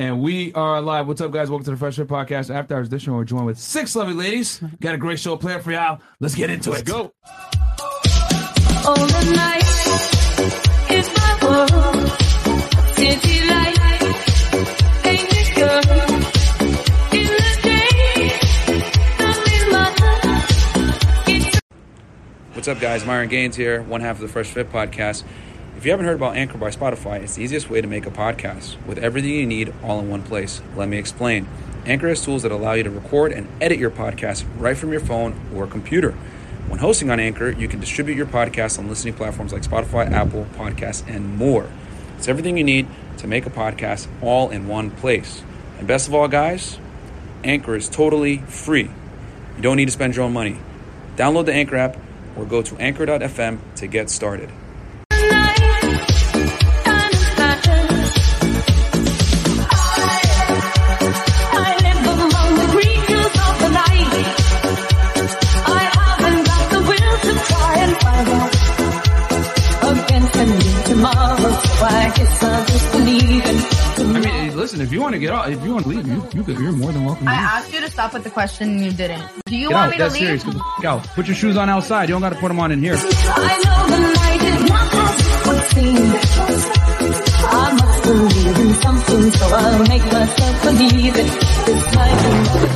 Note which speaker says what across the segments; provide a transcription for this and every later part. Speaker 1: And we are live. What's up, guys? Welcome to the Fresh Air Podcast After Hours Edition. We're joined with six lovely ladies. Got a great show planned for y'all. Let's get into it.
Speaker 2: Go.
Speaker 3: All the night is my world. City light, painted girl. In the day, I'm in my It's
Speaker 4: What's up, guys? Myron Gaines here, one half of the Fresh Fit podcast. If you haven't heard about Anchor by Spotify, it's the easiest way to make a podcast with everything you need all in one place. Let me explain. Anchor has tools that allow you to record and edit your podcast right from your phone or computer. When hosting on Anchor, you can distribute your podcast on listening platforms like Spotify, Apple Podcasts, and more. It's everything you need to make a podcast all in one place. And best of all, guys, Anchor is totally free. You don't need to spend your own money. Download the Anchor app or go to anchor.fm to get started.
Speaker 3: the night, kind of I live among the green hills of the night. I haven't got the will to try and find out against a new tomorrow. So I guess I'll just believe in
Speaker 1: I mean, listen, if you want to get out, if you want to leave, you, you, could- you're more than welcome
Speaker 5: I
Speaker 1: to leave.
Speaker 5: asked you to stop with the question and you didn't. Do you
Speaker 1: Get
Speaker 5: want
Speaker 1: out.
Speaker 5: me to
Speaker 1: That's
Speaker 5: leave?
Speaker 1: serious. Get the f- out. Put your shoes on outside. You don't got to put them on in here.
Speaker 3: I know the night is not as it would seem. I must believe in something, so I'll make myself believe it. This night is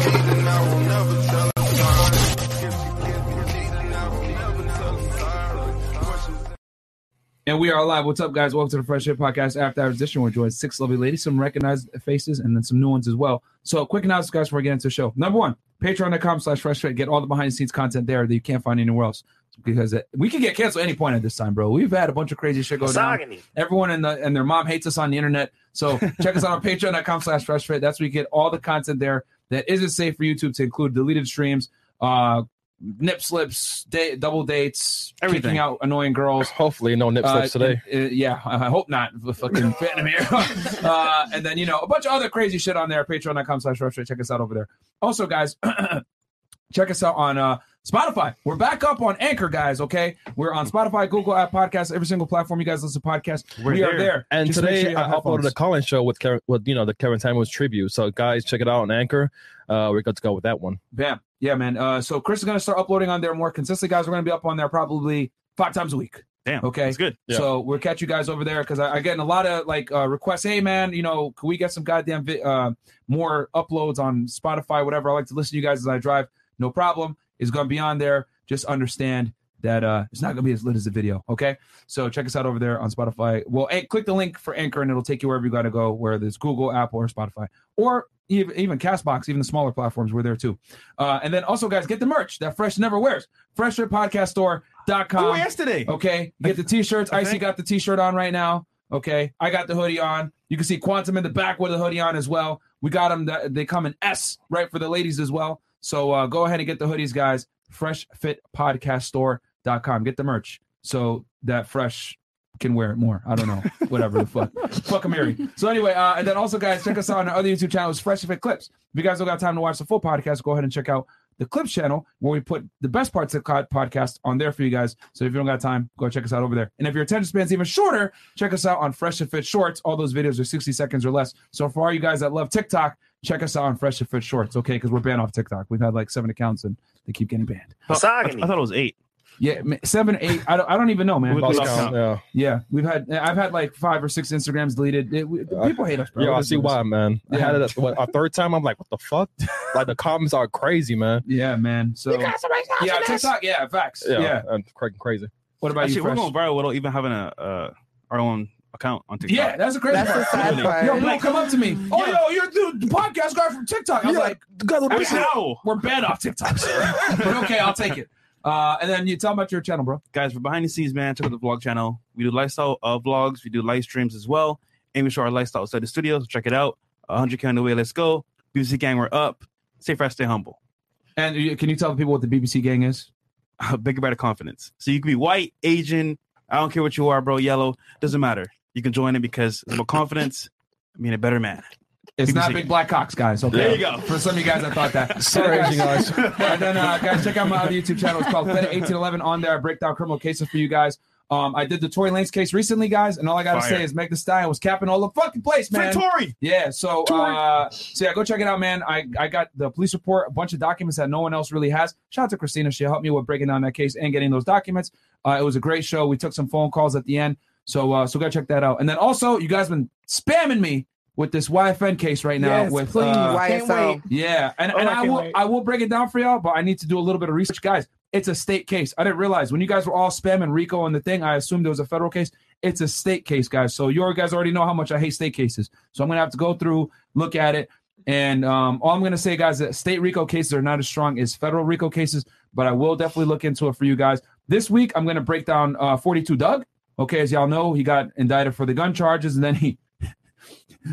Speaker 1: And we are live. What's up, guys? Welcome to the Fresh Air Podcast After Hours Edition. We're joined with six lovely ladies, some recognized faces, and then some new ones as well. So, quick announcement, guys, before we get into the show. Number one, patreon.com slash fresh fit. Get all the behind the scenes content there that you can't find anywhere else because it, we could get canceled any point at this time, bro. We've had a bunch of crazy shit go down.
Speaker 6: Misogyny.
Speaker 1: Everyone and, the, and their mom hates us on the internet. So, check us out on patreon.com slash fresh fit. That's where you get all the content there that isn't safe for YouTube to include deleted streams, uh, nip slips, day, double dates,
Speaker 6: Everything.
Speaker 1: kicking out annoying girls.
Speaker 2: Hopefully, no nip slips
Speaker 1: Uh,
Speaker 2: today.
Speaker 1: uh, yeah, I I hope not. The fucking Phantom here. uh, and then, you know, a bunch of other crazy shit on there. Patreon.com slash Rush Rate. Check us out over there. Also, guys, check us out on uh, Spotify. We're back up on Anchor, guys, okay? We're on Spotify, Google App Podcasts, every single platform you guys listen to podcasts. We're
Speaker 6: there.
Speaker 1: there.
Speaker 2: and
Speaker 1: Just make
Speaker 2: today
Speaker 1: sure you
Speaker 2: I
Speaker 1: have
Speaker 2: uploaded a
Speaker 1: headphones.
Speaker 2: Colin show with Karen, with you know the Karen Samuels tribute. So guys, check it out on Anchor. Uh, we're good to go with that one.
Speaker 1: Bam. Yeah, man. Uh, so Chris is going to start uploading on there more consistently, guys. We're going to be up on there probably five times a week.
Speaker 6: Damn.
Speaker 1: Okay.
Speaker 6: It's good.
Speaker 2: Yeah.
Speaker 1: So we'll catch you guys over there because I'm getting a lot of like uh, requests. Hey, man, you know, can we get some goddamn vi- uh, more uploads on Spotify, whatever? I like to listen to you guys as I drive. No problem. It's going to be on there. Just understand that uh, it's not going to be as lit as the video. Okay. So check us out over there on Spotify. Well, an- click the link for Anchor and it'll take you wherever you got to go, whether there's Google, Apple, or Spotify, or even, even Castbox, even the smaller platforms. We're there too. Uh, and then also, guys, get the merch that Fresh Never Wears. FreshRipPodcastStore.com.
Speaker 6: Who asked today?
Speaker 1: Okay, you get the t-shirts.
Speaker 6: I
Speaker 1: Icy
Speaker 6: think-
Speaker 1: got the t-shirt on right now. Okay, I got the hoodie on. You can see Quantum in the back with the hoodie on as well. We got them. The, they come in S right for the ladies as well. So uh, go ahead and get the hoodies, guys. FreshFitPodcastStore.com. Get the merch so that fresh can wear it more. I don't know. Whatever the fuck. Fuck a Mary. So anyway, uh, and then also, guys, check us out on our other YouTube channel. It's Fresh Fit Clips. If you guys don't got time to watch the full podcast, go ahead and check out the Clips channel where we put the best parts of the co- podcast on there for you guys. So if you don't got time, go check us out over there. And if your attention span's even shorter, check us out on Fresh and Fit Shorts. All those videos are 60 seconds or less. So for all you guys that love TikTok, check us out on Fresh and Fit Shorts, okay? Because we're banned off TikTok. We've had like seven accounts and they keep getting banned.
Speaker 6: Misogyny. I thought it was eight.
Speaker 1: Yeah, ma- seven, eight. I don't, I don't even know, man.
Speaker 6: With- Lost
Speaker 2: Lost
Speaker 6: count.
Speaker 2: count, Yeah,
Speaker 1: Yeah, we've had. I've had like five or six Instagrams deleted. It, we,
Speaker 2: Uh,
Speaker 1: people hate us, bro.
Speaker 2: yeah. I
Speaker 1: This
Speaker 2: see
Speaker 1: is-
Speaker 2: why, man. I
Speaker 1: Yeah.
Speaker 2: had it at- what, a third time. I'm like, what the fuck? like the comments are crazy, man.
Speaker 1: Yeah, man. So yeah, TikTok. Yeah, facts. Yeah.
Speaker 2: Yeah, and cra- crazy.
Speaker 1: What about
Speaker 6: Actually,
Speaker 1: you,
Speaker 6: we're
Speaker 1: Fresh?
Speaker 6: going viral without even having a uh, our own account on TikTok.
Speaker 1: Yeah, that's a crazy
Speaker 5: That's
Speaker 1: part.
Speaker 5: the sad
Speaker 1: Really.
Speaker 5: part.
Speaker 1: Yo, people come up to me. Oh,
Speaker 6: Yeah.
Speaker 1: yo, you're the the podcast guy from TikTok. I was
Speaker 2: Yeah.
Speaker 1: like,
Speaker 6: Right now,
Speaker 1: we're banned off TikTok, sir. but okay, I'll take it. Uh, and then you tell 'em about your channel, bro.
Speaker 6: guys, we're behind the scenes, man. Check out the vlog channel. We do lifestyle uh, vlogs. We do live streams as well. And we show our lifestyle outside the studios. Check it out. 100K on the way. Let's go. BBC Gang, we're up. Stay fresh, stay humble.
Speaker 1: And you, can you tell the people what the BBC gang is?
Speaker 6: Bigger, better confidence. So you can be white, Asian. I don't care what you are, bro. Yellow doesn't matter. You can join it because more confidence, I mean, a better man.
Speaker 1: It's
Speaker 6: BBC.
Speaker 1: not Big Black Cocks, guys. Okay.
Speaker 6: There you go.
Speaker 1: For some of you guys, I thought that.
Speaker 2: Sorry, Asian guys.
Speaker 1: and then, uh, guys, check out my other YouTube channel. It's called Fed 1811. On there, I break down criminal cases for you guys. Um, I did the Tory Lanez case recently, guys, and all I gotta
Speaker 6: Fire.
Speaker 1: say is Meg Thee Stallion was capping all the fucking place, man.
Speaker 6: Tory.
Speaker 1: Yeah, so uh, so yeah, go check it out, man. I, I got the police report, a bunch of documents that no one else really has. Shout out to Christina, she helped me with breaking down that case and getting those documents. Uh, it was a great show. We took some phone calls at the end, so uh, so go check that out. And then also, you guys been spamming me with this YFN case right now.
Speaker 7: Yes,
Speaker 1: with
Speaker 7: please,
Speaker 1: uh,
Speaker 7: YSL.
Speaker 1: yeah, and,
Speaker 7: Oh,
Speaker 1: and
Speaker 7: I
Speaker 1: I
Speaker 7: can't
Speaker 1: will
Speaker 7: wait.
Speaker 1: I will break it down for y'all, but I need to do a little bit of research, guys. It's a state case. I didn't realize when you guys were all spamming Rico and the thing. I assumed it was a federal case. It's a state case, guys. So you guys already know how much I hate state cases. So I'm gonna have to go through, look at it, and um, all I'm gonna say, guys, that state Rico cases are not as strong as federal Rico cases, but I will definitely look into it for you guys. This week, I'm gonna break down uh, 42 Doug. Okay, as y'all know, he got indicted for the gun charges, and then he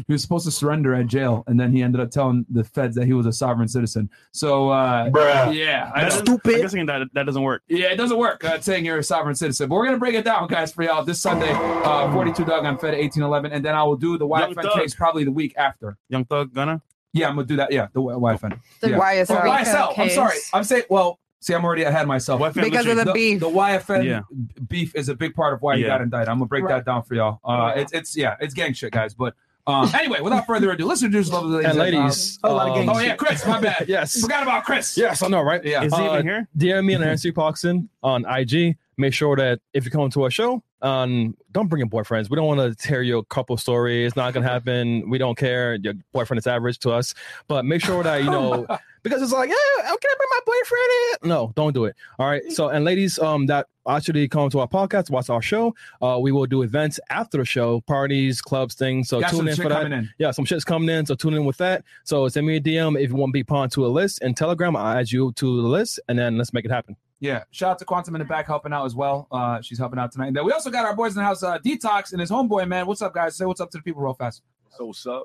Speaker 1: he was supposed to surrender at jail, and then he ended up telling the feds that he was a sovereign citizen. So, uh,
Speaker 6: Bruh.
Speaker 1: yeah, I
Speaker 6: That's
Speaker 1: don't-
Speaker 6: stupid.
Speaker 7: stupid.
Speaker 6: I'm guessing that, that doesn't work.
Speaker 1: yeah, it doesn't work uh, saying you're a sovereign citizen. But we're gonna break it down, guys, for y'all this Sunday, uh, 42 Doug on Fed 1811, and then I will do the
Speaker 6: Young
Speaker 1: YFN
Speaker 6: Thug.
Speaker 1: case probably the week after.
Speaker 6: Young Thug, Gunna.
Speaker 1: Yeah, I'm gonna do that. Yeah, the Y- YFN.
Speaker 5: The
Speaker 1: Yeah.
Speaker 7: YSL.
Speaker 1: Or
Speaker 5: Rico
Speaker 1: YSL. I'm
Speaker 5: case.
Speaker 1: sorry. I'm saying. Well, see, I'm already ahead of myself.
Speaker 6: YFN
Speaker 7: Because
Speaker 6: Lucci.
Speaker 7: of the beef.
Speaker 1: The YFN
Speaker 6: Yeah.
Speaker 1: beef is a big part of why you
Speaker 6: Yeah.
Speaker 1: got indicted. I'm gonna break that down for y'all. Uh, it's it's yeah, it's gang shit, guys. But um, anyway, without further ado, let's introduce lovely ladies.
Speaker 2: And ladies,
Speaker 7: a lot of
Speaker 2: um,
Speaker 1: Oh yeah, Chris, my bad.
Speaker 2: yes,
Speaker 1: Forgot about Chris.
Speaker 2: yes, I know, right?
Speaker 1: Yeah.
Speaker 6: Is he
Speaker 2: Uh,
Speaker 6: even here?
Speaker 2: DM me on Nancy Poxon on IG. Make sure that if you come to our show, um, don't bring your boyfriends. We don't want to hear your couple story. It's not gonna happen. We don't care. Your boyfriend is average to us. But make sure that you know because it's like, yeah, oh, can I bring my boyfriend in? No, don't do it. All right. So and ladies, um, that actually come to our podcast, watch our show. Uh, we will do events after the show, parties, clubs, things. So
Speaker 1: Got
Speaker 2: tune
Speaker 1: some
Speaker 2: in
Speaker 1: shit
Speaker 2: for that
Speaker 1: coming in.
Speaker 2: yeah, some shit's coming in, so tune in with that. So send me a DM if you want to be pawned to a list and Telegram. I'll add you to the list, and then let's make it happen.
Speaker 1: Yeah, shout out to Quantum in the back helping out as well. Uh, she's helping out tonight. And then we also got our boys in the house, uh, Detox and his homeboy, man. What's up, guys? Say what's up to the people real fast.
Speaker 8: So what's up?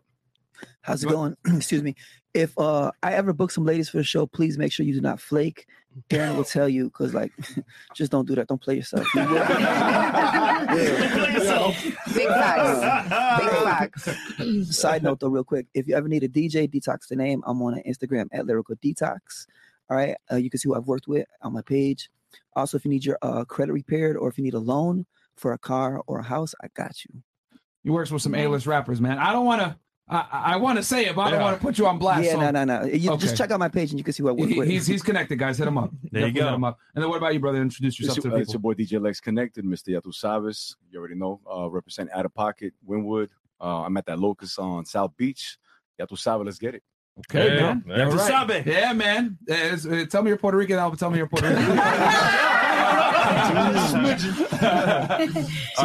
Speaker 7: How's it
Speaker 1: What-
Speaker 7: going? Excuse me. If uh I ever book some ladies for the show, please make sure you do not flake. Aaron will tell you because like just don't do that. Don't play yourself. You will- Yeah.
Speaker 5: Big facts. Big facts.
Speaker 7: Side note though, real quick. If you ever need a DJ detox the name, I'm on Instagram at lyrical detox. All right. Uh, you can see who I've worked with on my page. Also, if you need your uh, credit repaired or if you need a loan for a car or a house, I got you.
Speaker 1: He works with some A-list rappers, man. I don't want to. I, I want to say it, but I don't
Speaker 2: Yeah.
Speaker 1: want to put you on blast.
Speaker 7: yeah,
Speaker 1: so
Speaker 7: no, no, no. You
Speaker 1: Okay.
Speaker 7: just check out my page and you can see who I work
Speaker 1: he-
Speaker 7: with.
Speaker 1: he's he's connected, guys. Hit him up.
Speaker 6: There you
Speaker 1: Definitely
Speaker 6: go.
Speaker 1: Hit him up. And then what about you, brother? Introduce yourself
Speaker 8: It's
Speaker 1: to
Speaker 8: your,
Speaker 1: the
Speaker 8: uh, it's
Speaker 1: people.
Speaker 8: your boy DJ Lex Connected, Mr. Yato Savas. You already know. Uh, represent Out of Pocket, Winwood. Uh, I'm at that locus on South Beach. Yato Savas, let's get it.
Speaker 1: Okay,
Speaker 2: Yeah,
Speaker 1: man.
Speaker 2: man.
Speaker 1: All right.
Speaker 6: Sabe.
Speaker 1: Yeah, man. Yeah, it's- uh, tell me you're Puerto Rican. I'll tell me you're Puerto Rican.
Speaker 6: All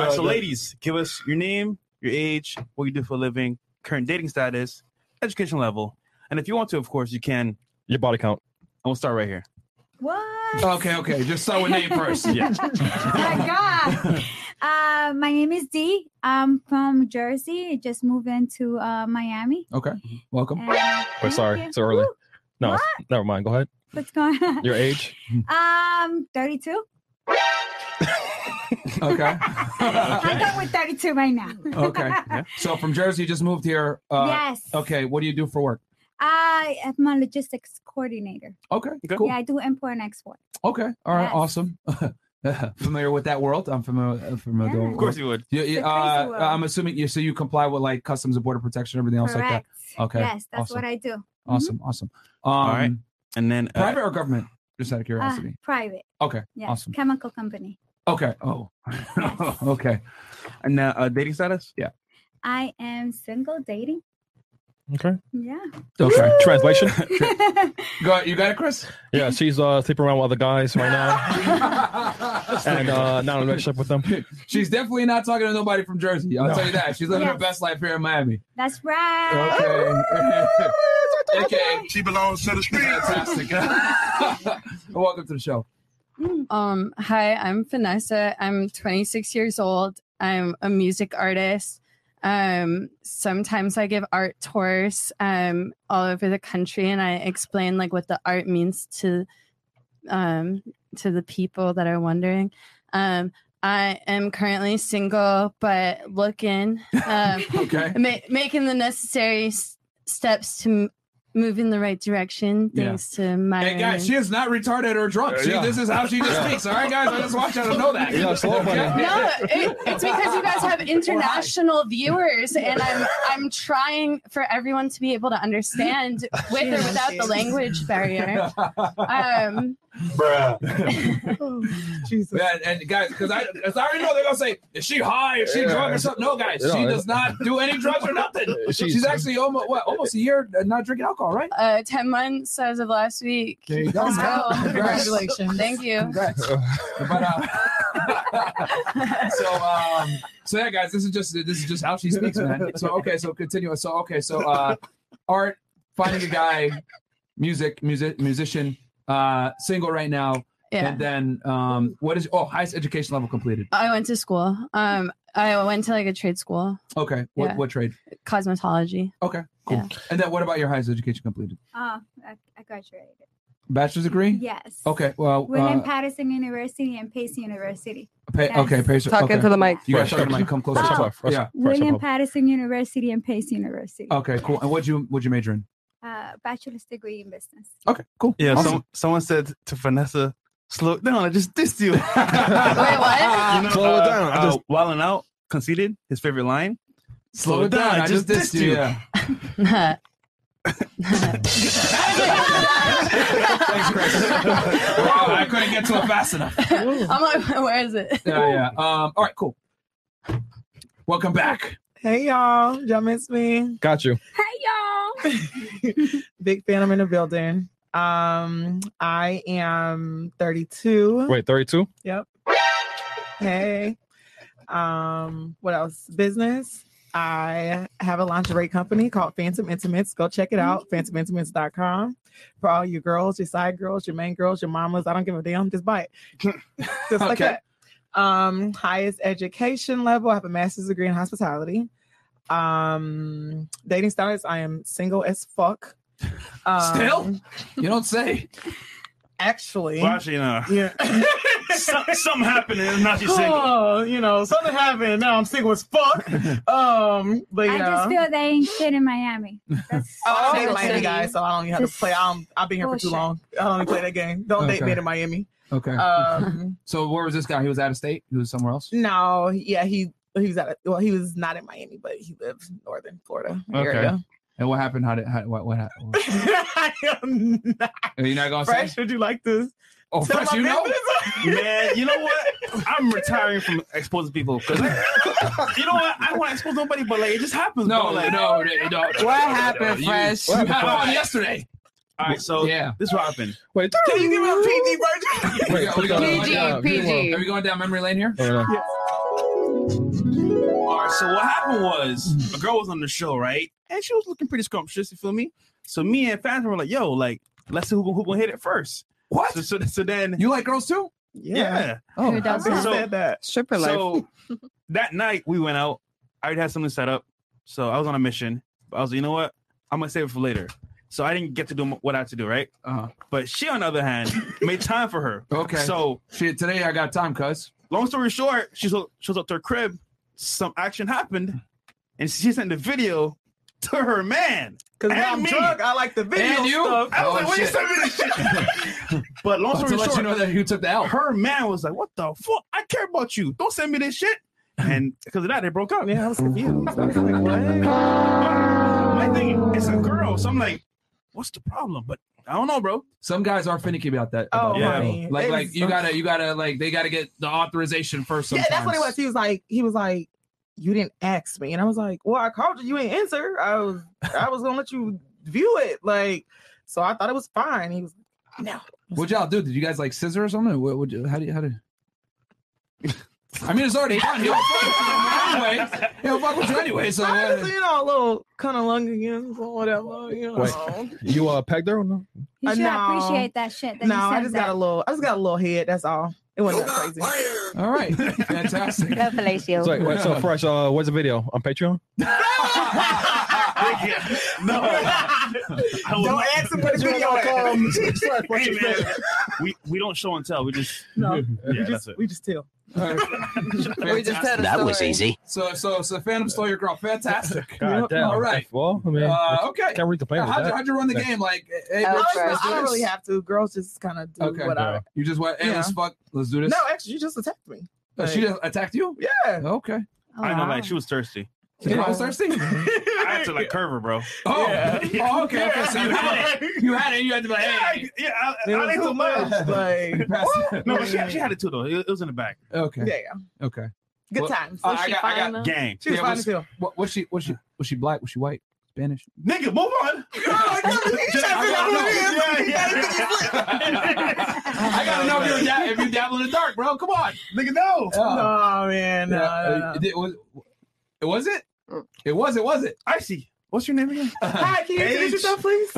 Speaker 6: right, so ladies, give us your name, your age, what you do for a living, current dating status, education level, and if you want to, of course, you can.
Speaker 2: Your body count.
Speaker 6: And we'll start right here.
Speaker 9: What?
Speaker 1: okay, okay. Just start with name first.
Speaker 6: Yeah.
Speaker 9: Oh my god. Uh, my name is Dee. I'm from Jersey. Just moved into uh, Miami.
Speaker 1: Okay. Welcome.
Speaker 9: And
Speaker 2: Wait,
Speaker 9: thank
Speaker 2: sorry,
Speaker 9: you.
Speaker 2: it's early.
Speaker 9: Woo,
Speaker 2: No, never mind. Go ahead.
Speaker 9: what's going on?
Speaker 2: Your age.
Speaker 9: Um, 32.
Speaker 1: Okay.
Speaker 9: I'm going with 32 right now.
Speaker 1: Okay. So from Jersey, you just moved here. Uh,
Speaker 9: yes.
Speaker 1: Okay, what do you do for work?
Speaker 9: I am a logistics coordinator.
Speaker 1: Okay, cool.
Speaker 9: Yeah, I do import and export.
Speaker 1: Okay, all right,
Speaker 9: Yes.
Speaker 1: awesome. familiar with that world? I'm familiar. uh, familiar
Speaker 9: Yeah.
Speaker 1: with
Speaker 9: Of
Speaker 6: Of course you would.
Speaker 1: You, you,
Speaker 9: It's a
Speaker 1: uh,
Speaker 9: crazy world.
Speaker 1: I'm assuming you. So you comply with like customs and border protection, everything else like
Speaker 9: Correct.
Speaker 1: that. Okay,
Speaker 9: Yes, that's
Speaker 1: awesome.
Speaker 9: what I do. Mhm.
Speaker 1: awesome, awesome. Um,
Speaker 6: right. And then uh,
Speaker 1: Private or government? Just out of
Speaker 9: Uh,
Speaker 1: curiosity.
Speaker 9: private.
Speaker 1: okay,
Speaker 9: Yeah.
Speaker 1: awesome.
Speaker 9: Chemical company.
Speaker 1: Okay. Oh, okay.
Speaker 6: and now uh, dating status.
Speaker 9: I am single dating.
Speaker 2: Okay.
Speaker 9: Yeah.
Speaker 1: Okay.
Speaker 2: Translation.
Speaker 1: Go, you got it, Chris.
Speaker 2: Yeah, she's uh sleeping around with other guys right now, and
Speaker 1: and
Speaker 2: uh not in a relationship with them.
Speaker 1: she's definitely not talking to nobody from Jersey. I'll
Speaker 2: No.
Speaker 1: tell you that. She's living her
Speaker 9: Yes. Ah,
Speaker 1: best life here in Miami.
Speaker 9: That's right.
Speaker 1: Okay. okay.
Speaker 9: Okay.
Speaker 1: She belongs to the street. Fantastic. Welcome to the show. Hmm.
Speaker 10: Um, hi, I'm Vanessa. I'm 26 years old. I'm a music artist. Um, sometimes I give art tours um, all over the country, and I explain like what the art means to um, to the people that are wondering. Um, I am currently single, but looking, um,
Speaker 1: Okay.
Speaker 10: ma- making the necessary s- steps to m- move in the right direction
Speaker 1: Yeah.
Speaker 10: thanks to my.
Speaker 1: Hey guys, she is not retarded or drunk. She,
Speaker 2: Yeah.
Speaker 1: This is how she just
Speaker 2: Yeah.
Speaker 1: speaks. All right, guys, I just want you to know that.
Speaker 2: Yeah, slow
Speaker 1: Okay?
Speaker 2: down.
Speaker 10: No, it, it's because you guys have international viewers, and I'm I'm trying for everyone to be able to understand with or without the language barrier. Um,
Speaker 1: Oh, Yeah, and guys, because I, 'cause I already know they're gonna say, "Is she high? Is she
Speaker 2: Yeah.
Speaker 1: drunk or something?" No, guys,
Speaker 2: Yeah.
Speaker 1: she does not do any drugs or nothing. She's,
Speaker 2: She's-
Speaker 1: actually almost what, almost a year not drinking alcohol, right?
Speaker 10: uh, ten months as of last week.
Speaker 1: There you go.
Speaker 10: Let's go.
Speaker 1: Congrats.
Speaker 10: Congratulations! Thank you.
Speaker 1: Congrats. but uh, so um, so yeah, guys, this is just this is just how she speaks, man. So okay, so continue. So okay, so uh, art finding a guy, music, music, musician, uh, single right now,
Speaker 10: Yeah.
Speaker 1: and then um, what is oh highest education level completed?
Speaker 10: I went to school. Um, I went to like a trade school,
Speaker 1: Okay, what
Speaker 10: Yeah.
Speaker 1: what trade?
Speaker 10: cosmetology.
Speaker 1: Okay, cool.
Speaker 10: Yeah.
Speaker 1: And then what about your highest education completed?
Speaker 9: Oh, I, I graduated.
Speaker 1: Bachelor's degree?
Speaker 9: Yes.
Speaker 1: Okay. Well,
Speaker 9: William
Speaker 1: uh,
Speaker 9: Patterson University and Pace University.
Speaker 1: pay,
Speaker 9: Yes.
Speaker 1: okay. Pay,
Speaker 11: Talk
Speaker 1: okay.
Speaker 11: into the mic.
Speaker 1: You guys talk
Speaker 2: Fresh.
Speaker 1: into the mic. Come closer.
Speaker 9: Fresh
Speaker 1: to
Speaker 2: up, fresh
Speaker 1: yeah.
Speaker 2: up.
Speaker 9: William
Speaker 2: all.
Speaker 9: Patterson University and Pace University.
Speaker 1: Okay. Cool. And what'd you what'd you major in?
Speaker 9: Uh, bachelor's degree in business.
Speaker 1: Okay. Cool.
Speaker 6: Yeah,
Speaker 1: Awesome.
Speaker 6: some, someone said to Vanessa, slow down. I just dissed you.
Speaker 10: Wait, what?
Speaker 6: You know,
Speaker 2: Slow it down, I
Speaker 6: uh,
Speaker 2: just-
Speaker 6: While and out, conceded his favorite line.
Speaker 1: Slow it down. I just dissed you. Yeah. Thanks, Chris. wow, Oh, I couldn't get to it fast enough.
Speaker 10: I'm like, where is it?
Speaker 1: Yeah, yeah. Um, all right. Cool. Welcome back.
Speaker 11: Hey y'all, y'all miss me.
Speaker 2: Got you.
Speaker 9: Hey, y'all.
Speaker 11: Big fan. I'm in the building. Um, I am 32.
Speaker 2: Wait, 32?
Speaker 11: Yep. Hey. Um, what else? Business. I have a lingerie company called Phantom Intimates. Go check it
Speaker 1: Mm-hmm.
Speaker 11: out. PhantomIntimates.com. For all you girls, your side girls, your main girls, your mamas. I don't give a damn. Just buy it. Just like
Speaker 1: Okay.
Speaker 11: that. Um, highest education level. I have a master's degree in hospitality. Um, dating status. I am single as fuck. Um,
Speaker 1: Still? You don't say.
Speaker 11: Actually.
Speaker 6: Well, actually, no.
Speaker 11: yeah.
Speaker 6: Some, something happened and now she's single.
Speaker 11: Oh, you know, something happened. Now I'm single as fuck. Um, but yeah.
Speaker 9: I just feel they ain't shit in Miami. That's
Speaker 11: Oh, I'm in
Speaker 10: Single
Speaker 11: Miami,
Speaker 10: city.
Speaker 11: guys, so I don't even have to play. I'm, I've been here for
Speaker 9: Bullshit.
Speaker 11: too long. I don't even play that game. Don't date
Speaker 1: Okay.
Speaker 11: me to Miami.
Speaker 1: Okay.
Speaker 11: Um,
Speaker 1: so where was this guy? He was out of state. He was somewhere else.
Speaker 11: no, yeah, he he was at a, well, he was not in Miami, but he lived in northern Florida
Speaker 6: Okay.
Speaker 11: area.
Speaker 1: And what happened? How did? How, what? What? happened?
Speaker 11: I am not
Speaker 1: You're not gonna
Speaker 11: fresh.
Speaker 1: say?
Speaker 11: Would you like this?
Speaker 1: Oh,
Speaker 11: Tell
Speaker 1: fresh.
Speaker 11: my
Speaker 1: You know.
Speaker 11: business?
Speaker 6: Man, you know what? I'm retiring from exposing people because you know what? I don't want to expose nobody, but like it just happens.
Speaker 1: No,
Speaker 6: bro. Like,
Speaker 1: no, no, no.
Speaker 5: What happened, Fresh?
Speaker 1: You had
Speaker 6: Fresh?
Speaker 1: one yesterday.
Speaker 6: All right, so
Speaker 1: Yeah.
Speaker 6: this is what happened.
Speaker 2: Wait,
Speaker 11: Can you give me a PG version?
Speaker 2: wait,
Speaker 1: Yeah, we
Speaker 2: put
Speaker 1: got-
Speaker 2: that on.
Speaker 1: PG,
Speaker 2: Yeah,
Speaker 11: PG.
Speaker 1: Are we going down memory lane here?
Speaker 2: yeah. Hold on.
Speaker 6: All right, so what happened was a girl was on the show, right? And she was looking pretty scrumptious, you feel me? So me and Phantom were like, yo, like, let's see who, who gonna hit it first.
Speaker 1: What?
Speaker 6: So, so, so then,
Speaker 1: You like girls too? Oh.
Speaker 6: yeah.
Speaker 10: Who does
Speaker 11: I
Speaker 6: that?
Speaker 11: said that. Stripper
Speaker 6: So that night we went out. I already had something set up. So I was on a mission. But I was like, you know what? I'm gonna save it for later. So I didn't get to do m- what I had to do, right?
Speaker 1: Uh-huh.
Speaker 6: But she, on the other hand, made time for her.
Speaker 1: Okay.
Speaker 6: So
Speaker 1: Shit, today I got time, cuz.
Speaker 6: long story short, she shows, shows up to her crib. Some action happened, and she sent the video to her man.
Speaker 11: Because
Speaker 6: And
Speaker 11: now I'm
Speaker 6: me.
Speaker 11: drunk. I like the video
Speaker 1: And you?
Speaker 11: stuff.
Speaker 6: I was
Speaker 1: Oh,
Speaker 6: like, "What you
Speaker 1: shit.
Speaker 6: sent me this shit?" but long
Speaker 1: But
Speaker 6: story
Speaker 1: to let
Speaker 6: short,
Speaker 1: you know that you took the L.
Speaker 6: her man was like, "What the fuck? I care about you. Don't send me this shit." And because of that, they broke up.
Speaker 11: Yeah, I was confused. I was like, what?
Speaker 6: My thing, it's a girl, so I'm like, what's the problem? But I don't know, bro.
Speaker 1: Some guys are finicky about that.
Speaker 11: Oh,
Speaker 1: about
Speaker 6: Yeah.
Speaker 1: that, though.
Speaker 11: honey.
Speaker 1: Like,
Speaker 11: It
Speaker 1: like
Speaker 11: was-
Speaker 1: you gotta, you gotta, like they gotta get the authorization first.
Speaker 11: Yeah,
Speaker 1: Sometimes.
Speaker 11: that's what it was. He was like, he was like, you didn't ask me, and I was like, well, I called you, you ain't answer. I was, I was gonna let you view it, like, so I thought it was fine. He was, no,
Speaker 1: What y'all do? Did you guys like scissor or something? What would you? How do you? How do? I mean, it's already done. He'll fuck with you anyway. He'll fuck with you anyway. So
Speaker 11: I
Speaker 1: uh,
Speaker 11: just, you know, a little kind of lung again, or whatever, you know.
Speaker 2: Wait. You uh, pegged her or no?
Speaker 9: You
Speaker 11: Uh,
Speaker 9: should
Speaker 11: no.
Speaker 9: appreciate that shit. That
Speaker 11: No,
Speaker 9: you
Speaker 11: I
Speaker 9: said
Speaker 11: just
Speaker 9: that.
Speaker 11: got a little, I just got a little head. That's all. It wasn't that crazy.
Speaker 1: all right, fantastic.
Speaker 5: Go fellatio.
Speaker 2: So, wait, wait, so fresh. Uh, what's the video on Patreon?
Speaker 6: No, I will
Speaker 11: Don't
Speaker 6: not-
Speaker 11: ask him for the video.
Speaker 6: Hey, man, we we don't show and tell. We just
Speaker 11: No,
Speaker 6: yeah,
Speaker 11: we
Speaker 6: that's
Speaker 11: just,
Speaker 6: it.
Speaker 11: we just tell.
Speaker 1: We
Speaker 12: just had a That was story. easy.
Speaker 1: So, so, so, Phantom stole your girl. Fantastic.
Speaker 2: God damn.
Speaker 1: All right.
Speaker 2: Well, I mean,
Speaker 1: Uh, okay.
Speaker 2: Can't read the play
Speaker 1: Now,
Speaker 2: with
Speaker 1: how'd,
Speaker 2: that.
Speaker 1: you, how'd you run the
Speaker 2: Yeah.
Speaker 1: game? Like,
Speaker 11: I
Speaker 1: hey,
Speaker 11: don't,
Speaker 1: let's-
Speaker 11: I
Speaker 1: let's do
Speaker 11: don't
Speaker 1: this?
Speaker 11: really have to. Girls just kind of do
Speaker 1: Okay.
Speaker 11: what I.
Speaker 1: You just went, hey,
Speaker 11: Yeah.
Speaker 1: let's fuck. Let's do this.
Speaker 11: No, actually, you just attacked me.
Speaker 1: Oh, she just attacked you?
Speaker 11: Yeah.
Speaker 1: Okay.
Speaker 6: I know, like she was thirsty.
Speaker 1: You know, I was thirsty.
Speaker 6: I had to like curve her, bro.
Speaker 1: Oh, oh, okay, okay. So you had it. You had it. You had to be like, hey.
Speaker 6: Yeah, I,
Speaker 1: It
Speaker 6: I
Speaker 1: was
Speaker 6: ain't
Speaker 1: too
Speaker 6: too much.
Speaker 1: much.
Speaker 11: Like,
Speaker 6: no, but she, she had it too though. It, it was in the back.
Speaker 1: Okay.
Speaker 11: Yeah.
Speaker 1: Okay.
Speaker 11: Good
Speaker 1: Well,
Speaker 11: times.
Speaker 1: uh, I got, I got
Speaker 6: Gang.
Speaker 11: She was
Speaker 1: Yeah,
Speaker 11: fine
Speaker 1: was-
Speaker 11: as hell.
Speaker 1: What was she? Was she? Was she black? Was she white? Spanish?
Speaker 6: Nigga, move on.
Speaker 1: Oh, I gotta know if you're da- if you dabble in the dark, bro. Come on,
Speaker 6: nigga. No.
Speaker 11: Oh man. No, no, no.
Speaker 1: uh, It, was, it was it.
Speaker 12: Mm.
Speaker 1: It was. It was it.
Speaker 6: Icy. What's your name again?
Speaker 11: Hi, can you introduce
Speaker 6: Age.
Speaker 11: yourself, please?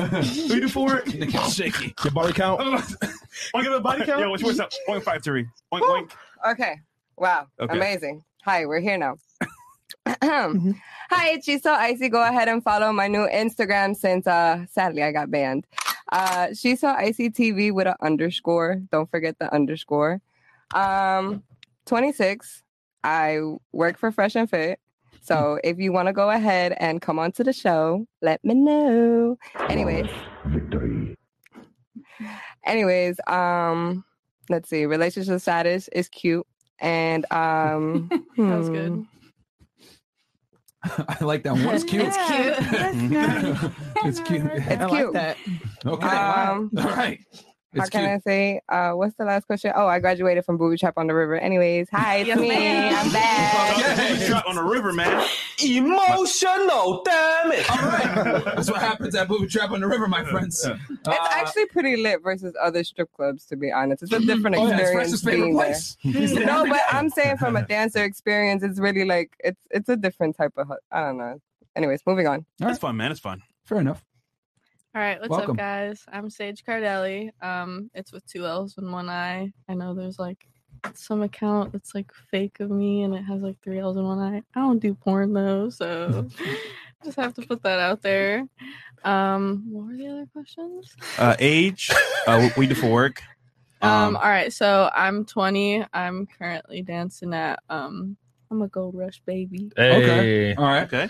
Speaker 6: Three to four.
Speaker 1: Shaky.
Speaker 2: Your body count.
Speaker 6: Wanna give it Oh, a
Speaker 2: body count?
Speaker 6: Yeah, what's yours up? Point five three. Point point.
Speaker 12: Okay. Wow.
Speaker 6: Okay.
Speaker 12: Amazing. Hi, we're here now. Hi, it's Shiso Icy. Go ahead and follow my new Instagram since uh sadly I got banned. Uh Shiso Icy TV with an underscore. Don't forget the underscore. Um 26. I work for Fresh and Fit. So if you want to go ahead and come on to the show, let me know. Anyways. Anyways, um, let's see. Relationship status is cute, and um, that was good.
Speaker 1: I like that one. It's cute.
Speaker 12: It's cute.
Speaker 1: it's cute.
Speaker 12: It's cute.
Speaker 1: Okay.
Speaker 12: Um,
Speaker 1: All right.
Speaker 12: How
Speaker 1: It's
Speaker 12: can I
Speaker 1: cute.
Speaker 12: say? Uh, what's the last question? Oh, I graduated from Booby Trap on the River. Anyways, hi, it's me. I'm back.
Speaker 6: Shot on the river, man.
Speaker 1: Emotional, damn it! All right, that's what happens at booby trap on the river, my friends.
Speaker 12: It's
Speaker 1: Uh,
Speaker 12: actually pretty lit versus other strip clubs, to be honest. It's a different
Speaker 1: Oh, yeah,
Speaker 12: experience.
Speaker 1: it's Fresh's favorite
Speaker 12: being there.
Speaker 1: place. He's there
Speaker 12: no,
Speaker 1: every
Speaker 12: but
Speaker 1: day.
Speaker 12: I'm saying from a dancer experience, it's really like it's it's a different type of. hu- I don't know. Anyways, moving on.
Speaker 6: That's fun, man. It's fun.
Speaker 1: Fair enough.
Speaker 13: All right, what's
Speaker 12: Welcome.
Speaker 13: up, guys? I'm Sage Cardelli. Um, it's with two L's and one I. I know there's like some account that's like fake of me, and it has like three L's and one I. I don't do porn though, so just have to put that out there. Um, what were the other questions?
Speaker 6: Uh, age. Uh, what we do for work.
Speaker 13: Um, all right, so I'm 20. I'm currently dancing at um, I'm a Gold Rush baby.
Speaker 1: Okay. All right.
Speaker 6: Okay.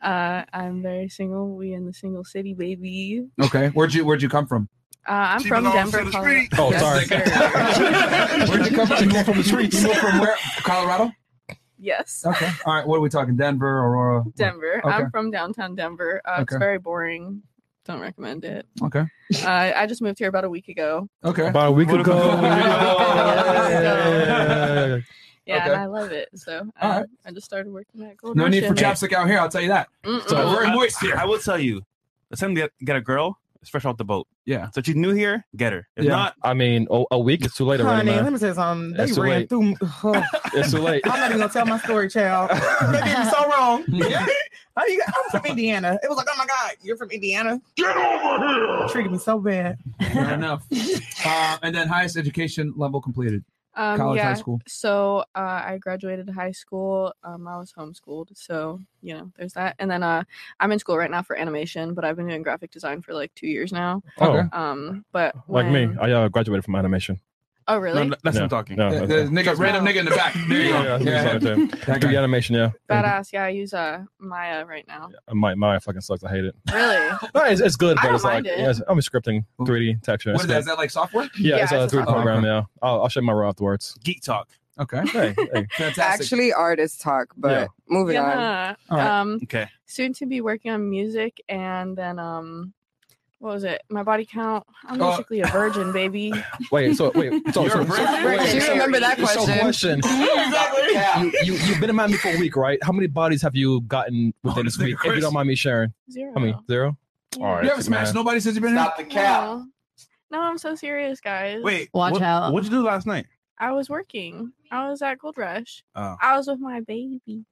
Speaker 13: Uh, I'm very single. We in the single city, baby.
Speaker 1: Okay. Where'd you Where'd you come from?
Speaker 13: Uh, I'm
Speaker 6: She
Speaker 13: from
Speaker 6: belongs
Speaker 13: Denver,
Speaker 6: to the
Speaker 13: Colorado.
Speaker 6: street.
Speaker 1: Oh,
Speaker 13: Yes,
Speaker 1: sorry.
Speaker 13: sir.
Speaker 1: Where'd you come from? You moved from the streets. You moved from where? Colorado.
Speaker 13: yes.
Speaker 1: Okay. All right. What are we talking? Denver, Aurora.
Speaker 13: Denver.
Speaker 1: Okay.
Speaker 13: I'm from downtown Denver. Uh, It's
Speaker 1: Okay.
Speaker 13: very boring. Don't recommend it.
Speaker 1: Okay.
Speaker 13: Uh, I just moved here about a week ago.
Speaker 1: Okay.
Speaker 2: About a week ago.
Speaker 13: Yeah. Yeah, and
Speaker 1: Okay.
Speaker 13: I love it. So
Speaker 1: All
Speaker 13: uh,
Speaker 1: right.
Speaker 13: I just started working at Gold
Speaker 1: No
Speaker 13: Rush
Speaker 1: need for
Speaker 13: and-
Speaker 1: chapstick out here. I'll tell you that.
Speaker 13: Mm-mm.
Speaker 1: So very
Speaker 6: I-
Speaker 1: moist here.
Speaker 6: I will tell you, let's time to get a girl. It's fresh off the boat.
Speaker 1: Yeah.
Speaker 6: So she's new here. Get her. If
Speaker 2: Yeah.
Speaker 6: not,
Speaker 2: I mean, a, a week is too late already,
Speaker 11: Honey,
Speaker 2: man.
Speaker 11: let me tell you something. They
Speaker 2: It's too
Speaker 11: ran
Speaker 2: late.
Speaker 11: through.
Speaker 2: It's too late.
Speaker 11: I'm not even gonna tell my story, child. they did me so wrong. How you got- I'm from Indiana. It was like, oh my god, you're from Indiana. Get over here. Treated me so bad.
Speaker 1: Fair enough. Uh, and then highest education level completed.
Speaker 13: Um,
Speaker 1: College,
Speaker 13: yeah.
Speaker 1: high school.
Speaker 13: So uh, I graduated high school. Um, I was homeschooled, so you know, there's that. And then uh, I'm in school right now for animation, but I've been doing graphic design for like two years now.
Speaker 1: Oh.
Speaker 2: Okay.
Speaker 13: Um, but
Speaker 2: Like me,
Speaker 13: when-
Speaker 2: I uh, graduated from animation.
Speaker 13: Oh, really?
Speaker 6: that's
Speaker 2: yeah.
Speaker 6: what I'm talking.
Speaker 2: No,
Speaker 1: Yeah,
Speaker 2: that's-
Speaker 1: there's nigga, random nigga in the back. There you
Speaker 2: yeah,
Speaker 1: go. Yeah.
Speaker 2: that's what I'm talking. Do the animation, yeah.
Speaker 13: Badass. Yeah, I use uh, Maya right now.
Speaker 2: My my fucking sucks. I hate it.
Speaker 13: Really?
Speaker 2: No, it's, it's good,
Speaker 13: I
Speaker 2: but
Speaker 13: don't
Speaker 2: it's like
Speaker 13: mind it.
Speaker 2: yeah, it's- I'm scripting 3D texture.
Speaker 1: What is that?
Speaker 2: It's good.
Speaker 1: Is that like software?
Speaker 2: Yeah, it's
Speaker 12: Yeah,
Speaker 2: a
Speaker 12: it's a
Speaker 2: 3D
Speaker 12: software.
Speaker 2: program. Yeah, I'll, I'll show you my raw afterwards.
Speaker 6: Geek talk.
Speaker 1: Okay.
Speaker 2: Hey, hey.
Speaker 1: Fantastic.
Speaker 12: Actually, artist talk, but
Speaker 2: Yeah.
Speaker 12: moving
Speaker 13: yeah.
Speaker 1: All right.
Speaker 13: Um,
Speaker 6: Okay.
Speaker 13: soon to be working on music, and then um, what was it? My body count. I'm
Speaker 6: Oh.
Speaker 2: Uh,
Speaker 13: basically a virgin, baby.
Speaker 2: Wait, so wait, so,
Speaker 13: You're
Speaker 2: so,
Speaker 13: a virgin?
Speaker 2: wait,
Speaker 13: Virgin.
Speaker 2: so-
Speaker 13: You remember that
Speaker 2: So
Speaker 13: question.
Speaker 2: question.
Speaker 13: Exactly.
Speaker 2: You, you, you've been in Miami for a week, right? How many bodies have you gotten within this week? If you don't mind me sharing,
Speaker 13: Zero.
Speaker 2: I mean, zero. All right,
Speaker 1: you haven't smashed
Speaker 2: man.
Speaker 1: nobody since you've been Stop here.
Speaker 13: the cap. No. No, I'm so serious, guys.
Speaker 6: Wait. what, What'd you do last night?
Speaker 13: I was working. I was at Gold Rush.
Speaker 6: Oh.
Speaker 13: I was with my baby.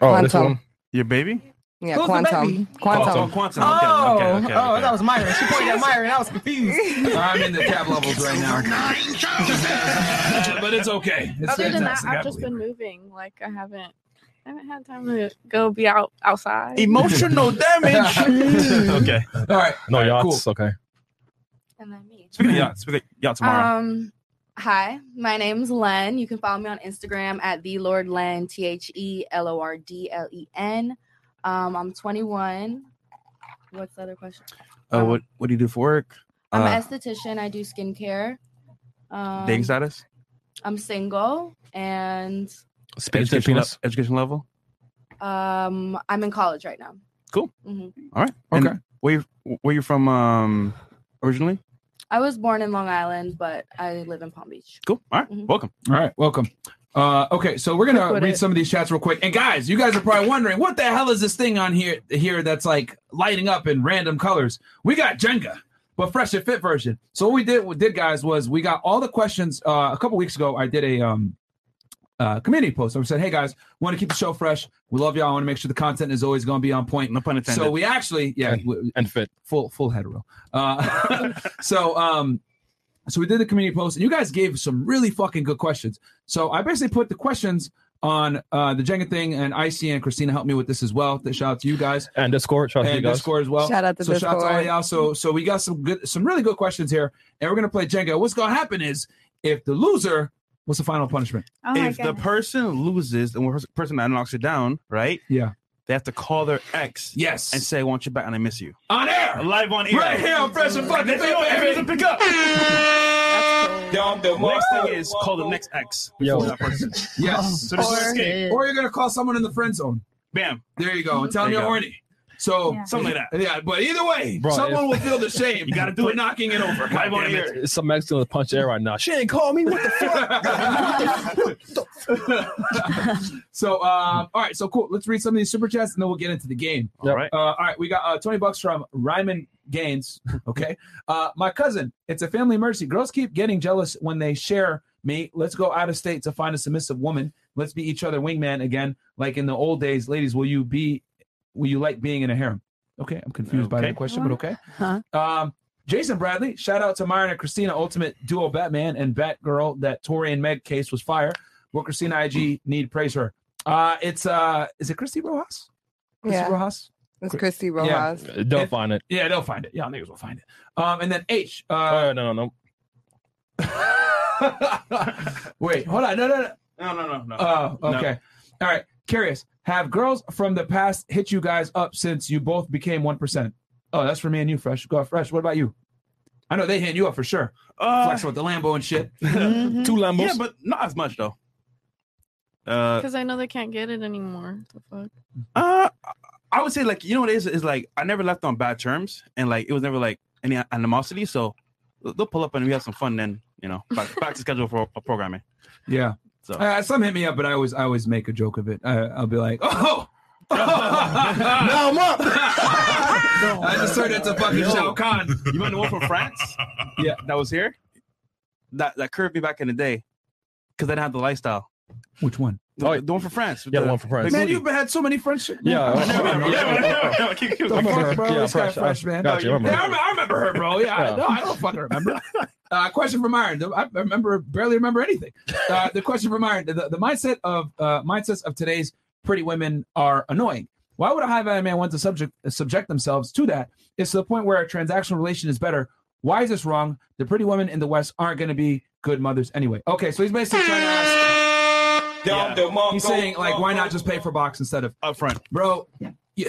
Speaker 2: Oh, this one.
Speaker 6: Your baby?
Speaker 12: Yeah,
Speaker 11: Who's the
Speaker 12: quantum.
Speaker 11: baby?
Speaker 12: Quantum.
Speaker 6: Oh, quantum. Okay,
Speaker 11: Oh,
Speaker 6: okay, okay,
Speaker 11: oh,
Speaker 6: okay.
Speaker 11: that was Myron. She pointed at Myron. I was confused.
Speaker 1: I'm in the tab levels right now. but it's okay. It's
Speaker 13: Other than that,
Speaker 1: fantastic. I
Speaker 13: I've just
Speaker 1: believe
Speaker 13: been moving. Like I haven't, I haven't had time to go be out outside.
Speaker 6: Emotional damage. okay.
Speaker 1: All right.
Speaker 2: No yachts. Okay.
Speaker 6: Speaking of yachts, we got yacht tomorrow.
Speaker 13: Um,
Speaker 14: Hi, my name's Len. You can follow me on Instagram at the Lord Len, T H E L O R D L E N. Um, I'm 21. What's the other question?
Speaker 6: Uh, what what do you do for work?
Speaker 14: I'm
Speaker 6: uh,
Speaker 14: an esthetician. I do skincare. Um,
Speaker 6: dating status,
Speaker 14: I'm single and
Speaker 2: Space
Speaker 6: education, le-
Speaker 2: penis.
Speaker 6: education level.
Speaker 14: um, I'm in college right now.
Speaker 6: Cool.
Speaker 14: Mhm.
Speaker 6: All right. Okay. where you where you from um originally?
Speaker 14: I was born in Long Island, but I live in Palm Beach.
Speaker 6: Cool. All right.
Speaker 1: Welcome. All right. Welcome. Uh, okay, so we're
Speaker 14: Quick
Speaker 1: gonna
Speaker 14: with
Speaker 1: read
Speaker 14: it.
Speaker 1: some of these chats real quick. And guys, you guys are probably wondering what the hell is this thing on here here that's like lighting up in random colors. We got Jenga, but fresh and fit version. So what we did what did guys was we got all the questions uh, a couple weeks ago. I did a um, uh, community post. I said, "Hey guys, want to keep the show fresh. We love y'all. I want to make sure the content is always going to be on point." No
Speaker 6: pun
Speaker 1: So we actually, yeah, and,
Speaker 2: fit
Speaker 1: full full hetero. Uh, so um, so we did the community post, and you guys gave some really fucking good questions. So I basically put the questions on uh, the Jenga thing, and Icy and Christina helped me with this as well. Shout out to you guys
Speaker 2: and Discord. Shout out to
Speaker 1: and
Speaker 2: you Uh, guys.
Speaker 1: Discord as well.
Speaker 2: Shout out to
Speaker 1: so shout out to all
Speaker 2: Discord.
Speaker 1: y'all. So so we got some good, some really good questions here, and we're gonna play Jenga. What's gonna happen is if the loser, what's the final punishment?
Speaker 9: Oh my
Speaker 6: if the
Speaker 9: goodness.
Speaker 6: person loses and the person that knocks you down, right?
Speaker 1: Yeah.
Speaker 6: They have to call their ex.
Speaker 1: Yes.
Speaker 6: And say, I want you back and I miss you.
Speaker 1: On air.
Speaker 6: Live on air.
Speaker 1: Right here on Fresh and Fucking
Speaker 6: Let's
Speaker 1: Fit,
Speaker 6: go,
Speaker 1: baby.
Speaker 6: everyone, pick up.
Speaker 1: The
Speaker 6: next thing is call the next ex. before that person.
Speaker 1: Yes.
Speaker 6: So this is escape.
Speaker 1: or you're gonna call someone in the friend zone.
Speaker 6: Bam.
Speaker 1: There you go. And tell them
Speaker 6: There
Speaker 1: you're
Speaker 6: you go.
Speaker 1: horny. So
Speaker 6: Yeah. Something like that.
Speaker 1: Yeah, but either way,
Speaker 2: Bro,
Speaker 1: someone
Speaker 2: if-
Speaker 1: will feel the shame.
Speaker 2: You gotta do
Speaker 1: for
Speaker 2: it.
Speaker 1: knocking it over.
Speaker 2: God damn
Speaker 1: here.
Speaker 2: it. Some Mexican gonna punch air right now. She ain't call me. What the
Speaker 1: So, um, all right, so cool. Let's read some of these super chats and then we'll get into the game. All right. Uh, all right, we got uh, 20 bucks from Ryman Gaines. Okay. Uh, my cousin, it's a family emergency. Girls keep getting jealous when they share me. Let's go out of state to find a submissive woman. Let's be each other wingman again. Like in the old days, ladies, will you be, will you like being in a harem? Okay. I'm confused by
Speaker 2: Okay.
Speaker 1: that question, but okay.
Speaker 10: Huh?
Speaker 1: Um, Jason Bradley, shout out to Myron and Christina, ultimate duo Batman and Batgirl. That Tori and Meg case was fire. Will Christina IG need praise her? Uh, it's uh, is it Christy Rojas? Christy
Speaker 12: Yeah.
Speaker 1: Rojas.
Speaker 12: It's Christy
Speaker 1: Yeah.
Speaker 12: Rojas.
Speaker 2: They'll find it.
Speaker 1: Yeah, they'll find it. Yeah, niggas will find it. Um, and then H. Uh,
Speaker 2: Oh, no, no, no.
Speaker 1: Wait, hold on. No, no, no.
Speaker 6: No, no, no, no.
Speaker 1: Oh, okay. All right. Curious. Have girls from the past hit you guys up since you both became one percent? Oh, that's for me and you, Fresh. Go Fresh. What about you? I know they hit you up for sure.
Speaker 6: Uh,
Speaker 1: Flex with the Lambo and shit.
Speaker 6: Two Lambos. Yeah, but not as much though. Uh,
Speaker 13: Because I know they can't get it anymore. The fuck?
Speaker 6: Uh, I would say like you know what it is is like I never left on bad terms, and like it was never like any animosity. So they'll pull up and we have some fun. Then you know back, back to schedule for uh, programming.
Speaker 1: Yeah.
Speaker 6: So.
Speaker 1: Uh, some hit me up, but I always I always make a joke of it. I, I'll be like, oh. now I'm up. I just turned into fucking
Speaker 6: Yo.
Speaker 1: Shao Kahn.
Speaker 6: You want the one from France?
Speaker 1: yeah,
Speaker 6: that was here. That that curved me back in the day because I didn't have the lifestyle.
Speaker 1: Which one?
Speaker 6: The, the one from France.
Speaker 2: Yeah, the one from France.
Speaker 1: Man, you've had so many friendships.
Speaker 2: Yeah.
Speaker 1: The fuck, bro? This guy fresh, man.
Speaker 2: Gotcha,
Speaker 1: Yeah, I
Speaker 2: I remember.
Speaker 1: remember- I remember her, bro. Yeah, I-
Speaker 2: Yeah.
Speaker 1: no, I don't fucking remember. Uh, question from Iron. I remember barely remember anything. Uh, the question from Iron. The, the mindset of uh, mindsets of today's pretty women are annoying. Why would a high value man want to subject subject themselves to that? It's to the point where a transactional relation is better. Why is this wrong? The pretty women in the West aren't going to be good mothers anyway. Okay, so he's basically trying to ask. He's saying like, why not just pay for box instead of
Speaker 6: upfront,
Speaker 1: bro? you-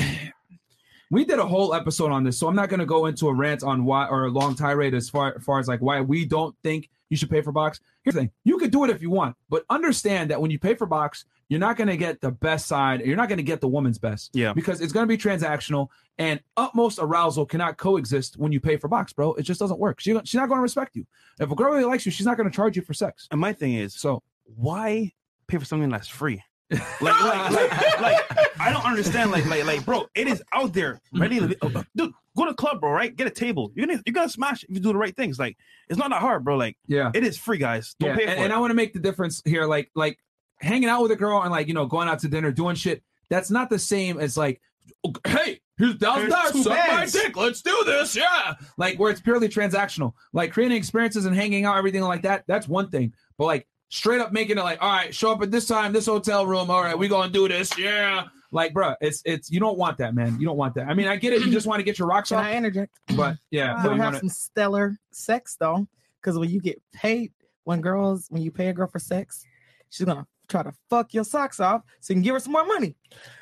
Speaker 1: we did a whole episode on this, so I'm not going to go into a rant on why or a long tirade as far, as far as like why we don't think you should pay for box. Here's the thing: you could do it if you want, but understand that when you pay for box, you're not going to get the best side. You're not going to get the woman's best,
Speaker 6: Yeah.
Speaker 1: because it's going to be transactional and utmost arousal cannot coexist when you pay for box, bro. It just doesn't work. She, she's not going to respect you. If a girl really likes you, she's not going to charge you for sex.
Speaker 6: And my thing is,
Speaker 1: so
Speaker 6: why pay for something that's free? Like, like, like, like, I don't understand. Like, like, like, bro, it is out there, ready, to, oh, dude. Go to the club, bro. Right, get a table. You're gonna, you're gonna smash if you do the right things. Like, it's not that hard, bro. Like,
Speaker 1: yeah,
Speaker 6: it is free, guys. Don't
Speaker 1: yeah,
Speaker 6: pay for
Speaker 1: and,
Speaker 6: it.
Speaker 1: and I want to make the difference here, like like hanging out with a girl and like you know going out to dinner, doing shit. That's not the same as like, hey, here's thousand dollars,
Speaker 6: Here's two
Speaker 1: suck my
Speaker 6: bands."
Speaker 1: dick, let's do this, yeah. Like where it's purely transactional, like creating experiences and hanging out, everything like that. That's one thing, but like straight up making it like, all right, show up at this time, this hotel room, all right, we gonna do this, yeah. Like, bruh, it's it's you don't want that, man. You don't want that. I mean, I get it. You just want to get your rocks
Speaker 11: Can
Speaker 1: off.
Speaker 11: I interject?
Speaker 1: But yeah,
Speaker 11: I
Speaker 1: but
Speaker 11: would
Speaker 1: you
Speaker 11: have
Speaker 1: wanna-
Speaker 11: some stellar sex though, because when you get paid, when girls, when you pay a girl for sex, she's gonna try to fuck your socks off so you can give her some more money.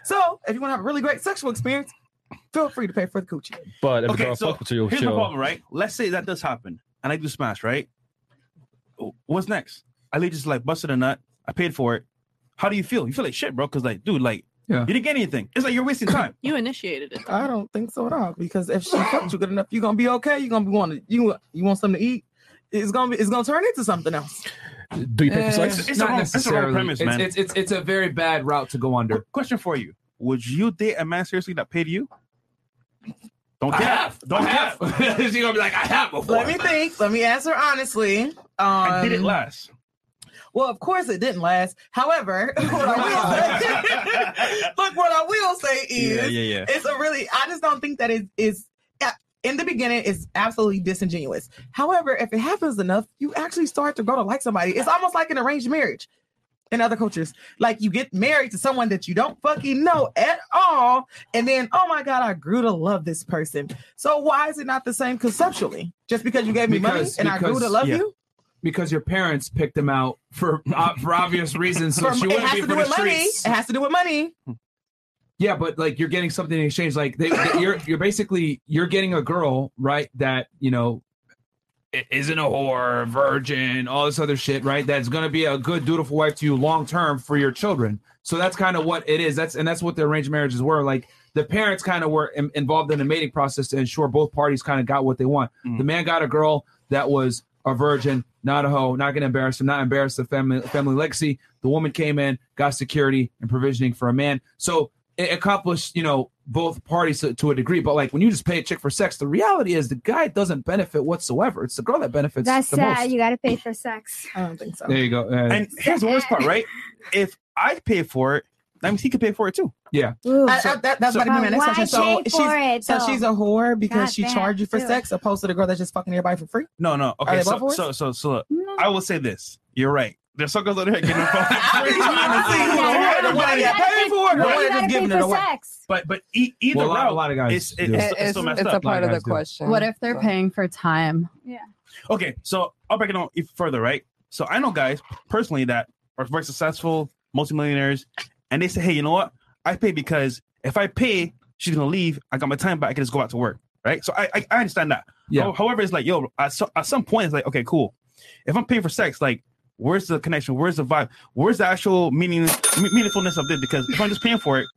Speaker 11: So if you want to have a really great sexual experience, feel free to pay for the coochie.
Speaker 2: But if a
Speaker 6: okay,
Speaker 2: girl
Speaker 6: so
Speaker 2: fuck with you,
Speaker 6: here's
Speaker 2: she'll-
Speaker 6: my problem, right? Let's say that does happen, and I do smash, right? What's next? I literally just like busted a nut. I paid for it. How do you feel? You feel like shit, bro. Because like, dude, like, you didn't get anything. It's like you're wasting time.
Speaker 13: You initiated it.
Speaker 11: I don't think so at all because if she fucked you good enough, you're gonna be okay. You're gonna be wanting you you want something to eat. It's gonna be it's gonna turn into something else.
Speaker 2: Do
Speaker 11: you pay
Speaker 6: Uh,
Speaker 11: for sex? It's- it's a
Speaker 1: not
Speaker 11: wrong- it's a wrong
Speaker 1: necessarily.
Speaker 11: premise, man.
Speaker 1: It's, it's, it's, it's a very bad route to go under.
Speaker 6: Question for you: Would you date a man seriously that paid you? Don't
Speaker 1: I
Speaker 6: care.
Speaker 1: have.
Speaker 6: Don't
Speaker 1: I
Speaker 6: care.
Speaker 1: have. she gonna be like, I have before.
Speaker 11: Let me think. Let me answer honestly. Um,
Speaker 6: I did it last.
Speaker 11: Well, of course it didn't last. However, what I will say, look, what I will say is,
Speaker 6: Yeah, yeah, yeah.
Speaker 11: it's a really. I just don't think that it is. yeah, In the beginning, it's absolutely disingenuous. However, if it happens enough, you actually start to grow to like somebody. It's almost like an arranged marriage in other cultures. Like you get married to someone that you don't fucking know at all, and then oh my god, I grew to love this person. So why is it not the same conceptually? Just because you gave me money and I grew to love
Speaker 1: yeah.
Speaker 11: you.
Speaker 1: Because your parents picked them out for uh, for obvious reasons, so
Speaker 11: For-
Speaker 1: she
Speaker 11: it
Speaker 1: wouldn't
Speaker 11: has
Speaker 1: be
Speaker 11: to
Speaker 1: for
Speaker 11: do
Speaker 1: the
Speaker 11: with money. It
Speaker 1: streets.
Speaker 11: has to do with money.
Speaker 1: Yeah, but like you're getting something in exchange. Like they, they- you're you're basically you're getting a girl, right? That you know i- isn't a whore, virgin, all this other shit, right? That's gonna be a good, dutiful wife to you long term for your children. So that's kind of what it is. That's and that's what the arranged marriages were. Like the parents kind of were in- involved in the mating process to ensure both parties kind of got what they want. The man got a girl that was a virgin, not a hoe, not gonna embarrass him, not embarrass the family family legacy. The woman came in, got security and provisioning for a man. So it accomplished, you know, both parties to, to a degree. But like when you just pay a chick for sex, the reality is the guy doesn't benefit whatsoever. It's the girl that benefits
Speaker 9: That's
Speaker 1: the
Speaker 9: sad.
Speaker 1: most.
Speaker 9: You gotta pay for sex.
Speaker 11: I don't think so.
Speaker 1: There you go. Uh,
Speaker 6: And here's the worst part, right? If I pay for it, that means he could pay for it too.
Speaker 1: Yeah.
Speaker 11: I- I- that- that's
Speaker 6: So-
Speaker 11: what I mean my next
Speaker 6: Why
Speaker 11: question. So
Speaker 6: pay
Speaker 11: she's,
Speaker 6: for it,
Speaker 11: so
Speaker 6: though?
Speaker 11: she's a whore because she
Speaker 6: Goddamn,
Speaker 11: charged you for
Speaker 6: dude.
Speaker 11: sex, opposed to the girl that's just fucking everybody for free.
Speaker 6: No, no.
Speaker 11: Are
Speaker 6: Okay,
Speaker 11: they
Speaker 6: so,
Speaker 11: both whores?
Speaker 6: so so so look, I will say this. You're right. There's some girls out there getting
Speaker 11: Yeah, the one that got paid for it, the one that just giving it away.
Speaker 6: But but e- either
Speaker 1: Well, a lot-
Speaker 6: route,
Speaker 1: a lot of guys
Speaker 6: it's,
Speaker 1: do.
Speaker 6: it's,
Speaker 1: It-
Speaker 6: it's,
Speaker 1: it's-
Speaker 6: still messed
Speaker 1: it's a
Speaker 6: up.
Speaker 1: part of the
Speaker 6: question.
Speaker 10: What if they're paying for time?
Speaker 9: Yeah.
Speaker 6: Okay, so I'll break it down even further, right? So I know guys personally that are very successful, multimillionaires, and they say, hey, you know what? I pay because if I pay, she's gonna leave. I got my time back. I can just go out to work, right? So I I, I understand that.
Speaker 1: Yeah.
Speaker 6: Ho- However, it's like, yo, at, so, at some point, it's like, okay, cool. If I'm paying for sex, like, where's the connection? Where's the vibe? Where's the actual meaning, me- meaningfulness of this? Because if I'm just paying for it,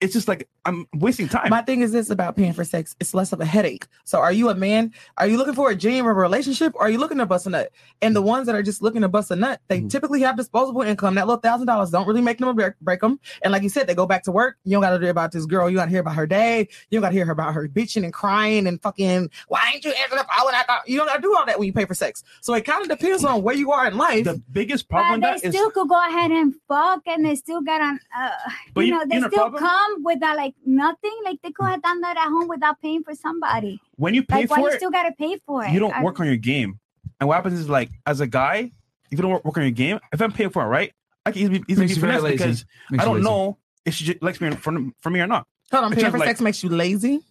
Speaker 6: it's just like I'm wasting time.
Speaker 11: My thing is this about paying for sex. It's less of a headache. So are you a man? Are you looking for a genuine relationship or are you looking to bust a nut? And
Speaker 6: Mm.
Speaker 11: the ones that are just looking to bust a nut, they typically have disposable income. That little thousand dollars don't really make them break, break them. And like you said, they go back to work. You don't gotta hear about this girl. You gotta hear about her day. You don't gotta hear about her bitching and crying and fucking why ain't you answering the phone? I got-" You don't gotta do all that when you pay for sex. So it kind of depends on where you are in life. The
Speaker 6: biggest
Speaker 9: But they still could go ahead and fuck, and they still got on. Uh,
Speaker 11: But
Speaker 9: you
Speaker 11: you-
Speaker 9: know, they
Speaker 6: you know the
Speaker 9: still
Speaker 6: problem?
Speaker 9: come without like nothing. Like they could have done that at home without paying for somebody.
Speaker 6: When you pay
Speaker 9: like, why
Speaker 6: for
Speaker 9: you
Speaker 6: it,
Speaker 9: still gotta pay for it?
Speaker 6: you don't
Speaker 9: I-
Speaker 6: work on your game. And what happens is like as a guy, if you don't work, work on your game, if I'm paying for it, right? I can easily, easily
Speaker 1: Makes
Speaker 6: be
Speaker 1: you very
Speaker 6: finessed
Speaker 1: lazy.
Speaker 6: because
Speaker 1: Makes
Speaker 6: I
Speaker 1: you
Speaker 6: don't
Speaker 1: lazy.
Speaker 6: know if she just likes me from for me or not.
Speaker 11: Hold on,
Speaker 6: It's
Speaker 11: paying
Speaker 6: just
Speaker 11: for
Speaker 6: like-
Speaker 11: sex makes you lazy.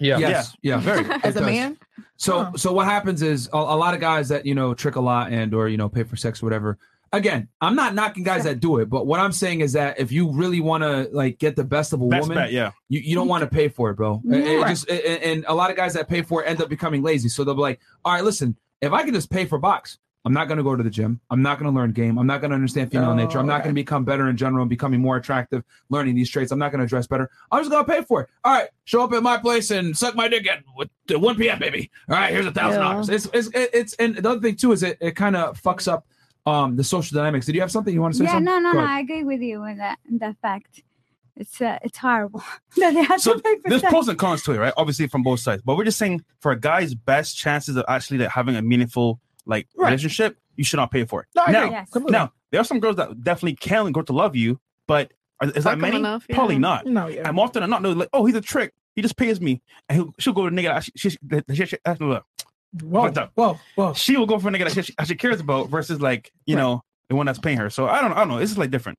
Speaker 2: Yeah.
Speaker 1: Yes. Yeah.
Speaker 11: Yeah.
Speaker 1: Very.
Speaker 11: As
Speaker 1: It
Speaker 11: a
Speaker 1: does.
Speaker 11: man?
Speaker 1: So so what happens is a, a lot of guys that you know trick a lot and or you know pay for sex or whatever. Again, I'm not knocking guys that do it, but what I'm saying is that if you really want to like get the best of a
Speaker 6: Best
Speaker 1: woman,
Speaker 6: bet, yeah.
Speaker 1: you, you don't want to pay for it, bro. It- it
Speaker 6: Right.
Speaker 1: just- and- and a lot of guys that pay for it end up becoming lazy. So they'll be like, all right, listen, if I can just pay for box, I'm not going to go to the gym. I'm not going to learn game. I'm not going to understand female
Speaker 6: Oh,
Speaker 1: nature. I'm not going to become better in general and becoming more attractive, learning these traits. I'm not going to dress better. I'm just going to pay for it. All right, show up at my place and suck my dick at what- at 1 p.m., baby. All right, here's a thousand dollars.
Speaker 6: Yeah.
Speaker 1: It's it's it's and the other thing too is it, it kind of fucks up um the social dynamics. Did you have something you want to say?
Speaker 9: Yeah,
Speaker 1: something?
Speaker 9: no, no,
Speaker 1: Go
Speaker 9: no.
Speaker 1: ahead.
Speaker 9: I agree with you with that that fact. It's uh, it's horrible that they have
Speaker 6: So
Speaker 9: to pay for
Speaker 6: there's
Speaker 9: sex.
Speaker 6: pros and cons to it, right? Obviously from both sides. But we're just saying for a guy's best chances of actually like, having a meaningful like relationship, you should not pay for it.
Speaker 11: No, I
Speaker 6: now,
Speaker 11: agree. Yes. Completely.
Speaker 6: now there are some girls that definitely can grow to love you, but are, is that
Speaker 11: Fuck 'em
Speaker 6: many?
Speaker 11: enough, yeah.
Speaker 6: Probably not.
Speaker 11: No, yeah.
Speaker 6: I'm often not know like, oh, he's a trick. He just pays me, and he'll, she'll go to a nigga. That she, she, that she, she, that- look.
Speaker 11: Whoa, whoa, whoa.
Speaker 6: She will go for a nigga that she, she, she cares about versus like you know the one that's paying her. So I don't, I don't know. It's just like different.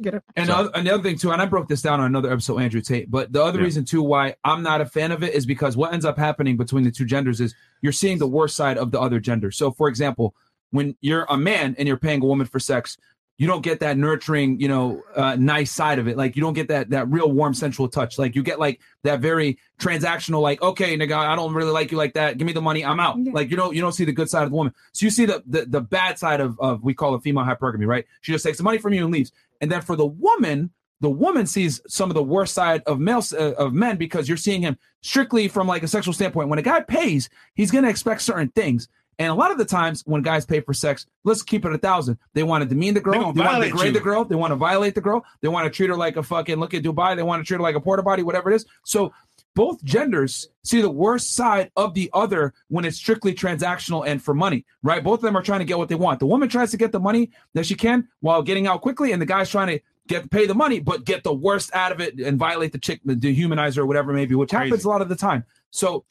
Speaker 11: Get it.
Speaker 1: And the other- and the other thing too, and I broke this down on another episode, Andrew Tate. But the other
Speaker 6: Yeah.
Speaker 1: reason too why I'm not a fan of it is because what ends up happening between the two genders is you're seeing the worst side of the other gender. So, for example, when you're a man and you're paying a woman for sex, you don't get that nurturing, you know, uh, nice side of it. Like you don't get that that real warm sensual touch. Like you get like that very transactional, like okay, nigga, I don't really like you like that. Give me the money, I'm out. Like you don't you don't see the good side of the woman. So you see the the, the bad side of of we call it female hypergamy, right? She just takes the money from you and leaves. And then for the woman, the woman sees some of the worst side of males uh, of men because you're seeing him strictly from like a sexual standpoint. When a guy pays, he's gonna expect certain things. And a lot of the times when guys pay for sex, let's keep it a thousand. They want to demean the
Speaker 6: They
Speaker 1: girl,
Speaker 6: gonna
Speaker 1: they, want to
Speaker 6: violate
Speaker 1: degrade
Speaker 6: you.
Speaker 1: the girl, they want to violate the girl, they want to treat her like a fucking look at Dubai, they want to treat her like a porta body, whatever it is. So both genders see the worst side of the other when it's strictly transactional and for money, right? Both of them are trying to get what they want. The woman tries to get the money that she can while getting out quickly, and the guy's trying to get pay the money, but get the worst out of it and violate the chick, dehumanize her, or whatever it may be, which happens a lot of the time. So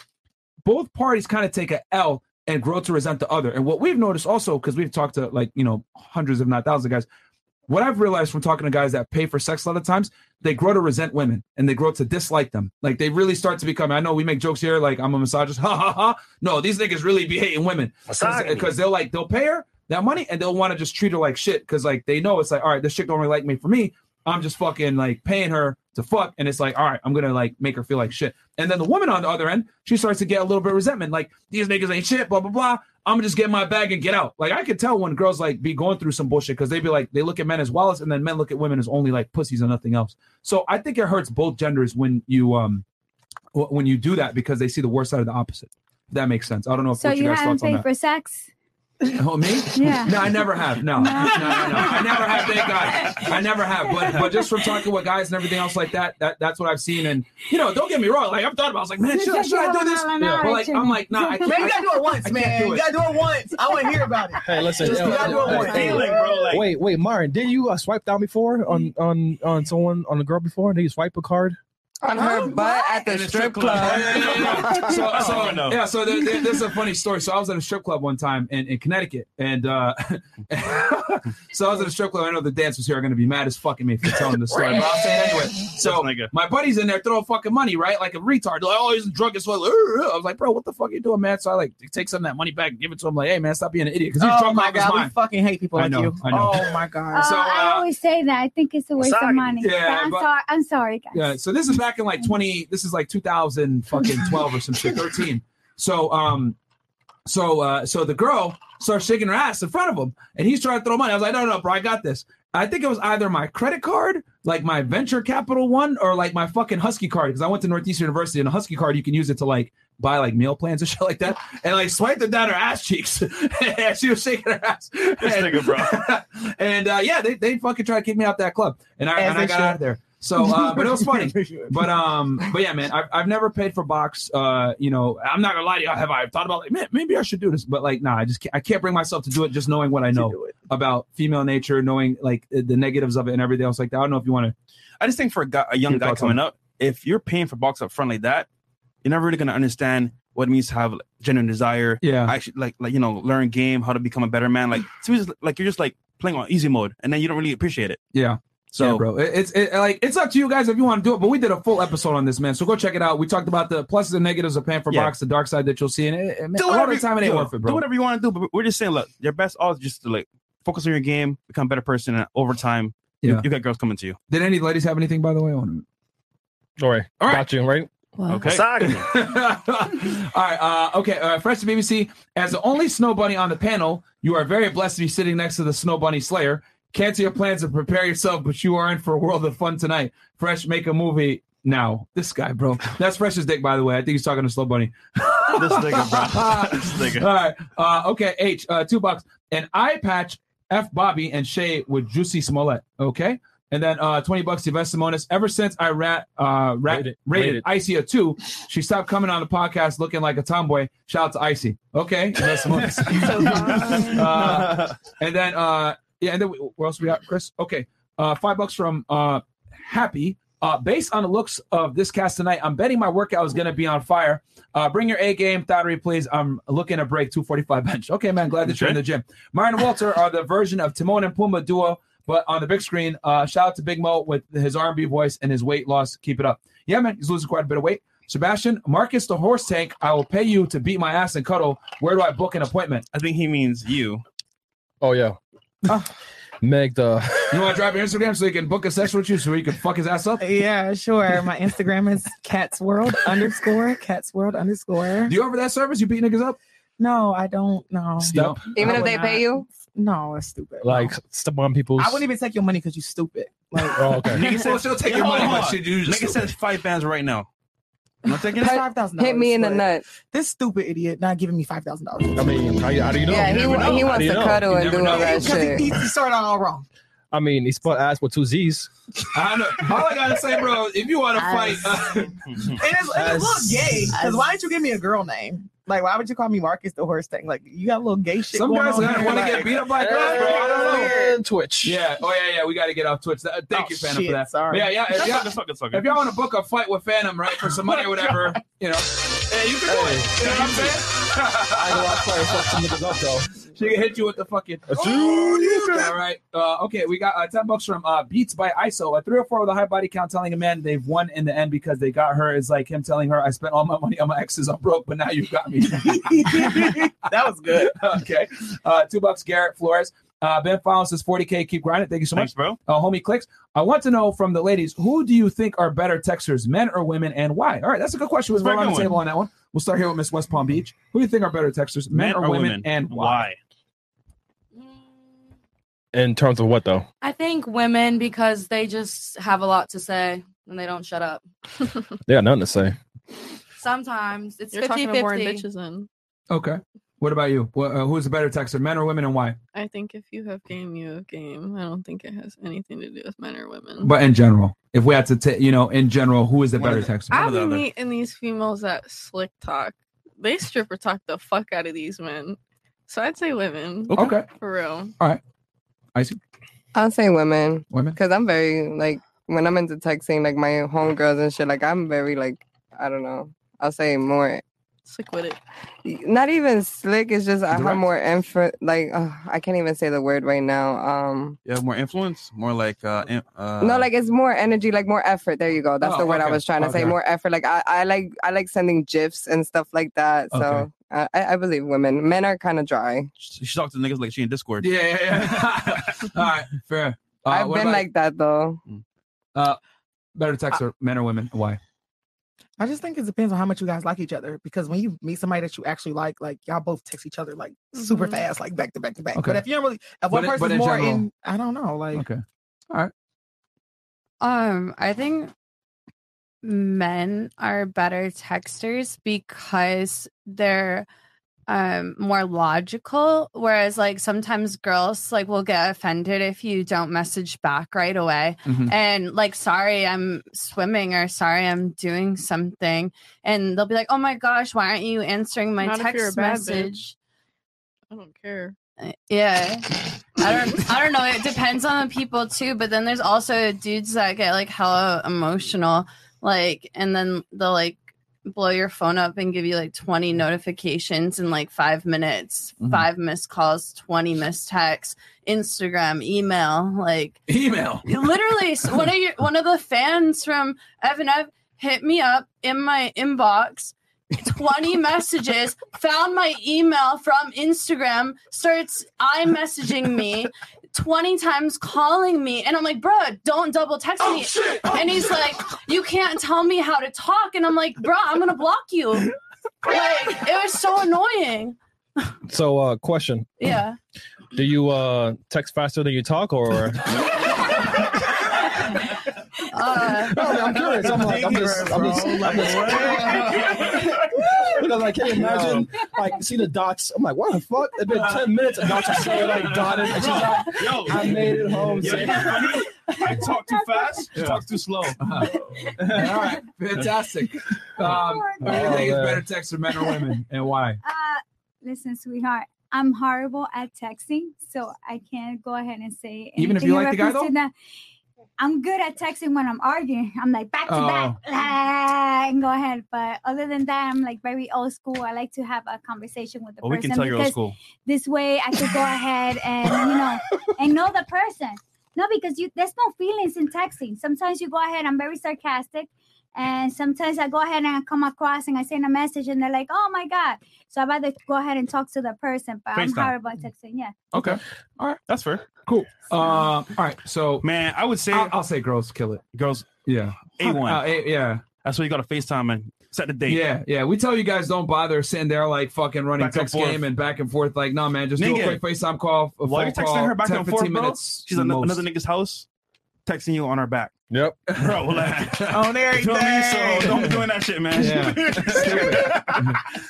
Speaker 1: both parties kind of take a L and grow to resent the other. And what we've noticed also, because we've talked to like, you know, hundreds, if not thousands of guys, what I've realized from talking to guys that pay for sex a lot of times, they grow to resent women and they grow to dislike them. Like they really start to become, I know we make jokes here, like I'm a misogynist, ha ha ha. No, these niggas really be hating women
Speaker 6: Misogyny.
Speaker 1: because they'll like, they'll pay her that money and they'll want to just treat her like shit because like they know it's like, all right, this chick don't really like me for me. I'm just fucking like paying her to fuck. And it's like, all right, I'm gonna like make her feel like shit. And then the woman on the other end, she starts to get a little bit of resentment, like these niggas ain't shit, blah blah blah. I'm gonna just get in my bag and get out. Like I could tell when girls like be going through some bullshit because they be like they look at men as wallets, and then men look at women as only like pussies and nothing else. So I think it hurts both genders when you um wh- when you do that because they see the worst side of the opposite. If that makes sense. I don't know if
Speaker 9: So
Speaker 1: what
Speaker 9: you
Speaker 1: you guys
Speaker 9: haven't
Speaker 1: thoughts on
Speaker 9: paid
Speaker 1: that.
Speaker 9: for sex?
Speaker 1: Oh, me?
Speaker 9: Yeah.
Speaker 1: No, I never have. No. No, no, no. I never have, thank God. I never have. But but just from talking with guys and everything else like that, that that's what I've seen. And you know, don't get me wrong, like I've thought about it. I was like, man, should, I- should I do this? But like I'm like, nah, I can't.
Speaker 11: Man, you gotta do it
Speaker 1: I
Speaker 11: once,
Speaker 1: can't
Speaker 11: man.
Speaker 1: do
Speaker 11: You
Speaker 1: it.
Speaker 11: gotta do it once. I wanna hear about it.
Speaker 2: Hey, listen.
Speaker 11: Just
Speaker 2: yo,
Speaker 11: do that
Speaker 2: yo,
Speaker 11: real
Speaker 2: hey,
Speaker 11: quick.
Speaker 2: hey,
Speaker 11: Feeling, bro, like-
Speaker 2: wait, wait, Martin, did you uh, swipe down before on on on someone on a girl before? Did you swipe a card?
Speaker 12: On her butt at the strip club.
Speaker 1: so, so-
Speaker 12: Oh, no.
Speaker 1: yeah, so there, there, there's a funny story. So I was at a strip club one time in, in Connecticut, and uh, so I was at a strip club. I know the dancers here are going to be mad as fucking me for telling this story, but I'll say it anyway. So my buddy's in there throwing fucking money, right? Like a retard. Like, oh, he's drunk as well. I was like, bro, what the fuck you doing, man? So I like take some of that money back and give it to him. Like, hey, man, stop being an idiot because he's
Speaker 11: Oh
Speaker 1: drunk
Speaker 11: my
Speaker 1: off his
Speaker 11: God, we
Speaker 1: mind.
Speaker 11: fucking hate people
Speaker 1: I
Speaker 11: like
Speaker 1: know,
Speaker 11: you.
Speaker 1: I know. uh,
Speaker 11: Oh my
Speaker 9: Oh,
Speaker 11: god.
Speaker 9: I always say that. I think it's a waste of
Speaker 1: sorry.
Speaker 9: money.
Speaker 1: Yeah,
Speaker 9: I'm
Speaker 1: but-
Speaker 9: sorry. I'm sorry, guys.
Speaker 1: Yeah, so this is back in like 20 this is like 2000 fucking 12 or some shit 13. So um so uh so the girl starts shaking her ass in front of him and he's trying to throw money. I was like, "No, no, bro, I got this." I think it was either my credit card, like my venture capital one, or like my fucking Husky card because I went to Northeastern University and a Husky card you can use it to like buy like meal plans and shit like that. And like swiped it down her ass cheeks. and she was shaking her ass. This
Speaker 6: nigga, bro.
Speaker 1: and uh, yeah, they, they fucking tried to kick me out that club, and I,
Speaker 6: As
Speaker 1: and I
Speaker 6: they
Speaker 1: got
Speaker 6: should.
Speaker 1: out of there. So, uh, but it was funny. But um, but yeah, man, I've, I've never paid for box. Uh, you know, I'm not gonna lie to you. Have I thought about like, man, maybe I should do this? But like, nah, I just can't, I can't bring myself to do it. Just knowing what I know about female nature, knowing like the negatives of it and everything else like that. I don't know if you want to.
Speaker 6: I just think for a, guy, a young
Speaker 1: Your
Speaker 6: guy
Speaker 1: thoughts on
Speaker 6: coming
Speaker 1: it?
Speaker 6: up, if you're paying for box up front like that, you're never really gonna understand what it means to have like, genuine desire.
Speaker 1: Yeah.
Speaker 6: actually, like like you know, learn game, how to become a better man. Like so it's like you're just like playing on easy mode, and then you don't really appreciate it.
Speaker 1: Yeah.
Speaker 6: So-
Speaker 1: Yeah, bro, it- it's it, like it's up to you guys if you want to do it. But we did a full episode on this, man. So go check it out. We talked about the pluses and negatives of paying for
Speaker 6: Yeah.
Speaker 1: box, the dark side that you'll see, and it, it, man, a
Speaker 6: Do
Speaker 1: lot of
Speaker 6: whatever
Speaker 1: the time it ain't
Speaker 6: yo,
Speaker 1: worth it, bro.
Speaker 6: Do whatever you want to do, but we're just saying, look, your best all is just to like focus on your game, become a better person, and over time, you-
Speaker 1: Yeah.
Speaker 6: you, got girls coming to you.
Speaker 1: Did any ladies have anything, by the way, Oh, on them?
Speaker 2: All right, got you right.
Speaker 6: Okay.
Speaker 1: All right. Uh, okay. Uh, Fresh to BBC. As the only snow bunny on the panel, you are very blessed to be sitting next to the snow bunny slayer. Cancel your plans and prepare yourself, but you are in for a world of fun tonight. Fresh, make a movie now. This guy, bro. That's Fresh's dick, by the way. I think he's talking to Slow Bunny.
Speaker 6: this nigga, bro. This nigga.
Speaker 1: All right. Uh, okay. H, uh, two bucks. An eye patch, F Bobby and Shay with Juicy Smollett. Okay. And then uh, 20 bucks, Yvette Simonis. Ever since I rat, uh, rat, rated,
Speaker 2: rated.
Speaker 1: Icy a two, she stopped coming on the podcast looking like a tomboy. Shout out to Icy. Okay. Yvette Simonis. uh, and then, uh, yeah, and then we- what else we got, Chris? Okay. Uh, five bucks from uh, Happy. Uh, based on the looks of this cast tonight, I'm betting my workout is going to be on fire. Uh, bring your A game, Thottery, please. I'm looking to break 245 bench. Okay, man. Glad that you're in the gym. Myron and Walter are the version of Timon and Pumbaa duo, but on the big screen. Uh, shout out to Big Mo with his R&B voice and his weight loss. Keep it up. Yeah, man. He's losing quite a bit of weight. Sebastian, Marcus the horse tank. I will pay you to beat my ass and cuddle. Where do I book an appointment?
Speaker 6: I think he means you.
Speaker 2: Oh yeah. Meg the
Speaker 1: You want to drop your Instagram so he can book a session with you so he can fuck his ass up?
Speaker 11: Yeah, sure. My Instagram is cats world underscore cats world underscore.
Speaker 1: Do you offer that service? You beat niggas up?
Speaker 11: No, I don't. No.
Speaker 2: Step.
Speaker 12: Even
Speaker 11: I
Speaker 12: if
Speaker 11: would
Speaker 12: they pay
Speaker 11: not.
Speaker 12: you?
Speaker 11: No, it's stupid.
Speaker 2: like step on people's.
Speaker 11: I wouldn't even take your money because you stupid. Like,
Speaker 2: Oh, okay.
Speaker 6: Nigga says,
Speaker 11: Well,
Speaker 1: she'll take
Speaker 6: Hey,
Speaker 1: your
Speaker 6: hold
Speaker 1: money,
Speaker 6: on,
Speaker 1: but
Speaker 6: hold
Speaker 1: she
Speaker 6: on.
Speaker 1: do-
Speaker 6: Nigga says five bands right now. I'm not taking
Speaker 11: It's
Speaker 6: it.
Speaker 11: five thousand dollars.
Speaker 12: hit me in the
Speaker 11: but
Speaker 12: nut.
Speaker 11: This stupid idiot not giving me five thousand dollars.
Speaker 2: I mean, how, you- how do you know?
Speaker 12: Yeah,
Speaker 2: You
Speaker 12: he
Speaker 2: never
Speaker 12: wa-
Speaker 2: know.
Speaker 12: he
Speaker 2: How
Speaker 12: wants
Speaker 2: do you
Speaker 12: to
Speaker 2: know?
Speaker 12: cuddle
Speaker 2: You
Speaker 12: and
Speaker 2: never
Speaker 12: do all
Speaker 2: know.
Speaker 12: that shit.
Speaker 11: He, he started out all wrong.
Speaker 2: I mean, he spelled ass with two Z's.
Speaker 1: I know. All I gotta say, bro, if you want to
Speaker 11: Ah,
Speaker 1: fight, uh,
Speaker 11: And it's, and it's a little gay. Because why didn't you give me a girl name? Like, why would you call me Marcus the horse thing? Like, you got a little gay shit.
Speaker 1: some
Speaker 11: going
Speaker 1: guys
Speaker 11: on
Speaker 1: want
Speaker 11: here,
Speaker 1: to
Speaker 11: like-
Speaker 1: get beat up by girls, bro. I don't know.
Speaker 2: And Twitch.
Speaker 1: Yeah. Oh yeah, yeah. We got to get off Twitch. Th- uh, Thank
Speaker 11: Oh,
Speaker 1: you, Phantom,
Speaker 11: shit,
Speaker 1: for that.
Speaker 11: sorry.
Speaker 1: Yeah, yeah. If y'all,
Speaker 6: Sucker, sucker, sucker.
Speaker 1: if y'all want to book a fight with Phantom, right, for
Speaker 11: Oh
Speaker 1: some money or whatever, you know, yeah, you can do it. You know what I'm saying?
Speaker 2: I know I probably fucked some niggas up though.
Speaker 1: she can hit you with the fucking. "Oh,
Speaker 2: A two nigga.
Speaker 1: All right. Uh, okay, we got uh, ten bucks from uh, Beats by ISO. A three or four with a high body count telling a man they've won in the end because they got her is like him telling her, "I spent all my money on my exes. I'm broke, but now you got me."
Speaker 11: that was good.
Speaker 1: okay. Uh, two bucks, Garrett Flores. Uh, ben Fallon says 40K. Keep grinding. Thank you so
Speaker 6: Thanks,
Speaker 1: much.
Speaker 6: bro.
Speaker 1: Uh, homie clicks. I want to know from the ladies who do you think are better texters, men or women, and why? All right, that's a good question. We're
Speaker 6: That's a
Speaker 1: around
Speaker 6: very
Speaker 1: the
Speaker 6: good
Speaker 1: table on that one. We'll start here with Miss West Palm Beach. Who do you think are better texters, men, or, women, and why?
Speaker 2: In terms of what though?
Speaker 14: I think women because they just have a lot to say and they don't shut up.
Speaker 2: They got nothing to say.
Speaker 14: Sometimes it's
Speaker 13: You're talking to boring
Speaker 14: 50-50.
Speaker 13: bitches in.
Speaker 1: Okay. What about you? What, uh, who's the better texter, men or women, and why?
Speaker 13: I think if you have game, you have game. I don't think it has anything to do with men or women.
Speaker 1: But in general, if we had to, ta- you know, in general, who is the
Speaker 6: One
Speaker 1: better
Speaker 6: of the-
Speaker 1: texter?
Speaker 13: I be meeting these females that slick talk. They stripper talk the fuck out of these men. So I'd say women.
Speaker 1: Okay. Okay.
Speaker 13: For real.
Speaker 1: All right. I see.
Speaker 12: I'll say women.
Speaker 1: Women?
Speaker 12: Because I'm very, like, when I'm into texting, like, my homegirls and shit, like, I'm very, like, I don't know. I'll say more.
Speaker 13: Slick with it.
Speaker 12: Not even slick. It's just I have
Speaker 6: Direct.
Speaker 12: more info. Like, ugh, I can't even say the word right now. Um,
Speaker 6: You have more influence, more like uh, in- uh
Speaker 12: no, like it's more energy, like more effort. There you go. That's
Speaker 6: Oh,
Speaker 12: the word I
Speaker 6: okay.
Speaker 12: was trying to say.
Speaker 6: Okay.
Speaker 12: More effort. Like I, I like, I like sending gifs and stuff like that. So I I, I believe women. Men are kind of dry.
Speaker 6: she she talked to niggas like she in Discord.
Speaker 1: Yeah, yeah, yeah. All right, fair. Uh,
Speaker 12: I've
Speaker 1: what
Speaker 12: been
Speaker 1: about-
Speaker 12: like that though.
Speaker 1: uh, better texter,
Speaker 6: Uh,
Speaker 1: men or women, why?
Speaker 11: I just think it depends on how much you guys like each other. Because when you meet somebody that you actually like, like y'all both text each other like super
Speaker 13: Mhm.
Speaker 11: fast, like back to back to back.
Speaker 1: Okay.
Speaker 11: But if you don't really, if
Speaker 1: But
Speaker 11: one
Speaker 1: in-
Speaker 11: person's
Speaker 1: but in
Speaker 11: more
Speaker 1: general-
Speaker 11: in, I don't know, like
Speaker 1: Okay. All right.
Speaker 10: Uh, Um, I think men are better texters because they're um more logical whereas like sometimes girls like will get offended if you don't message back right away
Speaker 13: Mm-hmm.
Speaker 3: Mhm.
Speaker 10: and like sorry i'm swimming or sorry i'm doing something and they'll be like oh my gosh why aren't you answering my
Speaker 13: Not if you're a
Speaker 10: text
Speaker 13: bad
Speaker 10: message
Speaker 13: I don't care.
Speaker 10: yeah. I don't I don't know. It depends on the people too, but then there's also dudes that get like hella emotional, like and then they'll like blow your phone up and give you like 20 notifications in like five minutes,
Speaker 1: Mhm.
Speaker 10: five missed calls, 20 missed texts, Instagram, email, like
Speaker 1: Email.
Speaker 10: literally s- one of your one of the fans from Evan Ev hit me up in my inbox 20 messages found my email from Instagram starts i messaging me 20 times calling me and I'm like bro don't double text me and he's like you can't tell me how to talk and I'm like bro I'm going to block you like it was so annoying
Speaker 2: So, uh, question:
Speaker 10: yeah
Speaker 2: Do you uh text faster than you talk, or
Speaker 10: uh,
Speaker 2: I'm curious. I'm like, I'm just, I'm just, I'm just because I can't imagine, like, see the dots. I'm like, what the fuck? It's been ten minutes, and dots are still like dotted. And she's like,
Speaker 6: Yo,
Speaker 2: I made it home.
Speaker 6: yo,
Speaker 2: safe.
Speaker 6: you know what's funny? I talk too fast. She
Speaker 1: Yeah.
Speaker 6: talks too slow.
Speaker 1: All right, fantastic. Um, who do you
Speaker 2: Oh,
Speaker 1: think is
Speaker 2: man.
Speaker 1: better texter, men or women, and why?
Speaker 9: Uh, listen, sweetheart, I'm horrible at texting, so I can't go ahead and say.
Speaker 1: Even if
Speaker 9: anything
Speaker 1: you
Speaker 9: in
Speaker 1: like the guy,
Speaker 9: reference to that. I'm good at texting when I'm arguing. I'm like back to back,
Speaker 1: Oh.
Speaker 9: ah, and go ahead. But other than that, I'm like very old school. I like to have a conversation with the
Speaker 6: Well, we
Speaker 9: person
Speaker 6: can tell you're old
Speaker 9: because
Speaker 6: school.
Speaker 9: this way I could go ahead and you know and know the person. No, because you there's no feelings in texting. Sometimes you go ahead. I'm very sarcastic. And sometimes I go ahead and I come across and I send a message and they're like, oh my God. So I'm about to go ahead and talk to the person, but I'm
Speaker 6: FaceTime.
Speaker 9: horrible at texting. Yeah.
Speaker 1: Okay. All right.
Speaker 6: That's fair.
Speaker 1: Cool. Um. all right. So
Speaker 6: man, I would say
Speaker 1: I'll, I'll say girls kill it.
Speaker 6: Girls.
Speaker 1: Yeah.
Speaker 6: A one.
Speaker 1: Uh, A- yeah.
Speaker 6: That's why you got to FaceTime and set the date.
Speaker 1: Yeah, yeah. We tell you guys don't bother sitting there like fucking running
Speaker 6: Back and
Speaker 1: text
Speaker 6: forth.
Speaker 1: game and back and forth. Like, no, man, just do a
Speaker 6: Nigga.
Speaker 1: quick FaceTime call. a
Speaker 6: While
Speaker 1: phone
Speaker 6: you're texting
Speaker 1: call,
Speaker 6: her back
Speaker 1: 10,
Speaker 6: and forth,
Speaker 1: 15
Speaker 6: bro,
Speaker 1: minutes
Speaker 6: she's an,
Speaker 1: most.
Speaker 6: another nigga's house, texting you on her back.
Speaker 2: Yep,
Speaker 6: bro. Like,
Speaker 2: Oh,
Speaker 11: On
Speaker 6: You feel me? So don't be doing that shit, man.
Speaker 1: Yeah.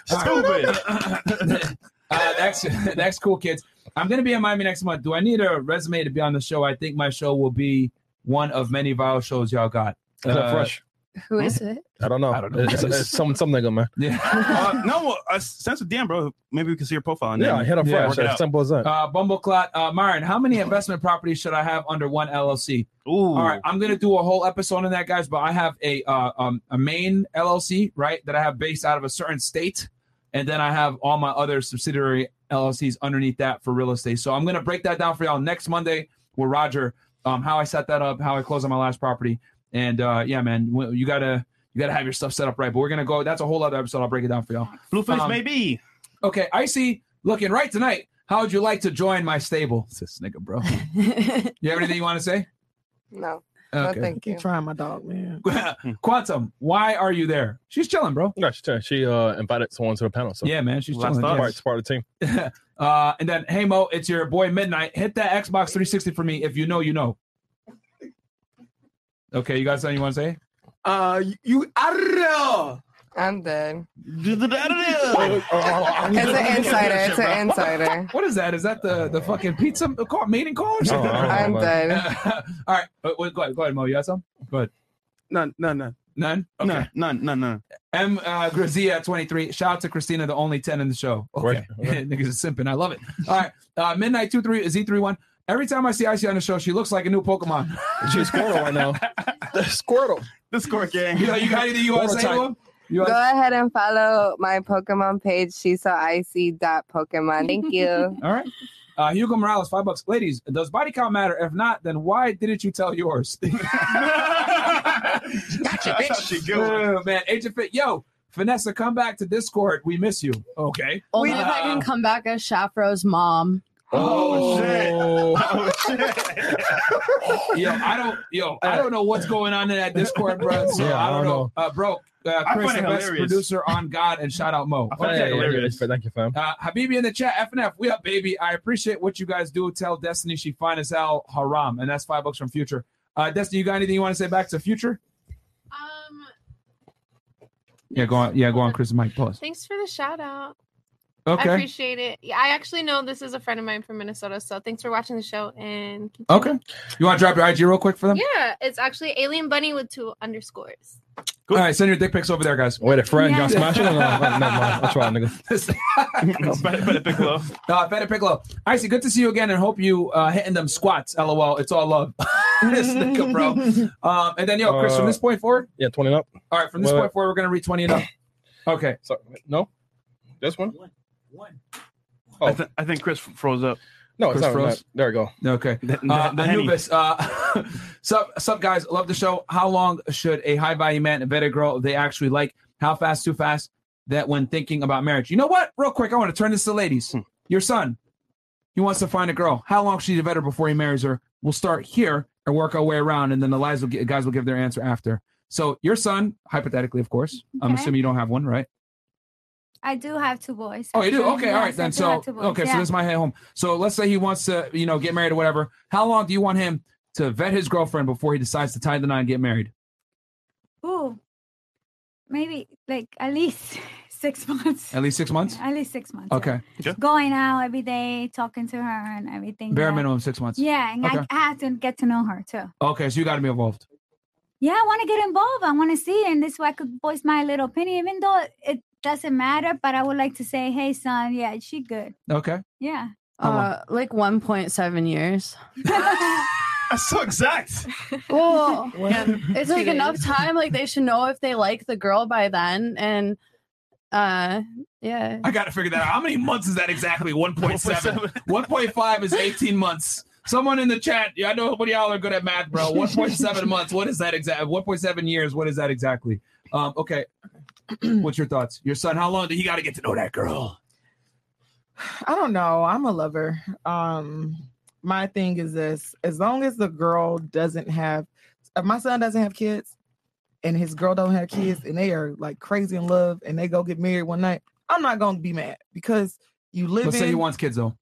Speaker 6: Stupid.
Speaker 1: Uh, that's that's cool, kids. I'm gonna be in Miami next month. Do I need a resume to be on the show? I think my show will be one of many viral shows y'all got. Uh,
Speaker 2: Is that fresh?
Speaker 10: Who is it?
Speaker 2: I don't know. I don't
Speaker 1: know.
Speaker 2: It's, it's some some nigga man.
Speaker 6: uh, no, uh, sense with Dan, bro. Maybe we can see your profile. and
Speaker 2: Yeah,
Speaker 6: then
Speaker 2: hit up
Speaker 6: work
Speaker 2: first.
Speaker 6: it
Speaker 2: It's
Speaker 6: out.
Speaker 2: simple as that.
Speaker 1: Uh, Bumbleclot, uh, Myron, how many investment properties should I have under one LLC?
Speaker 6: Ooh.
Speaker 1: All right, I'm gonna do a whole episode on that, guys. But I have a uh, um, a main LLC, right, that I have based out of a certain state, and then I have all my other subsidiary LLCs underneath that for real estate. So I'm gonna break that down for y'all next Monday with Roger. Um, how I set that up, how I closed on my last property, and uh, yeah, man, w- you gotta you gotta have your stuff set up right. But we're gonna go. That's a whole other episode. I'll break it down for y'all.
Speaker 6: Blueface
Speaker 1: Um,
Speaker 6: maybe.
Speaker 1: Okay, Icy, looking right tonight. How would you like to join my stable? It's This nigga, bro. you have anything you want to say?
Speaker 12: No.
Speaker 1: Okay.
Speaker 12: No, thank you.
Speaker 11: trying my dog, man.
Speaker 1: Quantum, why are you there? She's chilling, bro.
Speaker 2: Yeah, she's chilling. She uh, invited someone to the panel. So
Speaker 1: Yeah, man, she's
Speaker 2: Last
Speaker 1: chilling,
Speaker 2: time.
Speaker 1: yeah.
Speaker 2: Part, it's part of the team.
Speaker 1: Uh, and then, hey Mo, it's your boy Midnight. Hit that Xbox 360 for me. If you know, you know. Okay, you got something you want to say?
Speaker 12: Uh, you are. I'm dead. It's an insider. It's an insider.
Speaker 1: What is that? Is that the the fucking pizza call meeting call or something?
Speaker 12: I'm dead.
Speaker 1: All right, uh, wait, go ahead, go ahead, Mo. You got some? Go ahead.
Speaker 6: None, none, none,
Speaker 1: none,
Speaker 6: none, none, none, none.
Speaker 1: M. Uh, Grazia 23. Shout out to Christina, the only 10 in the show. Okay. Niggas are simping. I love it. All right. Uh, Midnight 23 Z31. Every time I see Icy on the show, she looks like a new Pokemon.
Speaker 2: She's Squirtle right now. The Squirtle.
Speaker 6: The Squirt Gang.
Speaker 1: You, know, you got anything you want to say to him? You
Speaker 12: Go
Speaker 1: wanna-
Speaker 12: ahead and follow my Pokemon page. She's so icy. Dot Pokemon. Thank you.
Speaker 1: All right. Uh, Hugo Morales, five bucks. Ladies, does body count matter? If not, then why didn't you tell yours?
Speaker 6: gotcha,
Speaker 1: bitch. Oh, man, Agent Fit, yo, Vanessa, come back to Discord. We miss you. Okay.
Speaker 10: Only if I can come back as Shafro's mom.
Speaker 1: Oh, shit.
Speaker 6: Oh
Speaker 1: shit. yo, I don't yo, I don't know what's going on in that Discord, bro. So
Speaker 2: Yeah,
Speaker 1: I don't know. Uh, bro, uh,
Speaker 2: I
Speaker 1: Chris,
Speaker 2: find
Speaker 1: the
Speaker 2: it
Speaker 1: best
Speaker 2: hilarious.
Speaker 1: producer on God and shout out Mo.
Speaker 2: Yeah, yeah, yeah, yeah, Thank you, fam.
Speaker 1: Uh, Habibi in the chat, FNF, we up, baby. I appreciate what you guys do. Tell Destiny she fine as hell, haram. And that's five bucks from Future. Uh, Destiny, you got anything you want to say back to Future?
Speaker 13: Um,
Speaker 1: Yeah, go on. Yeah, go on, Chris and Mike. Pause.
Speaker 13: thanks for the shout out. I
Speaker 1: Okay.
Speaker 13: appreciate it. Yeah, I actually know this is a friend of mine from Minnesota, so thanks for watching the show. And
Speaker 1: Okay. You want to drop your IG real quick for them?
Speaker 13: yeah, it's actually Alien Bunny with two underscores.
Speaker 1: All right, send your dick pics over there, guys.
Speaker 2: Wait, a friend,
Speaker 1: Yeah.
Speaker 2: y'all smash it or no? Never mind. I'll try, nigga.
Speaker 6: Better Piccolo.
Speaker 1: Uh, Feta Piccolo. Icy, good to see you again and hope you uh, hitting them squats. LOL. It's all love. this nigga, bro. Um, and then, yo, Chris, from
Speaker 2: Uh,
Speaker 1: this point forward,
Speaker 2: Yeah, 20 up.
Speaker 1: all right, from this
Speaker 2: Wait,
Speaker 1: point forward, we're going to read 20 and up. Okay.
Speaker 2: So, no? This one? One.
Speaker 6: I, th- I think Chris f- froze up.
Speaker 2: Oh. No, it's
Speaker 1: Chris
Speaker 2: not.
Speaker 1: froze.
Speaker 2: that. There we go.
Speaker 1: Okay. Uh, Anubis, uh, sup, sup, guys. Love the show. How long should a high value man and better girl they actually like? How fast? Too fast? That when thinking about marriage. You know what? Real quick, I want to turn this to ladies. Your son, he wants to find a girl. How long should he vet her before he marries her? We'll start here and work our way around, and then the lies will get, guys will give their answer after. So your son, hypothetically, of course, I'm
Speaker 9: Okay.
Speaker 1: assuming you don't have one, right?
Speaker 9: I do have two boys.
Speaker 1: Oh, you do?
Speaker 9: actually.
Speaker 1: Okay, all right
Speaker 9: Yes, I
Speaker 1: then.
Speaker 9: do have
Speaker 1: So
Speaker 9: two boys,
Speaker 1: okay, so
Speaker 9: yeah.
Speaker 1: this is my head home. So let's say he wants to, you know, get married or whatever. How long do you want him to vet his girlfriend before he decides to tie the knot and get married?
Speaker 9: Ooh, maybe like at least six months.
Speaker 1: At least six months.
Speaker 9: At least six months. yeah.
Speaker 1: Okay.
Speaker 9: Going out every day, talking to her and everything.
Speaker 1: Bare
Speaker 9: yeah.
Speaker 1: minimum six months.
Speaker 9: Yeah, and
Speaker 1: Okay.
Speaker 9: I, I have to get to know her too.
Speaker 1: Okay, so you got to be involved.
Speaker 9: Yeah, I want to get involved. I want to see, and this way I could voice my little opinion, even though it doesn't matter. But I would like to say, hey, son, yeah, she good.
Speaker 1: Okay.
Speaker 9: Yeah.
Speaker 10: Uh, like 1.7 years.
Speaker 6: That's so exact.
Speaker 10: Well,
Speaker 6: Yeah.
Speaker 10: it's like
Speaker 13: Two
Speaker 10: enough
Speaker 13: days.
Speaker 10: time. Like they should know if they like the girl by then. And uh, yeah.
Speaker 1: I got to figure that out. How many months is that exactly? 1.7. 1.5 is 18 months. Someone in the chat, yeah, I know what y'all are good at math, bro. 1.7 months. What is that exact? 1.7 years. What is that exactly? Um, okay. What's your thoughts? Your son, how long did he got to get to know that girl?
Speaker 11: I don't know. I'm a lover. Um, my thing is this: as long as the girl doesn't have, if my son doesn't have kids, and his girl don't have kids, and they are like crazy in love, and they go get married one night, I'm not gonna be mad because you live.
Speaker 1: Let's
Speaker 11: in,
Speaker 1: say he wants kids, though.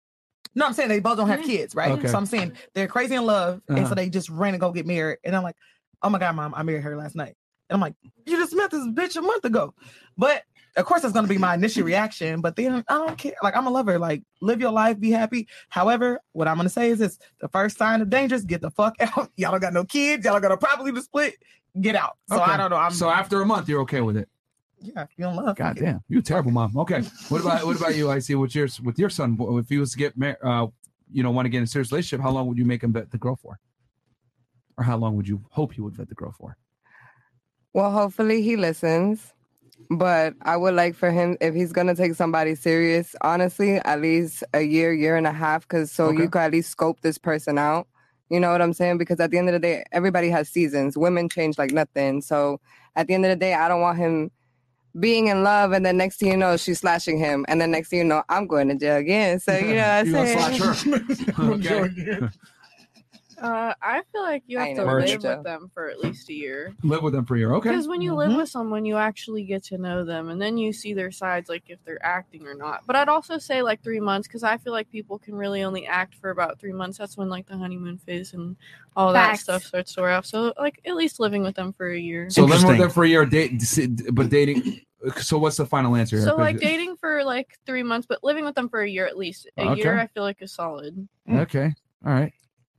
Speaker 11: No, I'm saying they both don't have kids, right?
Speaker 1: Okay.
Speaker 11: So I'm saying they're crazy in love, and
Speaker 1: Uh-huh.
Speaker 11: so they just ran and go get married. And I'm like, oh my god, mom, I married her last night. And I'm like, you just met this bitch a month ago. But of course, that's gonna be my initial reaction. But then I don't care. Like I'm a lover. Like live your life, be happy. However, what I'm gonna say is this: the first sign of dangerous, get the fuck out. Y'all don't got no kids. Y'all gonna properly to split. Get out. So
Speaker 1: Okay.
Speaker 11: I don't know. I'm
Speaker 1: so after a month, you're okay with it.
Speaker 11: yeah, you don't love.
Speaker 1: God damn, you a terrible mom. Okay, what about what about you? I see. What's yours with your son? If he was to get married, uh, you know, want to get in a serious relationship, how long would you make him vet the girl for? Or how long would you hope he would vet the girl for?
Speaker 12: Well, hopefully he listens. But I would like for him, if he's gonna take somebody serious, honestly, at least a year, year and a half, because so you could at least scope this person out. You know what I'm saying? Because at the end of the day, everybody has seasons. Women change like nothing. So at the end of the day, I don't want him being in love, and then next thing you know, she's slashing him, and then next thing you know, I'm going to jail again. So you know, what I'm
Speaker 1: You gonna
Speaker 12: saying?
Speaker 1: slash her? okay.
Speaker 13: Uh, I feel like you
Speaker 12: I
Speaker 13: have
Speaker 12: ain't
Speaker 13: to
Speaker 1: never
Speaker 13: live
Speaker 1: been
Speaker 13: with
Speaker 1: to-
Speaker 13: them for at least a year.
Speaker 1: Live with them for a year. Okay. Mm-hmm.
Speaker 13: Because when you live with someone, you actually get to know them, and then you see their sides, like if they're acting or not. But I'd also say like three months, because I feel like people can really only act for about three months. That's when like the honeymoon phase and all
Speaker 14: Facts.
Speaker 13: that stuff starts to wear off. So like at least living with them for a year.
Speaker 1: So living with them for a year, date, but dating. So what's the final answer? here?
Speaker 13: So like dating for like three months, but living with them for a year at least. A
Speaker 1: Okay.
Speaker 13: year I feel like is solid.
Speaker 1: Okay. All right.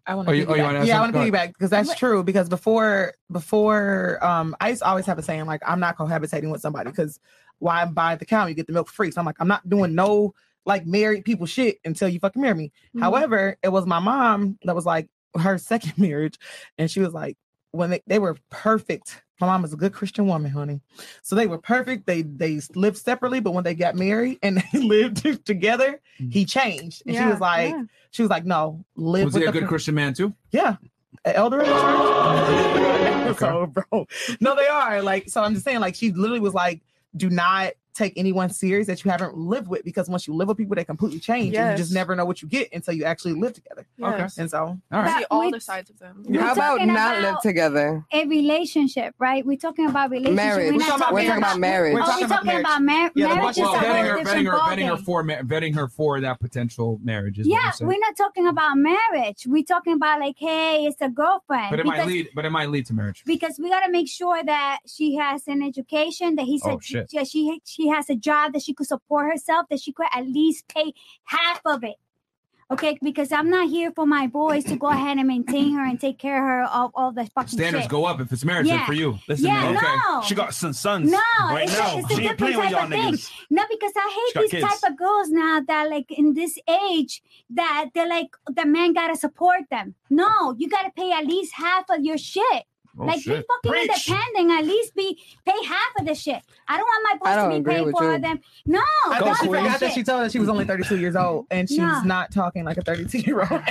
Speaker 11: I want
Speaker 1: Oh,
Speaker 11: to
Speaker 1: you- oh, you wanna ask
Speaker 11: Yeah, I want
Speaker 1: something?
Speaker 11: to
Speaker 1: Go
Speaker 11: piggyback
Speaker 1: ahead.
Speaker 11: because that's true. Because before, before, um, I used to always have a saying like, "I'm not cohabitating with somebody because why buy at the cow? You get the milk free." So I'm like, I'm not doing no like married people shit until you fucking marry me.
Speaker 1: Mm-hmm.
Speaker 7: Mhm.
Speaker 11: However, it was my mom that was like her second marriage, and she was like, when they, they were perfect. My mom was a good Christian woman, honey. So they were perfect. They they lived separately, but when they got married and they lived together, he changed. And she
Speaker 1: Yeah,
Speaker 11: was like,
Speaker 1: yeah.
Speaker 11: she was like, no, live.
Speaker 1: Mm. was
Speaker 11: with
Speaker 1: he a
Speaker 11: the
Speaker 1: good
Speaker 11: per-
Speaker 1: Christian man too?
Speaker 11: yeah. An elder in the church. so, bro. No, they are. Like, so I'm just saying, like, she literally was like, do not take anyone serious that you haven't lived with because once you live with people, they completely change. And you
Speaker 13: Yes.
Speaker 11: just never know what you get until you actually live together.
Speaker 13: Okay. Yes.
Speaker 11: And so, all
Speaker 13: See all the sides of them.
Speaker 12: How about
Speaker 9: talking
Speaker 12: not
Speaker 9: about-
Speaker 12: live together?
Speaker 9: a relationship, right? We're talking about relationship.
Speaker 12: Marriage.
Speaker 9: We're,
Speaker 12: We're
Speaker 9: not
Speaker 12: talking about- we're talking about marriage.
Speaker 9: Oh, we're talking about mar- marriage. is a
Speaker 1: well, vetting
Speaker 9: whole
Speaker 1: her, vetting
Speaker 9: different
Speaker 1: her, vetting her
Speaker 9: ballgame.
Speaker 1: for ma- vetting her for that potential marriage is what
Speaker 9: Yeah,
Speaker 1: you're saying.
Speaker 9: we're not talking about marriage. We're talking about like, hey, it's a girlfriend.
Speaker 1: but it might
Speaker 9: because,
Speaker 1: lead, but it might lead to marriage.
Speaker 9: because we gotta make sure that she has an education, that he's
Speaker 1: Oh,
Speaker 9: a,
Speaker 1: shit.
Speaker 9: yeah, she she has a job that she could support herself, that she could at least pay half of it. Okay, because I'm not here for my boys to go ahead and maintain her and take care of her of all the fucking
Speaker 1: Standards
Speaker 9: shit.
Speaker 1: go up if it's marriage then
Speaker 9: Yeah.
Speaker 1: for you.
Speaker 9: Listen, Yeah, man. no.
Speaker 6: She got some sons
Speaker 9: No,
Speaker 6: right
Speaker 9: it's,
Speaker 6: now.
Speaker 9: A, it's a
Speaker 6: she ain't
Speaker 9: different
Speaker 6: playing with
Speaker 9: type
Speaker 6: y'all
Speaker 9: of thing.
Speaker 6: niggas.
Speaker 9: No, because I
Speaker 6: She got
Speaker 9: hate these
Speaker 6: kids.
Speaker 9: type of girls now that like in this age that they're like the man gotta support them. No, you gotta pay at least half of your shit.
Speaker 12: Oh,
Speaker 9: like
Speaker 12: shit.
Speaker 9: be fucking
Speaker 12: Preach.
Speaker 9: independent. At least be pay half of the shit. I don't want
Speaker 11: I
Speaker 9: my boys
Speaker 11: don't
Speaker 9: to be
Speaker 11: agree
Speaker 9: paying
Speaker 11: with
Speaker 9: for
Speaker 11: you.
Speaker 9: them. No,
Speaker 11: I
Speaker 9: that's
Speaker 11: thought she
Speaker 9: bullshit.
Speaker 11: forgot that she told us she was only 32 years old and she's
Speaker 9: Yeah.
Speaker 11: not talking like a 32 year old.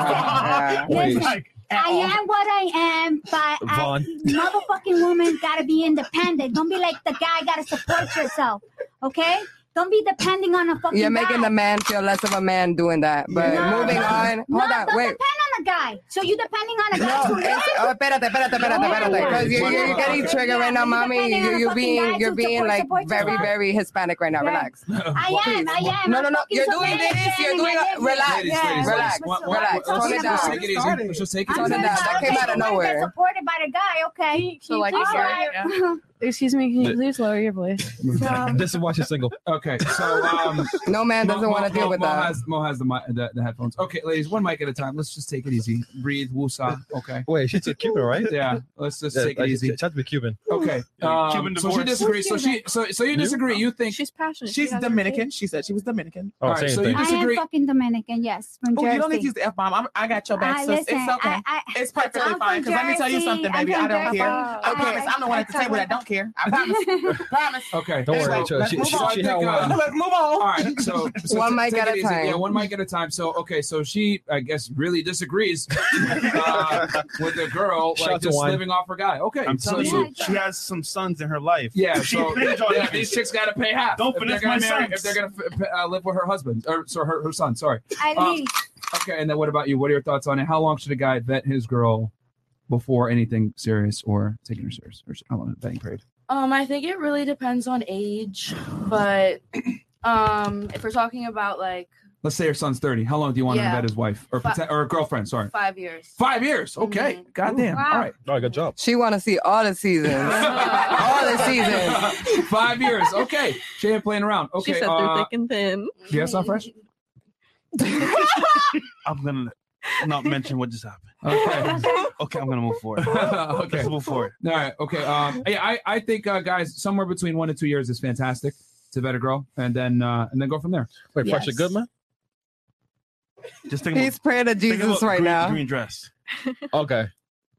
Speaker 9: Listen, I am what I am, but I,
Speaker 11: Vaughn.
Speaker 9: motherfucking woman gotta be independent. Don't be like the guy gotta support yourself. Okay? Don't be depending on a fucking
Speaker 12: You're
Speaker 9: guy.
Speaker 12: making the man feel less of a man doing that. But
Speaker 9: No,
Speaker 12: moving
Speaker 9: no,
Speaker 12: on,
Speaker 9: no,
Speaker 12: hold on,
Speaker 9: don't
Speaker 12: wait.
Speaker 9: depend on a guy. So you depending on a guy
Speaker 12: No,
Speaker 9: to
Speaker 12: it's,
Speaker 9: live?
Speaker 12: oh, espérate, espérate, espérate, espérate. Because you're, you're, you're getting triggered right now, mommy. You, you're being, you're being like very, very Hispanic right now. Relax.
Speaker 9: I am, I am.
Speaker 12: No, no,
Speaker 9: I'm
Speaker 12: no.
Speaker 9: fucking
Speaker 12: You're doing
Speaker 9: Jamaican
Speaker 12: this. You're
Speaker 9: and
Speaker 12: doing.
Speaker 9: I live here.
Speaker 12: Relax,
Speaker 9: Yeah,
Speaker 12: relax, relax.
Speaker 9: what- what- what-
Speaker 12: Tone it down.
Speaker 1: Let's just take it easy. Let's just take it
Speaker 12: Tone it down.
Speaker 1: easy.
Speaker 12: That came out of
Speaker 9: That's
Speaker 12: nowhere.
Speaker 9: supported by the guy, okay?
Speaker 13: So like,
Speaker 9: All
Speaker 13: sorry,
Speaker 9: right.
Speaker 13: yeah. excuse me, can you please lower your voice?
Speaker 2: This is why she's single.
Speaker 1: Okay, so um,
Speaker 12: no man doesn't want to deal with
Speaker 1: Mo
Speaker 12: that.
Speaker 1: Has, Mo has the, mi- the the headphones. Okay, ladies, one mic at a time. Let's just take it easy. Breathe, woosah. Okay.
Speaker 2: Wait, she's a Cuban, right?
Speaker 1: Yeah. Let's just take it
Speaker 2: like,
Speaker 1: easy.
Speaker 2: She, she has to be Cuban.
Speaker 1: Okay. Um,
Speaker 2: Cuban
Speaker 1: so she
Speaker 2: divorce.
Speaker 1: disagrees. So she so so you
Speaker 2: You?
Speaker 1: disagree. You think
Speaker 13: she's passionate.
Speaker 11: She's Dominican. She said she was Dominican.
Speaker 1: Oh, All right, same so you thing.
Speaker 9: I am fucking Dominican, yes. From
Speaker 11: Oh,
Speaker 9: Jersey.
Speaker 11: you don't need to use the f bomb. I'm- I got your back,
Speaker 9: I
Speaker 11: sis.
Speaker 9: listen,
Speaker 11: it's okay.
Speaker 9: I- I-
Speaker 11: it's perfectly
Speaker 9: I'm
Speaker 11: fine.
Speaker 9: from
Speaker 11: Because let me tell you
Speaker 9: Jersey.
Speaker 11: something,
Speaker 9: I'm
Speaker 11: baby.
Speaker 9: from
Speaker 11: I don't
Speaker 9: Jersey.
Speaker 11: care.
Speaker 9: I-
Speaker 11: I promise. I'm the one at the
Speaker 9: I-
Speaker 11: table that don't don't care. I promise. promise.
Speaker 1: Okay,
Speaker 2: Don't
Speaker 11: Anyway,
Speaker 2: worry, Cho.
Speaker 11: let's
Speaker 2: She-
Speaker 11: move
Speaker 2: she-
Speaker 11: on.
Speaker 2: she
Speaker 11: Let's
Speaker 2: had one.
Speaker 11: move on. All
Speaker 1: uh, right, so, so
Speaker 11: One
Speaker 1: t-
Speaker 11: mic
Speaker 1: take
Speaker 11: at
Speaker 1: it
Speaker 11: a
Speaker 1: easy.
Speaker 11: time.
Speaker 1: Yeah, one mic at a time. So okay, so she I guess really disagrees uh, with the girl
Speaker 6: Shout
Speaker 1: like
Speaker 6: to
Speaker 1: just
Speaker 6: wine.
Speaker 1: living off her guy. Okay,
Speaker 6: I'm telling
Speaker 1: so
Speaker 6: you, she has some sons in her life.
Speaker 1: Yeah,
Speaker 6: she
Speaker 1: so-
Speaker 6: paid y'all
Speaker 1: yeah,
Speaker 6: niggas.
Speaker 1: these chicks gotta pay half.
Speaker 6: Don't
Speaker 1: If they're
Speaker 6: finish
Speaker 1: gonna
Speaker 6: my
Speaker 1: marry-
Speaker 6: son.
Speaker 1: if they're gonna f- uh, live with her husband or so her, her son. Sorry.
Speaker 9: At
Speaker 1: Uh,
Speaker 9: least.
Speaker 1: okay, and then what about you? What are your thoughts on it? How long should a guy vet his girl before anything serious or taking her serious? Or how long is the vetting period?
Speaker 14: Um, I think it really depends on age, but um, if we're talking about like
Speaker 1: Let's say her son's thirty. How long do you want him
Speaker 14: Yeah.
Speaker 1: to vet his wife or
Speaker 14: Fi-
Speaker 1: prote- or girlfriend? Sorry,
Speaker 14: five years, Mm-hmm.
Speaker 1: five years. Okay, goddamn.
Speaker 14: Wow.
Speaker 1: All right.
Speaker 2: All right, good job.
Speaker 12: She want to see all the seasons. all the seasons.
Speaker 1: Five years. Okay. She ain't playing around. Okay.
Speaker 13: she said
Speaker 1: uh,
Speaker 13: through thick and thin.
Speaker 1: do you have some fresh?
Speaker 6: I'm gonna not mention what just happened.
Speaker 1: Okay.
Speaker 6: okay, I'm gonna move forward.
Speaker 1: okay.
Speaker 6: Let's move forward.
Speaker 1: All right. Okay. Um, yeah, I, I think uh, guys somewhere between one and two years is fantastic to vet a girl and then uh, and then go from there.
Speaker 2: Wait, Fresh is good, man?
Speaker 6: Just think
Speaker 12: He's praying to
Speaker 6: think
Speaker 12: Jesus
Speaker 6: about
Speaker 12: right
Speaker 6: green,
Speaker 12: now.
Speaker 6: Green dress.
Speaker 2: Okay.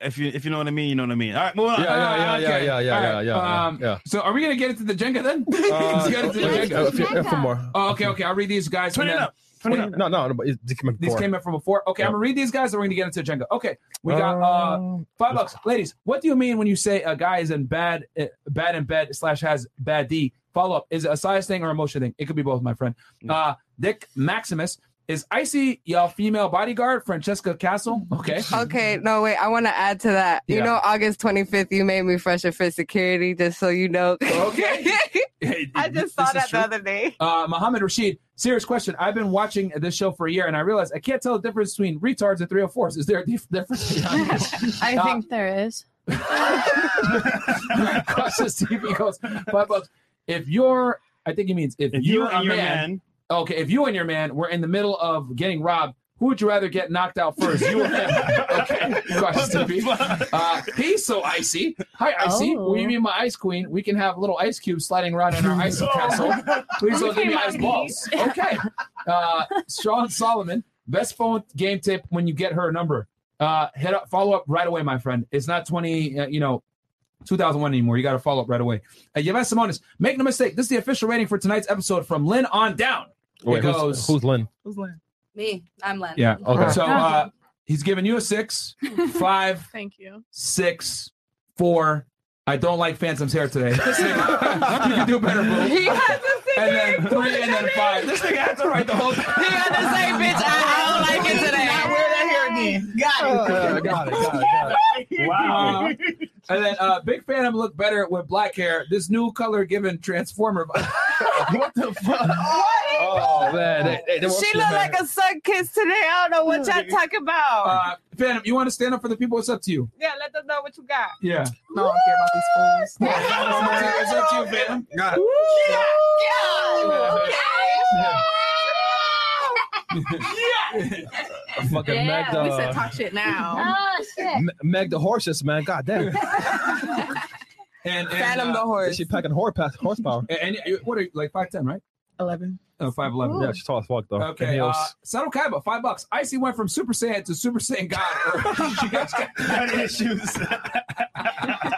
Speaker 6: If you if you know what I mean, you know what I mean. All right, moving on.
Speaker 2: Yeah,
Speaker 1: ah,
Speaker 2: yeah, yeah, yeah,
Speaker 6: Okay.
Speaker 2: yeah, yeah,
Speaker 6: All
Speaker 2: yeah,
Speaker 6: right,
Speaker 2: yeah,
Speaker 6: um,
Speaker 2: yeah.
Speaker 1: So are we gonna get into the Jenga then? Let's get into the
Speaker 2: uh,
Speaker 1: Jenga.
Speaker 2: a few- a few more.
Speaker 1: Oh, okay, okay. I'll read these guys.
Speaker 2: Turn
Speaker 1: and
Speaker 2: it
Speaker 1: then-
Speaker 2: up. Wait, No, no, no. but it- it came up
Speaker 1: These
Speaker 2: before.
Speaker 1: came in from before. Okay, I'm gonna read these guys, and we're gonna get into Jenga. Okay, we got uh
Speaker 2: Um,
Speaker 1: five bucks, ladies. What do you mean when you say a guy is in bad, uh, bad in bed slash has bad D? Follow up: Is it a size thing or emotion thing? It could be both, my friend.
Speaker 2: Mm.
Speaker 1: Uh, Dick Maximus is icy y'all female bodyguard Francesca Castle. Okay,
Speaker 12: Okay, no, wait, I want to add to that. You
Speaker 1: Yeah.
Speaker 12: know, August 25th, you made me fresher for security, just so you know.
Speaker 1: Okay. I
Speaker 12: just
Speaker 1: saw that the other
Speaker 11: day.
Speaker 1: Uh, Mohammed Rashid, serious question. I've been watching this show for a year, and I realized I can't tell the difference between retards and 304s. Is there a dif- difference? beyond this?
Speaker 10: I
Speaker 1: Uh,
Speaker 10: think there is.
Speaker 1: Cautious TV goes five bucks. If you're, I think he means if,
Speaker 6: If
Speaker 1: you
Speaker 6: you and
Speaker 1: a
Speaker 6: your
Speaker 1: man, Okay, if you and your man were in the middle of getting robbed, who would you rather get knocked out first? You or him? Okay, Cautious TV. Uh, he's so icy. Hi, icy.
Speaker 6: Oh.
Speaker 1: Will you be my ice queen? We can have little ice cubes sliding around in our ice castle. Please don't give me ice balls. Okay. Uh, Sean Solomon, best phone game tip when you get her number. Uh, hit up, follow up right away, my friend. It's not 20, uh, you know, 2001 anymore. You got to follow up right away. Uh, Yves Simonis, make no mistake. This is the official rating for tonight's episode from Lynn on down.
Speaker 2: Wait,
Speaker 1: it
Speaker 2: who's-
Speaker 1: goes.
Speaker 2: who's Lynn?
Speaker 14: me, I'm Len.
Speaker 1: Yeah. Okay. So uh, he's giving you a six, five,
Speaker 13: Thank you.
Speaker 1: six, four. I don't like Phantom's hair today. This nigga- you can do better, boo.
Speaker 3: He has
Speaker 1: and then three, and then five. This nigga had to write the whole. He had
Speaker 3: to say, "Bitch, I don't like it today."
Speaker 11: Not wear that hair again. Got it.
Speaker 1: Uh, got it, got it, got it. Wow. and then uh, Big Phantom looked better with black hair. This new color given Transformer. what the fuck?
Speaker 2: Oh man, they, they, they
Speaker 5: She look like a sun kiss today. I don't know what y'all talking about.
Speaker 1: Uh, Phantom, you want to stand up for the people? It's up to you.
Speaker 5: yeah, let them know what you got.
Speaker 1: Yeah.
Speaker 11: No, I don't care about these fools.
Speaker 1: It's up to you, Phantom. Got it.
Speaker 2: fucking Meg the
Speaker 13: we said talk shit now.
Speaker 9: Oh shit.
Speaker 2: Me- Meg the horses, man. God damn.
Speaker 1: And, and
Speaker 2: Phantom the horse. She packing horse horsepower.
Speaker 1: And, and what are you, like 5'10, right?
Speaker 11: 11.
Speaker 1: Oh, 5'11.
Speaker 2: Yeah, she's tall as fuck though. And
Speaker 1: Okay, uh,
Speaker 2: heels.
Speaker 1: Sato Kaiba, five bucks. Icy went from Super Saiyan to Super Saiyan God. she got, got issues.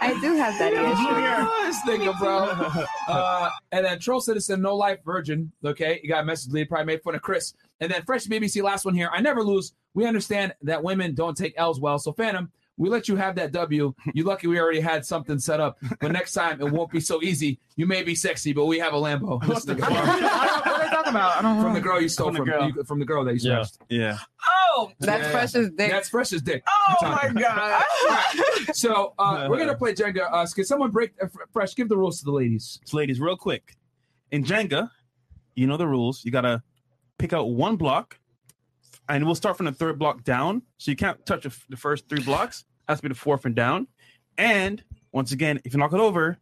Speaker 12: I do have that issue.
Speaker 1: this thing, bro. Uh, and then Troll Citizen, No Life Virgin. Okay, you got a message lead, probably made fun of Chris. And then Fresh BBC, last one here. I never lose. We understand that women don't take L's well. So, Phantom, we let you have that W. You lucky we already had something set up. But next time, it won't be so easy. You may be sexy, but we have a Lambo. This nigga, bro.
Speaker 11: What are you talking about? I don't
Speaker 1: from the girl you stole from, you- from the girl that you smashed.
Speaker 6: Yeah.
Speaker 11: Oh,
Speaker 12: That's fresh as dick.
Speaker 1: That's fresh as dick.
Speaker 11: Oh
Speaker 1: I'm telling
Speaker 11: my
Speaker 1: you.
Speaker 11: God.
Speaker 1: So uh, we're gonna play Jenga. Uh, can someone break uh, fr- fresh? Give the rules to the ladies.
Speaker 6: So, ladies, real quick. In Jenga, you know the rules. You gotta pick out one block, and we'll start from the third block down. So you can't touch the f- the first three blocks. Has to be the fourth and down. And once again, if you knock it over,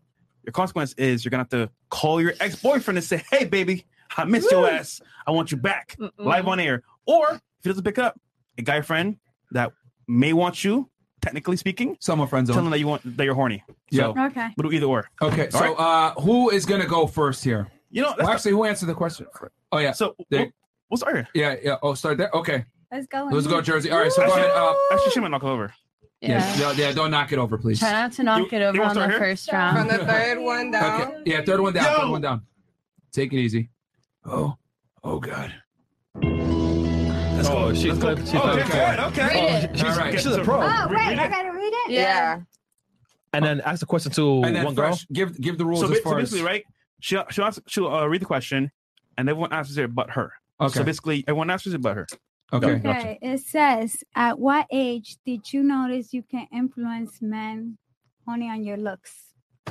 Speaker 6: your consequence is you're gonna have to call your ex boyfriend and say, "Hey, baby, I miss your ass. I want you back live on air." Or if he doesn't pick up, a guy friend that may want you, technically speaking,
Speaker 1: someone friends
Speaker 6: tell them that you want that you're horny.
Speaker 1: Yeah.
Speaker 6: So,
Speaker 1: Okay.
Speaker 6: We'll do either or.
Speaker 1: Okay.
Speaker 6: All
Speaker 1: So
Speaker 6: right?
Speaker 1: uh, who is gonna go first here?
Speaker 6: You know,
Speaker 1: Well, actually, who answered the question? Oh yeah.
Speaker 6: So
Speaker 1: there.
Speaker 6: we'll start here.
Speaker 1: Yeah. Yeah. Oh, start there. Okay.
Speaker 9: Let's go.
Speaker 1: Let's go, Jersey. All right. So go ahead. Uh,
Speaker 6: actually, she might knock over.
Speaker 1: Yes. Yeah. yeah, don't knock it over, please.
Speaker 10: Try not to knock it over
Speaker 1: wanna
Speaker 10: on the
Speaker 1: start here?
Speaker 10: first round.
Speaker 12: From the third one down.
Speaker 1: Okay. Yeah, third one down. Third one down. Take it easy. Oh, oh God. Let's
Speaker 2: go. She's good. She's
Speaker 1: oh,
Speaker 2: good.
Speaker 1: okay.
Speaker 2: Okay.
Speaker 1: Okay.
Speaker 2: Read it.
Speaker 1: She's,
Speaker 2: All right.
Speaker 1: she's a pro.
Speaker 9: Oh, wait, I gotta read it?
Speaker 12: Yeah.
Speaker 2: And then ask the question to
Speaker 6: And then
Speaker 2: one girl.
Speaker 6: fresh,
Speaker 1: give give the
Speaker 6: so, ba- so basically, right? She'll she'll, ask, she'll uh, read the question, and everyone answers it but her.
Speaker 1: Okay.
Speaker 6: So basically, everyone answers it but her.
Speaker 1: Okay.
Speaker 9: Okay, it says, at what age did you notice you can influence men only on your looks?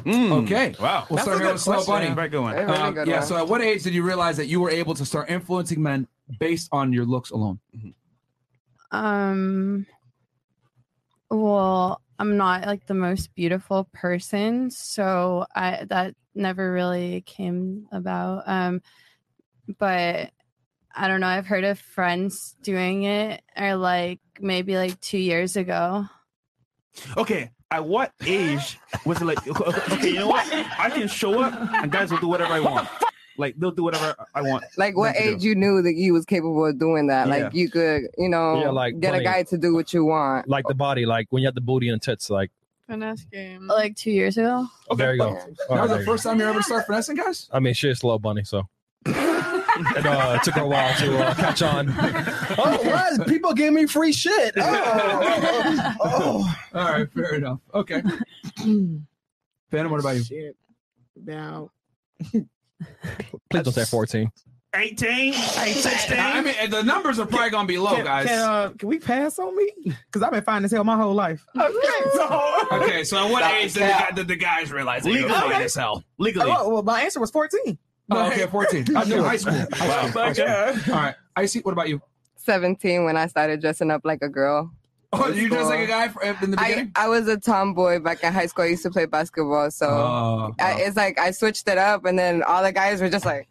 Speaker 1: Okay.
Speaker 6: Wow.
Speaker 1: We'll start
Speaker 6: That's a
Speaker 1: here
Speaker 6: good
Speaker 1: with Slow
Speaker 6: question.
Speaker 1: Bunny.
Speaker 6: Very good one.
Speaker 1: Um,
Speaker 6: Very good
Speaker 1: yeah.
Speaker 6: one.
Speaker 1: So, at what age did you realize that you were able to start influencing men based on your looks alone?
Speaker 10: Um well, I'm not like the most beautiful person, so I that never really came about. Um but I don't know, I've heard of friends doing it or like maybe like 2 years ago.
Speaker 6: Okay. At what age was it like? Okay, okay, you know what? I can show up, and guys will do whatever I want. Like they'll do whatever I want.
Speaker 12: Like what
Speaker 6: them to do.
Speaker 12: age you knew that you was capable of doing that?
Speaker 2: Yeah.
Speaker 12: Like you could, you know,
Speaker 2: Yeah, like
Speaker 12: get
Speaker 2: funny.
Speaker 12: a guy to do what you want.
Speaker 2: Like the body, like when you have the booty and tits, like
Speaker 13: Finesse game.
Speaker 10: Like 2 years ago.
Speaker 2: there you go. All
Speaker 1: that
Speaker 2: right,
Speaker 1: was
Speaker 2: there
Speaker 1: the
Speaker 2: you go.
Speaker 1: first time you ever started finessing guys.
Speaker 2: I mean, she's slow bunny, so it uh, took her a while to uh, catch on. oh, what? People gave me free shit.
Speaker 1: Oh. All right. Fair enough. Okay. Phantom, what about you?
Speaker 11: Shit. Now,
Speaker 2: Please don't say fourteen.
Speaker 6: 18, 16.
Speaker 1: I mean, the numbers are probably gonna be low, guys.
Speaker 11: Can, uh, can we pass on me? Because I've been fine as hell my whole life. Okay, so
Speaker 1: Okay, so at what
Speaker 6: Stop
Speaker 1: age
Speaker 6: the
Speaker 1: did the,
Speaker 6: cap.
Speaker 1: guy, did the guys realize they were
Speaker 6: Legally.
Speaker 1: fine as hell? Legally.
Speaker 11: Oh, well, my answer was 14.
Speaker 1: Oh, okay, 14. I knew high school. High school.
Speaker 6: my
Speaker 1: High school. All right. Icy, what about you?
Speaker 12: Seventeen when I started dressing up like a girl.
Speaker 1: Oh,
Speaker 12: in
Speaker 1: you dress
Speaker 12: school.
Speaker 1: like a guy for, in the
Speaker 12: I,
Speaker 1: beginning?
Speaker 12: I was a tomboy back in high school. I used to play basketball, so
Speaker 1: Oh,
Speaker 12: I, it's like I switched it up, and then all the guys were just like,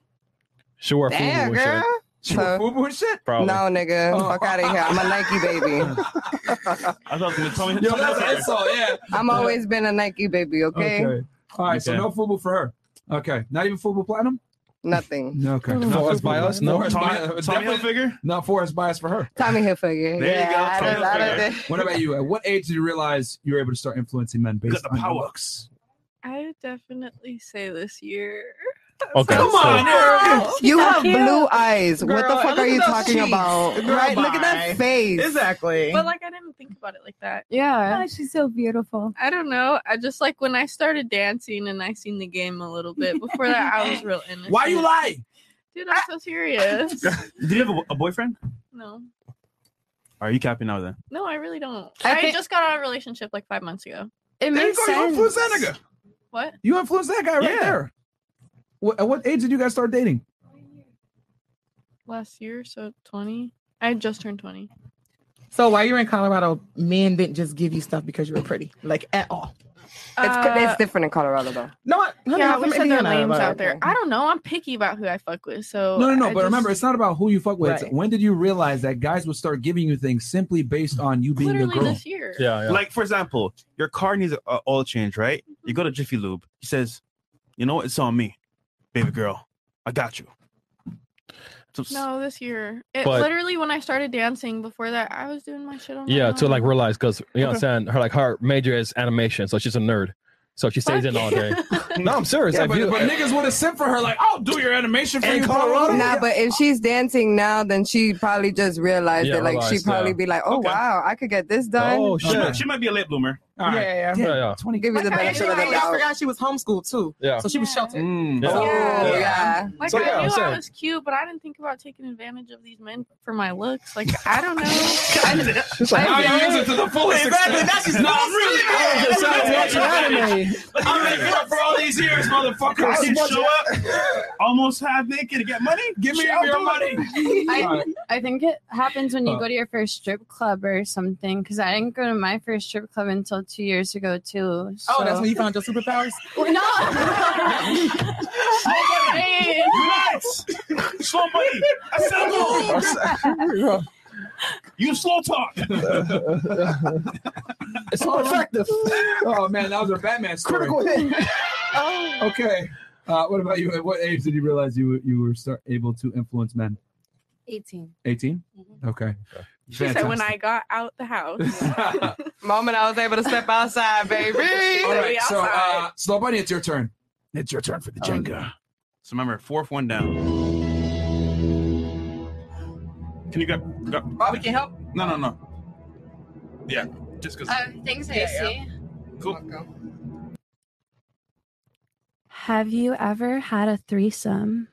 Speaker 2: She wore
Speaker 12: "Damn,
Speaker 2: FUBU
Speaker 12: girl."
Speaker 2: and
Speaker 1: She wore FUBU and shit.
Speaker 2: Probably.
Speaker 12: No, nigga,
Speaker 2: Oh.
Speaker 12: fuck out of here. I'm a Nike baby.
Speaker 6: I thought you were telling
Speaker 1: Yo, that's an insult, yeah.
Speaker 12: I'm always been a Nike baby. Okay,
Speaker 1: Okay. All right, so
Speaker 12: Okay.
Speaker 1: no FUBU for her. Okay, not even FUBU platinum?
Speaker 12: nothing.
Speaker 1: Okay.
Speaker 2: shit. Forced by us, no.
Speaker 1: Forrest Bias. Definitely
Speaker 6: figure?
Speaker 1: Not Forrest Bias for her.
Speaker 12: Tommy Hilfiger.
Speaker 1: There you
Speaker 12: yeah,
Speaker 1: go,
Speaker 12: I
Speaker 1: Tommy
Speaker 12: don't- I don't
Speaker 1: Hilfiger.
Speaker 12: think-
Speaker 1: What about you? At what age did you realize you were able to start influencing men based on your looks?
Speaker 13: I would definitely say this year.
Speaker 2: Okay.
Speaker 13: Come
Speaker 2: so-
Speaker 13: on, girl.
Speaker 12: You have
Speaker 13: Thank you.
Speaker 12: blue eyes. what the
Speaker 13: Girl,
Speaker 12: fuck
Speaker 13: look
Speaker 12: are
Speaker 13: at
Speaker 12: you
Speaker 13: those
Speaker 12: talking
Speaker 13: cheeks.
Speaker 12: about?
Speaker 13: Girl,
Speaker 12: right? Look at
Speaker 13: bye.
Speaker 12: that face.
Speaker 11: Exactly.
Speaker 13: But like I didn't think about it like that.
Speaker 10: Yeah.
Speaker 9: Oh, she's so beautiful.
Speaker 13: I don't know. I just like when I started dancing and I seen the game a little bit. Before that, I was real innocent.
Speaker 6: Why you lie?
Speaker 13: Dude, I'm so serious.
Speaker 6: Did you have a, a boyfriend?
Speaker 13: No,
Speaker 6: Are you capping now then?
Speaker 13: no, I really don't.
Speaker 10: I
Speaker 13: I,
Speaker 10: think-
Speaker 13: just got out of a relationship like five months ago.
Speaker 10: It
Speaker 1: There
Speaker 10: makes
Speaker 1: you go. You
Speaker 10: sense.
Speaker 1: influenced that nigga.
Speaker 13: What?
Speaker 1: You influenced that guy right there. What, at what age did you guys start dating?
Speaker 13: Last year, so 20. I had just turned 20.
Speaker 11: So while you're in Colorado, men didn't just give you stuff because you were pretty, like at all.
Speaker 12: It's,
Speaker 13: Uh,
Speaker 12: it's different in Colorado though.
Speaker 11: No, I- honey,
Speaker 13: yeah,
Speaker 11: I'm
Speaker 13: we
Speaker 11: from
Speaker 13: said there are
Speaker 11: Indiana,
Speaker 13: names
Speaker 11: but-
Speaker 13: out there. I don't know. I'm picky about who I fuck with. So
Speaker 1: No, no, no.
Speaker 13: Oh, I
Speaker 1: but remember,
Speaker 13: just-
Speaker 1: it's not about who you fuck with. It's
Speaker 13: Right.
Speaker 1: When did you realize that guys would start giving you things simply based on you being
Speaker 13: literally
Speaker 1: a girl?
Speaker 13: this year.
Speaker 6: Like for example, your car needs an oil change, right? You go to Jiffy Lube. He says, "You know what? It's on me, baby girl. I got you." So,
Speaker 13: No, this year. It
Speaker 2: But-
Speaker 13: literally when I started dancing. Before that, I was doing my shit on. my
Speaker 2: Yeah, to
Speaker 13: own.
Speaker 2: like realize because you know what I'm
Speaker 13: Mm. Okay.
Speaker 2: saying. Her like her major is animation, so she's a nerd. So she stays in all day. no, I'm serious.
Speaker 1: Yeah,
Speaker 2: If
Speaker 1: but,
Speaker 2: you-
Speaker 1: but niggas would have sent for her like, "I'll do your animation for you." Colorado.
Speaker 12: Nah, but if she's dancing now, then she probably just realized
Speaker 2: Yeah,
Speaker 12: that. Like
Speaker 2: realized,
Speaker 12: she'd probably
Speaker 2: yeah.
Speaker 12: be like, "Oh wow, I could get this done."
Speaker 2: Oh,
Speaker 6: she, might, she might be a late bloomer.
Speaker 1: All right.
Speaker 11: Yeah, yeah.
Speaker 2: Yeah, yeah.
Speaker 12: Give me the
Speaker 11: I,
Speaker 12: benefit of the
Speaker 11: I
Speaker 12: doubt.
Speaker 11: forgot she was homeschooled too.
Speaker 2: Yeah.
Speaker 11: So she was sheltered.
Speaker 1: Mm.
Speaker 2: Yeah.
Speaker 11: So-
Speaker 12: Yeah, yeah.
Speaker 13: Like
Speaker 2: So,
Speaker 13: I
Speaker 2: yeah, I'm
Speaker 13: knew
Speaker 2: saying.
Speaker 13: I was cute, but I didn't think about taking advantage of these men for my looks. Like I don't know. I,
Speaker 2: She's like,
Speaker 1: Now you use it to the fullest
Speaker 6: Exactly,
Speaker 1: extent.
Speaker 6: that's just-
Speaker 1: no, I'm really
Speaker 6: that's
Speaker 1: good.
Speaker 6: just- that's just-
Speaker 1: I'm
Speaker 6: anime.
Speaker 1: really good for all these years, motherfucker.
Speaker 6: I didn't show up almost half naked to get money.
Speaker 1: Give me
Speaker 6: Shit, I'll
Speaker 1: your
Speaker 6: do it.
Speaker 1: money.
Speaker 10: I,
Speaker 1: Alright.
Speaker 10: I think it happens when you
Speaker 1: Oh.
Speaker 10: go to your first strip club or something. Because I didn't go to my first strip club until two years ago too. So.
Speaker 11: Oh, that's when you found your superpowers.
Speaker 10: Well, no.
Speaker 6: Relax. Slow buddy. Assemble. you slow talk.
Speaker 1: It's all effective. Oh man, that was a Batman story. Okay. Uh, what about you? At what age did you realize you were- you were start, able to influence men?
Speaker 14: 18.
Speaker 1: 18. Okay.
Speaker 5: She said when I
Speaker 1: Fantastic.
Speaker 5: got out the house.
Speaker 12: Moment I was able to step outside, baby.
Speaker 1: All right, so uh, Slow Bunny, it's your turn. Um, It's your turn for the Jenga.
Speaker 6: So remember, fourth one down. Can you grab? grab
Speaker 12: Bobby can help.
Speaker 6: No, no, no. Yeah, just because.
Speaker 10: Um, things I see.
Speaker 6: Cool.
Speaker 10: Have you ever had a threesome?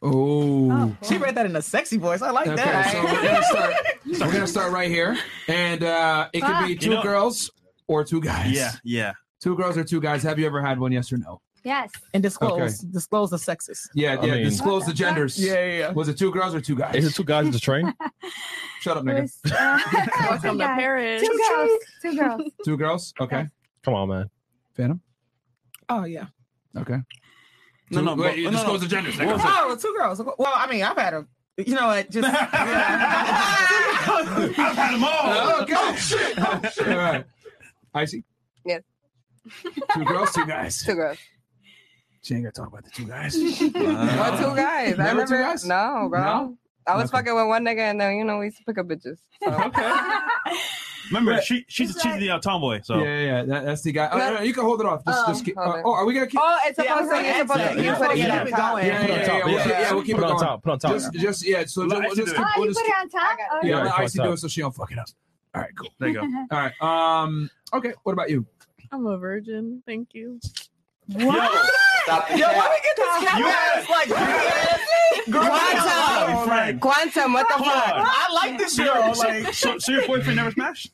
Speaker 1: Oh.
Speaker 11: She read that in a sexy voice. I like
Speaker 1: Okay,
Speaker 11: that.
Speaker 1: so we're gonna start. we're gonna start right here, and uh, it could be
Speaker 6: Fuck.
Speaker 1: two
Speaker 6: You know-
Speaker 1: girls or two guys.
Speaker 6: Yeah, yeah.
Speaker 1: Two girls or two guys. Have you ever had one? Yes or no?
Speaker 9: Yes.
Speaker 11: And disclose
Speaker 1: Okay.
Speaker 11: disclose the sexes.
Speaker 1: Yeah, yeah.
Speaker 2: I mean-
Speaker 1: disclose the genders.
Speaker 11: Yeah, yeah, yeah.
Speaker 1: Was it two girls or two guys?
Speaker 2: Is it two guys at the train?
Speaker 1: Shut up, nigga.
Speaker 13: Welcome to Paris.
Speaker 9: Two girls. Two girls.
Speaker 1: Two girls. Okay.
Speaker 2: Come on, man.
Speaker 1: Phantom.
Speaker 11: Oh yeah.
Speaker 1: Okay.
Speaker 6: No, no,
Speaker 1: Wait,
Speaker 6: but-
Speaker 1: you
Speaker 6: no, no.
Speaker 1: disclose the genders.
Speaker 6: What was it?
Speaker 11: Oh, two girls. Well, I mean, I've had a. You know what? Just.
Speaker 6: I've had them all.
Speaker 1: Oh, God. shit. Oh, shit. All right. Icy.
Speaker 12: Yes.
Speaker 1: Two girls, two guys.
Speaker 12: Two girls.
Speaker 1: She ain't gonna talk about the two guys.
Speaker 12: Not two guys. I
Speaker 1: Uh, Never
Speaker 12: remember.
Speaker 1: two guys?
Speaker 12: No, bro.
Speaker 1: No?
Speaker 12: I was fucking with one nigga, and then you know we used to pick up bitches.
Speaker 6: Remember, she she's she's the uh, tomboy. So
Speaker 1: Yeah, yeah, yeah. That, that's the guy. Oh, no, no, you can hold it off. Just,
Speaker 12: Oh,
Speaker 1: just keep,
Speaker 12: hold
Speaker 1: uh,
Speaker 12: it.
Speaker 1: oh, are we gonna keep?
Speaker 12: Oh, it's
Speaker 11: Yeah,
Speaker 12: supposed to.
Speaker 11: yeah,
Speaker 12: It's supposed
Speaker 11: yeah,
Speaker 12: to.
Speaker 11: yeah,
Speaker 12: You're putting it
Speaker 11: yeah.
Speaker 12: on
Speaker 11: Keep it
Speaker 12: top.
Speaker 11: going.
Speaker 1: Yeah, yeah,
Speaker 2: Put it on
Speaker 1: yeah,
Speaker 2: top,
Speaker 1: yeah. We'll
Speaker 2: yeah.
Speaker 1: keep, yeah, we'll keep
Speaker 2: Put
Speaker 1: it
Speaker 2: it on
Speaker 1: going.
Speaker 2: top, put it on top.
Speaker 1: Just, just yeah. So
Speaker 6: Let
Speaker 1: we'll just
Speaker 6: Icy do it.
Speaker 1: keep.
Speaker 9: Oh,
Speaker 1: We'll
Speaker 9: you
Speaker 1: just
Speaker 9: put
Speaker 1: keep
Speaker 9: it on top. Okay.
Speaker 1: yeah,
Speaker 2: Yeah,
Speaker 1: let
Speaker 2: it's on
Speaker 1: Icy do
Speaker 2: top.
Speaker 1: it so she don't fuck it up. All right, cool.
Speaker 6: there you go.
Speaker 1: All right. Um. Okay. What about you?
Speaker 13: I'm a virgin. Thank you.
Speaker 12: Stop
Speaker 11: Yo, let me get this cat
Speaker 6: You-
Speaker 11: ass, like girl,
Speaker 12: Quantum.
Speaker 6: Hey, friend.
Speaker 12: Quantum. What the
Speaker 6: Hold on.
Speaker 12: fuck?
Speaker 11: I like this
Speaker 6: So,
Speaker 11: girl.
Speaker 6: so-
Speaker 11: Like
Speaker 6: so, so your boyfriend never smashed?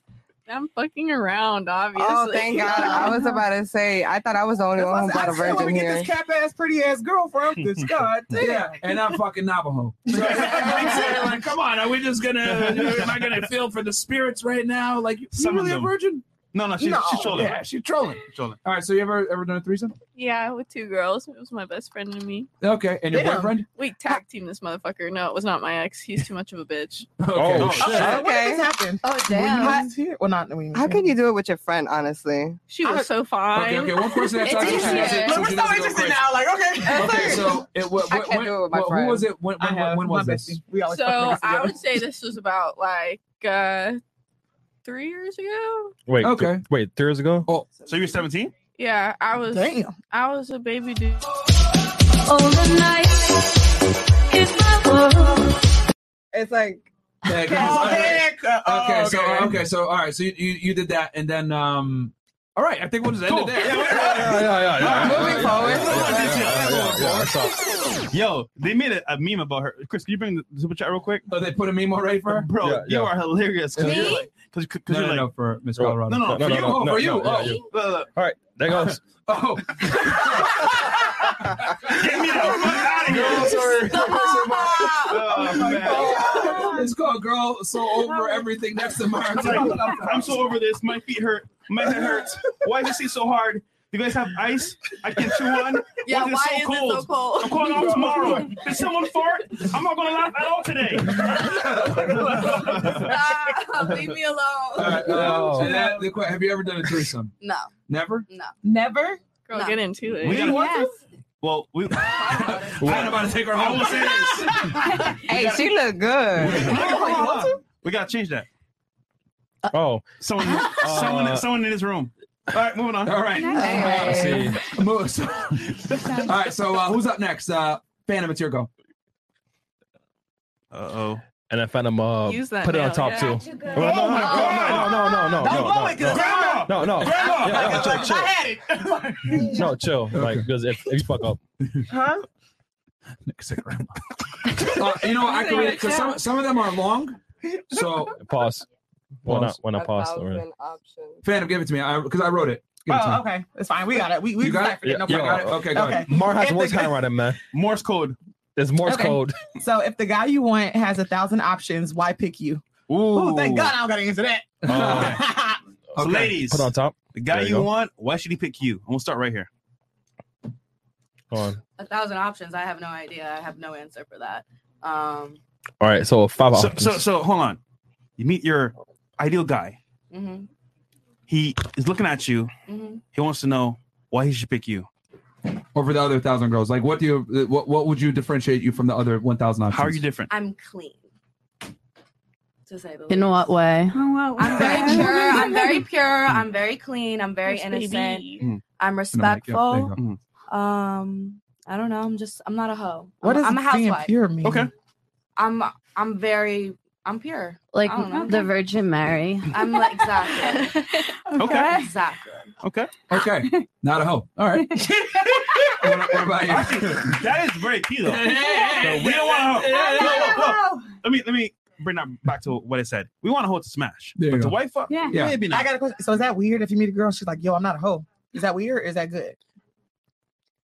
Speaker 13: I'm fucking around, obviously.
Speaker 12: Oh, thank God. I was about to say. I thought I was the only one who
Speaker 11: I
Speaker 12: brought a
Speaker 11: said, let
Speaker 12: virgin
Speaker 11: me get
Speaker 12: here.
Speaker 11: this cap ass, pretty ass girl from this. God damn.
Speaker 1: Yeah, and I'm fucking Navajo. So, like, come on, are we just gonna? Am I gonna feel for the spirits right now? Like, you
Speaker 6: Some of
Speaker 1: really a
Speaker 6: them.
Speaker 1: virgin?
Speaker 6: No, no, she's
Speaker 11: No.
Speaker 6: she's trolling.
Speaker 1: Yeah, she's trolling.
Speaker 6: Trolling.
Speaker 1: All right, so you ever ever done a threesome?
Speaker 13: Yeah, with two girls. It was my best friend and me.
Speaker 1: Okay, and your
Speaker 11: Damn.
Speaker 1: boyfriend?
Speaker 13: We tag team this motherfucker. No, it was not my ex. He's too much of a bitch.
Speaker 1: Okay.
Speaker 2: Oh,
Speaker 1: shit.
Speaker 11: Okay,
Speaker 12: Okay.
Speaker 11: what did this happen?
Speaker 14: Oh
Speaker 11: Were
Speaker 14: damn.
Speaker 11: you here? Well, not. I mean,
Speaker 12: How could you do it with your friend? Honestly.
Speaker 13: She was
Speaker 11: I-
Speaker 13: so fine.
Speaker 1: Okay, okay, one person
Speaker 14: It's
Speaker 1: at a time. so she
Speaker 14: easier.
Speaker 1: doesn't-
Speaker 11: Look,
Speaker 1: so
Speaker 11: we're so
Speaker 1: she doesn't go
Speaker 11: interested
Speaker 1: crazy.
Speaker 11: now. Like, okay.
Speaker 1: Okay, so it, what,
Speaker 12: I
Speaker 1: what,
Speaker 12: can't do it with my
Speaker 1: what- who
Speaker 12: friend.
Speaker 1: was it? When, when, when, when was
Speaker 11: my
Speaker 1: this?
Speaker 11: bestie. We always fucking
Speaker 13: So
Speaker 11: niggas
Speaker 13: I
Speaker 11: together.
Speaker 13: would say this was about like uh three years ago.
Speaker 2: Wait.
Speaker 1: Okay. Oh.
Speaker 2: th- wait, three years ago?
Speaker 6: So you're 17?
Speaker 13: Yeah, I was.
Speaker 11: Damn.
Speaker 13: I was a baby dude.
Speaker 11: It's like.
Speaker 1: Yeah,
Speaker 11: Okay. Oh,
Speaker 1: okay,
Speaker 6: Oh,
Speaker 1: okay, so okay, so all right, so you, you you did that, and then um, all right, I think we'll just end
Speaker 6: Cool.
Speaker 1: it there.
Speaker 6: Yeah,
Speaker 2: Yeah, yeah, yeah. yeah.
Speaker 12: Moving forward.
Speaker 2: Yeah, yeah, yeah, that's all.
Speaker 6: Yo, they made a, a meme about her. Chris, can you bring the super chat real quick?
Speaker 1: Oh, they put a meme already for her?
Speaker 6: Bro,
Speaker 2: Yeah,
Speaker 6: you
Speaker 2: yeah.
Speaker 6: are hilarious. Cause
Speaker 14: Me?
Speaker 6: you're like, cause, cause
Speaker 1: No,
Speaker 6: you're
Speaker 1: no,
Speaker 6: like,
Speaker 1: no, for Miss
Speaker 2: No,
Speaker 1: Colorado.
Speaker 6: no, no,
Speaker 1: for you, oh, for you,
Speaker 2: yeah,
Speaker 1: oh.
Speaker 2: you.
Speaker 6: look, look,
Speaker 2: All right, there goes.
Speaker 1: Oh,
Speaker 6: look. get me the fuck out of here. Oh, man.
Speaker 1: it's called "Girl So Over Everything Next to Mine."
Speaker 6: I'm, like, I'm so over this. My feet hurt. My head hurts. Why is it seem so hard? You guys have ice? I can chew on.
Speaker 13: Yeah,
Speaker 6: is it
Speaker 13: why
Speaker 6: so
Speaker 13: is it so
Speaker 6: cold?
Speaker 13: cold?
Speaker 6: I'm calling out tomorrow. Did someone fart? I'm not gonna laugh at all today.
Speaker 13: Stop, leave me
Speaker 1: All
Speaker 13: alone.
Speaker 1: right, uh,
Speaker 6: oh.
Speaker 1: and that- the que- have you ever done a threesome?
Speaker 14: No,
Speaker 1: Never.
Speaker 14: no.
Speaker 11: Never.
Speaker 13: Girl,
Speaker 14: No.
Speaker 13: get into it.
Speaker 6: We gotta-
Speaker 14: Yes.
Speaker 6: well, we.
Speaker 1: I'm about to take her
Speaker 6: I
Speaker 1: home.
Speaker 6: will say
Speaker 12: Hey,
Speaker 6: this.
Speaker 12: she look good.
Speaker 6: No, no, no, no, no. We gotta change that.
Speaker 1: Uh,
Speaker 2: Oh,
Speaker 6: Someone, someone, someone in this room. All right, moving on.
Speaker 1: All right.
Speaker 2: I see.
Speaker 1: Move. So- All right, so uh, who's up next? Uh, Phantom, it's your go.
Speaker 6: Uh oh.
Speaker 2: And I found him. Uh,
Speaker 13: Use that
Speaker 2: put it on
Speaker 13: now,
Speaker 2: top
Speaker 13: yeah.
Speaker 2: too.
Speaker 9: Two
Speaker 2: No,
Speaker 9: girls.
Speaker 2: no, no, no, no, no, no, no,
Speaker 11: Don't go
Speaker 2: no,
Speaker 11: with
Speaker 2: no,
Speaker 11: this.
Speaker 6: Grandma,
Speaker 2: no, no, no,
Speaker 6: grandma.
Speaker 2: Yeah, yeah, chill, chill.
Speaker 11: I had it.
Speaker 2: no, chill. Like, because if, if you fuck up,
Speaker 11: Huh?
Speaker 1: Uh, you know, what, I can read it because some, some of them are long. So,
Speaker 2: pause. Why not? Why
Speaker 12: A
Speaker 2: not pause? Or-
Speaker 12: thousand options.
Speaker 1: Phantom, give it to me because I, wrote it. Give it to me.
Speaker 11: Oh, okay. It's fine. We got it. We we
Speaker 1: You got
Speaker 11: deciphered
Speaker 2: it?
Speaker 11: No
Speaker 2: Yeah,
Speaker 1: I
Speaker 11: problem.
Speaker 1: got it. Okay, go ahead.
Speaker 11: Okay.
Speaker 2: Mar has
Speaker 11: If
Speaker 2: the worst
Speaker 11: the-
Speaker 2: handwriting, man.
Speaker 6: Morse code.
Speaker 2: There's Morse
Speaker 11: Okay.
Speaker 2: code.
Speaker 11: So if the guy you want has a thousand options, why pick you?
Speaker 6: Ooh.
Speaker 11: Oh, thank God I don't got to answer that.
Speaker 2: Oh.
Speaker 6: Uh, So,
Speaker 1: Okay.
Speaker 6: ladies,
Speaker 2: Put on top.
Speaker 6: the guy
Speaker 2: There you
Speaker 6: you,
Speaker 2: go.
Speaker 6: want, why should he pick you? I'm gonna start right here.
Speaker 2: Hold on.
Speaker 14: A thousand options. I have no idea. I have no answer for that. Um.
Speaker 2: All right, so five
Speaker 6: So,
Speaker 2: options.
Speaker 6: so, so, hold on. You meet your ideal guy.
Speaker 14: mhm,
Speaker 6: He is looking at you.
Speaker 14: mhm.
Speaker 6: He wants to know why he should pick you.
Speaker 1: Over the other thousand girls, like what do you what what would you differentiate you from the other one thousand options?
Speaker 6: How are you different?
Speaker 14: I'm clean. to say the least.
Speaker 10: In what way?
Speaker 14: I'm very pure. I'm very pure. I'm very clean. I'm very
Speaker 10: Yes, baby.
Speaker 14: innocent.
Speaker 11: Hmm.
Speaker 10: Mm.
Speaker 14: I'm
Speaker 10: Just gonna make you up. There you
Speaker 14: respectful. Um, I don't know. I'm just. I'm not a hoe.
Speaker 11: What
Speaker 14: I'm,
Speaker 11: does
Speaker 14: I'm a
Speaker 11: being
Speaker 14: housewife.
Speaker 11: pure mean? Okay.
Speaker 14: I'm. I'm very. I'm pure.
Speaker 10: Like
Speaker 14: I don't know.
Speaker 10: the Virgin Mary.
Speaker 14: I'm like exactly.
Speaker 1: Okay.
Speaker 14: Exactly.
Speaker 1: Okay. Okay. Not a hoe. All right. what, what about you?
Speaker 6: That is very key, though.
Speaker 1: Yeah, yeah,
Speaker 6: No,
Speaker 1: yeah,
Speaker 6: we don't want to
Speaker 1: yeah, yeah, yeah.
Speaker 6: Let me let me bring that back to what I said. We want a hoe to smash, but to wife up,
Speaker 11: Yeah.
Speaker 6: it'd be
Speaker 11: I
Speaker 6: nice.
Speaker 11: got a question. So is that weird if you meet a girl and she's like, yo, I'm not a hoe? Is that weird or is that good?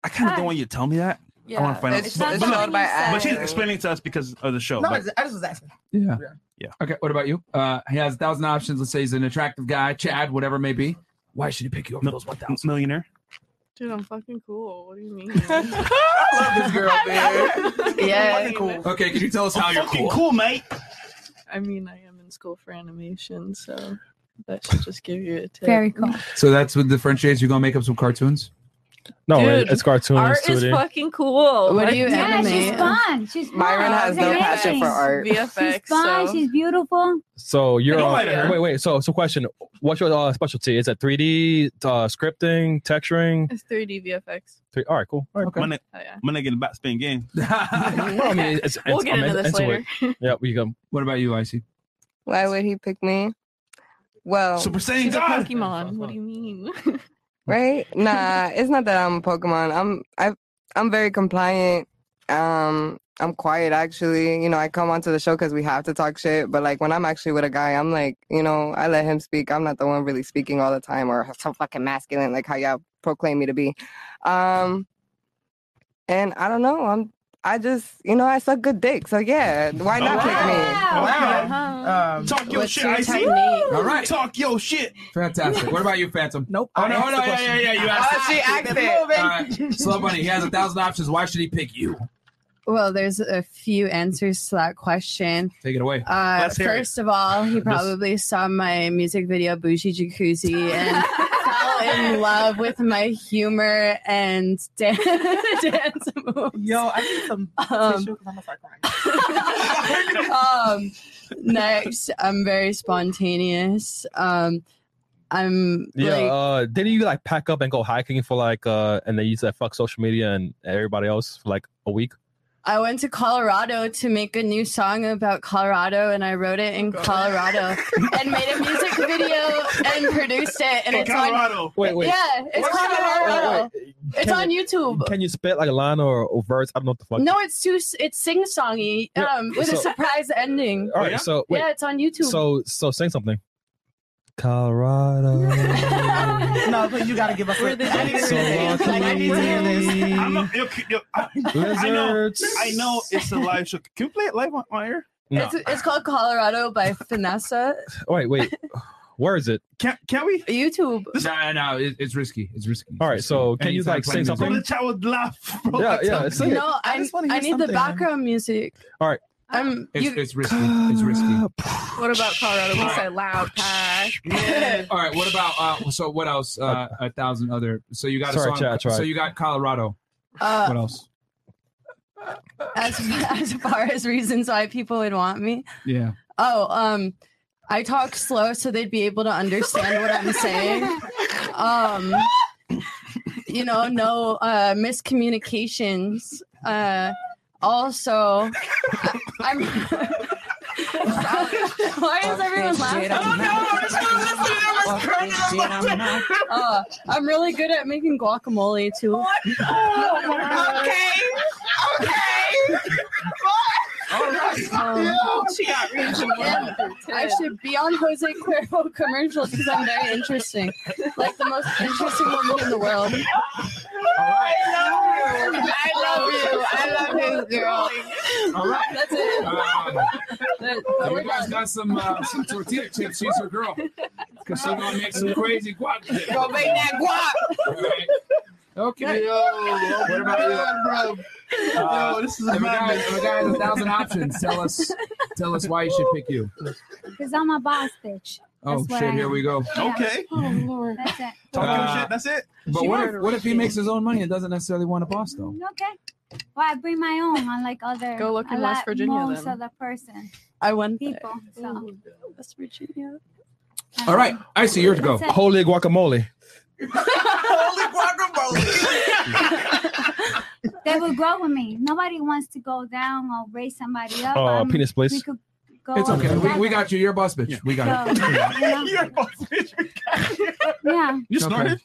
Speaker 6: I kind of don't want you to tell me that. I want
Speaker 11: Yeah.
Speaker 6: to find out.
Speaker 11: It's
Speaker 6: but,
Speaker 11: not
Speaker 6: but,
Speaker 11: something you
Speaker 6: but
Speaker 11: said.
Speaker 6: she's explaining it to us because of the show.
Speaker 11: no, I
Speaker 6: but-
Speaker 11: just, I just was asking.
Speaker 1: Yeah. Yeah. Okay. What about you? Uh, he has a thousand options. Let's say he's an attractive guy, Chad, whatever it may be. Why should he pick you over those one thousand?
Speaker 6: Millionaire.
Speaker 13: Dude, I'm fucking cool. What do you mean?
Speaker 1: This girl, man.
Speaker 13: yeah.
Speaker 1: Okay. Can you tell us how you're cool?
Speaker 6: mate.
Speaker 13: I mean, I am in school for animation, so that should just give you a tip.
Speaker 9: Very cool.
Speaker 1: So that's what differentiates. You're gonna make up some cartoons.
Speaker 2: No,
Speaker 13: Dude,
Speaker 2: it's cartoons.
Speaker 13: Art is fucking cool.
Speaker 9: What
Speaker 13: Like,
Speaker 9: do you Yeah, animate? she's fun. She's fun.
Speaker 12: Myron has no
Speaker 9: Amazing.
Speaker 12: passion for art.
Speaker 13: VFX,
Speaker 9: She's fun.
Speaker 13: so-
Speaker 9: She's beautiful.
Speaker 2: So you're
Speaker 9: Don't
Speaker 2: on-
Speaker 9: lie to her.
Speaker 2: wait, wait. So, so question: What's your uh, specialty? Is it 3D uh, scripting, texturing?
Speaker 13: It's 3D VFX.
Speaker 2: Three, all right, cool. All right,
Speaker 6: My nigga,
Speaker 13: Oh, yeah.
Speaker 6: my nigga in the back spin game.
Speaker 2: well, I mean, it's,
Speaker 13: We'll
Speaker 2: it's-
Speaker 13: get
Speaker 2: I mean,
Speaker 13: into
Speaker 2: it's-
Speaker 13: this
Speaker 2: it's-
Speaker 13: later.
Speaker 2: Yeah, we go.
Speaker 1: What about you, Icy?
Speaker 12: Why would he pick me? Well,
Speaker 1: Super Saiyan
Speaker 13: She's a Pokemon. What do you mean?
Speaker 12: right? Nah, it's not that I'm a Pokemon. I'm I I'm very compliant. Um, I'm quiet actually. You know, I come onto the show because we have to talk shit. But like when I'm actually with a guy, I'm like, you know, I let him speak. I'm not the one really speaking all the time or so fucking masculine like how y'all proclaim me to be. Um, and I don't know. I'm I just you know I suck good dick. So yeah, why not pick me?
Speaker 11: Wow. Um,
Speaker 6: Talk your
Speaker 11: what's
Speaker 6: shit,
Speaker 11: your
Speaker 6: Icy.
Speaker 11: technique?
Speaker 1: All right.
Speaker 6: Talk your shit.
Speaker 1: Fantastic. What about you, Phantom?
Speaker 11: Nope.
Speaker 1: Oh
Speaker 11: I
Speaker 1: no,
Speaker 11: asked
Speaker 1: oh,
Speaker 11: the
Speaker 1: no, yeah,
Speaker 11: question.
Speaker 1: yeah, yeah. You
Speaker 11: Oh,
Speaker 1: asked. it.
Speaker 11: she asked it.
Speaker 1: All right. Slow bunny. He has a thousand options. Why should he pick you?
Speaker 10: Well, there's a few answers to that question.
Speaker 1: Take it away.
Speaker 10: Uh, first of all, he probably saw my music video "Bougie Jacuzzi" and fell in love with my humor and dance, dance moves.
Speaker 11: Yo, I need some
Speaker 10: Um,
Speaker 11: tissue 'cause I'm gonna start crying.
Speaker 10: um, next, I'm very spontaneous. Um, I'm
Speaker 2: Yeah,
Speaker 10: like,
Speaker 2: uh, didn't you like pack up and go hiking for like, uh, and then you said fuck social media and everybody else for like a week?
Speaker 10: I went to Colorado to make a new song about Colorado, and I wrote it in Colorado and made a music video and produced it, and
Speaker 2: In
Speaker 10: it's
Speaker 2: Colorado.
Speaker 10: on.
Speaker 2: Wait, wait.
Speaker 10: Yeah, it's
Speaker 2: Wait,
Speaker 10: Colorado. It's
Speaker 2: Can-
Speaker 10: on YouTube.
Speaker 2: Can you spit like a line or, or verse? I don't know what the fuck.
Speaker 10: No, it's too. It's sing songy
Speaker 2: Yeah,
Speaker 10: um, with a
Speaker 2: so-
Speaker 10: surprise ending.
Speaker 2: All right, so wait.
Speaker 10: yeah, it's on YouTube.
Speaker 2: So, so sing something. Colorado.
Speaker 11: no, but you gotta give us. a- I need to
Speaker 2: So
Speaker 11: hear this. Like, I need to hear this.
Speaker 6: I'm a, yo, yo, I, I know.
Speaker 2: Lizards.
Speaker 6: I know it's a live show. Can we play it live on, on air?
Speaker 10: It's, it's called Colorado by Finessa.
Speaker 2: Wait, wait. Where is it?
Speaker 6: Can Can we?
Speaker 10: YouTube.
Speaker 1: No, no, it, it's risky. It's risky.
Speaker 2: All right, so
Speaker 1: And
Speaker 2: can you
Speaker 1: he's not
Speaker 2: like
Speaker 1: playing
Speaker 2: sing
Speaker 1: music.
Speaker 6: From the
Speaker 2: something?
Speaker 6: chat would laugh. Bro.
Speaker 2: Yeah,
Speaker 6: That's
Speaker 2: yeah,
Speaker 6: how-
Speaker 2: it's like-
Speaker 10: No, I,
Speaker 11: just wanna
Speaker 10: I
Speaker 11: hear
Speaker 10: need the
Speaker 11: something.
Speaker 10: background music.
Speaker 2: All right.
Speaker 10: Um,
Speaker 1: It's,
Speaker 10: you,
Speaker 1: it's risky. It's risky.
Speaker 13: What about Colorado? We said loud pack.
Speaker 1: All right. What about uh? So what else? Uh, a thousand other. So you got
Speaker 2: Sorry,
Speaker 1: a song.
Speaker 2: Chad, I tried.
Speaker 1: So you got Colorado.
Speaker 10: Uh,
Speaker 1: what else?
Speaker 10: as as far as reasons why people would want me.
Speaker 1: Yeah.
Speaker 10: Oh, um, I talk slow so they'd be able to understand what I'm saying. Um, you know, no uh, miscommunications. Uh, also, I, I'm. Why is everyone laughing? Uh, I'm really good at making guacamole too.
Speaker 3: Okay.
Speaker 10: Um, I should be on Jose Cuervo commercials because I'm very interesting. Like the most interesting woman in the world.
Speaker 3: I love you. I love this girl.
Speaker 1: All right.
Speaker 10: That's it.
Speaker 1: Uh, you guys got some uh, some tortilla chips. She's your girl. Cause she gonna make some crazy guac.
Speaker 3: Go make that guap.
Speaker 1: All right. Okay. what about you, bro?
Speaker 6: Yo, this is
Speaker 1: if a guy,
Speaker 6: madness.
Speaker 1: if a guy has a thousand options, tell us tell us why you should pick you.
Speaker 9: Because I'm a boss bitch.
Speaker 1: Oh
Speaker 9: That's what
Speaker 1: shit!
Speaker 9: I
Speaker 1: Here
Speaker 9: am.
Speaker 1: we go.
Speaker 6: Okay.
Speaker 9: Oh, Lord. That's it.
Speaker 6: Talking
Speaker 1: Uh,
Speaker 6: shit. That's it.
Speaker 1: But
Speaker 9: She
Speaker 1: what
Speaker 9: wanted
Speaker 1: if, what if he makes his own money and doesn't necessarily want a boss though?
Speaker 9: Okay. Well, I bring my own, unlike other.
Speaker 13: Go look in
Speaker 9: I
Speaker 13: West
Speaker 9: like
Speaker 13: Virginia,
Speaker 9: Most
Speaker 13: then.
Speaker 9: other person,
Speaker 10: I won
Speaker 9: people. So.
Speaker 10: West Virginia.
Speaker 1: All right, I see yours go.
Speaker 9: That's it.
Speaker 2: Holy guacamole.
Speaker 9: They will grow with me. Nobody wants to go down or raise somebody up.
Speaker 1: Oh,
Speaker 9: I'm-
Speaker 1: penis place.
Speaker 9: um, We could go
Speaker 1: It's
Speaker 9: up
Speaker 1: okay. We,
Speaker 9: together.
Speaker 1: we got you. You're a boss bitch. We got it.
Speaker 9: Yeah.
Speaker 1: You started.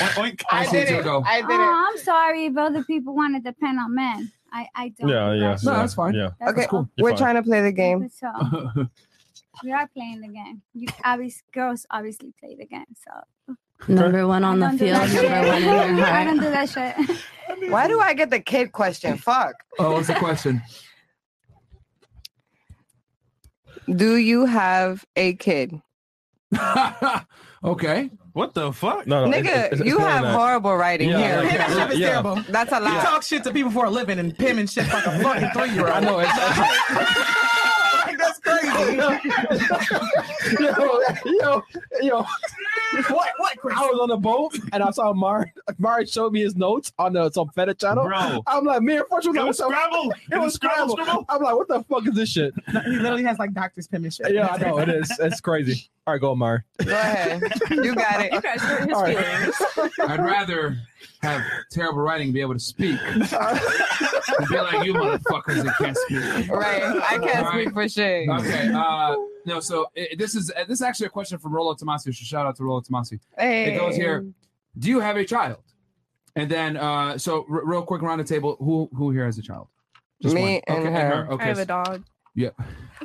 Speaker 5: I did it. I did it.
Speaker 9: Oh, I'm sorry if other people want to depend on men. I, I don't.
Speaker 2: Yeah, yeah.
Speaker 9: No,
Speaker 2: yeah,
Speaker 9: that's
Speaker 1: fine.
Speaker 2: Yeah.
Speaker 12: Okay,
Speaker 2: You're
Speaker 12: we're
Speaker 2: fine.
Speaker 12: trying to play the game.
Speaker 9: So we are playing the game. You obviously girls obviously play the game. So
Speaker 10: Number one on the
Speaker 9: don't do
Speaker 10: field,
Speaker 9: that
Speaker 10: number one in their
Speaker 9: shit. I
Speaker 10: heart.
Speaker 9: don't do that shit.
Speaker 12: Why do I get the kid question? Fuck.
Speaker 1: Oh, what's the question?
Speaker 12: Do you have a kid?
Speaker 1: okay.
Speaker 6: What the fuck?
Speaker 2: No,
Speaker 12: Nigga, you have horrible writing
Speaker 6: Yeah,
Speaker 12: here.
Speaker 6: yeah, That shit is yeah. terrible.
Speaker 12: That's a
Speaker 11: You
Speaker 12: lot.
Speaker 11: talk shit to people for a living and pim and shit like a fucking three year old. I know
Speaker 1: it's.
Speaker 11: That's crazy.
Speaker 2: yo, yo, yo. What? What? Chris? I was on the boat and I saw Mar. Mar showed me his notes on the some feta channel.
Speaker 6: Bro.
Speaker 2: I'm like, man, first was
Speaker 6: It
Speaker 2: like,
Speaker 6: was
Speaker 2: what the-
Speaker 6: Scrabble.
Speaker 2: It was Scrabble. I'm like, what the fuck is this shit?
Speaker 11: he literally has like doctor's pim and shit.
Speaker 2: Yeah, I know it is. It's crazy. All right, go, Mar.
Speaker 12: Go ahead. You got it.
Speaker 13: You guys hurt his
Speaker 2: All right.
Speaker 13: feelings.
Speaker 1: I'd rather have terrible writing and be able to speak. than be like you motherfuckers that can't speak.
Speaker 12: Right. I can't speak for shit.
Speaker 1: Okay. Uh, no. So eh, this is eh, this is actually a question from Rolo Tomasi. Shout out to Rolo Tomasi. It goes here. Do you have a child? And then, uh, so r- real quick around the table, who who here has a child?
Speaker 12: Me
Speaker 1: one.
Speaker 12: and
Speaker 1: okay,
Speaker 12: her.
Speaker 1: Okay.
Speaker 13: I have a dog.
Speaker 1: Yeah.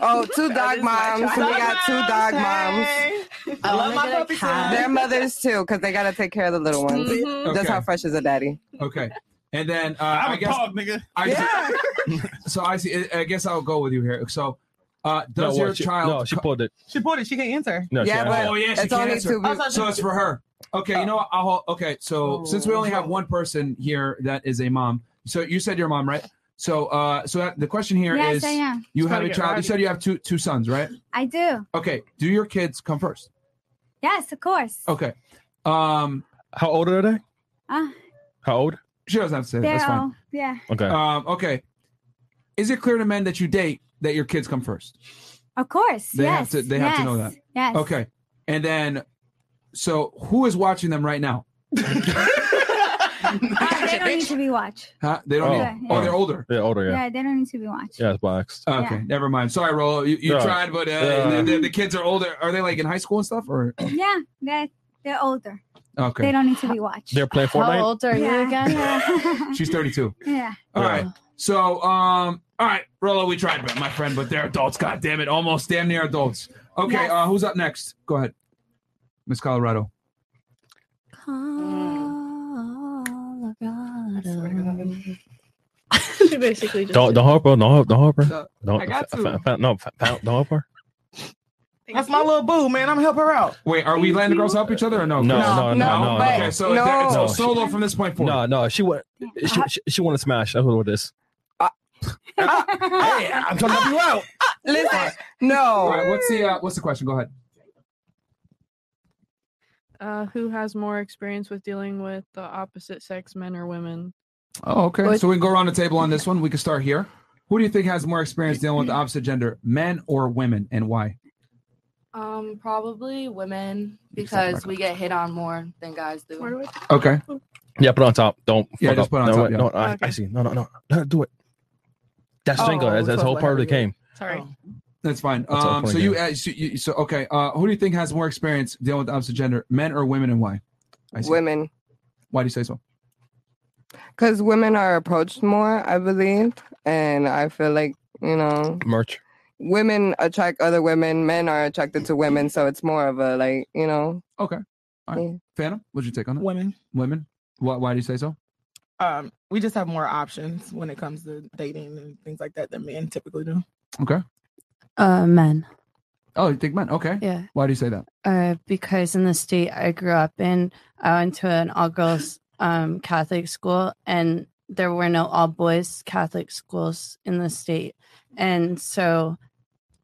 Speaker 12: Oh, two
Speaker 13: That
Speaker 12: dog
Speaker 13: is my
Speaker 12: moms. We got two dog moms.
Speaker 11: moms. I
Speaker 12: Oh
Speaker 11: love my puppy son.
Speaker 12: They're mothers too, because they gotta take care of the little ones.
Speaker 1: Mhm.
Speaker 12: Just how
Speaker 1: Okay.
Speaker 12: fresh is a daddy.
Speaker 1: Okay. And then uh, i
Speaker 6: a
Speaker 1: guess
Speaker 6: dog, nigga.
Speaker 1: I so I see. I guess I'll go with you here. So, uh,
Speaker 2: No,
Speaker 1: does
Speaker 2: well,
Speaker 1: your
Speaker 2: she-
Speaker 1: child?
Speaker 2: No, she pulled it.
Speaker 11: She bought it. She can't answer.
Speaker 2: No, she
Speaker 12: Yeah,
Speaker 2: had-
Speaker 12: but-
Speaker 1: oh yeah, she
Speaker 12: It's
Speaker 1: can
Speaker 12: only
Speaker 1: answer.
Speaker 12: two people. Oh.
Speaker 1: So it's for her. Okay, you know what? I'll hold, okay. So since we only have one person here that is a mom, so you said your mom, right? So, uh, so that- the question here is:
Speaker 9: Yes, I am.
Speaker 1: you
Speaker 9: She's
Speaker 1: have
Speaker 9: gotta
Speaker 1: a
Speaker 9: get
Speaker 1: child. You
Speaker 9: ready.
Speaker 1: said you have two two sons, right?
Speaker 9: I do.
Speaker 1: Okay. Do your kids come first?
Speaker 9: Yes, of course.
Speaker 1: Okay. Um,
Speaker 2: how old are they?
Speaker 9: Uh,
Speaker 2: How old?
Speaker 1: She doesn't have to say. that.
Speaker 9: they're
Speaker 1: That's fine.
Speaker 9: all yeah.
Speaker 2: Okay.
Speaker 1: Um, okay. Is it clear to men that you date that your kids come first?
Speaker 9: Of course.
Speaker 1: They
Speaker 9: yes.
Speaker 1: have to. They
Speaker 9: yes.
Speaker 1: have to know that.
Speaker 9: Yes.
Speaker 1: Okay. And then, so who is watching them right now?
Speaker 9: Uh, they don't need to be watched.
Speaker 1: Huh? They don't.
Speaker 9: Yeah,
Speaker 1: need,
Speaker 9: yeah.
Speaker 1: Oh, they're older.
Speaker 2: They're older.
Speaker 9: Yeah. they don't need to be watched.
Speaker 2: Yeah, it's boxed.
Speaker 1: Okay,
Speaker 9: Yeah.
Speaker 1: never mind. Sorry, Rolo. You, you
Speaker 2: Yeah.
Speaker 1: tried, but uh,
Speaker 2: Yeah.
Speaker 1: the, the, the kids are older. Are they like in high school and stuff? Or
Speaker 9: Yeah, they're they're older.
Speaker 1: okay,
Speaker 9: They don't need to be watched.
Speaker 2: They're playing
Speaker 10: How
Speaker 2: Fortnite.
Speaker 10: old are you
Speaker 9: Yeah,
Speaker 10: again?
Speaker 9: Yeah.
Speaker 1: she's thirty-two.
Speaker 9: yeah.
Speaker 1: All right. So, um, all right, Rolo, we tried, but my friend, but they're adults. God damn it, almost damn near adults. Okay,
Speaker 9: Yes.
Speaker 1: uh, who's up next? Go ahead, Miss Colorado.
Speaker 13: She basically just
Speaker 2: Don't
Speaker 13: did
Speaker 2: don't harp her. Don't harp. Don't harp her.
Speaker 11: So,
Speaker 2: Don't.
Speaker 11: I got
Speaker 2: fa-
Speaker 11: to.
Speaker 2: fa- fa- no, fa- fa- don't harp her.
Speaker 11: That's my little boo, man. I'm gonna help her out.
Speaker 1: Wait, are we letting the girls help each other or no?
Speaker 2: No,
Speaker 11: No,
Speaker 2: no, no, no.
Speaker 12: no, but-
Speaker 1: Okay, so
Speaker 12: No.
Speaker 1: it's
Speaker 2: No.
Speaker 1: so solo from this point forward.
Speaker 2: No, no, she went. She, she, she want to smash. That's what it is. hey, I'm trying to help you out.
Speaker 12: Listen,
Speaker 1: All
Speaker 12: no.
Speaker 1: right, what's the uh, what's the question? Go ahead.
Speaker 13: Uh, who has more experience with dealing with the opposite sex, men or women?
Speaker 1: Oh, okay.
Speaker 13: But-
Speaker 1: so we can go around the table on this one. We can start here. Who do you think has more experience dealing with the opposite gender, men or women, and why?
Speaker 14: Um, probably women because we get hit on more than guys do.
Speaker 13: Where do I
Speaker 1: Okay.
Speaker 2: Yeah, put it on top. Don't.
Speaker 1: Yeah,
Speaker 2: fuck
Speaker 1: just
Speaker 2: up.
Speaker 1: put it on
Speaker 2: no,
Speaker 1: top,
Speaker 2: wait,
Speaker 1: yeah.
Speaker 2: No, I, I
Speaker 13: Okay.
Speaker 2: see. No, no, no. Let her do it. That's
Speaker 11: Oh,
Speaker 2: single. That's,
Speaker 11: we're
Speaker 2: that's the whole
Speaker 11: supposed to
Speaker 2: part of the
Speaker 11: let her do it.
Speaker 2: game.
Speaker 13: Sorry.
Speaker 1: That's fine.
Speaker 2: That's all
Speaker 1: um,
Speaker 2: for
Speaker 1: so
Speaker 2: the
Speaker 1: you,
Speaker 2: game.
Speaker 1: uh, so, you, so okay. Uh, who do you think has more experience dealing with the opposite gender, men or women, and why? I see.
Speaker 12: Women.
Speaker 1: Why do you say so?
Speaker 12: Because women are approached more, I believe. And I feel like, you know,
Speaker 2: Merch.
Speaker 12: women attract other women, men are attracted to women, so it's more of a like, you know.
Speaker 1: Okay. All right.
Speaker 12: Yeah.
Speaker 1: Phantom, what's your take on that?
Speaker 11: Women.
Speaker 1: Women. Why, why do you say so?
Speaker 11: Um, we just have more options when it comes to dating and things like that than men typically do.
Speaker 1: Okay.
Speaker 10: Uh, men.
Speaker 1: Oh, you think men? Okay.
Speaker 10: Yeah.
Speaker 1: Why do you say that?
Speaker 10: Uh, because in the state I grew up in, I went to an all girls um, Catholic school, and there were no all boys Catholic schools in the state. And so,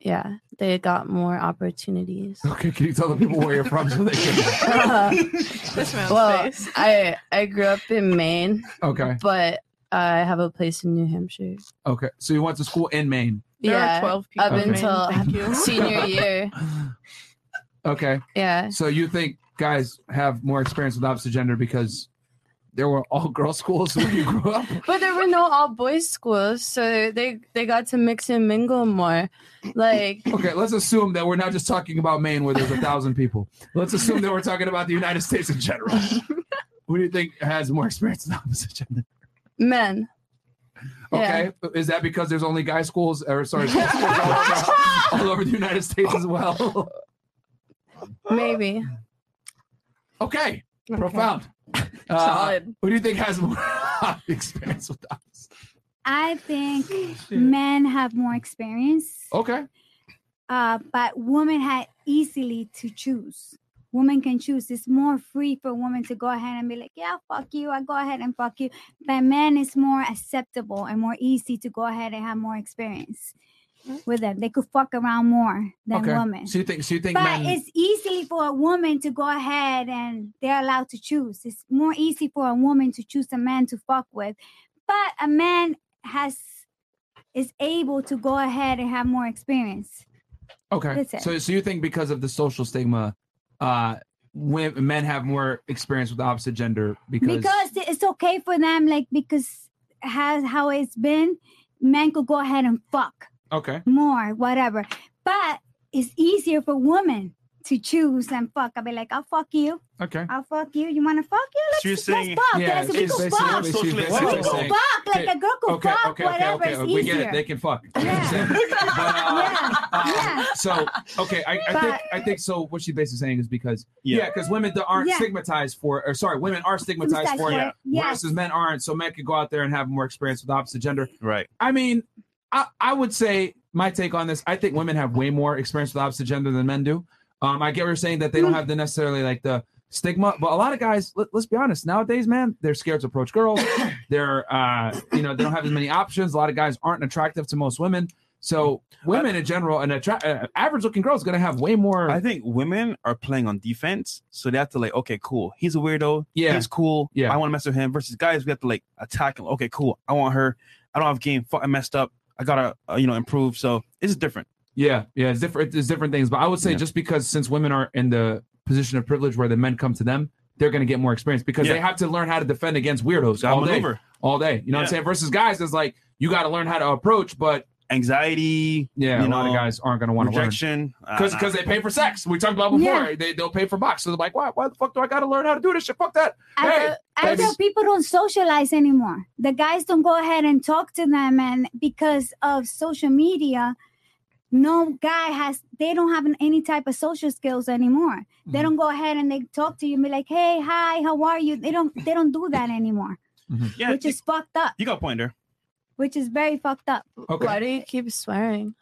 Speaker 10: yeah, they got more opportunities.
Speaker 1: Okay. Can you tell the people where you're from so they can?
Speaker 10: Uh,
Speaker 13: This man's
Speaker 10: well,
Speaker 13: face.
Speaker 10: I, I grew up in Maine,
Speaker 1: Okay.
Speaker 10: but I have a place in New Hampshire.
Speaker 1: Okay, so you went to school in Maine.
Speaker 13: There are 12 people
Speaker 10: up
Speaker 1: in Maine,
Speaker 10: until
Speaker 13: thank you.
Speaker 10: senior year.
Speaker 1: Okay.
Speaker 10: Yeah.
Speaker 1: So you think guys have more experience with opposite gender because there were all girl schools when you grew up?
Speaker 10: But there were no all boys schools, so they they got to mix and mingle more. Like
Speaker 1: Okay, let's assume that we're not just talking about Maine where there's a thousand people. Let's assume that we're talking about the United States in general. Who do you think has more experience with opposite gender?
Speaker 10: men.
Speaker 1: Okay. Is that because there's only guy schools or sorry, girl schools all over, all over the United States as well?
Speaker 10: Maybe.
Speaker 1: Okay. Profound. Uh,
Speaker 10: Solid.
Speaker 1: Who do you think has more experience with that?
Speaker 9: I think men have more experience,
Speaker 1: Oh, Okay.
Speaker 9: uh, but women had easily to choose. Women can choose. It's more free for women to go ahead and be like, yeah, fuck you. I go ahead and fuck you. But men is more acceptable and more easy to go ahead and have more experience with them. They could fuck around more than
Speaker 1: Mm-hmm. okay.
Speaker 9: women.
Speaker 1: So you think so you think
Speaker 9: but
Speaker 1: men
Speaker 9: it's easily for a woman to go ahead and they're allowed to choose. It's more easy for a woman to choose a man to fuck with, but a man has is able to go ahead and have more experience.
Speaker 1: Okay.
Speaker 9: That's it.
Speaker 1: So, so you think because of the social stigma, uh, when men have more experience with the opposite gender because,
Speaker 9: because it- it's okay for them, like because has how it's been, men could go ahead and fuck.
Speaker 1: okay,
Speaker 9: more, whatever. But it's easier for women to choose and fuck. I'll be like, I'll fuck you.
Speaker 1: Okay.
Speaker 9: I'll fuck you. You wanna fuck you? Let's,
Speaker 6: So you're saying-
Speaker 9: let's fuck.
Speaker 6: Yeah,
Speaker 9: let's, we
Speaker 6: she's
Speaker 9: can
Speaker 6: basically-
Speaker 9: fuck.
Speaker 6: she's
Speaker 9: We
Speaker 6: basically
Speaker 9: can
Speaker 1: saying-
Speaker 9: fuck. Like a girl can
Speaker 1: okay,
Speaker 9: fuck.
Speaker 1: okay, okay,
Speaker 9: whatever.
Speaker 1: okay,
Speaker 9: It's
Speaker 1: we
Speaker 9: easier.
Speaker 1: get it. They can fuck. I understand. Uh, So okay, I, I think I think so. What she basically saying is because yeah, because women that aren't
Speaker 9: Yeah.
Speaker 1: stigmatized for, or sorry, women are stigmatized for it,
Speaker 9: Stigmatized for it, yeah.
Speaker 1: versus men aren't. So men could go out there and have more experience with the opposite gender.
Speaker 6: Right.
Speaker 1: I mean, I I would say my take on this. I think women have way more experience with the opposite gender than men do. Um, I get what you're saying that they don't have the necessarily like the stigma, but a lot of guys, let, let's be honest, nowadays, man, they're scared to approach girls. they're uh, you know, they don't have as many options. A lot of guys aren't attractive to most women. So women in general, an attra- uh, average looking girl is gonna have way more.
Speaker 6: I think women are playing on defense, so they have to like, okay, cool, he's a weirdo.
Speaker 1: Yeah.
Speaker 6: he's cool.
Speaker 1: Yeah.
Speaker 6: I want to mess with him. Versus guys, we have to like attack him. Okay, cool, I want her. I don't have game. Fuck, I messed up. I gotta, uh, you know, improve. So it's different.
Speaker 1: Yeah, yeah, it's different. It's different things, but I would say just because since women are in the position of privilege where the men come to them, they're going to get more experience because
Speaker 6: Yeah.
Speaker 1: they have to learn how to defend against weirdos all
Speaker 6: maneuver.
Speaker 1: day, all day. You know what I'm
Speaker 6: Yeah.
Speaker 1: saying? Versus guys, it's like you got to learn how to approach, but
Speaker 6: anxiety.
Speaker 1: Yeah,
Speaker 6: you
Speaker 1: a lot of
Speaker 6: know,
Speaker 1: guys aren't going to want to learn
Speaker 6: rejection. Ah,
Speaker 1: because
Speaker 6: nah.
Speaker 1: they pay for sex. We talked about before.
Speaker 9: Yeah.
Speaker 1: They they'll pay for box. So they're like, why why the fuck do I got to learn how to do this shit? Fuck that.
Speaker 9: I,
Speaker 1: hey,
Speaker 9: feel- I
Speaker 1: babies.
Speaker 9: feel people don't socialize anymore. The guys don't go ahead and talk to them, and because of social media, no guy has. They don't have any type of social skills anymore.
Speaker 2: Mm-hmm.
Speaker 9: They don't go ahead and they talk to you and be like, "Hey, hi, how are you?" They don't. They don't do that anymore,
Speaker 6: yeah,
Speaker 9: which is fucked up.
Speaker 6: you got a point there.
Speaker 9: Which is very fucked up.
Speaker 1: Okay. Why
Speaker 10: do you keep swearing?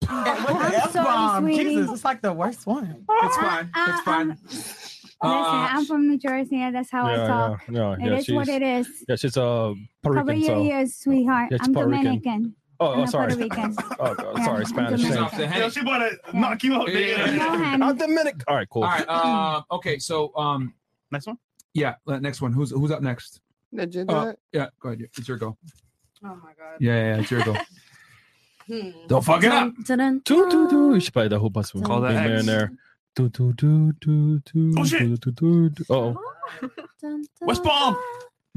Speaker 11: What the
Speaker 9: I'm sorry,
Speaker 11: F-bomb?
Speaker 9: sweetie.
Speaker 11: Jesus, it's like the worst one.
Speaker 1: It's fine. It's fine.
Speaker 9: Listen,
Speaker 2: Uh,
Speaker 9: I'm from New Jersey, and that's how I talk.
Speaker 2: yeah,
Speaker 9: It is what it is.
Speaker 2: Yeah, she's a Puerto
Speaker 9: Cover
Speaker 2: Rican.
Speaker 9: your
Speaker 2: So.
Speaker 9: ears, sweetheart.
Speaker 2: Yeah, she's
Speaker 9: I'm
Speaker 2: Puerto Rican.
Speaker 9: Dominican.
Speaker 2: Oh,
Speaker 9: I'm
Speaker 2: oh,
Speaker 9: a
Speaker 2: sorry.
Speaker 9: Puerto Rican.
Speaker 2: Oh, God,
Speaker 9: Yeah,
Speaker 2: sorry,
Speaker 9: I'm
Speaker 2: Spanish.
Speaker 1: She's
Speaker 2: thing.
Speaker 1: off the Yeah,
Speaker 6: she about to knock you out.
Speaker 2: I'm Dominican. All right, cool.
Speaker 1: All right. Um. okay. So. Um.
Speaker 6: Next one.
Speaker 1: Yeah. uh, Next one. Who's who's up next?
Speaker 12: Did you do
Speaker 1: Uh,
Speaker 12: it?
Speaker 1: yeah. Go ahead. It's your go.
Speaker 14: Oh my god.
Speaker 1: Yeah. Yeah. yeah, It's your go.
Speaker 14: Hmm.
Speaker 1: Don't fuck it up.
Speaker 14: Dun-dun.
Speaker 2: Doo, doo, doo. You should play the whole bus.
Speaker 6: Call that X.
Speaker 2: millionaire. Do, do, do, do, do,
Speaker 6: Oh, shit.
Speaker 2: do, do, do. Oh,
Speaker 6: West Palm.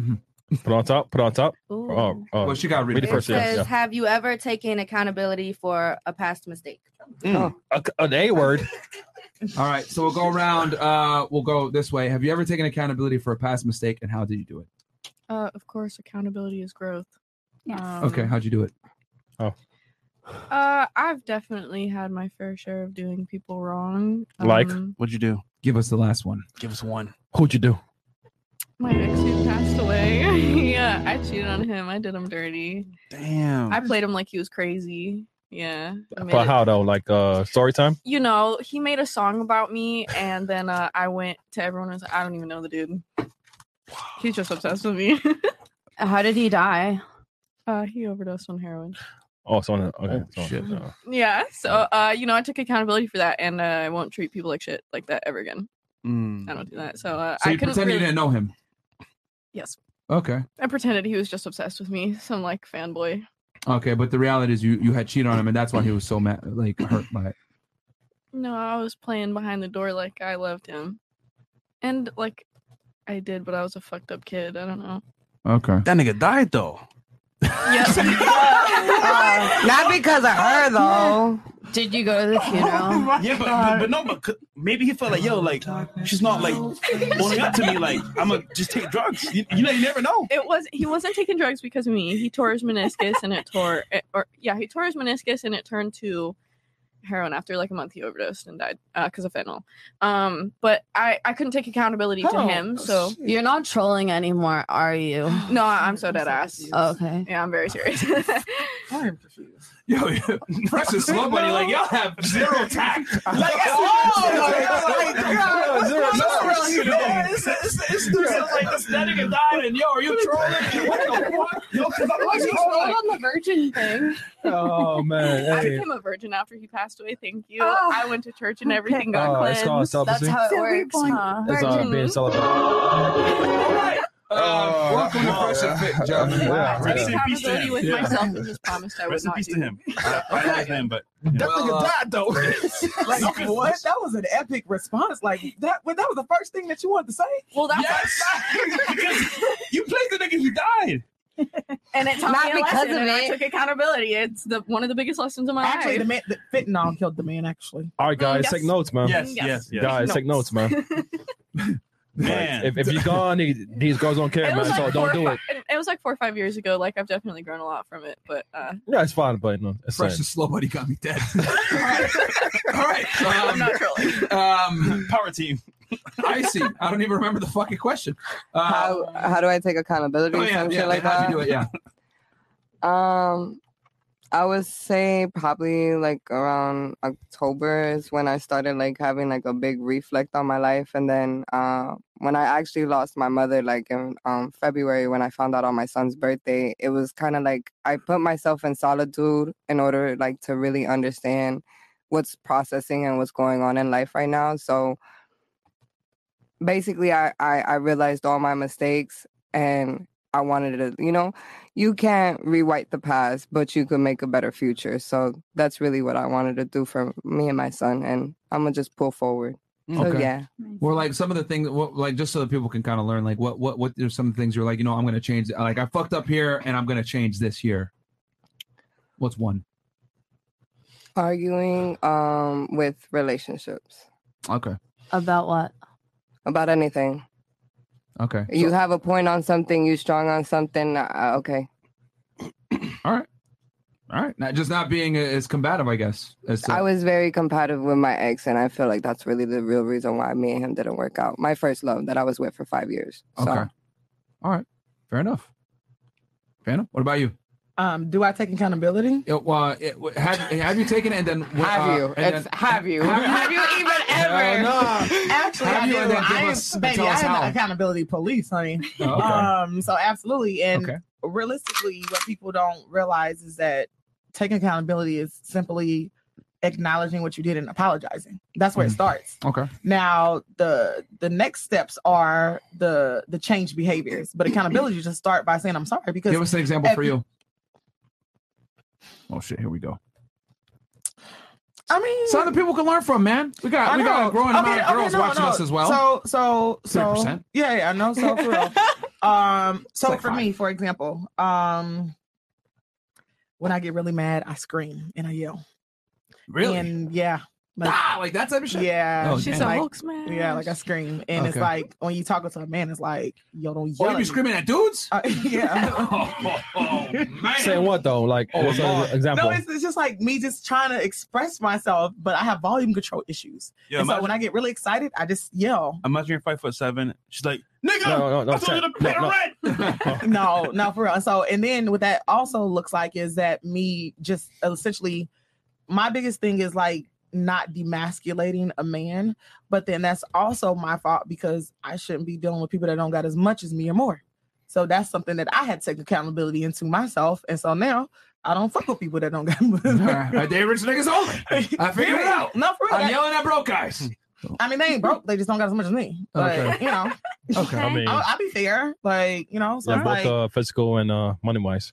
Speaker 2: put it on top. Put it on top. Oh, oh.
Speaker 1: Well, she got rid
Speaker 2: read
Speaker 1: of
Speaker 2: it
Speaker 1: it.
Speaker 2: first. Yeah,
Speaker 14: Says,
Speaker 2: yeah.
Speaker 14: have you ever taken accountability for a past mistake?
Speaker 2: Mm. A, an A word.
Speaker 1: Oh. All right, so we'll go around. Uh, we'll go this way. Have you ever taken accountability for a past mistake, and how did you do it?
Speaker 13: Uh, of course, accountability is growth. Um,
Speaker 1: Okay, how'd you do it?
Speaker 2: Oh,
Speaker 13: Uh, I've definitely had my fair share of doing people wrong.
Speaker 2: Like?
Speaker 13: Um,
Speaker 6: What'd you do?
Speaker 1: Give us the last one.
Speaker 6: Give us one.
Speaker 2: Who'd you do?
Speaker 13: my ex who passed away. yeah, I cheated on him. I did him dirty.
Speaker 6: Damn.
Speaker 1: Oh.
Speaker 13: I played him like he was crazy. Yeah. I made
Speaker 2: But
Speaker 13: it-
Speaker 2: how though? Like uh, story time.
Speaker 13: you know, he made a song about me, and then uh, I went to everyone and was like, I don't even know the dude. He's just obsessed with me.
Speaker 10: How did he die?
Speaker 13: Uh, he overdosed on heroin.
Speaker 2: Oh, so okay. so, uh,
Speaker 13: Yeah, so
Speaker 1: Oh.
Speaker 13: uh, you know, I took accountability for that, and uh, I won't treat people like shit
Speaker 2: Mm.
Speaker 13: like that ever again. I don't do that. So, uh,
Speaker 1: Hmm. So
Speaker 13: I
Speaker 1: you
Speaker 13: couldn't
Speaker 1: pretended you
Speaker 13: really-
Speaker 1: didn't know him.
Speaker 13: Yes.
Speaker 1: Okay.
Speaker 13: I pretended he was just obsessed with me, some like fanboy.
Speaker 1: Okay, but the reality is you you had cheated on him, and that's why he was so mad, like hurt by it.
Speaker 13: No, I was playing behind the door like I loved him. And like I did, but I was a fucked up kid. I don't know.
Speaker 1: Okay.
Speaker 6: That nigga died though.
Speaker 12: Uh,
Speaker 5: Not because of her though.
Speaker 14: Did you go to the
Speaker 6: Oh
Speaker 14: funeral?
Speaker 6: yeah, but, but but no, but c- maybe he felt like yo, like she's not like owning up to me. Like I'm gonna just take drugs. You, you know, you never know.
Speaker 13: It was he wasn't taking drugs because of me. He tore his meniscus and it tore it, or yeah, he tore his meniscus and it turned to heroin after like a month he overdosed and died because of fentanyl. Um, but I I couldn't take accountability to
Speaker 14: Oh,
Speaker 13: him, so
Speaker 14: You're not trolling anymore, are you?
Speaker 13: no, I- I'm so dead ass.
Speaker 14: Okay.
Speaker 13: Yeah, I'm very serious.
Speaker 1: Yo, Fresh is slow, buddy. Like y'all have zero tact.
Speaker 3: Like, oh, my God.
Speaker 1: Zero
Speaker 3: What's
Speaker 1: tact.
Speaker 3: wrong with you?
Speaker 1: Yeah, it's- it's- it's- it's like this nigga died, and yo, are you trolling? What the fuck? Yo, 'cause I'm like, yo, like-
Speaker 13: on the virgin thing.
Speaker 2: Oh man.
Speaker 13: I
Speaker 2: hey.
Speaker 13: became a virgin after he passed away. Thank you.
Speaker 14: Oh.
Speaker 13: I went to church and everything
Speaker 2: Oh,
Speaker 13: got cleansed.
Speaker 2: it's called celibacy.
Speaker 14: That's how it works.
Speaker 13: uh,
Speaker 2: It's all being celebrated. Oh,
Speaker 1: Uh, welcome to Fresh and Fit, Joe.
Speaker 13: I took accountability with myself and just promised I would
Speaker 6: Rest in
Speaker 13: not
Speaker 6: peace
Speaker 13: do.
Speaker 6: to uh, him. I, I know his name, but you know.
Speaker 2: uh,
Speaker 1: though.
Speaker 11: like what? That was an epic response. Like that. That was the first thing that you wanted to say.
Speaker 13: Well, that's
Speaker 6: you played the nigga. He died.
Speaker 13: and it taught
Speaker 5: Not
Speaker 13: me a
Speaker 5: because
Speaker 13: lesson,
Speaker 5: of
Speaker 13: and I
Speaker 5: it.
Speaker 13: took accountability. It's the one of the biggest lessons of my
Speaker 11: Actually, the
Speaker 13: life.
Speaker 11: man, the fentanyl killed the man. Actually,
Speaker 2: All right, guys,
Speaker 13: Yes.
Speaker 2: take notes, man.
Speaker 13: Yes, Yes, yes, yes.
Speaker 2: Guys, take notes, man. man, if, if you're gone, these these girls don't care,
Speaker 13: It
Speaker 2: man.
Speaker 13: was, like
Speaker 2: so
Speaker 13: four
Speaker 2: don't
Speaker 13: or
Speaker 2: do
Speaker 13: fi- it-
Speaker 2: it.
Speaker 13: it was like four or five years ago. Like I've definitely grown a lot from it, but uh,
Speaker 2: Yeah, it's fine, but no, it's
Speaker 1: Fresh
Speaker 2: fine.
Speaker 1: and slow, buddy, got me dead. All right,
Speaker 13: I'm not trolling.
Speaker 1: um,
Speaker 6: power team.
Speaker 1: I see. I don't even remember the fucking question. Uh,
Speaker 12: how how do I take accountability?
Speaker 1: oh
Speaker 12: or
Speaker 1: yeah,
Speaker 12: some
Speaker 1: yeah,
Speaker 12: shit like
Speaker 1: how'd
Speaker 12: that.
Speaker 1: you do it? Yeah.
Speaker 12: Um, I would say probably like around October is when I started like having like a big reflect on my life, and then uh, when I actually lost my mother, like in um, February when I found out on my son's birthday, it was kind of like I put myself in solitude in order like to really understand what's processing and what's going on in life right now. So basically I, I i realized all my mistakes and i wanted to you know you can't rewrite the past but you can make a better future so that's really what i wanted to do for me and my son and i'm gonna just pull forward so yeah
Speaker 1: Or like some of the things, what, like just so that people can kind of learn, like what what what are some things you're like, you know, I'm gonna change. Like I fucked up here, and I'm gonna change this here. What's one?
Speaker 12: arguing um with relationships
Speaker 1: Okay.
Speaker 14: About what?
Speaker 12: about anything
Speaker 1: Okay.
Speaker 12: you have a point on something you strong on something uh, okay
Speaker 1: All right. Not just not being as combative, I guess. As to-
Speaker 12: I was very competitive with my ex, and I feel like that's really the real reason why me and him didn't work out. My first love that I was with for five years. So.
Speaker 1: Okay. All right. Fair enough. Fair enough. What about you?
Speaker 11: Um, do I take accountability?
Speaker 1: It, uh, it, have, have you taken it? And then what-
Speaker 11: Have
Speaker 1: uh,
Speaker 11: you?
Speaker 1: and
Speaker 11: It's- have you?
Speaker 5: Have you even ever?
Speaker 1: Hell no.
Speaker 11: Actually,
Speaker 1: Have
Speaker 11: I
Speaker 1: you
Speaker 11: do.
Speaker 1: and then give
Speaker 11: I am,
Speaker 1: us-
Speaker 11: baby,
Speaker 1: tell
Speaker 11: I
Speaker 1: us
Speaker 11: am
Speaker 1: how.
Speaker 11: the accountability police, honey.
Speaker 1: Oh, okay.
Speaker 11: Um, so absolutely, and
Speaker 1: Okay.
Speaker 11: realistically, what people don't realize is that taking accountability is simply acknowledging what you did and apologizing. That's where it
Speaker 1: Mhm.
Speaker 11: starts.
Speaker 1: Okay.
Speaker 11: Now, the the next steps are the the change behaviors, but accountability you just start by saying I'm sorry because
Speaker 1: Give us an example
Speaker 11: at
Speaker 1: for
Speaker 11: the-
Speaker 1: you. Oh shit! Here we go.
Speaker 11: I mean,
Speaker 1: something people can learn from, man. We got
Speaker 11: I
Speaker 1: we got
Speaker 11: know.
Speaker 1: a growing
Speaker 11: Okay,
Speaker 1: amount of
Speaker 11: okay,
Speaker 1: girls
Speaker 11: no,
Speaker 1: watching
Speaker 11: no.
Speaker 1: us as
Speaker 11: So
Speaker 1: well.
Speaker 11: so so
Speaker 1: 3%.
Speaker 11: yeah, yeah, I know. So for real. um, so
Speaker 1: like
Speaker 11: for
Speaker 1: five.
Speaker 11: me, for example, um, when I get really mad, I scream and I yell.
Speaker 1: Really?
Speaker 11: And yeah.
Speaker 1: Ah, like that type of shit?
Speaker 11: Yeah.
Speaker 1: Oh, She's damn. a
Speaker 11: like-
Speaker 1: Hulk
Speaker 13: smash.
Speaker 11: Yeah, like I scream. And it's
Speaker 1: Okay.
Speaker 11: like when you talk to a man, it's like, yo, don't yell.
Speaker 1: oh, you be
Speaker 11: at me.
Speaker 1: screaming at dudes?
Speaker 11: Uh, yeah.
Speaker 2: Saying what though? Like, what's an example?
Speaker 11: Oh, No, it's, it's just like me just trying to express myself, but I have volume control issues.
Speaker 6: Yeah,
Speaker 11: and so
Speaker 6: imagine-
Speaker 11: when I get really excited, I just yell.
Speaker 6: Imagine you're five foot seven. She's like, nigga,
Speaker 2: No, no, no,
Speaker 6: I told you to
Speaker 2: no,
Speaker 6: pay the
Speaker 2: no.
Speaker 6: rent.
Speaker 11: no, no, for real. So, and then what that also looks like is that me just essentially, my biggest thing is like not demasculating a man, but then that's also my fault because I shouldn't be dealing with people that don't got as much as me or more. So that's something that I had to take accountability into myself, and so now I don't fuck with people that don't got.
Speaker 1: Are they rich niggas only? I figured it out.
Speaker 11: No, for real.
Speaker 1: I'm yelling at broke guys.
Speaker 11: I mean, they ain't broke. They just don't got as much as me. But
Speaker 1: Okay.
Speaker 11: you know,
Speaker 2: Okay. I mean-
Speaker 11: I'll, I'll be fair. Like you know, so
Speaker 2: yeah,
Speaker 11: I'm
Speaker 2: both
Speaker 11: like,
Speaker 2: uh, physical and uh, money wise.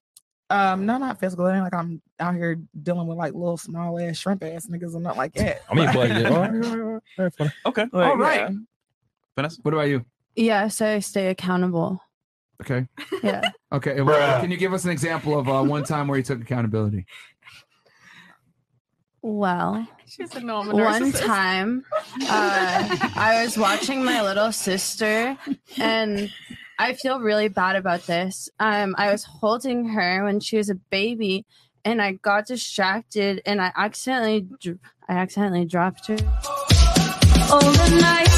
Speaker 11: um, no, not physical. It ain't like I'm out here dealing with like little small ass shrimp ass niggas and nothing like that.
Speaker 2: I mean, but yeah, all
Speaker 6: okay,
Speaker 11: Like,
Speaker 1: all right.
Speaker 11: yeah.
Speaker 1: Vanessa, what about you?
Speaker 10: Yeah, so I stay accountable.
Speaker 1: Okay.
Speaker 10: Yeah.
Speaker 1: Okay. well, can you give us an example of uh, one time where you took accountability?
Speaker 10: Well,
Speaker 13: She's a normal
Speaker 10: one
Speaker 13: narcissist.
Speaker 10: time uh, I was watching my little sister, and I feel really bad about this. Um, I was holding her when she was a baby, and I got distracted, and I accidentally, dr- I accidentally dropped her.
Speaker 3: All the night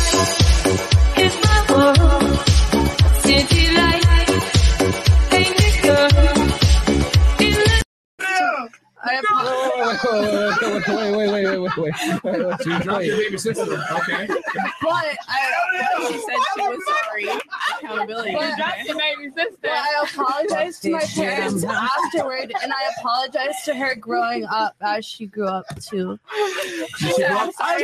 Speaker 3: is my world. City light, painted girl. In the
Speaker 13: Oh,
Speaker 1: wait, wait, wait, wait, wait, wait, wait, wait. So you dropped your baby sister. Okay.
Speaker 13: But I, she said she was sorry. Accountability.
Speaker 10: But- But I apologized to my parents afterward, and I apologized to her growing up as she grew up too.
Speaker 3: should grow up-
Speaker 5: I'm sorry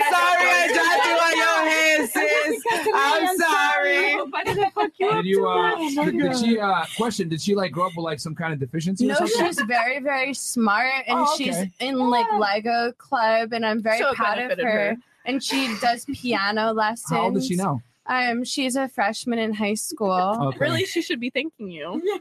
Speaker 5: I dropped you on your hands, sis. I'm sorry.
Speaker 13: Oh,
Speaker 1: Did you? Uh,
Speaker 10: too much.
Speaker 1: did, did she? Uh, question: Did she like grow up with like some kind of deficiency?
Speaker 10: No,
Speaker 1: or something?
Speaker 10: she's very, very smart, and
Speaker 1: Oh,
Speaker 10: she's
Speaker 1: okay.
Speaker 10: in like Lego club, and I'm very
Speaker 13: So it
Speaker 10: proud of
Speaker 13: benefited
Speaker 10: her.
Speaker 13: her.
Speaker 10: And she does piano lessons.
Speaker 1: How old is she now?
Speaker 10: Um, she's a freshman in high school.
Speaker 1: Okay. Really,
Speaker 13: she should be thanking you.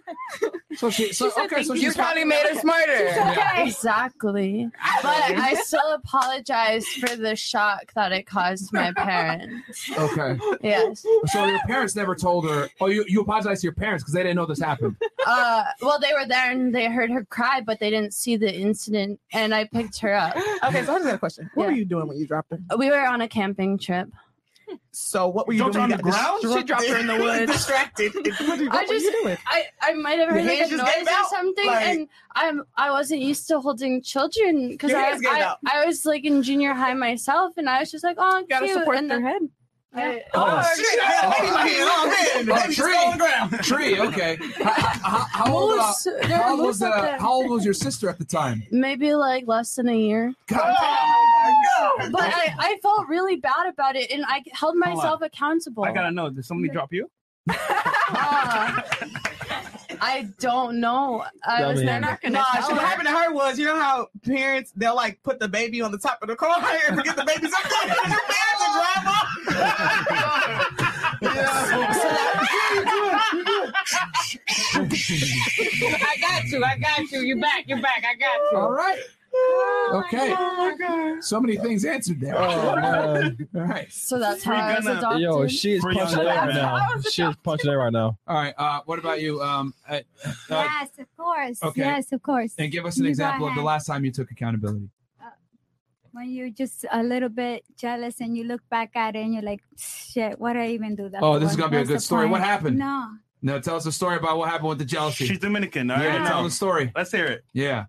Speaker 1: So she. So
Speaker 13: She said
Speaker 1: okay.
Speaker 13: thank
Speaker 1: So
Speaker 13: you.
Speaker 1: she's
Speaker 13: You probably made her smarter.
Speaker 1: Yeah.
Speaker 10: Exactly. But I still apologize for the shock that it caused my parents.
Speaker 1: Okay.
Speaker 10: Yes.
Speaker 1: So your parents never told her. Oh, you you apologized to your parents because they didn't know this happened.
Speaker 10: Uh, well, they were there and they heard her cry, but they didn't see the incident. And I picked her up.
Speaker 11: Okay, so I just got a question. What were you doing when you dropped her?
Speaker 10: We were on a camping trip.
Speaker 11: So what were you
Speaker 10: Dropped
Speaker 11: doing?
Speaker 10: her on
Speaker 11: when
Speaker 10: the
Speaker 11: you got
Speaker 10: ground? She dropped her in the woods.
Speaker 11: distracted. What were
Speaker 10: I
Speaker 11: you
Speaker 10: just,
Speaker 11: doing?
Speaker 10: I, I might have
Speaker 11: Your
Speaker 10: heard like
Speaker 11: hands
Speaker 10: a
Speaker 11: just
Speaker 10: noise
Speaker 11: gave
Speaker 10: or
Speaker 11: out?
Speaker 10: something,
Speaker 11: Like-
Speaker 10: and I'm, I wasn't used to holding children because
Speaker 11: Your
Speaker 10: I,
Speaker 11: hands gave
Speaker 10: I,
Speaker 11: out.
Speaker 10: I was like in junior high myself, and I was just like, oh,
Speaker 13: Gotta
Speaker 10: cute.
Speaker 13: support
Speaker 10: and
Speaker 13: their
Speaker 10: head. I,
Speaker 1: Oh,
Speaker 10: oh,
Speaker 1: shit.
Speaker 10: shit.
Speaker 1: Oh,
Speaker 3: man. Baby's
Speaker 1: tree.
Speaker 3: still on the
Speaker 1: Tree. Okay. How, how, how old? Uh,
Speaker 10: Moose. There
Speaker 1: how
Speaker 10: are
Speaker 1: old
Speaker 10: moose
Speaker 1: was
Speaker 10: up
Speaker 1: uh,
Speaker 10: there.
Speaker 1: How old was your sister at the time?
Speaker 10: maybe like less than a year.
Speaker 6: Oh
Speaker 10: But I, I felt really bad about it, and I held
Speaker 6: on.
Speaker 10: myself accountable.
Speaker 6: I gotta know. Did somebody drop you?
Speaker 10: Uh, I don't know. I
Speaker 6: Yeah, I
Speaker 10: was
Speaker 6: mean-
Speaker 10: never-
Speaker 6: They're not
Speaker 11: Nah, she, what happened to her was, you know how parents they'll like put the baby on the top of the car and forget the baby's up there and the parents will drive off.
Speaker 5: I got you. I got you. You back. You back. I got you.
Speaker 1: All right. Okay. So many things answered there. Oh, man. All right.
Speaker 10: So that's
Speaker 1: Free
Speaker 10: how I was
Speaker 1: Gunna.
Speaker 10: adopted.
Speaker 2: Yo, she is punching it right now. She is punching it right now.
Speaker 1: All right. Uh, what about you? Um, uh, uh,
Speaker 9: yes, of course.
Speaker 1: okay.
Speaker 9: Yes, of course.
Speaker 1: and give us an
Speaker 9: You go
Speaker 1: example of the
Speaker 9: ahead.
Speaker 1: last time you took accountability.
Speaker 9: When you're just a little bit jealous and you look back at it and you're like, shit, what did I even do that?
Speaker 1: Oh, this
Speaker 9: for?
Speaker 1: is gonna be a
Speaker 9: What's
Speaker 1: good
Speaker 9: the
Speaker 1: story. What happened?
Speaker 9: No.
Speaker 1: No, tell us a story about what happened with the jealousy.
Speaker 6: She's Dominican. All right,
Speaker 1: Yeah,
Speaker 6: no.
Speaker 1: tell the story.
Speaker 6: Let's hear it.
Speaker 1: Yeah.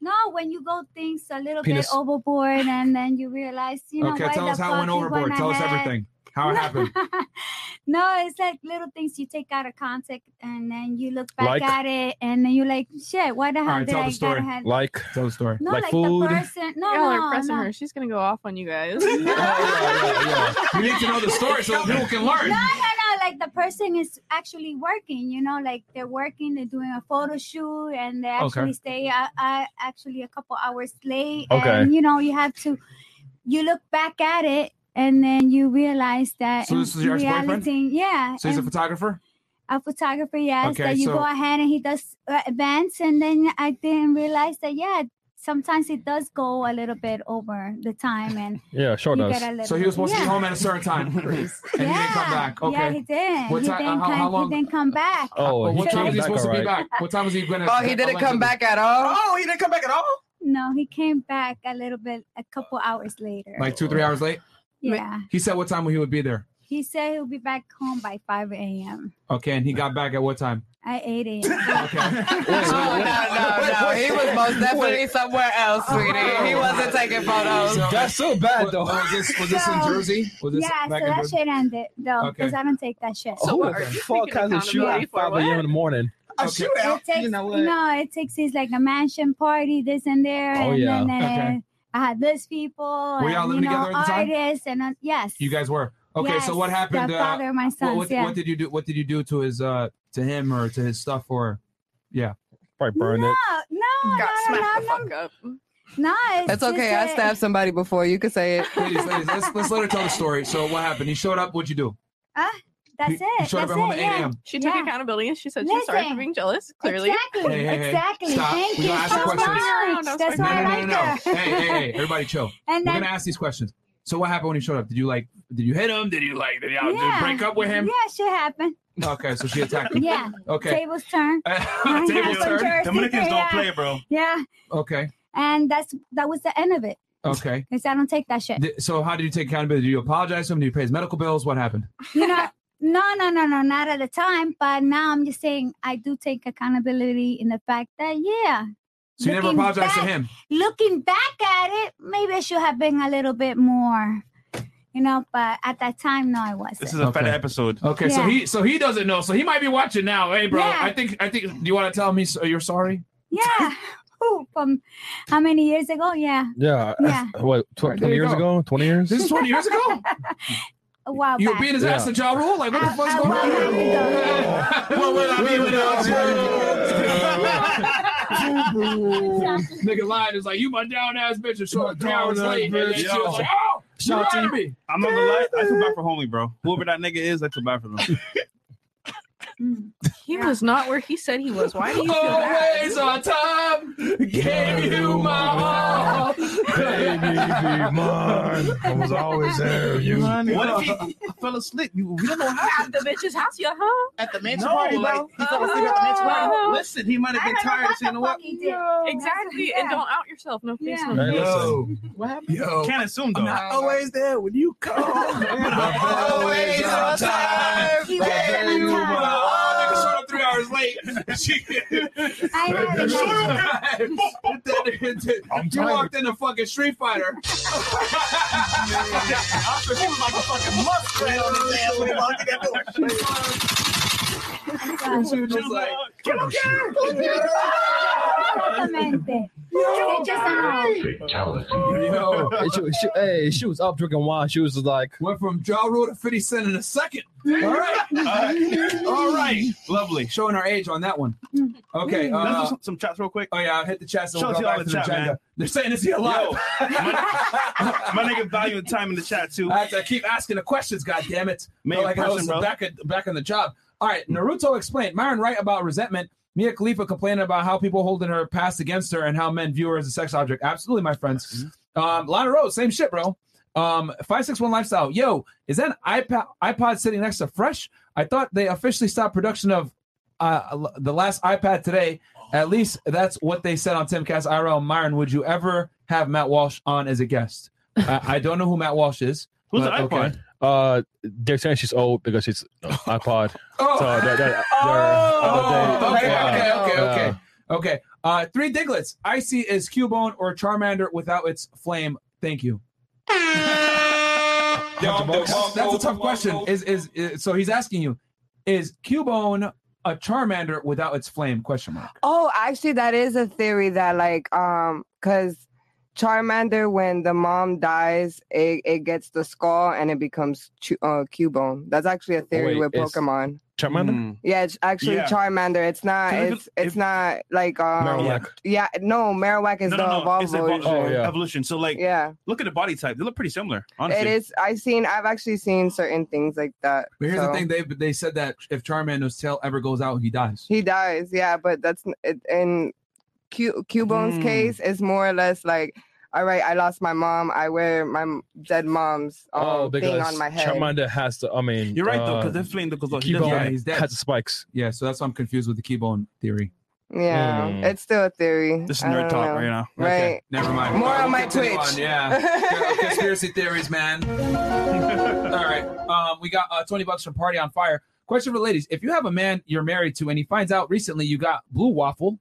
Speaker 9: No, when you go things a little
Speaker 1: Penis.
Speaker 9: bit overboard and then you realize, you know,
Speaker 1: okay.
Speaker 9: why
Speaker 1: Tell
Speaker 9: the
Speaker 1: us how
Speaker 9: fuck
Speaker 1: it went
Speaker 9: you
Speaker 1: overboard. Tell us
Speaker 9: ahead.
Speaker 1: everything. How it happened.
Speaker 9: No, it's like little things you take out of context and then you look back
Speaker 1: Like?
Speaker 9: at it and then you're like, shit, why the
Speaker 1: All
Speaker 9: hell
Speaker 1: right.
Speaker 9: did
Speaker 1: Tell
Speaker 9: I
Speaker 1: the story.
Speaker 9: get ahead?
Speaker 2: Like.
Speaker 1: Tell the story.
Speaker 9: No, like, the person. No,
Speaker 13: Y'all
Speaker 9: no,
Speaker 13: are pressing
Speaker 9: no.
Speaker 13: her. She's gonna go off on you guys.
Speaker 1: You need to know the story so that people can learn.
Speaker 9: No, no, no. Like the person is actually working. You know, like they're working. They're doing a photo shoot, and they
Speaker 3: Okay.
Speaker 9: actually stay uh, uh, actually a couple hours late.
Speaker 3: Okay.
Speaker 9: And you know, you have to. You look back at it, and then you realize that.
Speaker 1: So
Speaker 9: in
Speaker 1: this was your ex-boyfriend?
Speaker 9: reality- Yeah.
Speaker 1: So he's a
Speaker 9: and-
Speaker 1: photographer.
Speaker 9: a photographer, yes,
Speaker 1: Okay,
Speaker 9: that you
Speaker 1: so-
Speaker 9: go ahead and he does uh, events, and then I didn't realize that, yeah, sometimes it does go a little bit over the time, and
Speaker 2: Yeah, sure
Speaker 9: You
Speaker 2: does.
Speaker 9: gotta let
Speaker 1: So
Speaker 9: it-
Speaker 1: he was supposed to be
Speaker 9: yeah.
Speaker 1: home at a certain time. and he didn't come back. Okay.
Speaker 9: yeah, he did.
Speaker 1: What
Speaker 9: he,
Speaker 1: time-
Speaker 9: didn't
Speaker 1: how-
Speaker 9: come,
Speaker 1: how long-
Speaker 9: he didn't come back.
Speaker 2: Oh,
Speaker 1: Well,
Speaker 2: he
Speaker 1: what time
Speaker 2: came
Speaker 1: was he
Speaker 2: back
Speaker 1: supposed to be
Speaker 2: alright.
Speaker 1: back? What time was he going
Speaker 9: Oh, he didn't come back
Speaker 11: at all? Oh, he didn't come back at all?
Speaker 9: No, he came back a little bit, a couple hours later.
Speaker 1: Like two, three hours late.
Speaker 9: Yeah.
Speaker 1: He said what time he would be there.
Speaker 9: He said he'll be back home by 5 a.m.
Speaker 1: Okay, and he got back at what time?
Speaker 9: at 8 a.m.
Speaker 5: Oh, No, he was most definitely somewhere else, sweetie. He
Speaker 9: Oh.
Speaker 5: wasn't taking photos.
Speaker 1: That's Oh. so bad, though. Was this, was this in
Speaker 9: So-
Speaker 1: Jersey? Was this
Speaker 9: yeah, so
Speaker 1: back in
Speaker 9: that
Speaker 1: Jersey?
Speaker 9: shit ended though,
Speaker 1: Okay.
Speaker 9: because I don't take that shit.
Speaker 2: Who the fuck has a shoot at 5 a.m. in the morning?
Speaker 9: It takes, No, it takes is like a mansion party, this and there,
Speaker 1: Oh,
Speaker 9: and
Speaker 1: yeah.
Speaker 9: then uh,
Speaker 1: Okay.
Speaker 9: I had this people,
Speaker 1: Were y'all
Speaker 9: and, you
Speaker 1: living
Speaker 9: know,
Speaker 1: together at the time?
Speaker 9: artists, and uh, yes,
Speaker 1: You guys were Okay, so
Speaker 9: Yes,
Speaker 1: what happened? uh,
Speaker 9: Godfather of my
Speaker 1: what-
Speaker 9: sons,
Speaker 1: what,
Speaker 9: yeah.
Speaker 1: what did you do? What did you do to his uh to him or to his stuff or yeah?
Speaker 2: Probably burn
Speaker 9: No, no, no, no, no, no. No, it's
Speaker 12: That's
Speaker 9: just
Speaker 12: okay. I
Speaker 9: that-
Speaker 12: stabbed somebody before. You could say it.
Speaker 1: Ladies, ladies, let's let's let her tell the story. So what happened? He showed up. What'd you do?
Speaker 9: Ah, that's
Speaker 1: You-
Speaker 9: it.
Speaker 1: you showed up
Speaker 9: that's
Speaker 1: at home
Speaker 9: it,
Speaker 1: at
Speaker 9: yeah.
Speaker 1: 8 a.m..
Speaker 13: She took
Speaker 9: Yeah.
Speaker 13: accountability and she said she's sorry for
Speaker 9: Listen.
Speaker 13: being jealous. Clearly,
Speaker 9: Exactly.
Speaker 1: Hey, hey, hey.
Speaker 9: Exactly.
Speaker 1: Stop.
Speaker 9: Thank
Speaker 1: We
Speaker 9: you
Speaker 1: gonna ask
Speaker 9: so
Speaker 1: you questions.
Speaker 9: much. That's
Speaker 1: no,
Speaker 9: why I
Speaker 1: no,
Speaker 9: like
Speaker 1: no,
Speaker 9: that.
Speaker 1: no. Hey, hey, hey, everybody, chill.
Speaker 9: And
Speaker 1: We're
Speaker 9: then-
Speaker 1: gonna ask these questions. So what happened when he showed up? Did you like? Did you hit him? Did you like? Did y'all
Speaker 9: Yeah.
Speaker 1: just break up with him?
Speaker 9: Yeah, shit happened.
Speaker 1: Okay, so she attacked him.
Speaker 9: Yeah.
Speaker 1: Okay.
Speaker 9: Tables turned. I had
Speaker 1: Tables
Speaker 9: some
Speaker 1: turned.
Speaker 9: jersey,
Speaker 1: Dominicans don't
Speaker 9: yeah.
Speaker 1: play, bro.
Speaker 9: Yeah,
Speaker 1: Okay.
Speaker 9: and that's that was the end of it.
Speaker 1: Okay.
Speaker 9: Cause I don't take that shit.
Speaker 1: Th- So how did you take accountability? Did you apologize to him? Did you pay his medical bills? What happened?
Speaker 9: you know, no, no, no, no, not at the time. But now I'm just saying I do take accountability in the fact that yeah.
Speaker 1: So you never
Speaker 9: looking
Speaker 1: apologized to
Speaker 9: back-
Speaker 1: him?
Speaker 9: Looking back at it, maybe I should have been a little bit more, you know. But at that time, no, I wasn't.
Speaker 6: This is a fat episode.
Speaker 1: Okay, so
Speaker 9: Yeah.
Speaker 1: he so he doesn't know. So he might be watching now. Hey, bro,
Speaker 9: Yeah.
Speaker 1: I think I think. Do you want to tell me so you're sorry?
Speaker 9: yeah. Ooh, from how many years ago? Yeah.
Speaker 2: Yeah. uh,
Speaker 9: Yeah.
Speaker 2: What, tw- 20 years ago? 20 years?
Speaker 1: This is 20 years ago?
Speaker 9: a while
Speaker 1: You were
Speaker 9: back.
Speaker 1: beating his ass to Ja Rule? Like, what the fuck's going on? What would I be without you? Nigga lied. It's like, you my down ass bitch. And short down
Speaker 6: down-ass
Speaker 1: late. And then she
Speaker 6: bitch,
Speaker 1: was
Speaker 6: yo.
Speaker 1: like, oh,
Speaker 6: Shout
Speaker 1: you lied
Speaker 6: out to
Speaker 1: to me.
Speaker 6: I'm not gonna lie. I feel bad for homie, bro. Whoever that nigga is, I feel bad for them.
Speaker 13: he was not where he said he was. Why do you feel
Speaker 1: Always
Speaker 13: bad?
Speaker 1: on time. Gave you my all.
Speaker 2: I was always there. You.
Speaker 6: What if he fell asleep? You- We don't know how.
Speaker 13: At the bitch's house, yeah, huh?
Speaker 6: At the
Speaker 13: man's
Speaker 6: No, like, he fell asleep at the man's party. Listen, he might have been tired. So you know what?
Speaker 13: Exactly, and don't out yourself. No face,
Speaker 6: Yeah.
Speaker 13: no
Speaker 6: Hey,
Speaker 13: face.
Speaker 6: listen.
Speaker 13: What happened?
Speaker 6: Yo. Can't assume though.
Speaker 1: Oh,
Speaker 5: always there when you call. I'm always on time.
Speaker 1: You better
Speaker 5: Baby, you
Speaker 1: on time.
Speaker 5: are
Speaker 1: Oh, nigga showed up three hours late. She-
Speaker 5: I know,
Speaker 1: Nigga
Speaker 5: the
Speaker 1: showed up. You walked in the fucking Street Fighter.
Speaker 5: I feel like a fucking muskrat on his ass when he walked in that door.
Speaker 1: She was just like,
Speaker 5: Come on,
Speaker 9: Exactamente.
Speaker 2: Yo. And she, was- she- hey, she was up drinking wine. She was just like,
Speaker 1: Went from Ja Rule to 50 Cent in a second. All right. All right. All right. Lovely. Showing our age on that one. Okay.
Speaker 6: Let's do
Speaker 1: Uh,
Speaker 6: some, some chats real quick.
Speaker 1: Oh yeah, I'll hit the chat. So
Speaker 6: Show
Speaker 1: we'll
Speaker 6: us
Speaker 1: go
Speaker 6: y'all
Speaker 1: back to
Speaker 6: the
Speaker 1: the
Speaker 6: chat,
Speaker 1: agenda.
Speaker 6: man.
Speaker 1: They're saying it's here
Speaker 6: Yo,
Speaker 1: live.
Speaker 6: My nigga value and time in the chat too.
Speaker 1: I have to keep asking the questions. God damn it!
Speaker 6: Man,
Speaker 1: Felt like I
Speaker 6: person,
Speaker 1: was
Speaker 6: bro.
Speaker 1: back at, back on the job. All right, Naruto explained. Myron Wright about resentment. Mia Khalifa complaining about how people holding her past against her and how men view her as a sex object. Absolutely, my friends. Um, Lana Rose, same shit, bro. Um, five six one lifestyle. Yo, is that an iPod iPod sitting next to Fresh? I thought they officially stopped production of uh, the last iPad today. At least that's what they said on Timcast IRL. Myron, would you ever have Matt Walsh on as a guest? I, I don't know who Matt Walsh is.
Speaker 2: Who's
Speaker 1: but
Speaker 2: the
Speaker 1: okay.
Speaker 2: iPod? Uh, they're saying she's old because she's uh, iPod.
Speaker 1: Oh.
Speaker 2: So they're, they're,
Speaker 1: Oh, okay, okay, okay,
Speaker 2: Yeah.
Speaker 1: okay, okay. Uh, three diglets. I see is Cubone or Charmander without its flame. Thank you. that's, that's a tough question. Is, is is so? He's asking you, is Cubone a Charmander without its flame? Question mark.
Speaker 12: Oh, actually, that is a theory that like um, cause Charmander, when the mom dies, it, it gets the skull and it becomes Chu- uh, Cubone. That's actually a theory
Speaker 2: Wait,
Speaker 12: with
Speaker 2: it's-
Speaker 12: Pokemon.
Speaker 2: Charmander?
Speaker 1: Mm.
Speaker 12: Yeah, it's actually
Speaker 2: Yeah.
Speaker 12: Charmander. It's not.
Speaker 2: Cause if
Speaker 12: It's it's not like um.
Speaker 2: Marowak.
Speaker 12: Yeah, no, Marowak is
Speaker 6: No,
Speaker 12: the
Speaker 6: no, no. It's oh,
Speaker 12: evolved version.
Speaker 6: evolution.
Speaker 1: Oh,
Speaker 6: evolution. So like,
Speaker 12: yeah,
Speaker 6: look at the body type. They look pretty similar. Honestly,
Speaker 12: it is. I've seen. I've actually seen certain things like that.
Speaker 1: But here's
Speaker 12: so.
Speaker 1: the thing: they they said that if Charmander's tail ever goes out, he dies.
Speaker 12: He dies, yeah, but that's n- it- in Q Cubone's
Speaker 1: Mm.
Speaker 12: case it's more or less like, all right, I lost my mom. I wear my m- dead mom's um,
Speaker 2: Oh,
Speaker 12: thing
Speaker 2: because
Speaker 12: on my head.
Speaker 2: Charmander has to. I mean,
Speaker 6: You're right, though, 'cause
Speaker 2: uh,
Speaker 6: they're fleeing the- 'cause, look, he
Speaker 2: Cubone
Speaker 6: doesn't- Yeah,
Speaker 1: he's dead.
Speaker 2: has the spikes.
Speaker 1: Yeah, so that's why I'm confused with the Cubone theory.
Speaker 12: yeah,
Speaker 1: Mm.
Speaker 12: it's still a theory.
Speaker 1: This is
Speaker 12: I
Speaker 1: nerd
Speaker 12: don't
Speaker 1: talk
Speaker 12: know.
Speaker 1: right now.
Speaker 12: Right.
Speaker 1: Okay, never mind.
Speaker 12: More
Speaker 1: We'll
Speaker 12: on my
Speaker 1: continue
Speaker 12: Twitch.
Speaker 1: on, yeah. Conspiracy theories, man. All right. Um, we got uh, 20 bucks from Party on Fire. Question for the ladies. If you have a man you're married to and he finds out recently you got blue waffle,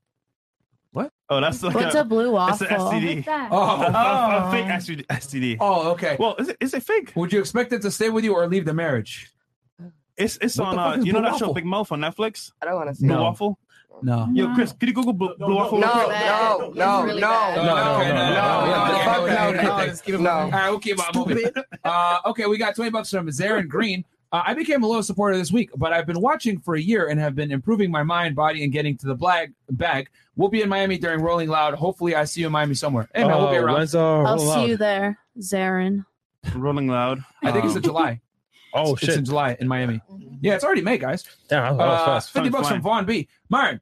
Speaker 1: what?
Speaker 6: Oh, that's like
Speaker 1: What's a blue
Speaker 6: that's an
Speaker 1: waffle?
Speaker 6: STD.
Speaker 1: What's that?
Speaker 6: Oh,
Speaker 1: Oh.
Speaker 6: A, a fake STD. STD.
Speaker 1: Oh, okay.
Speaker 6: Well, is it, is it fake?
Speaker 1: Would you expect it to stay with you or leave the marriage?
Speaker 6: It's it's
Speaker 1: What
Speaker 6: on.
Speaker 1: the fuck
Speaker 6: Uh,
Speaker 1: is
Speaker 6: you know
Speaker 1: Blue
Speaker 6: that show
Speaker 1: Waffle?
Speaker 6: Big Mouth on Netflix.
Speaker 12: I don't want to
Speaker 1: see
Speaker 6: Blue
Speaker 1: it.
Speaker 6: Waffle.
Speaker 1: No.
Speaker 6: Yo, Chris, could you Google Blue, Blue Waffle?
Speaker 12: No, no, no, no, no, no, no, no, no, no, no, no, no,
Speaker 1: that
Speaker 11: No,
Speaker 1: would be
Speaker 11: no,
Speaker 1: anything.
Speaker 11: just keep it
Speaker 1: All
Speaker 11: moving.
Speaker 1: right, we'll keep on moving. Uh, okay, we got 20 bucks from Zarin Green. Uh, I became a little supporter this week, but I've been watching for a year and have been improving my mind, body, and getting to the black bag. We'll be in Miami during Rolling Loud. Hopefully, I see you in Miami somewhere. Hey, man, we'll be
Speaker 2: Oh,
Speaker 1: around.
Speaker 2: when's, uh, I'll
Speaker 14: I'll see you there, Zarin.
Speaker 6: Rolling Loud.
Speaker 1: I think it's in
Speaker 6: Um,
Speaker 1: July.
Speaker 2: Oh
Speaker 1: it's,
Speaker 2: shit!
Speaker 1: It's in July in Miami. Yeah, it's already May, guys.
Speaker 2: Damn, that was
Speaker 1: Uh,
Speaker 2: fast.
Speaker 1: 50
Speaker 2: Time's
Speaker 1: bucks
Speaker 2: flying.
Speaker 1: from Vaughn B. Myron,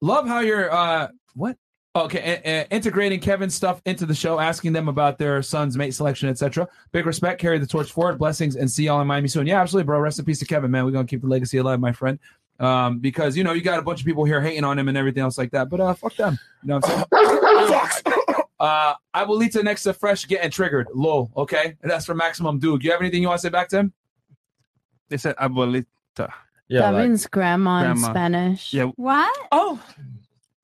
Speaker 1: love how you're, uh, what? Okay, uh, integrating Kevin's stuff into the show, asking them about their son's mate selection, etc. Big respect, carry the torch forward. Blessings, and see y'all in Miami soon. Yeah, absolutely, bro. Rest in peace to Kevin, man. We're gonna keep the legacy alive, my friend. Um, because you know you got a bunch of people here hating on him and everything else like that. But uh, fuck them. You know what I'm saying? Uh, I will lead to next to fresh getting triggered. Lol. Okay, And that's for maximum dude. You have anything you want to say back to him?
Speaker 6: They said abuelita.
Speaker 10: that means grandma,
Speaker 1: grandma.
Speaker 10: in Spanish.
Speaker 6: Yeah.
Speaker 9: What?
Speaker 1: Oh.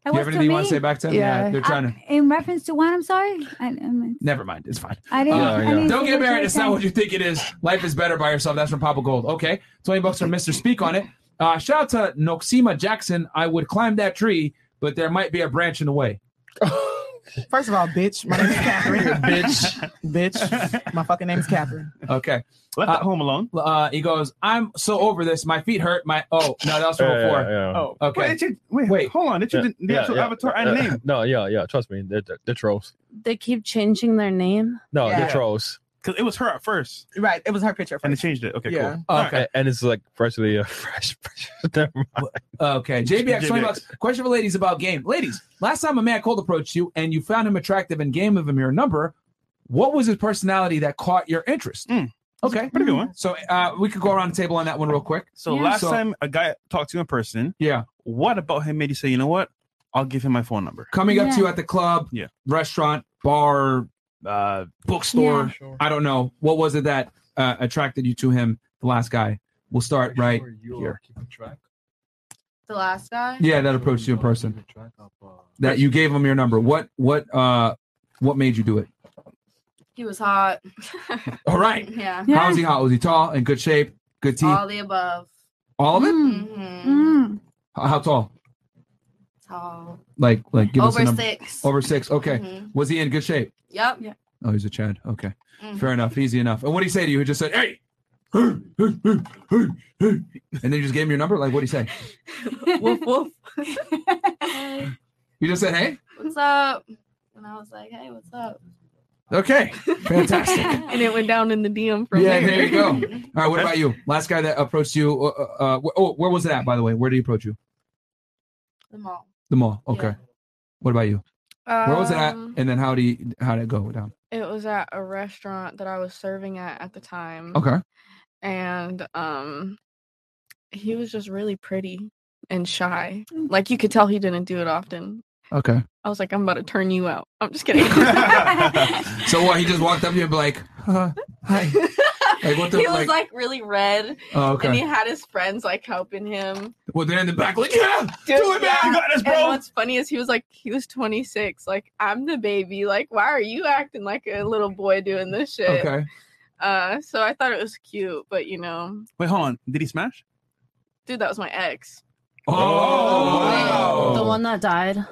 Speaker 9: That was
Speaker 1: you have
Speaker 9: to
Speaker 1: anything you want
Speaker 9: me? Uh,
Speaker 1: to say back to him? Yeah, they're trying to.
Speaker 9: In reference to what? I'm sorry. I, I'm-
Speaker 1: Never mind. It's fine. Uh,
Speaker 9: I didn't- I didn't
Speaker 1: Don't
Speaker 9: see
Speaker 1: get
Speaker 9: what you
Speaker 1: married.
Speaker 9: were
Speaker 1: It's not
Speaker 9: saying.
Speaker 1: what you think it is. Life is better by yourself. That's from Papa Gold. Okay. 20 bucks from Mr. Speak on it. Uh, shout out to Noxima Jackson. I would climb that tree, but there might be a branch in the way.
Speaker 11: First of all, bitch, my name's Catherine. bitch, bitch, my fucking name's Catherine.
Speaker 1: Okay.
Speaker 6: Left that home alone.
Speaker 1: Uh, he goes, I'm so over this. My feet hurt. My. Oh, no, that was from
Speaker 2: Yeah, yeah,
Speaker 1: before.
Speaker 2: yeah.
Speaker 1: Oh, okay.
Speaker 6: Wait, it's your- wait, hold on. It's your, the actual avatar and
Speaker 2: yeah. Uh,
Speaker 6: name.
Speaker 2: No, yeah, yeah. Trust me, they're, they're, they're trolls.
Speaker 10: They keep changing their name.
Speaker 2: No,
Speaker 10: Yeah.
Speaker 2: they're trolls.
Speaker 6: Because it was her at first.
Speaker 11: Right. It was her picture.
Speaker 6: And they changed it. Okay,
Speaker 1: Yeah.
Speaker 2: Uh,
Speaker 6: cool.
Speaker 1: Oh,
Speaker 6: All
Speaker 1: okay.
Speaker 6: right.
Speaker 2: And it's like freshly uh, fresh. fresh. Never mind.
Speaker 1: Okay, JBX, 20
Speaker 2: JBX.
Speaker 1: bucks. Question for ladies about game. Ladies, last time a man cold approached you and you found him attractive and game of him your number, what was his personality that caught your interest?
Speaker 6: Hmm.
Speaker 1: Okay. Pretty
Speaker 6: good one.
Speaker 1: So uh, we could go around the table on that one real quick.
Speaker 6: So last time a guy talked to you in person.
Speaker 1: Yeah.
Speaker 6: What about him made you say, you know what? I'll give him my phone number.
Speaker 1: Coming up to you at the club,
Speaker 6: Yeah.
Speaker 1: restaurant, bar,
Speaker 6: uh,
Speaker 1: bookstore,
Speaker 6: Yeah.
Speaker 1: I don't know. What was it that uh, attracted you to him, the last guy? We'll start right here.
Speaker 14: The last guy.
Speaker 1: Yeah, that approached you in person. That you gave him your number. What what uh what made you do it?
Speaker 14: He was hot.
Speaker 1: All right.
Speaker 14: Yeah.
Speaker 1: How was he hot? Was he tall, in good shape, good teeth?
Speaker 14: All
Speaker 1: All,
Speaker 14: the above.
Speaker 1: of it?
Speaker 14: Hmm. Mm-hmm.
Speaker 1: How how tall?
Speaker 14: Tall.
Speaker 1: Like like give us a
Speaker 14: Over
Speaker 1: number.
Speaker 14: six.
Speaker 1: Over six. Okay.
Speaker 13: Mm-hmm.
Speaker 14: Mhm.
Speaker 1: Was he in good shape?
Speaker 14: Yep. Yeah.
Speaker 1: Oh, he's a Chad. Okay.
Speaker 13: Mm-hmm.
Speaker 14: Mm.
Speaker 1: Fair enough. Easy enough. And what did he say to you? He just said, "Hey." hey, hey, hey, hey, hey." And then you just gave him your number. Like, what did he say?
Speaker 14: woof woof.
Speaker 1: You just said, "Hey."
Speaker 14: what's up? And I was like, hey, what's up?
Speaker 1: Okay. Fantastic.
Speaker 13: and it went down in the DM from
Speaker 1: yeah.
Speaker 13: there.
Speaker 1: There you go. All right. What about you? Last guy that approached you. Uh, uh, uh, wh- oh, where was it at? By the way, where did he approach you?
Speaker 14: The mall.
Speaker 1: The mall. Okay. What about you? where was it at?
Speaker 13: Um,
Speaker 1: And then how do you, how did it go down?
Speaker 13: It was at a restaurant that I was serving at at the time.
Speaker 1: Okay.
Speaker 13: And um he was just really pretty and shy.
Speaker 1: Mm.
Speaker 13: Like you could tell he didn't do it often.
Speaker 1: Okay.
Speaker 13: I was like, I'm about to turn you out. I'm just kidding.
Speaker 1: So what? He just walked up to you and be like, uh, "Hi." Like what the
Speaker 13: he was
Speaker 1: like?
Speaker 13: like, really red.
Speaker 1: Oh, okay.
Speaker 13: And he had his friends like helping him.
Speaker 1: well, they're in the back like, "Yeah,
Speaker 13: Dude,
Speaker 1: do it, man.
Speaker 13: yeah.
Speaker 1: You got this,
Speaker 13: And
Speaker 1: bro."
Speaker 13: what's funny is he was like, he was 26. Like, I'm the baby. Like, why are you acting like a little boy doing this shit?
Speaker 6: Okay.
Speaker 13: Uh, so I thought it was cute, but you know,
Speaker 6: Wait, hold on. Did he smash?
Speaker 13: dude, that was my ex.
Speaker 1: Oh,
Speaker 10: The one that died.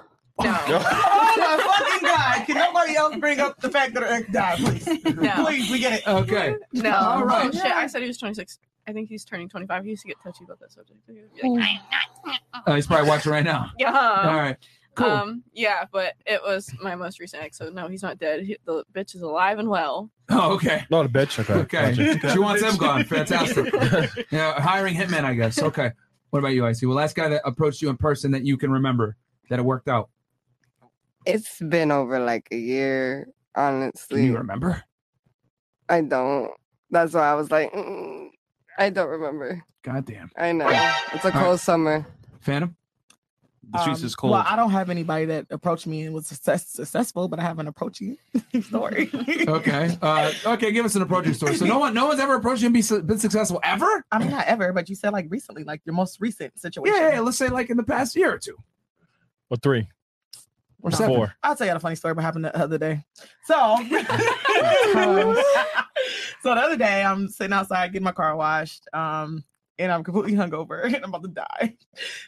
Speaker 11: Oh my fucking god! Can nobody else bring up the fact that Eric died, please?
Speaker 13: No.
Speaker 11: Please, we get it.
Speaker 1: Okay.
Speaker 13: No.
Speaker 11: All right.
Speaker 13: Oh, shit. I said he was 26. I think he's turning 25. He used to get touchy about that subject. He would be
Speaker 10: Oh.
Speaker 13: like, "I'm
Speaker 11: Uh-uh.
Speaker 13: not."
Speaker 1: Uh, he's probably watching right now.
Speaker 13: Yeah.
Speaker 1: All right. Cool.
Speaker 13: Um, yeah, but it was my most recent ex, so no, he's not dead. He, the bitch is alive and well.
Speaker 1: Oh, okay.
Speaker 2: Not a bitch. Okay.
Speaker 1: Okay.
Speaker 2: Gotcha.
Speaker 1: she wants him gone. Fantastic. yeah, hiring hitman, I guess. Okay. What about you, Icy? Well, last guy that approached you in person that you can remember that it worked out.
Speaker 12: It's been over like a year, honestly.
Speaker 1: Can you remember?
Speaker 12: I don't. That's why I was like, mm, I don't remember.
Speaker 1: Goddamn.
Speaker 12: I know. It's a
Speaker 11: All right.
Speaker 12: cold summer.
Speaker 1: Phantom?
Speaker 6: The juice is cold.
Speaker 11: Um, Well, I don't have anybody that approached me and was success- successful, but I have an approaching story.
Speaker 1: Okay. Uh, okay. Give us an approaching story. So no one, no one's ever approached you and be, su- been successful ever.
Speaker 11: I mean, not ever, but you said like recently, like your most recent situation.
Speaker 1: Yeah, yeah. Let's say like in the past year or two.
Speaker 2: Or three.
Speaker 11: Or
Speaker 2: seven. Four.
Speaker 11: I'll tell you a funny story what happened the other day. So, um, so the other day, I'm sitting outside getting my car washed, um, and I'm completely hungover and I'm about to die.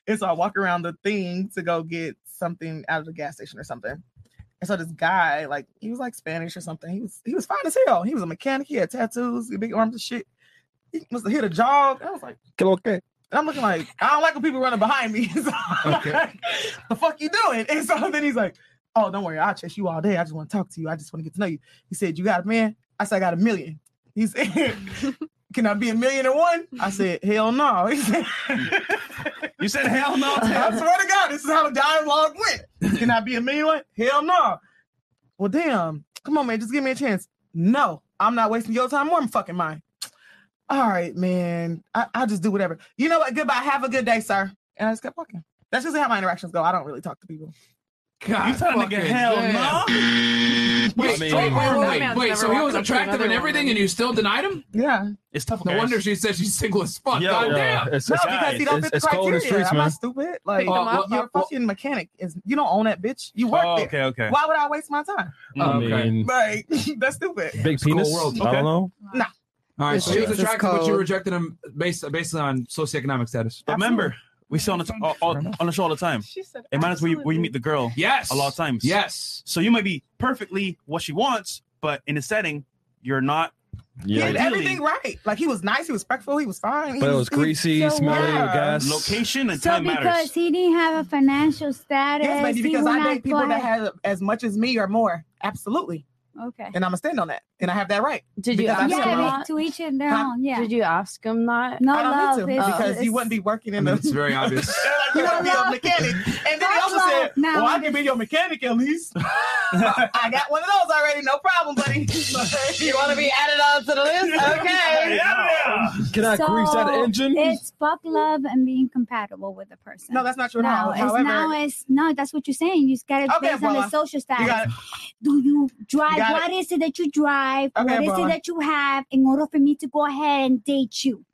Speaker 11: And so I walk around the thing to go get something out of the gas station or something. And so this guy, like, he was like Spanish or something. He was he was fine as hell. He was a mechanic. He had tattoos, big arms and shit. He must have hit a jog. I was like,
Speaker 2: okay.
Speaker 11: And I'm looking like, I don't like when people running behind me. So I'm like, the fuck you doing? And so then he's like, Oh, don't worry, I'll chase you all day. I just want to talk to you. I just want to get to know you. He said, You got a man? I said, I got a million. He said, Can I be a million and one? I said, Hell no. He said,
Speaker 6: You said hell no.
Speaker 11: I swear to God, this is how the dialogue went. Can I be a million one? Hell no. Well, damn. Come on, man. Just give me a chance. No, I'm not wasting your time or fucking mine. All right, man. I, I'll just do whatever. You know what? Goodbye. Have a good day, sir. And I just kept walking. That's just how my interactions go. I don't really talk to people.
Speaker 6: you telling a nigga
Speaker 11: fucking
Speaker 6: hell
Speaker 11: damn.
Speaker 6: no?
Speaker 11: Wait,
Speaker 15: Wait, wait,
Speaker 11: I mean-
Speaker 15: wait,
Speaker 11: That
Speaker 15: wait, wait,
Speaker 11: man's
Speaker 15: wait.
Speaker 11: never
Speaker 15: So he
Speaker 11: walked
Speaker 15: was
Speaker 11: up to
Speaker 15: attractive
Speaker 11: another
Speaker 15: and
Speaker 11: woman.
Speaker 15: everything, and you still denied him?
Speaker 11: Yeah.
Speaker 6: It's tough.
Speaker 15: No
Speaker 11: guys.
Speaker 15: wonder she said she's single as fuck.
Speaker 11: Yo,
Speaker 15: God
Speaker 11: yeah,
Speaker 15: damn.
Speaker 11: it's- No, it's- because he don't it's- fit the it's cold in the criteria. streets, Am I man. stupid? Like,
Speaker 15: Uh, well,
Speaker 11: you're a fucking mechanic. Is you don't own that bitch. You work
Speaker 6: Oh,
Speaker 11: there.
Speaker 6: okay, okay.
Speaker 11: Why would I waste my time?
Speaker 6: I mean-
Speaker 11: like that's stupid.
Speaker 2: Big penis. I don't know.
Speaker 11: Nah.
Speaker 1: All right,
Speaker 11: It's
Speaker 1: so he was
Speaker 11: just- it's
Speaker 1: attractive, but you
Speaker 11: cold.
Speaker 1: rejected him based basically on socioeconomic status.
Speaker 6: Remember, we see on the, all, all- on the show all the time. It matters where you, where you meet the girl.
Speaker 1: Yes.
Speaker 6: A lot of times.
Speaker 1: Yes.
Speaker 6: So you might be perfectly what she wants, but in the setting, you're not.
Speaker 11: He
Speaker 6: ideally-
Speaker 11: did everything right. Like he was nice, he was respectful, he was fine.
Speaker 6: But it
Speaker 11: he
Speaker 6: was greasy,
Speaker 11: so
Speaker 6: smelly,
Speaker 11: yeah.
Speaker 6: gas. Location and
Speaker 9: So
Speaker 6: time
Speaker 9: because
Speaker 6: matters.
Speaker 9: he didn't have a financial status,
Speaker 11: Yes, baby,
Speaker 9: he
Speaker 11: because
Speaker 9: will
Speaker 11: I
Speaker 9: not
Speaker 11: date people
Speaker 9: go
Speaker 11: that
Speaker 9: ahead.
Speaker 11: have as much as me or more. Absolutely.
Speaker 9: Okay.
Speaker 11: And I'm gonna stand on that. And I have that right.
Speaker 9: Did you
Speaker 11: Because I
Speaker 9: ask
Speaker 11: stand
Speaker 9: him
Speaker 11: on
Speaker 9: not?
Speaker 11: it.
Speaker 9: to each in their own. Yeah.
Speaker 14: Did you ask him not?
Speaker 9: No
Speaker 11: I don't
Speaker 9: love.
Speaker 11: need to Oh,
Speaker 9: it's-
Speaker 11: because
Speaker 9: it's-
Speaker 11: you wouldn't be working
Speaker 1: I
Speaker 11: in
Speaker 1: mean,
Speaker 11: the
Speaker 1: it's very obvious.
Speaker 11: you wouldn't be a mechanic. And then he also said,
Speaker 9: Nah,
Speaker 11: Well, I
Speaker 9: I'm
Speaker 11: can be your mechanic at least. I got one of those already, no problem, buddy. you wanna be added on to the list? Okay.
Speaker 2: Can I grease that engine?
Speaker 9: It's fuck love and being compatible with a person.
Speaker 11: No, that's not true at
Speaker 9: No,
Speaker 11: all.
Speaker 9: it's
Speaker 11: However-
Speaker 9: now it's no. That's what you're saying. You just got to
Speaker 11: Okay,
Speaker 9: based on
Speaker 11: Paula.
Speaker 9: the social status.
Speaker 11: You got it.
Speaker 9: Do you drive?
Speaker 11: You got
Speaker 9: What
Speaker 11: it.
Speaker 9: is it that you drive?
Speaker 11: Okay,
Speaker 9: what is
Speaker 11: Paula.
Speaker 9: it that you have in order for me to go ahead and date you?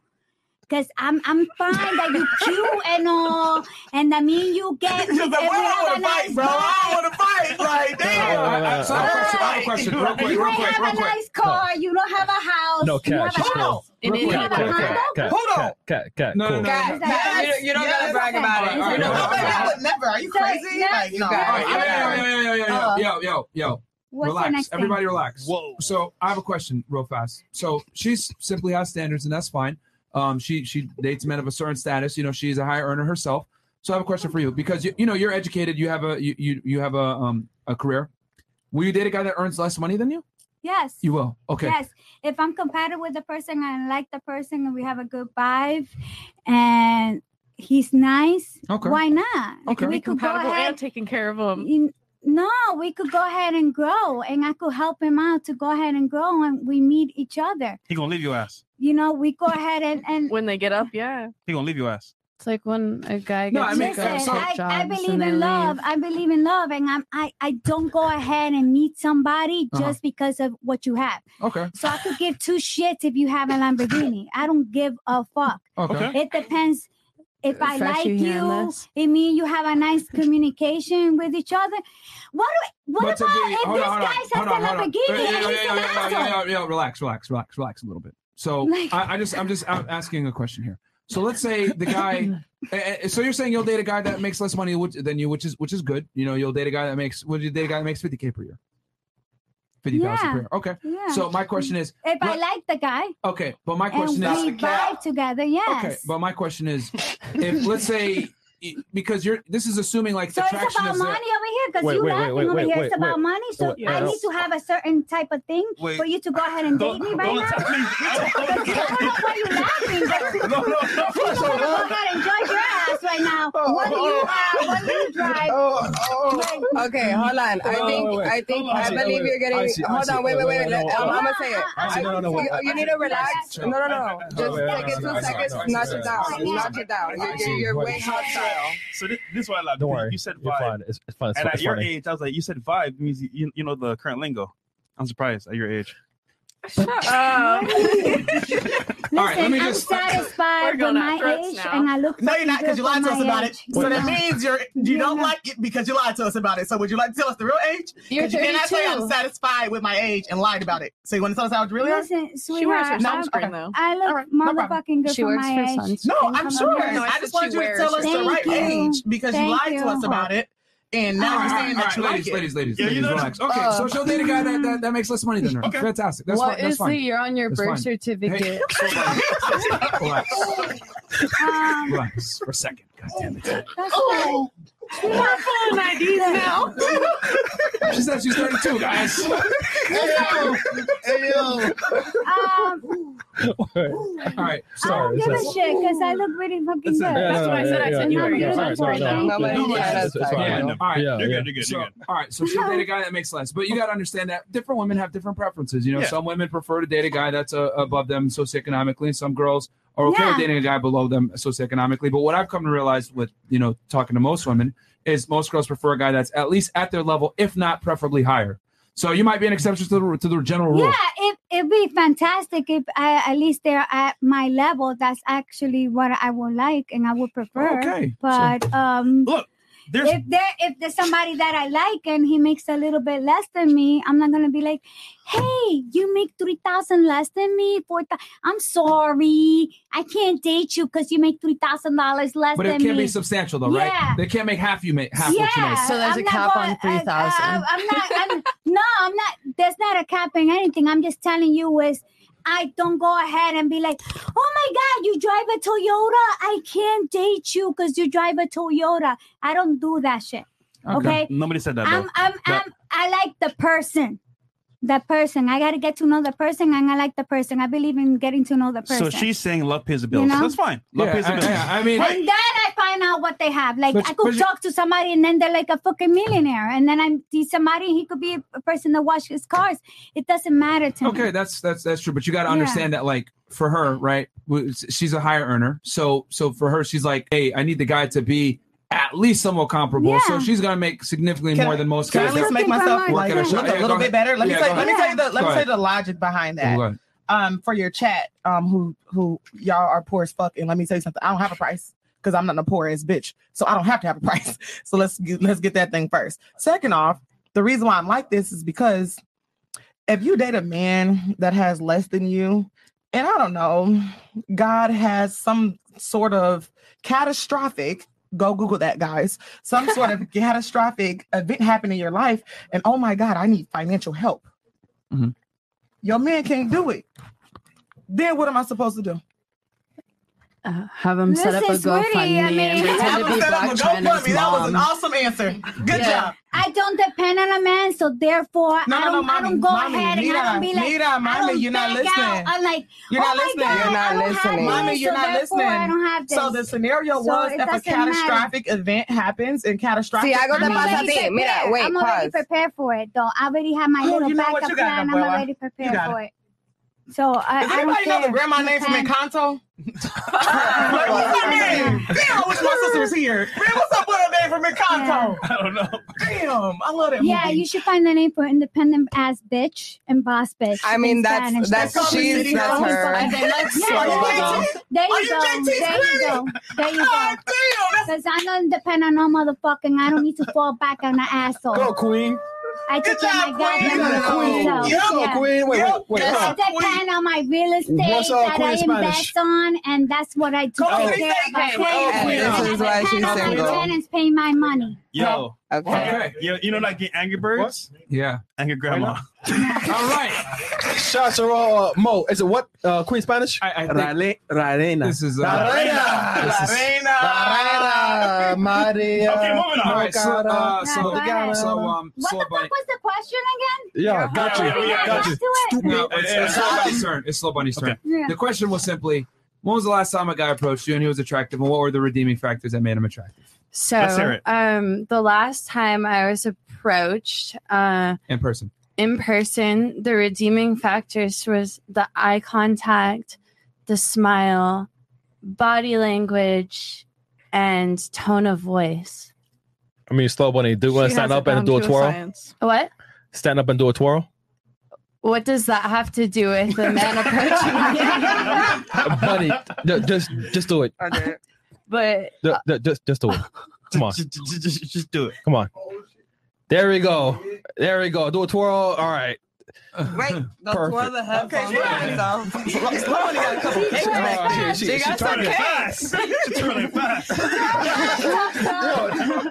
Speaker 9: Cause I'm I'm fine that you cute and all, and I mean you get.
Speaker 11: He's like,
Speaker 9: if we
Speaker 11: "Well, I don't
Speaker 9: have a
Speaker 11: wanna
Speaker 9: nice
Speaker 11: fight, bro. I don't wanna fight. Like, damn.
Speaker 1: I- I- so I have a question, I have a question, real quick,
Speaker 9: You
Speaker 1: real
Speaker 9: ain't
Speaker 1: quick,
Speaker 9: have
Speaker 1: real
Speaker 9: a
Speaker 1: quick.
Speaker 9: nice car. You don't have a house. Oh,
Speaker 2: No,
Speaker 9: you
Speaker 2: cat.
Speaker 9: have a
Speaker 2: She's
Speaker 9: house.
Speaker 2: cool.
Speaker 9: You
Speaker 2: Real quick,
Speaker 9: have a
Speaker 2: quick, quick,
Speaker 9: condo?
Speaker 2: cat, cat, Cat, cat,
Speaker 1: No, no,
Speaker 2: cool.
Speaker 1: no, no, no.
Speaker 11: Yes,
Speaker 5: You don't- you don't
Speaker 11: yes,
Speaker 5: gotta brag
Speaker 11: okay.
Speaker 5: about it.
Speaker 11: You
Speaker 1: Alright,
Speaker 11: know,
Speaker 1: alright,
Speaker 11: I'm like,
Speaker 1: alright.
Speaker 11: I would never. Are you
Speaker 9: So,
Speaker 11: crazy?
Speaker 9: yeah,
Speaker 11: Like,
Speaker 9: you
Speaker 11: no.
Speaker 1: All
Speaker 11: I'm
Speaker 1: right, yo, yo,
Speaker 11: never.
Speaker 1: yo, yo, yo, yo,
Speaker 9: Uh,
Speaker 1: yo, yo, yo.
Speaker 9: What's the
Speaker 1: relax.
Speaker 9: next thing?
Speaker 1: Everybody relax.
Speaker 6: Whoa.
Speaker 1: So I have a question real fast. So she simply has standards and that's fine. Um, she she dates men of a certain status. You know, she's a high earner herself. So I have a question for you because you, you know you're educated. You have a you you, you have a um a career. Will you date a guy that earns less money than you?
Speaker 9: Yes.
Speaker 1: You will. Okay.
Speaker 9: Yes. If I'm compatible with the person and I like the person and we have a good vibe and he's nice,
Speaker 13: Okay.
Speaker 9: why not?
Speaker 13: Okay.
Speaker 9: We
Speaker 13: Be
Speaker 9: could go
Speaker 13: compatible
Speaker 9: ahead.
Speaker 13: and taking care of them.
Speaker 9: in- no, we could go ahead and grow and I could help him out to go ahead and grow and we meet each other.
Speaker 6: He gonna leave your ass.
Speaker 9: You know, we go ahead and, and
Speaker 13: when they get up, yeah.
Speaker 6: He gonna leave your ass.
Speaker 10: It's like when a guy gets
Speaker 13: No, I mean,
Speaker 10: like a
Speaker 9: Listen, I, I
Speaker 10: jobs
Speaker 9: believe
Speaker 10: and they
Speaker 9: in love.
Speaker 10: leave.
Speaker 9: I believe in love, and I'm I, I don't go ahead and meet somebody
Speaker 10: Uh-huh.
Speaker 9: just because of what you have.
Speaker 1: Okay.
Speaker 9: So I could give two shits if you have a Lamborghini. I don't give a fuck.
Speaker 1: Okay.
Speaker 9: It depends. If I
Speaker 10: Fresh,
Speaker 9: like
Speaker 10: you
Speaker 9: you,
Speaker 10: hearing this?
Speaker 9: it mean you have a nice communication with each other. What do, what
Speaker 1: to
Speaker 9: about
Speaker 1: be-
Speaker 9: if
Speaker 1: hold
Speaker 9: this
Speaker 1: on, hold on,
Speaker 9: guy's
Speaker 1: hold
Speaker 9: has
Speaker 1: on,
Speaker 9: a
Speaker 1: hold on.
Speaker 9: Lamborghini?
Speaker 1: Yeah, yeah,
Speaker 9: and
Speaker 1: yeah,
Speaker 9: he's an
Speaker 1: yeah, yeah, yeah,
Speaker 9: asshole?
Speaker 1: yeah, yeah, Relax, relax, relax, relax a little bit. So
Speaker 9: Like-
Speaker 1: I, I just, I'm just, I'm asking a question here. So let's say the guy. eh, eh, so you're saying you'll date a guy that makes less money which, than you, which is which is good. You know, you'll date a guy that makes. Would you date a guy that makes 50k per year? 50,000 per year. Okay.
Speaker 9: Yeah.
Speaker 1: So my question is.
Speaker 9: If I
Speaker 1: let-
Speaker 9: like the guy
Speaker 1: Okay, but my
Speaker 9: and
Speaker 1: question is.
Speaker 9: we vibe together, yes.
Speaker 1: Okay, but my question is, if let's say because you're this is assuming like
Speaker 9: So it's
Speaker 1: attraction
Speaker 9: about
Speaker 1: is
Speaker 9: money
Speaker 1: there.
Speaker 9: over here because
Speaker 1: Wait,
Speaker 9: you
Speaker 1: wait,
Speaker 9: laughing
Speaker 1: wait,
Speaker 9: over
Speaker 1: wait,
Speaker 9: here.
Speaker 1: wait,
Speaker 9: it's about
Speaker 1: wait.
Speaker 9: money. So
Speaker 1: Wait,
Speaker 9: I
Speaker 1: no.
Speaker 9: need to have a certain type of thing
Speaker 6: Wait.
Speaker 9: for you to go ahead and date
Speaker 6: Don't-
Speaker 9: me right
Speaker 6: don't
Speaker 9: now.
Speaker 6: tell me- don't
Speaker 9: Because I don't know why you laughing. though.
Speaker 6: No, no, no.
Speaker 9: You don't want to go ahead and judge your ass right now. What do you have? What do you drive?
Speaker 12: Okay, hold on. I
Speaker 2: Wait,
Speaker 12: think
Speaker 2: wait, wait.
Speaker 12: I think
Speaker 2: Hold on,
Speaker 12: I
Speaker 2: see,
Speaker 12: believe
Speaker 2: wait,
Speaker 12: you're getting.
Speaker 2: I see, I
Speaker 12: hold
Speaker 2: see.
Speaker 12: on, wait, wait, wait.
Speaker 2: Wait, wait, wait,
Speaker 12: I'm,
Speaker 2: wait.
Speaker 12: gonna say it.
Speaker 2: I see, no, no, no,
Speaker 12: you,
Speaker 2: wait.
Speaker 12: you need to relax. No, no, no. Just
Speaker 2: wait,
Speaker 12: take
Speaker 2: wait,
Speaker 12: it two
Speaker 2: wait, wait,
Speaker 12: seconds.
Speaker 2: wait,
Speaker 12: Notch
Speaker 2: wait,
Speaker 12: it
Speaker 2: wait,
Speaker 12: down.
Speaker 2: wait,
Speaker 12: Notch it down. You're, you're, you're way hostile.
Speaker 6: So this, this is why I love.
Speaker 2: Don't worry.
Speaker 6: You said
Speaker 2: You're
Speaker 6: vibe.
Speaker 2: fine. It's, it's fine. It's,
Speaker 6: and
Speaker 2: fine.
Speaker 6: at
Speaker 2: it's
Speaker 6: your
Speaker 2: funny.
Speaker 6: age, I was like, you said vibe means you, you know the current lingo. I'm surprised at your age.
Speaker 13: Shut up.
Speaker 9: Listen,
Speaker 13: All right, let me
Speaker 9: I'm
Speaker 13: just- We're
Speaker 9: satisfied with
Speaker 13: going
Speaker 9: my
Speaker 13: after us
Speaker 9: age
Speaker 13: now.
Speaker 9: and I look
Speaker 11: No, you're not, because you lied to us about it. So that means you're you don't
Speaker 9: Yeah.
Speaker 11: like it because you lied to us about it. So would you like to tell us the real age?
Speaker 9: You're
Speaker 11: Because you did not say I'm
Speaker 9: 32.
Speaker 11: satisfied with my age and lied about it. So you want to tell us how it really is?
Speaker 9: Listen,
Speaker 11: She wears her
Speaker 9: sweetheart,
Speaker 11: sunscreen,
Speaker 9: I'm-
Speaker 11: though.
Speaker 9: I look motherfucking good
Speaker 11: She
Speaker 9: for
Speaker 11: works
Speaker 9: my
Speaker 11: for
Speaker 9: age.
Speaker 11: sunscreen. No, I'm
Speaker 9: Come
Speaker 11: sure.
Speaker 9: on.
Speaker 11: No, I I said just wanted she you to wears tell her us the sunscreen. right age because you
Speaker 9: Thank
Speaker 11: lied to us about it.
Speaker 15: And
Speaker 1: All right, all right, all right, ladies, ladies, ladies, ladies, relax. Okay,
Speaker 9: Uh,
Speaker 1: so she'll date a guy that, that, that makes less money than her.
Speaker 15: Okay.
Speaker 1: Fantastic. That's
Speaker 10: What
Speaker 1: fine. That's
Speaker 10: is the
Speaker 1: fine.
Speaker 10: year on your
Speaker 1: That's
Speaker 10: birth
Speaker 1: fine.
Speaker 10: certificate?
Speaker 1: Relax.
Speaker 9: Um,
Speaker 1: Relax for a second. God damn it.
Speaker 9: oh,
Speaker 3: we are pulling IDs now.
Speaker 1: She said she's 32, guys.
Speaker 3: Hey, yo.
Speaker 9: um,
Speaker 1: All
Speaker 9: I don't
Speaker 1: right. Sorry.
Speaker 9: give a
Speaker 1: sorry.
Speaker 9: shit because I look really fucking good.
Speaker 1: That's it.
Speaker 2: Yeah, yeah.
Speaker 1: So, all right, so she'll date a guy that makes less, but you got to understand that different women have different preferences. You know,
Speaker 2: Yeah.
Speaker 1: some women prefer to date a guy that's uh, above them socioeconomically, and some girls are okay with
Speaker 2: Yeah.
Speaker 1: dating a guy below them socioeconomically. But what I've come to realize with you know talking to most women is most girls prefer a guy that's at least at their level, if not preferably higher. So you might be an exception to the to the general rule.
Speaker 9: Yeah, it it'd be fantastic if I, at least they're at my level. That's actually what I would like and I would prefer.
Speaker 3: Okay, so-
Speaker 9: But um
Speaker 6: look,
Speaker 3: there's-
Speaker 9: if there if there's somebody that I like and he makes a little bit less than me, I'm not gonna be like, hey, you make three thousand less than me, four thousand. I'm sorry, I can't date you because you make three thousand dollars less
Speaker 1: But
Speaker 9: than
Speaker 1: it can't
Speaker 9: me.
Speaker 1: be substantial though,
Speaker 9: Yeah.
Speaker 1: right? They can't make half you make half what you make.
Speaker 9: So there's I'm a not cap
Speaker 14: on three thousand.
Speaker 9: I- I'm not. I'm, no, I'm not. There's not a capping anything. I'm just telling you is I don't go ahead and be like, oh my god, you drive a Toyota. I can't date you because you drive a Toyota. I don't do that shit. Okay.
Speaker 6: Nobody said that. though.
Speaker 9: I'm, I'm,
Speaker 6: That-
Speaker 9: I'm, I like the person. The person. I gotta get to know the person, and I like the person. I believe in getting to know the person.
Speaker 6: So she's saying love pays the bills.
Speaker 9: know?
Speaker 6: That's fine. Love
Speaker 1: Yeah,
Speaker 6: pays the
Speaker 1: I-
Speaker 6: bills.
Speaker 1: I- I mean-
Speaker 9: and then I find out what they have. Like
Speaker 6: But-
Speaker 9: I could
Speaker 6: but you-
Speaker 9: talk to somebody, and then they're like a fucking millionaire, and then I'm see somebody. He could be a person that washes cars. It doesn't matter to me.
Speaker 1: Okay, that's that's that's true, but you got to
Speaker 9: Yeah.
Speaker 1: understand that like for her, right? w- She's a higher earner. So so for her she's like, "Hey, I need the guy to be at least somewhat comparable." So
Speaker 11: Yeah.
Speaker 1: she's going to make significantly
Speaker 11: Can
Speaker 1: more
Speaker 11: I-
Speaker 1: than most
Speaker 11: Can I
Speaker 1: guys.
Speaker 11: at least
Speaker 1: that
Speaker 11: make
Speaker 1: work at
Speaker 11: myself
Speaker 1: a
Speaker 11: like,
Speaker 1: shop.
Speaker 11: look
Speaker 1: Yeah,
Speaker 11: a
Speaker 1: go
Speaker 11: little
Speaker 1: ahead.
Speaker 11: bit better? Let me
Speaker 1: Yeah,
Speaker 11: tell
Speaker 1: go
Speaker 11: you, let me
Speaker 1: ahead.
Speaker 11: tell you the let
Speaker 1: Go
Speaker 11: me tell you
Speaker 1: ahead.
Speaker 11: the logic behind
Speaker 1: Go
Speaker 11: that.
Speaker 1: ahead.
Speaker 11: Um, for your chat, um, who who y'all are poor as fuck, and let me tell you something. I don't have a price because I'm not a poor ass bitch, so I don't have to have a price. So let's get, let's get that thing first. Second off, the reason why I'm like this is because if you date a man that has less than you, and I don't know, God has some sort of catastrophic, go Google that, guys, some sort of catastrophic event happen in your life, and oh my God, I need financial help. mm-hmm.
Speaker 1: Mhm.
Speaker 11: Your man can't do it. Then what am I supposed to do?
Speaker 10: Uh, have him set up a
Speaker 9: This is really,
Speaker 10: GoFundMe
Speaker 9: I mean-
Speaker 10: and pretend
Speaker 11: Have
Speaker 10: to
Speaker 11: him
Speaker 10: be
Speaker 11: set up
Speaker 10: Black
Speaker 11: a
Speaker 10: China's
Speaker 11: GoFundMe. That was
Speaker 10: mom.
Speaker 11: an awesome answer. Good
Speaker 10: Yeah.
Speaker 11: job.
Speaker 9: I don't depend on a man, so therefore
Speaker 11: No,
Speaker 9: I
Speaker 11: no,
Speaker 9: don't,
Speaker 11: no,
Speaker 9: I don't
Speaker 11: mommy,
Speaker 9: go
Speaker 11: mommy,
Speaker 9: ahead and I don't
Speaker 11: Mira,
Speaker 9: be like,
Speaker 11: Mira,
Speaker 9: I
Speaker 11: mommy,
Speaker 9: don't
Speaker 11: you're not
Speaker 9: beg
Speaker 11: listening.
Speaker 9: Out. I'm like,
Speaker 11: You're
Speaker 9: oh
Speaker 11: not
Speaker 9: my
Speaker 11: listening.
Speaker 9: God, I don't have this,
Speaker 11: Mommy, you're
Speaker 9: so
Speaker 11: not
Speaker 9: therefore
Speaker 11: listening.
Speaker 9: I don't have this.
Speaker 11: So the scenario
Speaker 9: So
Speaker 11: was
Speaker 9: it
Speaker 11: if a
Speaker 9: doesn't matter.
Speaker 11: catastrophic event happens and
Speaker 9: See,
Speaker 11: catastrophic.
Speaker 9: I go to
Speaker 11: I mean,
Speaker 9: I'm already
Speaker 12: Pasadena. Mira,
Speaker 9: prepared.
Speaker 12: wait,
Speaker 9: I'm
Speaker 12: pause.
Speaker 9: already prepared for it, though. I already have my
Speaker 11: Oh,
Speaker 9: little
Speaker 11: you know what?
Speaker 9: backup
Speaker 11: You got it,
Speaker 9: plan. I'm
Speaker 11: Abuela.
Speaker 9: already
Speaker 11: You
Speaker 9: prepared
Speaker 11: got
Speaker 9: for
Speaker 11: it.
Speaker 9: it. So uh, I,
Speaker 11: Does
Speaker 9: I don't
Speaker 11: anybody know the
Speaker 9: care.
Speaker 11: grandma
Speaker 9: You
Speaker 11: name from
Speaker 9: can-
Speaker 11: Encanto? Ray, what's her name? Damn, I wish my sister was here. Ray, what's up with her name from Encanto? I don't know. Damn, I love that
Speaker 9: Yeah,
Speaker 11: movie.
Speaker 9: you should find a name for independent ass bitch and boss bitch.
Speaker 12: I mean,
Speaker 9: in
Speaker 12: that's-
Speaker 9: Spanish.
Speaker 12: that's- That's called she's- the city that's house. her.
Speaker 9: Yeah,
Speaker 12: And then let's
Speaker 9: yeah,
Speaker 12: swipe
Speaker 9: yeah.
Speaker 12: it.
Speaker 9: There
Speaker 12: Are
Speaker 9: you
Speaker 12: you
Speaker 9: go.
Speaker 12: JT's
Speaker 9: There you go. There you go. Because I don't depend on no motherfucking. I don't need to fall back on an asshole.
Speaker 2: Go, queen.
Speaker 9: I took care of my
Speaker 3: queen.
Speaker 9: goddamn
Speaker 3: Queen.
Speaker 9: myself.
Speaker 3: Yes, go, queen. Wait, wait, wait,
Speaker 9: I
Speaker 3: hold on.
Speaker 9: depend on my real estate
Speaker 3: What's all
Speaker 9: that
Speaker 3: queen
Speaker 9: I
Speaker 3: in Spanish?
Speaker 9: invest on, and that's what I do.
Speaker 3: Go,
Speaker 9: take care
Speaker 3: queen.
Speaker 9: of.
Speaker 3: Go,
Speaker 9: Okay?
Speaker 3: queen.
Speaker 9: And I
Speaker 12: This is why
Speaker 9: depend
Speaker 12: she's
Speaker 9: on my
Speaker 12: single.
Speaker 9: tenants paying my money.
Speaker 6: Yo.
Speaker 12: Okay.
Speaker 1: Okay.
Speaker 6: Yo, you know like the Angry Birds?
Speaker 1: Yeah.
Speaker 6: Angry Grandma.
Speaker 1: All right.
Speaker 2: Shots are all uh, Mo. Is it what uh, Queen Spanish?
Speaker 1: I,
Speaker 2: Rale, Ralena. This uh,
Speaker 1: is
Speaker 2: Ralena. Maria.
Speaker 3: Okay,
Speaker 1: All right, so, uh, so,
Speaker 9: Alright.
Speaker 1: so, um,
Speaker 9: What
Speaker 1: so,
Speaker 9: the fuck
Speaker 1: buddy.
Speaker 9: was the question again?
Speaker 2: Yeah,
Speaker 1: got you.
Speaker 2: Yeah,
Speaker 1: got
Speaker 9: you.
Speaker 1: No, it's, it's Slow Bunny's turn. It's Slow Bunny's turn.
Speaker 9: Yeah.
Speaker 1: The question was simply, when was the last time a guy approached you and he was attractive, and what were the redeeming factors that made him attractive?
Speaker 10: So,
Speaker 1: Let's hear it.
Speaker 10: um, the last time I was approached uh,
Speaker 1: In person.
Speaker 10: in person, the redeeming factors was the eye contact, the smile, body language, and tone of voice.
Speaker 2: I mean, slow bunny. Do you want to stand up and do a twirl?
Speaker 10: What?
Speaker 2: Stand up and do a twirl.
Speaker 10: What does that have to do with the man approaching me?
Speaker 2: Uh, bunny, ju- just just do it.
Speaker 10: but
Speaker 2: Ju- ju- just just do it. Come on. Just, just, do it. Come on. There we go. There we go. Do a twirl. All right.
Speaker 5: Right, the
Speaker 2: Perfect.
Speaker 5: twirl the head.
Speaker 2: Okay,
Speaker 5: Okay,
Speaker 2: yeah.
Speaker 5: Slowly got a couple
Speaker 2: She-
Speaker 5: cakes
Speaker 2: she-
Speaker 5: back there.
Speaker 2: she-
Speaker 5: She
Speaker 2: she
Speaker 5: got some
Speaker 2: twirling
Speaker 5: cakes.
Speaker 6: She's twirling fast.
Speaker 2: Yo,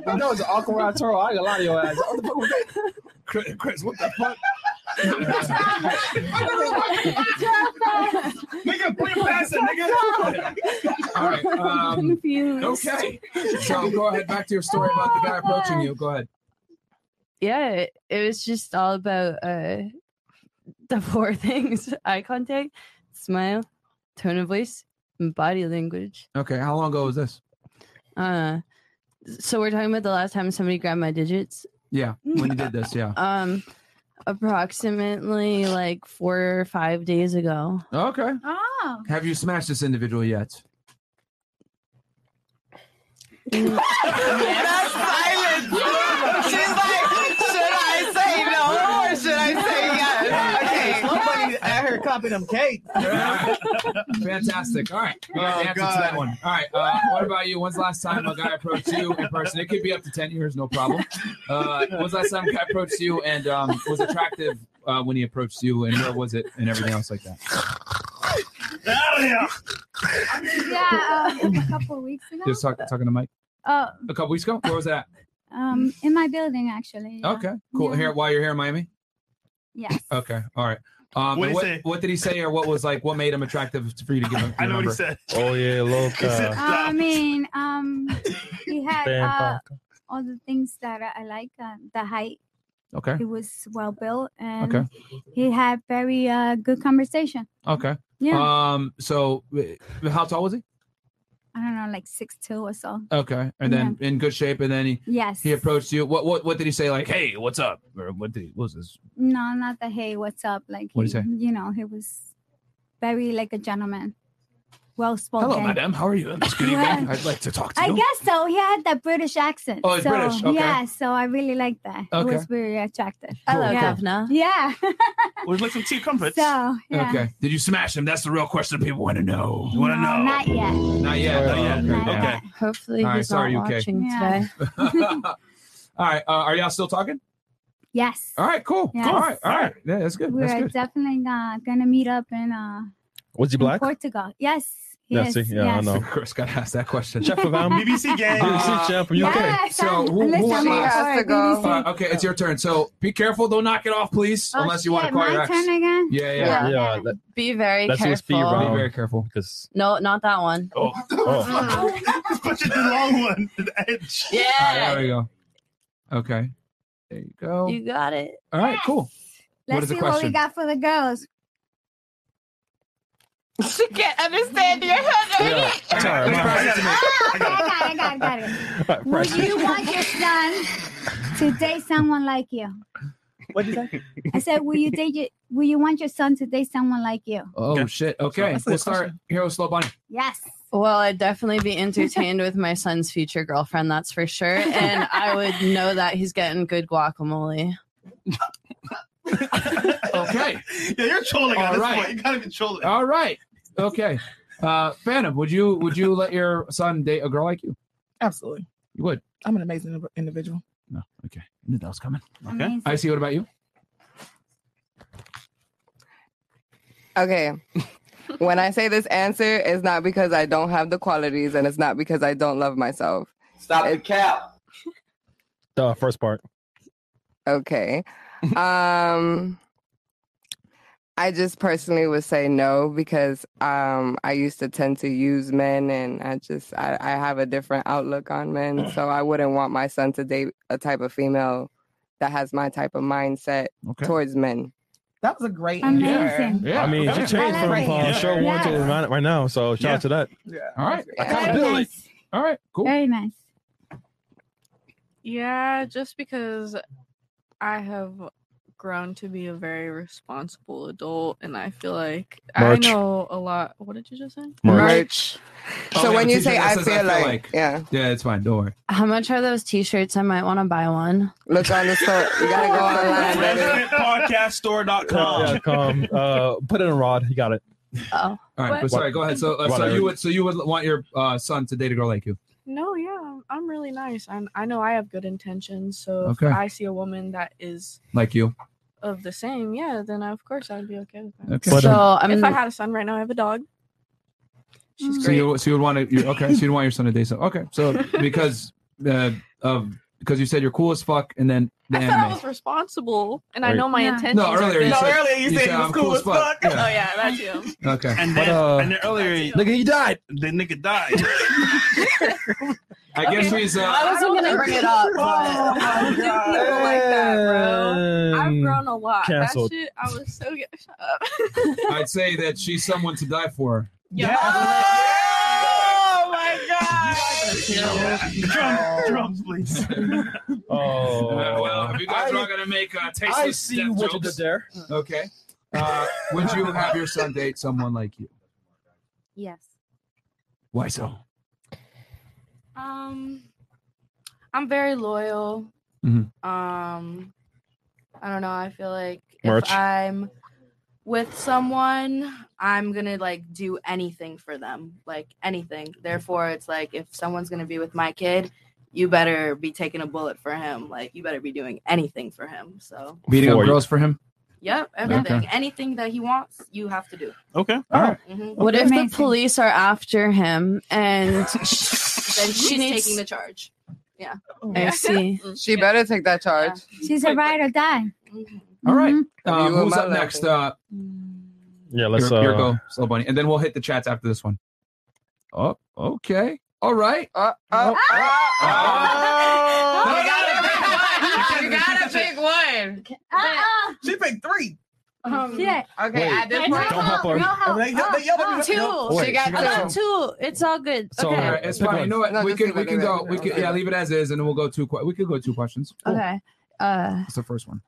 Speaker 2: that was an awkward turn. I ain't gonna lie to your ass. What the fuck was that?
Speaker 1: Chris, Chris what the fuck?
Speaker 6: nigga, put it faster, nigga.
Speaker 1: All right. Um, okay. So go ahead back to your story about the guy approaching you. Go ahead.
Speaker 10: yeah, it, it was just all about uh the four things: eye contact, smile, tone of voice, and body language.
Speaker 1: Okay. How long ago was this?
Speaker 10: Uh, so we're talking about the last time somebody grabbed my digits.
Speaker 1: Yeah. When you did this. Yeah.
Speaker 10: Um, approximately like four or five days ago.
Speaker 1: Okay.
Speaker 9: Oh.
Speaker 1: Have you smashed this individual yet?
Speaker 5: That's silence. She's like, should I say no or should I say yes? Okay.
Speaker 11: Somebody at her copy them cakes.
Speaker 1: Fantastic. All right. We got
Speaker 11: Oh,
Speaker 1: the answer to
Speaker 11: God.
Speaker 1: that one. All right. Uh, what about you? When's the last time a guy approached you in person? It could be up to 10 years, no problem. Uh, when's the last time a guy approached you and um, was attractive uh, when he approached you and where was it and everything else like that?
Speaker 9: yeah, um, a couple weeks ago.
Speaker 1: Just talk, talking to Mike
Speaker 9: Oh,
Speaker 1: a couple weeks ago. Where was that?
Speaker 9: um, in my building actually. yeah.
Speaker 1: Okay. Cool. Here, while you're here in Miami?
Speaker 9: Yes.
Speaker 1: Okay. All right. Um,
Speaker 9: What'd
Speaker 1: and
Speaker 9: he
Speaker 1: what,
Speaker 9: say?
Speaker 1: what did he say or what was like, what made him attractive for you to give him?
Speaker 6: I know what he
Speaker 1: said.
Speaker 2: Oh yeah,
Speaker 9: Uh,
Speaker 2: loca.
Speaker 9: I mean, um, he had uh,
Speaker 2: Vampire.
Speaker 9: all the things that I- I like. Uh, the height.
Speaker 1: Okay.
Speaker 9: He was well built, and
Speaker 1: Okay.
Speaker 9: he had very uh, good conversation.
Speaker 1: Okay.
Speaker 9: Yeah.
Speaker 1: Um, so uh, how tall was he?
Speaker 9: I don't know, like six two or so.
Speaker 1: Okay, and then in good shape, and then he
Speaker 9: Yes.
Speaker 1: Uh, he approached you. What what what did he say? Like, hey, what's up? Or what did he, what was this?
Speaker 9: No, not the hey, what's up? Like,
Speaker 1: What'd he
Speaker 9: he-
Speaker 1: say?
Speaker 9: You know, he was very like a gentleman, well spoken.
Speaker 1: Hello, madam. How are you? It's Good
Speaker 9: Yeah.
Speaker 1: evening. I'd like to talk to
Speaker 9: I
Speaker 1: you.
Speaker 9: guess so. He had that British accent.
Speaker 1: Oh, it's
Speaker 9: so,
Speaker 1: British, okay.
Speaker 9: Yeah, so I really liked that.
Speaker 1: Okay.
Speaker 9: It was very attractive.
Speaker 10: Hello,
Speaker 9: yeah.
Speaker 10: governor.
Speaker 9: Yeah.
Speaker 1: Would like some tea comforts?
Speaker 9: so, yeah.
Speaker 1: Okay. Did you smash him? That's the real question people want to know.
Speaker 9: No, not yet.
Speaker 1: Not yet. Not yet. Oh, Okay.
Speaker 10: Yeah. Hopefully,
Speaker 1: All right,
Speaker 10: he's
Speaker 1: sorry,
Speaker 10: not
Speaker 1: UK.
Speaker 10: watching
Speaker 9: Yeah.
Speaker 10: today.
Speaker 1: All right. Uh, are y'all still talking?
Speaker 9: Yes.
Speaker 1: All right. Cool.
Speaker 9: Yes.
Speaker 1: All right. All right. Yeah, that's good. Oh, That's
Speaker 9: We're
Speaker 1: good.
Speaker 9: definitely uh, gonna meet up in uh
Speaker 2: Was he
Speaker 9: in
Speaker 2: black?
Speaker 9: Portugal. Yes.
Speaker 2: Yeah,
Speaker 9: Yes.
Speaker 2: see, yeah, I
Speaker 9: yes.
Speaker 2: know.
Speaker 1: Of course, gotta ask that question.
Speaker 2: Chef of Am. BBC gang. BBC chef from UK.
Speaker 9: Yes,
Speaker 1: so
Speaker 9: I'm-
Speaker 1: who, who
Speaker 9: listen,
Speaker 1: am I?
Speaker 9: I'm sorry, BBC.
Speaker 1: Uh, okay, it's your turn. So be careful. Don't knock it off, please.
Speaker 10: Oh,
Speaker 1: unless you want to
Speaker 10: shit,
Speaker 1: call
Speaker 10: my
Speaker 1: your ex.
Speaker 10: turn again?
Speaker 1: Yeah, yeah,
Speaker 10: Yeah. Be very careful.
Speaker 1: Be very careful.
Speaker 2: Because
Speaker 10: No, not that one.
Speaker 2: oh,
Speaker 6: Just put you the long one, to the edge.
Speaker 10: Yeah.
Speaker 1: there we go. Okay, there you go.
Speaker 10: You got it.
Speaker 1: All right, cool. what
Speaker 9: Let's
Speaker 1: is
Speaker 9: see
Speaker 1: the
Speaker 9: what we
Speaker 1: question?
Speaker 9: got for the girls.
Speaker 5: She can't understand your
Speaker 1: Yeah. Sorry, my-
Speaker 9: Ah, okay, I got it, I got it, I got it. Would you want your son to date someone like you?
Speaker 1: What did you say?
Speaker 9: I said, will you date your, will you want your son to date someone like you?
Speaker 1: Oh shit. Okay,
Speaker 10: That's a
Speaker 1: we'll
Speaker 10: good
Speaker 1: start. Hero slow bunny.
Speaker 9: Yes.
Speaker 10: Well, I'd definitely be entertained with my son's future girlfriend, that's for sure. And I would know that he's getting good guacamole.
Speaker 1: Okay.
Speaker 6: Yeah, you're trolling at
Speaker 1: All
Speaker 6: this
Speaker 1: right.
Speaker 6: point. You gotta be trolling.
Speaker 1: All right. Okay. Uh, Phantom, would you would you let your son date a girl like you?
Speaker 11: Absolutely.
Speaker 1: You would.
Speaker 11: I'm an amazing indiv- individual.
Speaker 1: No. Okay. I knew that was coming.
Speaker 11: Amazing.
Speaker 1: I see. What about you?
Speaker 12: Okay. when I say this answer, it's not because I don't have the qualities and it's not because I don't love myself.
Speaker 5: Stop the cap.
Speaker 2: the first part.
Speaker 12: Okay. um I just personally would say no because um I used to tend to use men and I just I, I have a different outlook on men. So I wouldn't want my son to date a type of female that has my type of mindset
Speaker 1: Okay.
Speaker 12: towards men.
Speaker 11: That was a great
Speaker 9: Amazing.
Speaker 11: answer.
Speaker 2: I mean, she changed from
Speaker 11: Elaborate.
Speaker 2: uh, show one to
Speaker 11: Yeah.
Speaker 2: right right now. So shout out to that.
Speaker 1: All right.
Speaker 9: Very nice.
Speaker 1: All right. Cool.
Speaker 9: Very nice.
Speaker 13: Yeah, just because I have grown to be a very responsible adult, and I feel like
Speaker 2: Merch.
Speaker 13: I know a lot. What did you just say?
Speaker 12: So
Speaker 1: we have
Speaker 12: when
Speaker 1: a
Speaker 12: you
Speaker 1: t-shirt
Speaker 12: say
Speaker 1: that
Speaker 12: I
Speaker 1: says
Speaker 12: feel like- yeah.
Speaker 1: Yeah, it's fine. Don't worry.
Speaker 10: How much are those t shirts? I might want to buy one.
Speaker 12: Look on the store. You gotta go online. baby.
Speaker 6: Podcaststore.com.
Speaker 2: Yeah, come. Uh, put it in Rod. You got it.
Speaker 10: Oh.
Speaker 1: All right, but
Speaker 2: What-
Speaker 1: sorry. Go ahead. So, uh, so
Speaker 2: Whatever.
Speaker 1: you would, so you would want your uh, son to date a girl like you?
Speaker 13: No, yeah, I'm- I'm really nice, and I know I have good intentions. So
Speaker 1: Okay.
Speaker 13: if I see a woman that is
Speaker 1: Like you?
Speaker 13: of the same, yeah, then I, of course I'd be okay with that.
Speaker 1: Okay.
Speaker 13: So
Speaker 1: But, um,
Speaker 13: if I
Speaker 1: I'm-
Speaker 13: had a son right now, I have a dog. She's
Speaker 1: Mm. So
Speaker 13: great.
Speaker 1: you so you would want to you okay so you would want your son to date so okay so because uh, of because you said you're cool as fuck and then the
Speaker 13: I
Speaker 1: anime.
Speaker 13: thought I was responsible, and I
Speaker 1: Right.
Speaker 13: know my
Speaker 1: Yeah.
Speaker 13: intentions.
Speaker 1: No, earlier
Speaker 13: are
Speaker 1: you
Speaker 13: good.
Speaker 1: No, said- earlier you you said said you was I'm cool cool as as fuck. fuck. Yeah.
Speaker 13: Oh yeah, that's you.
Speaker 1: Okay.
Speaker 6: And
Speaker 1: But,
Speaker 6: then,
Speaker 1: uh,
Speaker 6: and then earlier,
Speaker 1: nigga, he died.
Speaker 6: The nigga died.
Speaker 1: I guess he's. Uh,
Speaker 14: I wasn't gonna bring it up. But I don't do people like that, bro. I've
Speaker 1: Um,
Speaker 14: grown a lot.
Speaker 1: canceled.
Speaker 14: That shit, I was so good. Shut up.
Speaker 1: I'd say that she's someone to die for.
Speaker 5: Oh my
Speaker 6: god! Drums, please.
Speaker 1: Oh well, if you guys are gonna make uh, tasteless
Speaker 2: I see
Speaker 1: death
Speaker 2: what you
Speaker 1: jokes,
Speaker 2: did there.
Speaker 1: Okay. Uh, would you have your son date someone like you?
Speaker 14: Yes.
Speaker 1: Why so?
Speaker 14: Um, I'm very loyal.
Speaker 1: Mhm.
Speaker 14: Um, I don't know. I feel like
Speaker 1: Merch.
Speaker 14: if I'm with someone, I'm gonna like do anything for them, like anything. Therefore, it's like if someone's gonna be with my kid, you better be taking a bullet for him. Like you better be doing anything for him. So,
Speaker 1: Beating up girls for him?
Speaker 14: yep, everything,
Speaker 1: Okay.
Speaker 14: anything that he wants, you have to do.
Speaker 6: Okay.
Speaker 1: All right.
Speaker 14: Mhm.
Speaker 10: What if the police are after him and
Speaker 14: Then she's
Speaker 10: needs-
Speaker 14: taking Mm, the charge. Yeah.
Speaker 10: I see.
Speaker 12: She better take that charge.
Speaker 9: She's a ride or die. Mm-hmm.
Speaker 1: All right.
Speaker 12: You
Speaker 1: Um,
Speaker 12: and
Speaker 1: who's
Speaker 12: my
Speaker 1: up
Speaker 12: level.
Speaker 1: next? Uh,
Speaker 2: yeah, let's.
Speaker 1: Here,
Speaker 2: uh,
Speaker 1: here go, slow bunny, and then we'll hit the chats after this one. Oh, okay. All right.
Speaker 12: Uh, uh,
Speaker 5: You gotta pick one.
Speaker 14: Uh-uh.
Speaker 5: She picked three.
Speaker 14: Um,
Speaker 5: yeah. Okay,
Speaker 2: Wait.
Speaker 5: at this
Speaker 2: Don't
Speaker 5: point.
Speaker 2: help her.
Speaker 5: I'm like, yo- yo- yo- yo- yo-
Speaker 2: Wait,
Speaker 5: She got
Speaker 2: she
Speaker 5: two.
Speaker 2: got
Speaker 10: two. It's all good.
Speaker 1: So
Speaker 10: okay.
Speaker 1: all right, it's fine. You know what? we can we can go. We can yeah, leave it as is, and then we'll go two. Que- we could go two questions.
Speaker 10: Okay. Uh,
Speaker 1: That's the first one.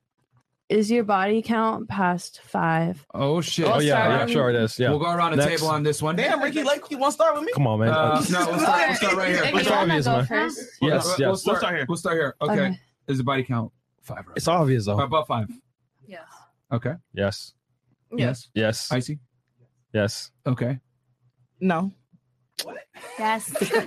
Speaker 10: is your body count past five?
Speaker 1: Oh shit.
Speaker 10: Oh, yeah, yeah, sure it
Speaker 2: is, yeah.
Speaker 1: We'll go around the
Speaker 2: Next.
Speaker 1: table on this one.
Speaker 5: Damn, Ricky Lake, you want to start with me?
Speaker 2: Come on, man.
Speaker 1: Uh, no, we'll start, we'll start right here.
Speaker 5: If
Speaker 1: We'll
Speaker 5: you
Speaker 1: start-
Speaker 5: wanna go
Speaker 1: man.
Speaker 5: first.
Speaker 1: We'll-
Speaker 2: Yes,
Speaker 1: we'll,
Speaker 2: yes.
Speaker 1: We'll start, here. We'll start here. Okay.
Speaker 2: Okay.
Speaker 1: Is the body count five? Right?
Speaker 2: It's obvious though.
Speaker 1: About five.
Speaker 14: Yes.
Speaker 1: Okay.
Speaker 2: Yes.
Speaker 1: Yes.
Speaker 2: Yes.
Speaker 1: Icy.
Speaker 2: Yes.
Speaker 1: Okay.
Speaker 11: No.
Speaker 9: Yes.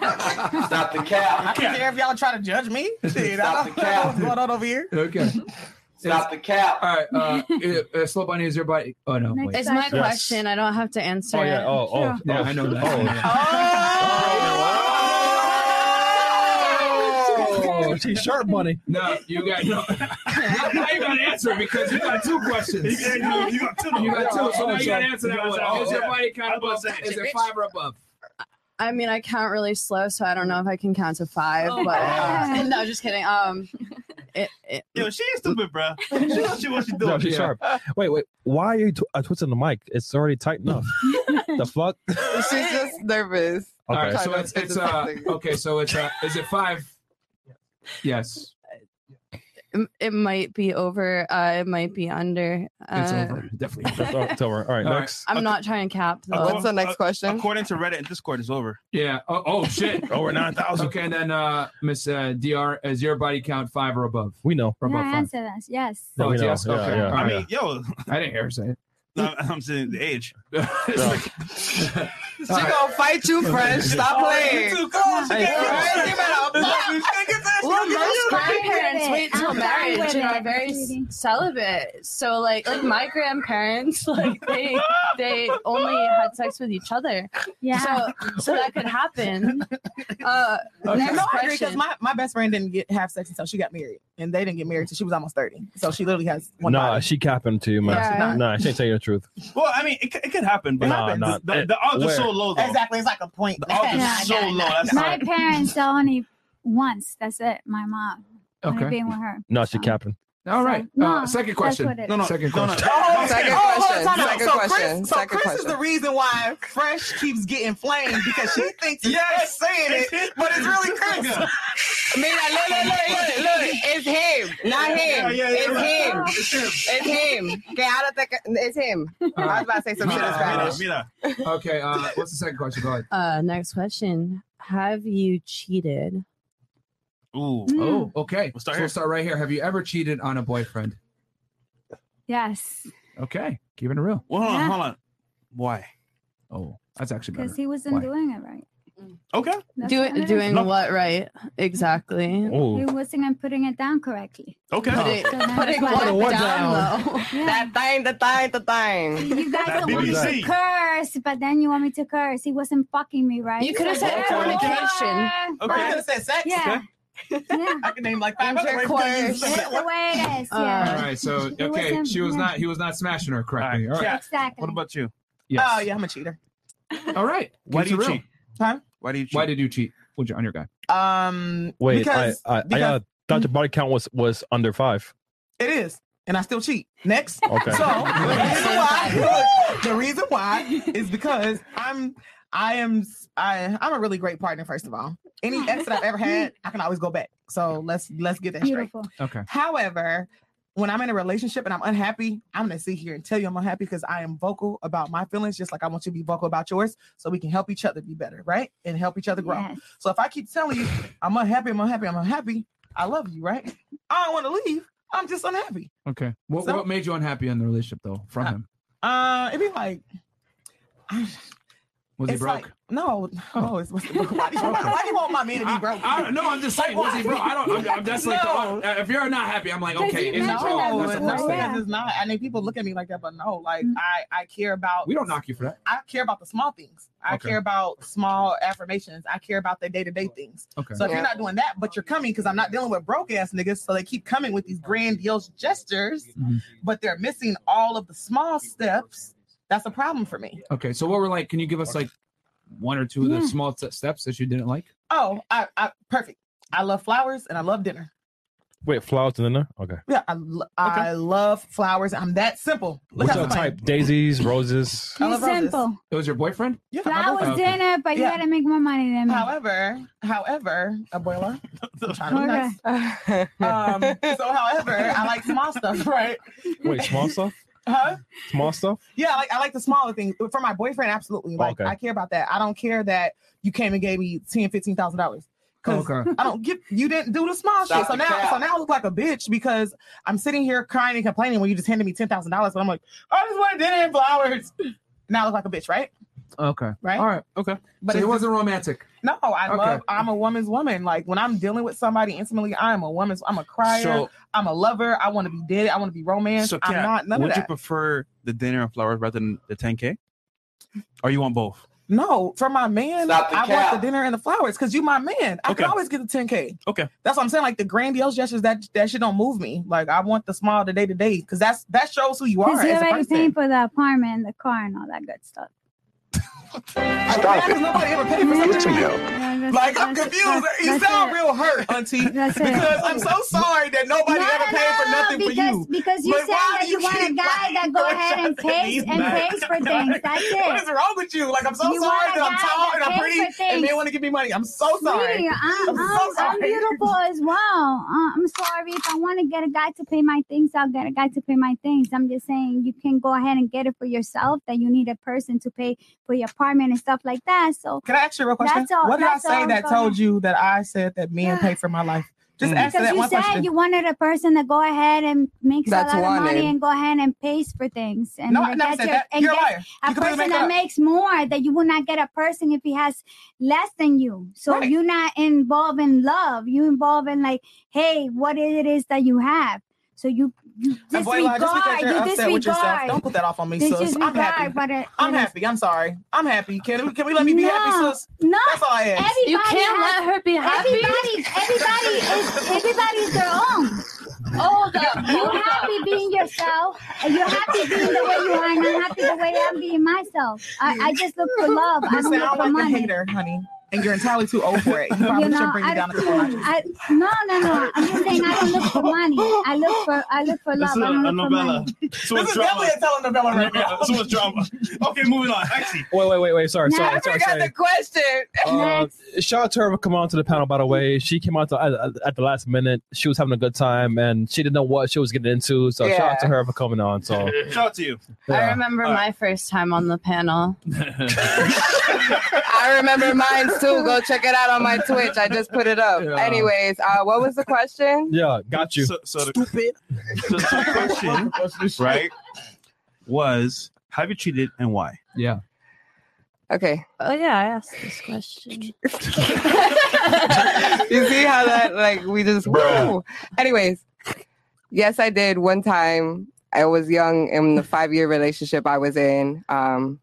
Speaker 11: Stop
Speaker 5: the cap.
Speaker 11: I don't care if y'all try to judge me. Shit, I don't
Speaker 5: the
Speaker 11: know
Speaker 5: cap.
Speaker 11: what's going on over here.
Speaker 1: Okay. Stop the cap. All right. Uh, uh, uh, slow bunny is your body. Oh no. Wait.
Speaker 10: It's my question. I don't have to answer
Speaker 1: Oh yeah.
Speaker 10: it.
Speaker 1: Oh oh. Yeah, I know that.
Speaker 2: Oh, she's sharp money.
Speaker 1: No, you got no. now you got to answer because you got two questions.
Speaker 5: You got- you got two.
Speaker 1: You got two, so
Speaker 5: Oh,
Speaker 1: now you got to
Speaker 5: yeah.
Speaker 1: answer that
Speaker 5: You
Speaker 1: one.
Speaker 5: got-
Speaker 1: Is your
Speaker 5: oh,
Speaker 1: body count
Speaker 5: I was
Speaker 1: above?
Speaker 5: about to say,
Speaker 1: Is it
Speaker 5: bitch.
Speaker 1: five or above?
Speaker 10: I mean, I count really slow, so I don't know if I can count to five. but uh, no, just kidding. Um, it, it,
Speaker 6: Yo, she is stupid, bro. She knows she- what she doing.
Speaker 2: No, she's
Speaker 6: Yeah.
Speaker 2: sharp. Wait, wait. Why are you tw- uh, twisting the mic? It's already tight enough. the fuck?
Speaker 12: She's just nervous.
Speaker 1: All
Speaker 2: Okay.
Speaker 1: right, so
Speaker 12: Try
Speaker 1: it's
Speaker 12: to
Speaker 1: it's
Speaker 12: think of
Speaker 1: uh
Speaker 12: something.
Speaker 1: okay, so it's uh is it five? Yes,
Speaker 10: it might be over. Uh, it might be under. Uh,
Speaker 1: it's over. Definitely. over.
Speaker 2: It's o- it's over. All right,
Speaker 1: All
Speaker 2: next.
Speaker 10: I'm not trying to cap though.
Speaker 6: next question? According to Reddit and Discord, it's over.
Speaker 1: Yeah. Oh, oh shit.
Speaker 6: Over nine thousand.
Speaker 1: Okay, and then uh Miss uh, Dr. Is your body count five or above?
Speaker 2: We know.
Speaker 1: Or
Speaker 9: Yeah,
Speaker 1: above
Speaker 9: I
Speaker 1: five.
Speaker 9: answer that. Yes.
Speaker 1: Oh,
Speaker 2: we
Speaker 1: it's
Speaker 2: know.
Speaker 1: yes.
Speaker 2: Yeah,
Speaker 1: Okay.
Speaker 2: yeah.
Speaker 1: All
Speaker 6: I
Speaker 1: right.
Speaker 6: mean, yo,
Speaker 1: I didn't hear her say it.
Speaker 6: no, I'm saying the age.
Speaker 12: She gonna fight you, French. Stop playing.
Speaker 5: Too cold. She
Speaker 12: Hey.
Speaker 5: can't get ready.
Speaker 14: Well, most
Speaker 10: grandparents wait till
Speaker 14: I'm fine
Speaker 10: marriage
Speaker 14: with it.
Speaker 10: and are very celibate. So like like my grandparents, like they they only had sex with each other.
Speaker 11: Yeah.
Speaker 10: So so that could happen. Uh next
Speaker 11: no, I agree because
Speaker 10: question.
Speaker 11: my, my best friend didn't get have sex until she got married, and they didn't get married till she was almost thirty. So she literally has one.
Speaker 2: Nah, she capping to you, man.
Speaker 11: Yeah.
Speaker 2: Nah, she ain't telling you the truth.
Speaker 6: Well, I mean, it, c- it could happen, but
Speaker 2: It happens. Nah, nah.
Speaker 6: the, the, the odds are
Speaker 2: Where?
Speaker 6: so low, though.
Speaker 11: Exactly, it's like a point.
Speaker 6: The odds are so low. That's
Speaker 9: my
Speaker 6: not.
Speaker 9: parents only once. That's it. My mom. Only
Speaker 1: Okay.
Speaker 9: Being with her.
Speaker 2: No, she capping.
Speaker 1: All right. uh,
Speaker 9: no,
Speaker 1: second
Speaker 9: that's
Speaker 1: question.
Speaker 9: what it
Speaker 1: No, no,
Speaker 9: is.
Speaker 1: second
Speaker 6: No, no.
Speaker 1: question.
Speaker 11: Oh,
Speaker 12: Second
Speaker 11: oh, hold on,
Speaker 12: question,
Speaker 11: time out.
Speaker 12: second
Speaker 11: so
Speaker 12: question,
Speaker 11: Chris, so
Speaker 12: second
Speaker 11: Chris is
Speaker 12: question.
Speaker 11: the reason why Fresh keeps getting flamed because she thinks it's Chris saying it, but it's really Chris.
Speaker 12: Mira, look, look, look, look, look. It's him, not
Speaker 5: Yeah, yeah,
Speaker 12: him.
Speaker 5: yeah,
Speaker 12: it's,
Speaker 5: right.
Speaker 12: him. it's him. Que ahora te ca- It's him. I was about to say some shit in Spanish.
Speaker 6: Mira,
Speaker 1: mira. Okay. Uh, what's the second question? Go ahead.
Speaker 10: Uh next question. Have you cheated?
Speaker 6: Ooh.
Speaker 1: Oh, okay. We'll
Speaker 6: start
Speaker 1: so we'll start right here. Have you ever cheated on a boyfriend?
Speaker 9: Yes.
Speaker 1: Okay, keeping it real.
Speaker 6: Well, hold on,
Speaker 9: Yeah.
Speaker 6: hold on. Why?
Speaker 1: Oh, that's actually better.
Speaker 9: Because he wasn't
Speaker 1: Why?
Speaker 9: doing it right.
Speaker 6: Okay.
Speaker 10: Do it, doing
Speaker 6: No.
Speaker 10: what right exactly?
Speaker 9: It wasn't I'm putting it down correctly.
Speaker 6: Okay.
Speaker 10: Put it-
Speaker 9: So now
Speaker 10: put
Speaker 9: it's
Speaker 10: it
Speaker 9: like-
Speaker 10: down,
Speaker 12: That thing, the thing, the thing.
Speaker 9: You guys don't want me to curse, but then you want me to curse. He wasn't fucking me, right?
Speaker 14: You could've said Okay. fornication.
Speaker 9: Yeah.
Speaker 14: Or you could've said sex.
Speaker 9: Yeah. I
Speaker 6: can name like
Speaker 9: five
Speaker 14: other ways to use sex.
Speaker 9: That's the way it is.
Speaker 1: All
Speaker 9: Yeah.
Speaker 1: right, so
Speaker 9: It
Speaker 1: okay,
Speaker 9: wasn't-
Speaker 1: she was
Speaker 9: yeah.
Speaker 1: not he was not smashing her correctly. All right.
Speaker 9: Yeah, exactly. What
Speaker 1: about you?
Speaker 11: Oh yeah, I'm a cheater.
Speaker 1: All right.
Speaker 11: Why do you cheat? Huh?
Speaker 1: Why did you cheat? Why did you cheat? What'd you on your guy?
Speaker 11: Um,
Speaker 2: Wait,
Speaker 11: because,
Speaker 2: I I, I
Speaker 11: because
Speaker 2: uh, thought your body count was was under five.
Speaker 11: it is, and I still cheat. Next,
Speaker 2: Okay.
Speaker 11: So the reason why, the reason why is because I'm, I am, I, I'm a really great partner. First of all, any ex that I've ever had, I can always go back. So let's let's get that straight.
Speaker 1: Okay.
Speaker 11: However, when I'm in a relationship and I'm unhappy, I'm gonna sit here and tell you I'm unhappy because I am vocal about my feelings, just like I want you to be vocal about yours, so we can help each other be better, right? And help each other grow.
Speaker 9: Yes.
Speaker 11: So if I keep telling you I'm unhappy, I'm unhappy, I'm unhappy, I love you, right? I don't want to leave. I'm just unhappy.
Speaker 1: Okay. What
Speaker 11: So-
Speaker 1: what made you unhappy in the relationship though from him?
Speaker 11: Uh, it'd be like
Speaker 1: Was he
Speaker 11: it's
Speaker 1: broke?
Speaker 11: Like, no, no, it's what's why do you want- why do you want my man to be broke?
Speaker 1: I, no, I'm just saying,
Speaker 11: Like,
Speaker 1: was he
Speaker 11: why?
Speaker 1: broke? I don't. I'm, I'm, that's like
Speaker 11: No.
Speaker 1: the, if you're not happy, I'm like,
Speaker 11: Because
Speaker 1: okay,
Speaker 11: you
Speaker 1: is it
Speaker 11: know
Speaker 1: broke? That's
Speaker 11: it's
Speaker 1: the first
Speaker 11: not,
Speaker 1: thing.
Speaker 11: because it's not. I mean, people look at me like that, but no, like I, I care about.
Speaker 1: We don't knock you for that.
Speaker 11: I care about the small things. I
Speaker 1: Okay.
Speaker 11: care about small affirmations. I care about the day to day things.
Speaker 1: Okay.
Speaker 11: So if
Speaker 1: Yeah.
Speaker 11: you're not doing that, but you're coming because I'm not dealing with broke ass niggas, so they keep coming with these grandiose gestures,
Speaker 1: Mm-hmm.
Speaker 11: but they're missing all of the small steps. That's a problem for me.
Speaker 1: Okay, so what were like? Can you give us like one or two of the
Speaker 11: Yeah.
Speaker 1: small t- steps that you didn't like?
Speaker 11: Oh, I, I perfect. I love flowers and I love dinner.
Speaker 2: Wait, flowers and dinner. Okay.
Speaker 11: Yeah, I, lo- I love flowers. I'm that simple. Look
Speaker 2: What's
Speaker 11: how
Speaker 2: your
Speaker 11: plain.
Speaker 2: type? Daisies, roses.
Speaker 11: I love roses.
Speaker 9: Simple.
Speaker 1: It was your boyfriend.
Speaker 11: Yeah,
Speaker 9: That was
Speaker 2: Okay.
Speaker 9: dinner, but you
Speaker 11: Yeah.
Speaker 9: gotta make more money than me.
Speaker 11: However, however, a boiler. I'm trying to be
Speaker 9: Okay.
Speaker 11: nice. um, so, however, I like small stuff, right?
Speaker 2: Wait, small stuff.
Speaker 11: Huh?
Speaker 2: Small stuff.
Speaker 11: Yeah, like I like the smaller things. For my boyfriend, absolutely. Like
Speaker 2: Okay.
Speaker 11: I care about that. I don't care that you came and gave me ten, fifteen thousand dollars. Cause
Speaker 1: Okay.
Speaker 11: I don't get you didn't do the small
Speaker 5: Stop
Speaker 11: shit. So
Speaker 5: the
Speaker 11: now
Speaker 5: cap.
Speaker 11: so now I look like a bitch because I'm sitting here crying and complaining when you just handed me ten thousand dollars. But I'm like, I just wanted dinner and flowers. Now I look like a bitch, right?
Speaker 1: Okay.
Speaker 11: Right?
Speaker 1: All right. Okay.
Speaker 11: But
Speaker 1: But
Speaker 11: it's
Speaker 1: so it
Speaker 11: just-
Speaker 1: wasn't romantic.
Speaker 11: No, I
Speaker 1: Okay.
Speaker 11: love. I'm a woman's woman. Like when I'm dealing with somebody intimately, I am a woman's. I'm a crier.
Speaker 6: So-
Speaker 11: I'm a lover. I want to be dead. I want to be romance.
Speaker 6: So,
Speaker 11: I'm
Speaker 6: Kat,
Speaker 11: not none
Speaker 6: would
Speaker 11: of
Speaker 6: you
Speaker 11: that.
Speaker 6: prefer the dinner and flowers rather than the 10K? Or you want both?
Speaker 11: no, for my man,
Speaker 6: Stop the
Speaker 11: I
Speaker 6: cap.
Speaker 11: want the dinner and the flowers because you my man. I
Speaker 6: Okay.
Speaker 11: can always get the 10k.
Speaker 6: Okay.
Speaker 11: That's what I'm saying. Like the grandiose gestures that that shit don't move me. Like I want the small, the day to day, because that's that shows who you are
Speaker 9: Because you
Speaker 11: as a
Speaker 9: already
Speaker 11: person.
Speaker 9: paying for the apartment and the car and all that good stuff.
Speaker 11: Stop it. Nobody ever paid for something. Like I'm confused. You
Speaker 9: that's
Speaker 11: sound real hurt, auntie.
Speaker 9: That's it.
Speaker 11: because I'm so sorry that nobody
Speaker 9: No,
Speaker 11: ever
Speaker 9: no,
Speaker 11: paid for
Speaker 9: no,
Speaker 11: nothing
Speaker 9: because,
Speaker 11: for you.
Speaker 9: Because you
Speaker 11: But
Speaker 9: said
Speaker 11: why
Speaker 9: that
Speaker 11: do
Speaker 9: you want a
Speaker 11: keep-
Speaker 9: guy that go ahead and pays and pays for things. That's it.
Speaker 11: What is wrong with you? Like I'm so
Speaker 9: You
Speaker 11: sorry
Speaker 9: want a
Speaker 11: that I'm
Speaker 9: guy
Speaker 11: tall
Speaker 9: that
Speaker 11: and I'm
Speaker 9: pays
Speaker 11: pretty
Speaker 9: for
Speaker 11: and
Speaker 9: things.
Speaker 11: men want to give me money. I'm so sorry.
Speaker 9: Sweetie, I'm,
Speaker 11: I'm so
Speaker 9: I'm, I'm
Speaker 11: sorry.
Speaker 9: beautiful as well. Uh, I'm sorry if I want to get a guy to pay my things. I'll get a guy to pay my things. I'm just saying you can go ahead and get it for yourself. That you need a person to pay for your apartment and stuff like that. So
Speaker 11: Can I ask you a real question?
Speaker 9: That's all-
Speaker 11: what did I
Speaker 9: that's
Speaker 11: say
Speaker 9: all
Speaker 11: that
Speaker 9: I'm
Speaker 11: told
Speaker 9: saying.
Speaker 11: you that I said that men pay for my life? Just
Speaker 9: Mm. because
Speaker 11: ask that
Speaker 9: you
Speaker 11: one
Speaker 9: said
Speaker 11: question.
Speaker 9: you wanted a person to go ahead and makes
Speaker 11: That's
Speaker 9: a lot of
Speaker 11: wanted.
Speaker 9: money and go ahead and pays for things. And
Speaker 11: No, I
Speaker 9: that
Speaker 11: never
Speaker 9: gets
Speaker 11: said
Speaker 9: your-
Speaker 11: that.
Speaker 9: and
Speaker 11: You're a
Speaker 9: gets A
Speaker 11: liar. You completely
Speaker 9: person
Speaker 11: make
Speaker 9: that
Speaker 11: that up.
Speaker 9: makes more that you will not get a person if he has less than you. So you're not involved in love. You involved in like, hey, what it is that you have. So you you
Speaker 11: And Voila,
Speaker 9: disregard.
Speaker 11: Uh, just because you're
Speaker 9: you
Speaker 11: upset with yourself,
Speaker 9: disregard.
Speaker 11: don't put that off on me,
Speaker 9: They
Speaker 11: sis.
Speaker 9: just
Speaker 11: I'm happy.
Speaker 9: regard, but it-
Speaker 11: I'm
Speaker 9: it is-
Speaker 11: happy. I'm sorry. I'm happy. Can we can we let me be happy,
Speaker 9: No,
Speaker 11: sis?
Speaker 9: No,
Speaker 11: That's all I ask.
Speaker 9: Everybody
Speaker 11: You can't
Speaker 9: has-
Speaker 11: let her be happy.
Speaker 9: Everybody, everybody is everybody's their own.
Speaker 11: Hold up,
Speaker 9: You're
Speaker 11: hold up.
Speaker 9: happy being yourself. and You're happy being the way you are, and I'm happy the way I'm being myself. I, I just look for love. I
Speaker 11: You
Speaker 9: don't look
Speaker 11: sound
Speaker 9: for
Speaker 11: like
Speaker 9: money.
Speaker 11: a hater, honey. And you're entirely too old for it. You probably
Speaker 9: You know,
Speaker 11: should bring me
Speaker 9: I,
Speaker 11: down a couple notches.
Speaker 9: I, no, no, no. I'm just saying I don't look for money. I look for, I look for love. I don't look for money.
Speaker 6: This
Speaker 11: is definitely a telenovela right now.
Speaker 6: So much drama. Okay, moving on. Actually,
Speaker 2: Wait, wait, wait, wait. Sorry,
Speaker 6: No,
Speaker 2: sorry,
Speaker 6: I
Speaker 2: sorry.
Speaker 6: forgot
Speaker 2: sorry.
Speaker 6: the
Speaker 12: Question.
Speaker 2: Uh, shout out to her for coming onto the panel. By the way, she came out to, at, at the last minute. She was having a good time, and she didn't know what she was getting into. So shout out to
Speaker 10: Yeah.
Speaker 2: her for coming on. So
Speaker 6: Shout out to you.
Speaker 10: I remember my first time on the panel.
Speaker 12: I remember mine too. Go check it out on my Twitch. I just put it up.
Speaker 2: Yeah.
Speaker 12: Anyways, uh, what was the question?
Speaker 2: yeah, got you.
Speaker 6: So, Stupid. So the question, right, was have you cheated and why?
Speaker 1: Yeah.
Speaker 12: Okay.
Speaker 13: Oh yeah, I asked this question.
Speaker 12: you see how that like we just woo. Anyways, yes, I did one time. I was young in the five year relationship I was in. Um,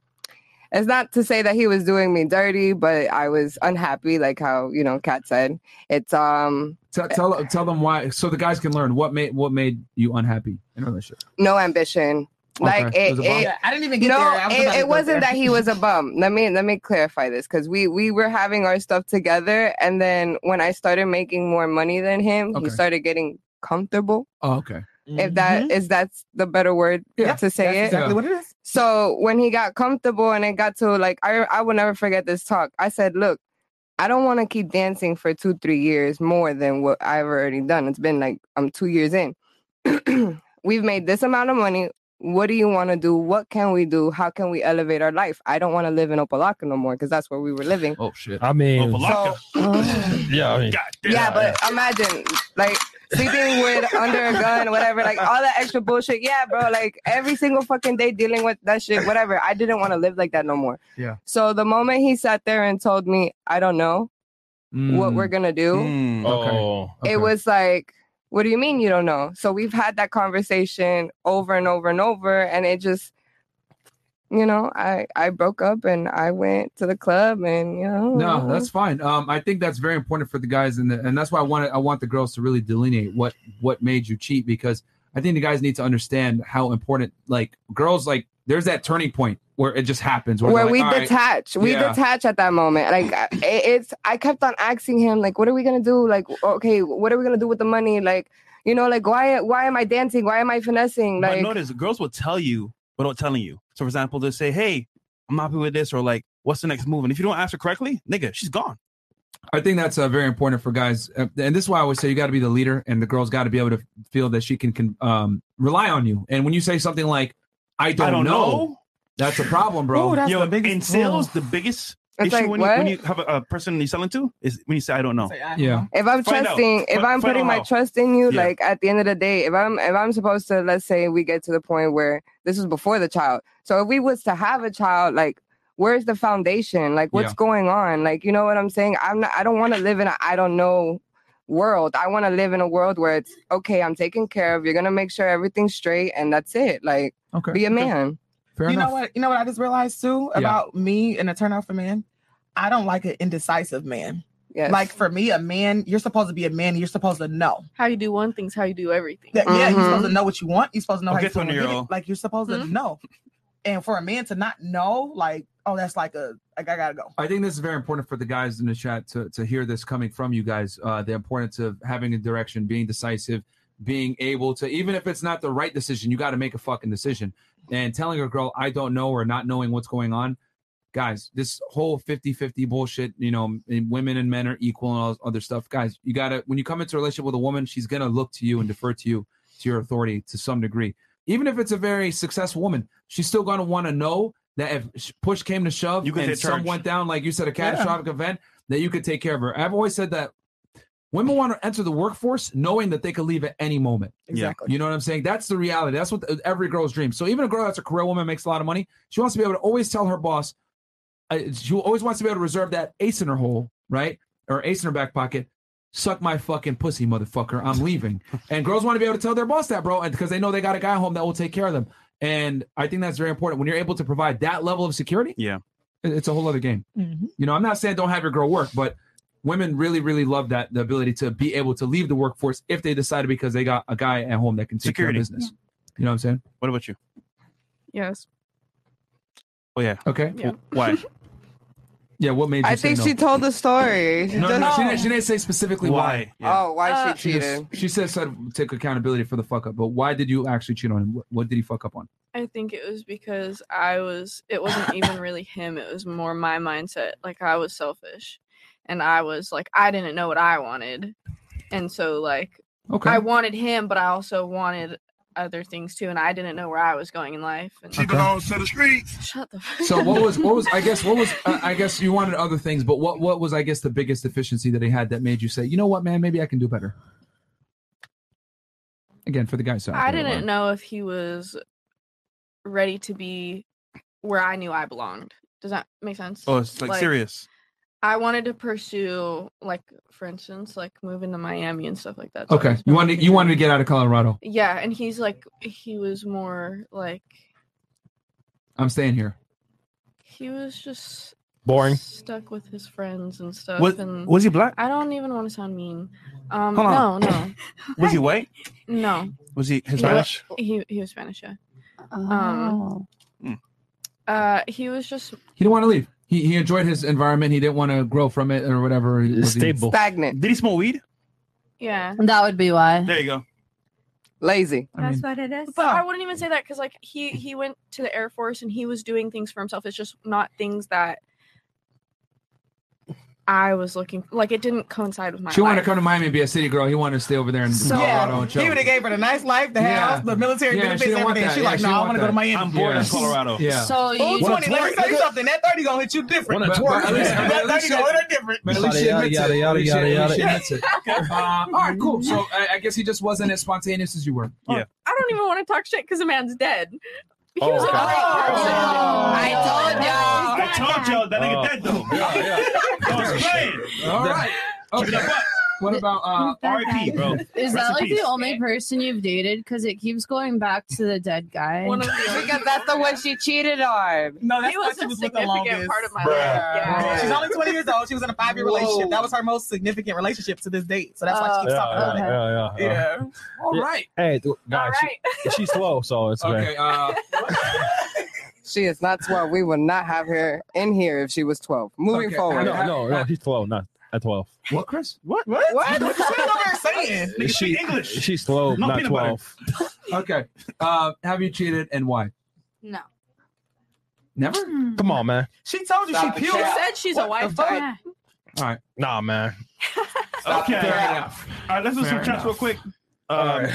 Speaker 12: it's not to say that he was doing me dirty, but I was unhappy, like how you know Kat said. It's um
Speaker 1: Tell, tell tell them why, so the guys can learn what made what made you unhappy in a relationship.
Speaker 12: no ambition. Like
Speaker 1: Okay.
Speaker 12: it,
Speaker 1: It was a bum?
Speaker 12: it-
Speaker 1: Yeah,
Speaker 11: I didn't even get
Speaker 12: no,
Speaker 11: there. I was about
Speaker 12: it,
Speaker 11: to
Speaker 12: it
Speaker 11: go
Speaker 12: wasn't
Speaker 11: there.
Speaker 12: that he was a bum. Let me let me clarify this because we we were having our stuff together, and then when I started making more money than him,
Speaker 1: Okay.
Speaker 12: he started getting comfortable.
Speaker 1: Oh, okay.
Speaker 12: If that is that's the better word to say
Speaker 1: Mm-hmm. that's
Speaker 12: it.
Speaker 1: exactly what it
Speaker 11: is.
Speaker 12: So when he got comfortable and it got to like I I will never forget this talk. I said, look, I don't want to keep dancing for two three years more than what I've already done. It's been like I'm two years in. We've made this amount of money. What do you want to do? What can we do? How can we elevate our life? I don't want to live in Opalaka no more because that's where we were living.
Speaker 1: Oh shit!
Speaker 2: I mean,
Speaker 12: So-
Speaker 2: yeah, I mean,
Speaker 12: yeah, but imagine like sleeping with under a gun, whatever, like all that extra bullshit. Yeah, bro, like every single fucking day dealing with that shit, whatever. I didn't want to live like that no more.
Speaker 1: Yeah.
Speaker 12: So the moment he sat there and told me, I don't know what
Speaker 1: Mm.
Speaker 12: we're gonna do,
Speaker 11: Mm.
Speaker 2: Oh,
Speaker 12: it was like, what do you mean you don't know? So we've had that conversation over and over and over, and it just you know, I I broke up and I went to the club and you know
Speaker 1: No, that's fine. Um, I think that's very important for the guys, and and that's why I want I want the girls to really delineate what what made you cheat because I think the guys need to understand how important like girls like there's that turning point where it just happens
Speaker 12: where
Speaker 1: they're
Speaker 12: we
Speaker 1: like, "All right."
Speaker 12: detach we
Speaker 1: Yeah.
Speaker 12: detach at that moment like I- it, it's i kept on asking him like what are we gonna do like okay what are we gonna do with the money like you know like why why am i dancing why am i finessing
Speaker 6: But
Speaker 12: like
Speaker 6: notice girls will tell you without telling you. So for example, they'll say, Hey, I'm happy with this, or like, what's the next move? And if you don't answer correctly, nigga, she's gone.
Speaker 1: I think that's uh, very important for guys, Uh, and this is why I always say you got to be the leader, and the girl's got to be able to feel that she can, can um, rely on you. And when you say something like "I don't,
Speaker 6: don't
Speaker 1: know,
Speaker 6: know.
Speaker 1: that's a problem, bro.
Speaker 6: Yo, in sales, the biggest
Speaker 12: It's
Speaker 6: issue
Speaker 12: like,
Speaker 6: when, you, when
Speaker 12: what?
Speaker 6: you have a, a person you're selling to is when you say, I don't know.
Speaker 1: Yeah.
Speaker 12: if i'm
Speaker 6: Find out.
Speaker 12: trusting if
Speaker 6: Fi-
Speaker 12: i'm
Speaker 6: find
Speaker 12: putting
Speaker 6: out
Speaker 12: my
Speaker 6: how.
Speaker 12: trust in you
Speaker 6: Yeah.
Speaker 12: like at the end of the day if i'm if i'm supposed to let's say we get to the point where this was before the child so if we was to have a child like where's the foundation like what's
Speaker 13: Yeah.
Speaker 12: going on like you know what i'm saying i'm not i don't want to live in a i don't know world i want to live in a world where it's okay i'm taken care of you're gonna make sure everything's straight and that's it like
Speaker 1: okay.
Speaker 12: be a man
Speaker 11: you know what? You know what I just realized too
Speaker 12: Yeah.
Speaker 11: about me and a turnoff for men. I don't like an indecisive man.
Speaker 12: Yes.
Speaker 11: Like for me, a man, you're supposed to be a man. You're supposed to know.
Speaker 13: How you do one thing's how you do everything. Mm-hmm.
Speaker 11: That- Yeah, you're supposed to know what you want. You're
Speaker 6: Oh,
Speaker 11: supposed to know
Speaker 13: I'll
Speaker 11: how you're
Speaker 13: get
Speaker 11: supposed
Speaker 13: on
Speaker 11: to
Speaker 13: your
Speaker 11: get
Speaker 13: own.
Speaker 11: it. Like you're supposed
Speaker 13: Hmm?
Speaker 11: to know. And for a man to not know, like, oh, that's like a like I gotta go.
Speaker 1: I think this is very important for the guys in the chat to, to hear this coming from you guys. Uh, the importance of having a direction, being decisive, being able to, even if it's not the right decision, you got to make a fucking decision. And telling a girl, I don't know, or not knowing what's going on, guys, this whole 50 50 bullshit, you know, and women and men are equal and all this other stuff. Guys, you got to, when you come into a relationship with a woman, she's going to look to you and defer to you, to your authority to some degree. Even if it's a very successful woman, she's still going to want to know that if sh- push came to shove
Speaker 6: You can
Speaker 1: and
Speaker 6: take
Speaker 1: some
Speaker 6: charge.
Speaker 1: went down, like you said, a catastrophic event, that you could take care of her. I've always said that women want to enter the workforce knowing that they could leave at any moment.
Speaker 11: Exactly.
Speaker 1: You know what I'm saying? That's the reality. That's what every girl's dream. So even a girl that's a career woman makes a lot of money, she wants to be able to always tell her boss, uh, she always wants to be able to reserve that ace in her hole, right? Or ace in her back pocket. Suck my fucking pussy, motherfucker. I'm leaving. and girls want to be able to tell their boss that, bro, and because they know they got a guy home that will take care of them. And I think that's very important. When you're able to provide that level of security,
Speaker 6: yeah,
Speaker 1: it's a whole other game.
Speaker 11: Mhm.
Speaker 1: You know, I'm not saying don't have your girl work, but women really, really love that the ability to be able to leave the workforce if they decided because they got a guy at home that can take
Speaker 6: Security.
Speaker 1: care of business. You know what I'm saying?
Speaker 6: What about you?
Speaker 13: Yes.
Speaker 6: Oh yeah.
Speaker 1: Okay.
Speaker 13: Yeah.
Speaker 6: Why?
Speaker 1: yeah. What made you
Speaker 12: i
Speaker 1: say
Speaker 12: think
Speaker 1: no?
Speaker 12: she told the story She
Speaker 1: No, no,
Speaker 12: just-
Speaker 1: she, didn't, she didn't say specifically why.
Speaker 12: oh why
Speaker 13: Uh,
Speaker 12: she
Speaker 1: She,
Speaker 12: cheated
Speaker 1: just, she said, said take accountability for the fuck up, but why did you actually cheat on him? What, what did he fuck up on?
Speaker 13: I think it was because I was it wasn't even really him, it was more my mindset. Like I was selfish and I was like I didn't know what I wanted. And so like
Speaker 1: Okay.
Speaker 13: I wanted him but I also wanted other things too and I didn't know where I was going in life. And she
Speaker 1: belongs
Speaker 13: to the streets. Shut the fuck
Speaker 1: So what was what was I guess what was uh, I guess you wanted other things, but what what was I guess the biggest deficiency that he had that made you say, you know what, man, maybe I can do better. Again, for the guys. out
Speaker 13: I
Speaker 1: there,
Speaker 13: didn't
Speaker 1: like-
Speaker 13: know if he was ready to be where I knew I belonged. Does that make sense?
Speaker 6: Oh, it's like, serious.
Speaker 13: I wanted to pursue, like, for instance, like moving to Miami and stuff like that. So I
Speaker 1: Okay,
Speaker 13: was
Speaker 1: you wanted you wanted to get out of Colorado.
Speaker 13: Yeah, and he's like he was more like
Speaker 1: I'm staying here.
Speaker 13: he was just
Speaker 1: Boring.
Speaker 13: stuck with his friends and stuff.
Speaker 1: Was-
Speaker 13: and
Speaker 1: was he black?
Speaker 13: I don't even want to sound mean. Um,
Speaker 6: Hold
Speaker 13: no,
Speaker 6: on.
Speaker 13: no,
Speaker 6: Was he white?
Speaker 13: no.
Speaker 6: Was he
Speaker 13: He wa-
Speaker 6: Spanish?
Speaker 13: He he was Spanish, yeah.
Speaker 1: Oh.
Speaker 13: Um,
Speaker 6: Hmm.
Speaker 13: uh, he was just
Speaker 1: He didn't want to leave. He he enjoyed his environment. He didn't want to grow from it or whatever. He- was he-
Speaker 12: Stagnant.
Speaker 6: Did he smoke weed?
Speaker 13: yeah.
Speaker 14: That would be why.
Speaker 6: There you go.
Speaker 12: Lazy.
Speaker 13: That's
Speaker 12: what it is.
Speaker 13: But I wouldn't even say that because like he he went to the Air Force and he was doing things for himself. It's just not things that I was looking like. It didn't coincide with my.
Speaker 1: She wanted to
Speaker 13: life.
Speaker 1: come to Miami and be a city girl. He wanted to stay over there in
Speaker 13: So-
Speaker 1: Colorado and chill.
Speaker 11: He would have gave her the nice life, the
Speaker 1: Yeah.
Speaker 11: house, the military
Speaker 1: Yeah, she
Speaker 11: benefits,
Speaker 1: didn't want
Speaker 11: everything.
Speaker 1: that.
Speaker 11: She
Speaker 1: Yeah,
Speaker 11: like,
Speaker 1: she
Speaker 11: no,
Speaker 1: didn't
Speaker 11: I want
Speaker 1: want
Speaker 11: to go
Speaker 1: that.
Speaker 11: to Miami.
Speaker 1: I'm bored in Colorado. Yeah.
Speaker 11: So
Speaker 1: So
Speaker 11: you,
Speaker 1: you-
Speaker 11: let me
Speaker 1: Wanna
Speaker 11: tell you something. That thirty gonna hit you different.
Speaker 1: Wanna twerk.
Speaker 11: That
Speaker 1: Yeah.
Speaker 11: thirty gonna hit her different.
Speaker 1: But at least she
Speaker 2: Yada,
Speaker 1: admits
Speaker 2: yada,
Speaker 1: it.
Speaker 2: yada,
Speaker 1: At least she-
Speaker 2: yada,
Speaker 1: at least she
Speaker 2: yada.
Speaker 1: admits it. Uh, all right, cool. So I, I guess he just wasn't as spontaneous as you were. Yeah.
Speaker 13: I don't even want to talk shit because the man's dead. He
Speaker 1: Oh,
Speaker 13: was a
Speaker 1: okay.
Speaker 13: great person.
Speaker 6: I
Speaker 13: told y'all.
Speaker 6: I told y'all that nigga dead though. I was playing.
Speaker 1: All right.
Speaker 2: Oh.
Speaker 1: Okay. What about uh,
Speaker 6: RIP, bro?
Speaker 10: Is
Speaker 6: Rest
Speaker 10: that
Speaker 6: in
Speaker 10: like
Speaker 6: peace.
Speaker 10: the only person you've dated? Because it keeps going back to the dead guy.
Speaker 13: One of the
Speaker 12: Because that's the one she cheated on.
Speaker 11: No,
Speaker 13: that's He was
Speaker 11: she
Speaker 13: a
Speaker 11: was with the
Speaker 13: significant
Speaker 11: longest.
Speaker 13: part of my life. Yeah.
Speaker 11: She's only 20 years old. She was in a five year
Speaker 13: Whoa.
Speaker 11: relationship. That was her most significant relationship to this date. So that's
Speaker 1: Uh,
Speaker 11: why she keeps
Speaker 2: Yeah,
Speaker 11: talking
Speaker 2: yeah,
Speaker 11: about it.
Speaker 2: yeah, yeah, yeah.
Speaker 11: Yeah. All
Speaker 2: Yeah.
Speaker 11: right.
Speaker 2: Hey, th- guys, she, she's slow, so it's okay.
Speaker 1: Uh,
Speaker 12: She is not 12. We would not have her in here if she was 12. Moving
Speaker 2: Okay,
Speaker 12: forward.
Speaker 2: No, no, no, she's 12, not at 12.
Speaker 1: What, Chris?
Speaker 11: What? What?
Speaker 12: What?
Speaker 11: What you saying over there saying?
Speaker 2: She- She's slow,
Speaker 1: Not
Speaker 2: not
Speaker 1: peanut butter.
Speaker 2: 12.
Speaker 1: okay. Uh, have you cheated and why?
Speaker 13: No.
Speaker 1: Never.
Speaker 13: Hmm.
Speaker 2: Come on, man.
Speaker 11: She told you
Speaker 13: Stop
Speaker 11: she
Speaker 13: it.
Speaker 11: peeled.
Speaker 13: She said she's a wife type.
Speaker 1: All right.
Speaker 2: Nah, man.
Speaker 6: Okay.
Speaker 1: Fair enough.
Speaker 6: All right, let's do
Speaker 1: Fair
Speaker 6: some chats
Speaker 1: enough.
Speaker 6: real quick. Um,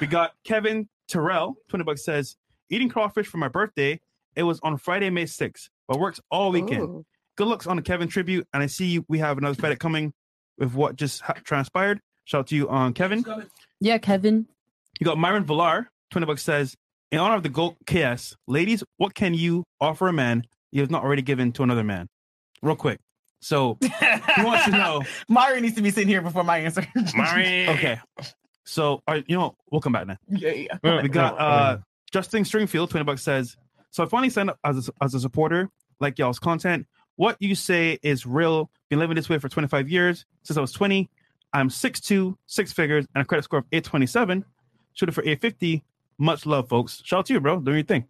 Speaker 6: We got Kevin Terrell, 20 bucks says, eating crawfish for my birthday. It was on Friday, May 6th, but works all weekend.
Speaker 12: Ooh.
Speaker 6: Good looks on the Kevin tribute. And I see we have another spec coming with what just ha- transpired. Shout out to you on Kevin.
Speaker 10: Yeah, Kevin.
Speaker 6: You got Myron Villar, 20 bucks says, in honor of the GOAT KS, ladies, what can you offer a man you have not already given to another man? Real quick. So he wants to know.
Speaker 11: Myra needs to be sitting here before my answer.
Speaker 6: Okay. So, all right, you know, we'll come back now.
Speaker 11: Yeah, yeah.
Speaker 6: We got uh, Justin Stringfield, 20 bucks says, So I finally signed up as a, as a supporter, like y'all's content. What you say is real. Been living this way for 25 years since I was 20. I'm 6'2, six figures, and a credit score of 827. Shooting for 850. Much love, folks. Shout out to you, bro. Doing your thing.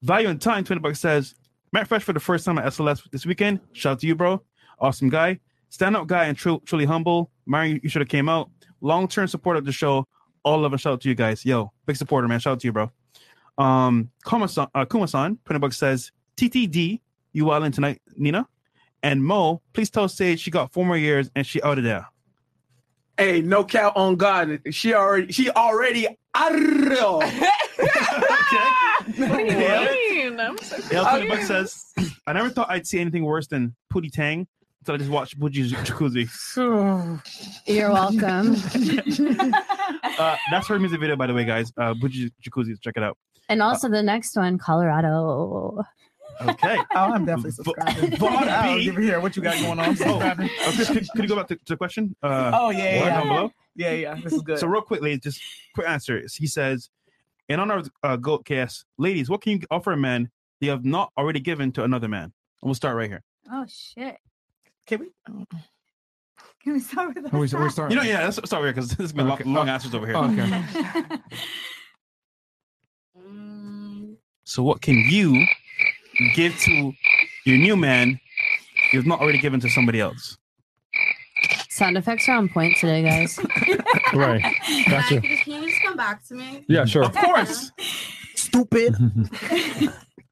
Speaker 6: Value and time, 20 bucks says, Matt Fresh for the first time at SLS this weekend. Shout out to you, bro. Awesome guy. Stand up guy and tru- truly humble. Myron, you- you should have came out. Long term support of the show. All love and shout out to you guys. Yo, big supporter, man. Shout out to you, bro. Um, Kuma-san, uh, Kuma-san, 20 bucks says, TTD, you all in tonight, Nina. And Mo, please tell Sage she got four more years and she out of there.
Speaker 16: Hey, no count on God. She already, she already. Arro.
Speaker 13: What do you
Speaker 6: Yeah.
Speaker 13: mean? I'm so
Speaker 6: Yeah, Tony Buck
Speaker 13: confused.
Speaker 6: says, I never thought I'd see anything worse than Pootie Tang until I just watched Buji's Jacuzzi.
Speaker 10: You're welcome.
Speaker 6: Uh, that's her music video, by the way, guys. Uh, Buji's Jacuzzi, check it out.
Speaker 10: and also the next one, Colorado.
Speaker 6: Okay. oh,
Speaker 11: I'm definitely subscribing. I'll give you here. What you got going on? I'm subscribing.
Speaker 6: Uh, Chris, could, could you go back to, to the question? Uh,
Speaker 11: Oh, yeah, yeah,
Speaker 6: or
Speaker 11: yeah.
Speaker 6: down below?
Speaker 11: Yeah, yeah. This is good.
Speaker 6: So, real quickly, just quick answer. He says, in honor of uh, Goat KS, ladies, what can you offer a man that you have not already given to another man? And we'll start right here.
Speaker 9: Oh shit.
Speaker 11: Can we?
Speaker 9: Can we start with that?
Speaker 6: You know, yeah, that's sorry because this has been long, long answers over here. So, what can you give to your new man you've not already given to somebody else?
Speaker 10: Sound effects are on point today, guys.
Speaker 6: Right.
Speaker 13: Can you just- can you just come back to me?
Speaker 2: Yeah, sure.
Speaker 6: Of course.
Speaker 11: Stupid.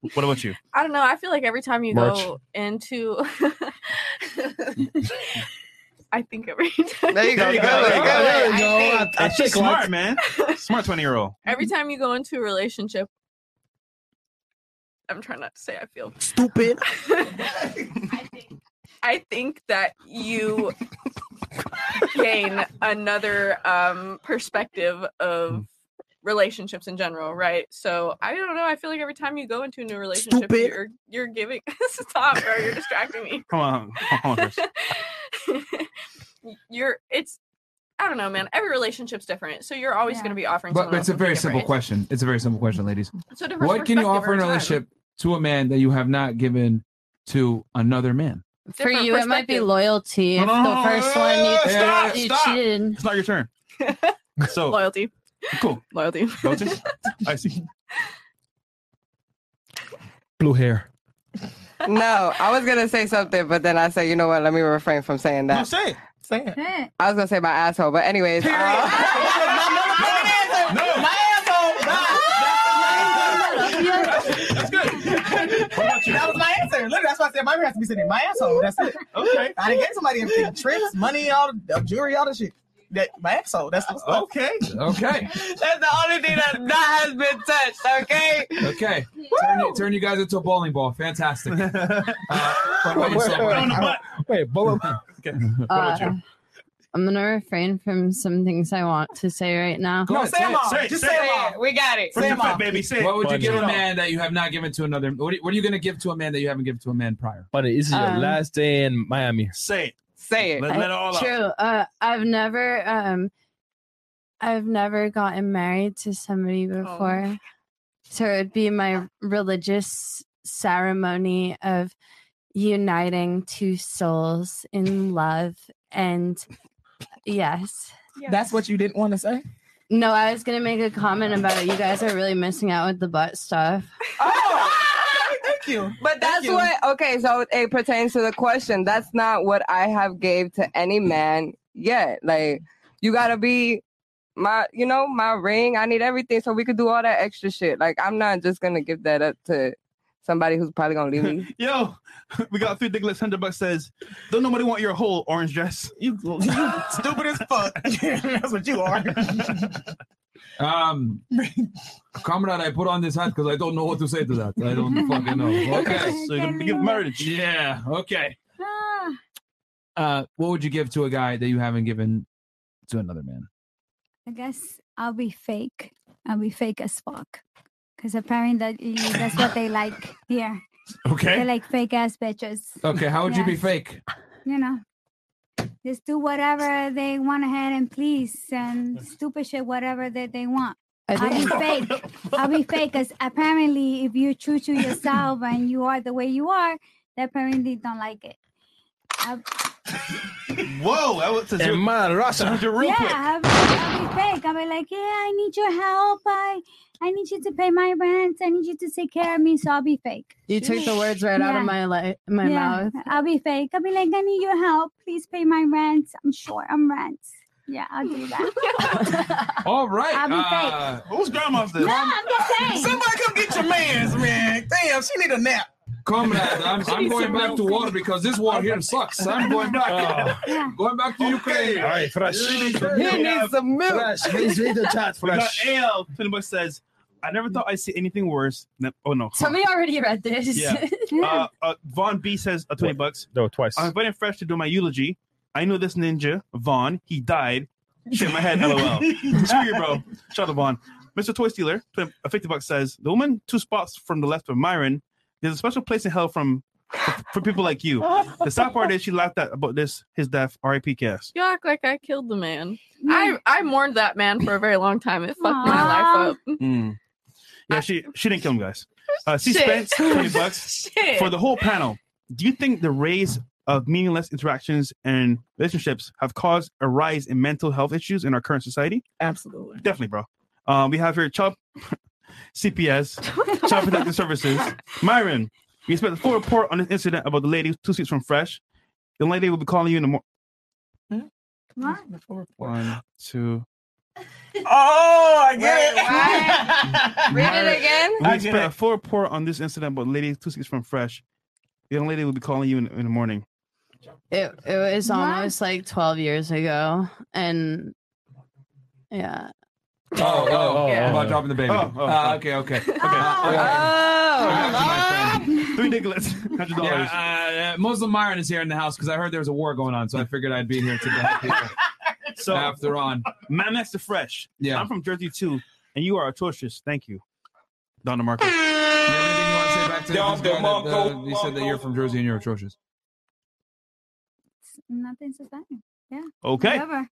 Speaker 6: what about you?
Speaker 13: I don't know. I feel like every time you
Speaker 6: Merch.
Speaker 13: go into, I think every time.
Speaker 6: There you go. There you go. There you go.
Speaker 13: Alright,
Speaker 6: There you go.
Speaker 13: I
Speaker 6: I,
Speaker 13: think
Speaker 6: I think smart, man. Smart 20 year old.
Speaker 13: every
Speaker 1: Mm-hmm.
Speaker 13: time you go into a relationship, I'm trying not to say I feel
Speaker 11: stupid.
Speaker 13: I think that you
Speaker 1: Mm.
Speaker 13: gain another um, perspective of relationships in general, right? So I don't know. I feel like every time you go into a new relationship,
Speaker 6: Stupid.
Speaker 13: you're you're giving stop, bro. You're distracting me.
Speaker 6: Come on, come on. Chris.
Speaker 13: You're it's I don't know, man. Every relationship's different, so you're always going to be offering.
Speaker 1: But
Speaker 13: someone
Speaker 1: it's a
Speaker 13: else
Speaker 1: very
Speaker 13: something
Speaker 1: simple
Speaker 13: different.
Speaker 1: question. It's a very simple question, ladies.
Speaker 13: It's a different
Speaker 1: What can you
Speaker 13: perspective
Speaker 1: offer in a
Speaker 13: every time.
Speaker 1: relationship to a man that you have not given to another man?
Speaker 10: For you, it might be loyalty. If the first one you,
Speaker 6: stop,
Speaker 10: you
Speaker 6: stop.
Speaker 10: cheated.
Speaker 6: It's not your turn. So
Speaker 13: loyalty.
Speaker 6: Cool.
Speaker 13: Loyalty.
Speaker 6: Loyalty. I see.
Speaker 2: Blue hair.
Speaker 12: no, I was gonna say something, but then I said, you know what? Let me refrain from saying that.
Speaker 6: say it.
Speaker 11: Say it.
Speaker 12: I was gonna say my asshole, but anyways. uh,
Speaker 6: No.
Speaker 11: That was my answer. Literally, that's why I said my has to be sitting in my asshole. That's it.
Speaker 6: Okay.
Speaker 11: I didn't give somebody anything. Trips, money, all the jewelry, all the shit. That my asshole. That's what's up.
Speaker 6: Okay.
Speaker 1: Okay.
Speaker 5: That's the only thing that, that has been touched, okay?
Speaker 1: Okay. Turn, you- turn you guys into a bowling ball. Fantastic. Uh, what about
Speaker 10: Wait,
Speaker 1: yourself,
Speaker 10: wait,
Speaker 1: Ryan?
Speaker 10: wait,
Speaker 2: Wait, bowling.
Speaker 10: Uh, I'm gonna refrain from some things I want to say right now.
Speaker 1: Go No, ahead, say say 'em it, all. say it, Just say say 'em it. all.
Speaker 5: We got it.
Speaker 1: What would you
Speaker 2: Bunny.
Speaker 1: give a man that you have not given to another? What are, what are you going to give to a man that you haven't given to a man prior?
Speaker 2: But this is your
Speaker 10: Um,
Speaker 2: last day in Miami.
Speaker 6: Say it.
Speaker 12: Say it.
Speaker 2: Let- let it all out.
Speaker 10: True. Uh, I've never, um, I've never gotten married to somebody
Speaker 1: Oh.
Speaker 10: before, so it would be my religious ceremony of uniting two souls in love. And yes,
Speaker 11: That's what you didn't want to say.
Speaker 10: no, I was gonna make a comment about it. You guys are really missing out with the butt stuff.
Speaker 11: Thank you.
Speaker 12: But that's what okay, so it pertains to the question. That's not what I have gave to any man yet. Like you gotta be my you know, my ring. I need everything so we could do all that extra shit. Like I'm not just gonna give that up to somebody who's probably gonna leave me.
Speaker 6: Yo, we got three Douglas hundred bucks says, don't nobody want your whole orange dress. You, you
Speaker 11: stupid as fuck. That's what you are.
Speaker 1: Um, comrade, I put on this hat because I don't know what to say to that. I don't fucking know. Okay,
Speaker 6: So you're gonna give marriage.
Speaker 1: Yeah. Okay.
Speaker 9: Ah.
Speaker 1: Uh, what would you give to a guy that you haven't given to another man?
Speaker 9: I guess I'll be fake. I'll be fake as fuck. Because apparently that, that's what they like here. They like fake ass bitches.
Speaker 1: Okay. How would you be
Speaker 9: Yes.
Speaker 1: fake?
Speaker 9: You know, just do whatever they want ahead and please and stupid shit, whatever that they want.
Speaker 10: I
Speaker 9: I'll be
Speaker 10: think-
Speaker 9: fake. I'll be fake because apparently, if you're true to yourself and you are the way you are, they apparently don't like it. I'll-
Speaker 6: Whoa, that was
Speaker 2: And my Rasa.
Speaker 9: yeah, I'll be, I'll be fake. I'll be like, yeah, I need your help. I, I need you to pay my rent. I need you to take care of me. So I'll be fake.
Speaker 10: You took the words right out of my li- my mouth.
Speaker 9: I'll be fake. I'll be like, I need your help. Please pay my rent. I'm short on rent. Yeah, I'll do that.
Speaker 1: All right.
Speaker 9: I'll be
Speaker 1: uh,
Speaker 6: Who's grandma's this?
Speaker 9: No, I'm just saying.
Speaker 11: Somebody come get your man's, man. Damn, she need a nap.
Speaker 1: Comrade, I'm, I'm going back to war because this war here sucks. I'm going
Speaker 6: uh, Oh.
Speaker 1: back. Going back to Ukraine.
Speaker 2: All right, fresh.
Speaker 6: some
Speaker 2: milk. Fresh. Please read the chat, fresh.
Speaker 6: We got AL Finbush says, I never thought I'd see anything worse. than- oh no.
Speaker 10: Somebody already read this.
Speaker 6: Yeah. Uh, uh, Vaughn B says uh, 20 bucks.
Speaker 2: No, twice.
Speaker 6: I'm inviting Fresh to do my eulogy. I know this ninja, Vaughn. He died. Shit in my head, lol. Screw you, bro. Shout out to Vaughn. Mr. Toy Stealer, 20 uh, 50 bucks says, The woman two spots from the left of Myron, there's a special place in hell from for people like you. The sad part is she laughed at about this, his death, RIP cast.
Speaker 13: You act like I killed the man. I I mourned that man for a very long time. It fucked my life up.
Speaker 6: Mm. Yeah, she she didn't kill him, guys. Uh, C
Speaker 13: Shit.
Speaker 6: Spence, twenty bucks
Speaker 13: Shit.
Speaker 6: for the whole panel. Do you think the raise of meaningless interactions and relationships have caused a rise in mental health issues in our current society?
Speaker 11: Absolutely,
Speaker 6: definitely, bro. Um, we have here Chubb, CPS, Child Protective Services, Myron. We expect a full report on this incident about the lady two seats from Fresh. The lady will be calling you in the morning.
Speaker 9: Come on.
Speaker 6: One, two.
Speaker 5: Oh, I
Speaker 9: get
Speaker 5: it.
Speaker 9: Read it again.
Speaker 6: We expect a full report on this incident, but lady two seats from Fresh. The young lady will be calling you in, in the morning.
Speaker 10: It it was almost like 12 years ago, and yeah.
Speaker 1: Oh, oh, oh,
Speaker 10: Yeah.
Speaker 1: about dropping the baby.
Speaker 6: Oh, oh,
Speaker 1: Uh,
Speaker 6: oh.
Speaker 1: okay, okay. Uh, okay. Oh.
Speaker 6: Three Nicholas, hundred dollars.
Speaker 1: Yeah, uh, uh, Muslim Myron is here in the house because I heard there was a war going on, so I figured I'd be here today.
Speaker 6: So
Speaker 1: after on,
Speaker 6: man, that's the fresh. Yeah, I'm from Jersey too. and you are atrocious. Thank you, Don DeMarco. Don DeMarco.
Speaker 1: You said that you're from Jersey and you're atrocious.
Speaker 9: Nothing's the same. Yeah.
Speaker 6: Okay.
Speaker 9: Whatever.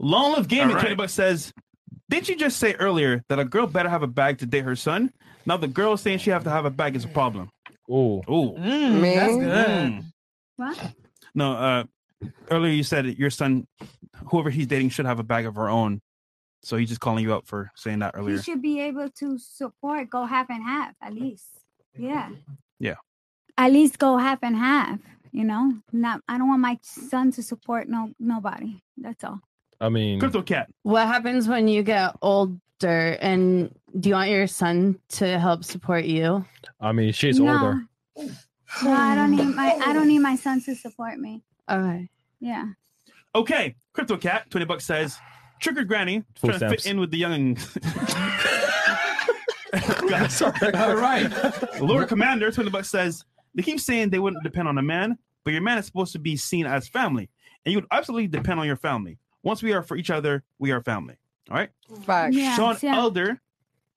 Speaker 6: Long live gaming.
Speaker 9: All
Speaker 6: Right.
Speaker 9: right.
Speaker 6: says, "Did you just say earlier that a girl better have a bag to date her son? Now the girl saying she have to have a bag is a problem."
Speaker 2: Oh,
Speaker 6: oh,
Speaker 9: Mm, that's good. What?
Speaker 6: No, uh, earlier you said that your son, whoever he's dating, should have a bag of her own. So he's just calling you out for saying that
Speaker 9: You
Speaker 6: earlier.
Speaker 9: should be able to support, go half and half at least. Yeah.
Speaker 6: Yeah.
Speaker 9: At least go half and half. You know, not. I don't want my son to support no nobody. That's all.
Speaker 2: I mean,
Speaker 6: crypto cat.
Speaker 10: What happens when you get older and do you want your son to help support you?
Speaker 2: I mean, she's
Speaker 9: No.
Speaker 2: older.
Speaker 9: No, I don't need my. I don't need my son to support me.
Speaker 10: Okay.
Speaker 9: Yeah.
Speaker 6: Okay, crypto cat, twenty bucks says, "Trigger granny
Speaker 2: Food
Speaker 6: trying to
Speaker 2: stamps.
Speaker 6: fit in with the young." Sorry.
Speaker 1: All right.
Speaker 6: Lord Commander, twenty bucks says they keep saying they wouldn't depend on a man, but your man is supposed to be seen as family, and you would absolutely depend on your family. Once we are for each other, we are family. All right.
Speaker 12: Facts. Yes,
Speaker 6: Sean
Speaker 12: yeah.
Speaker 6: Elder,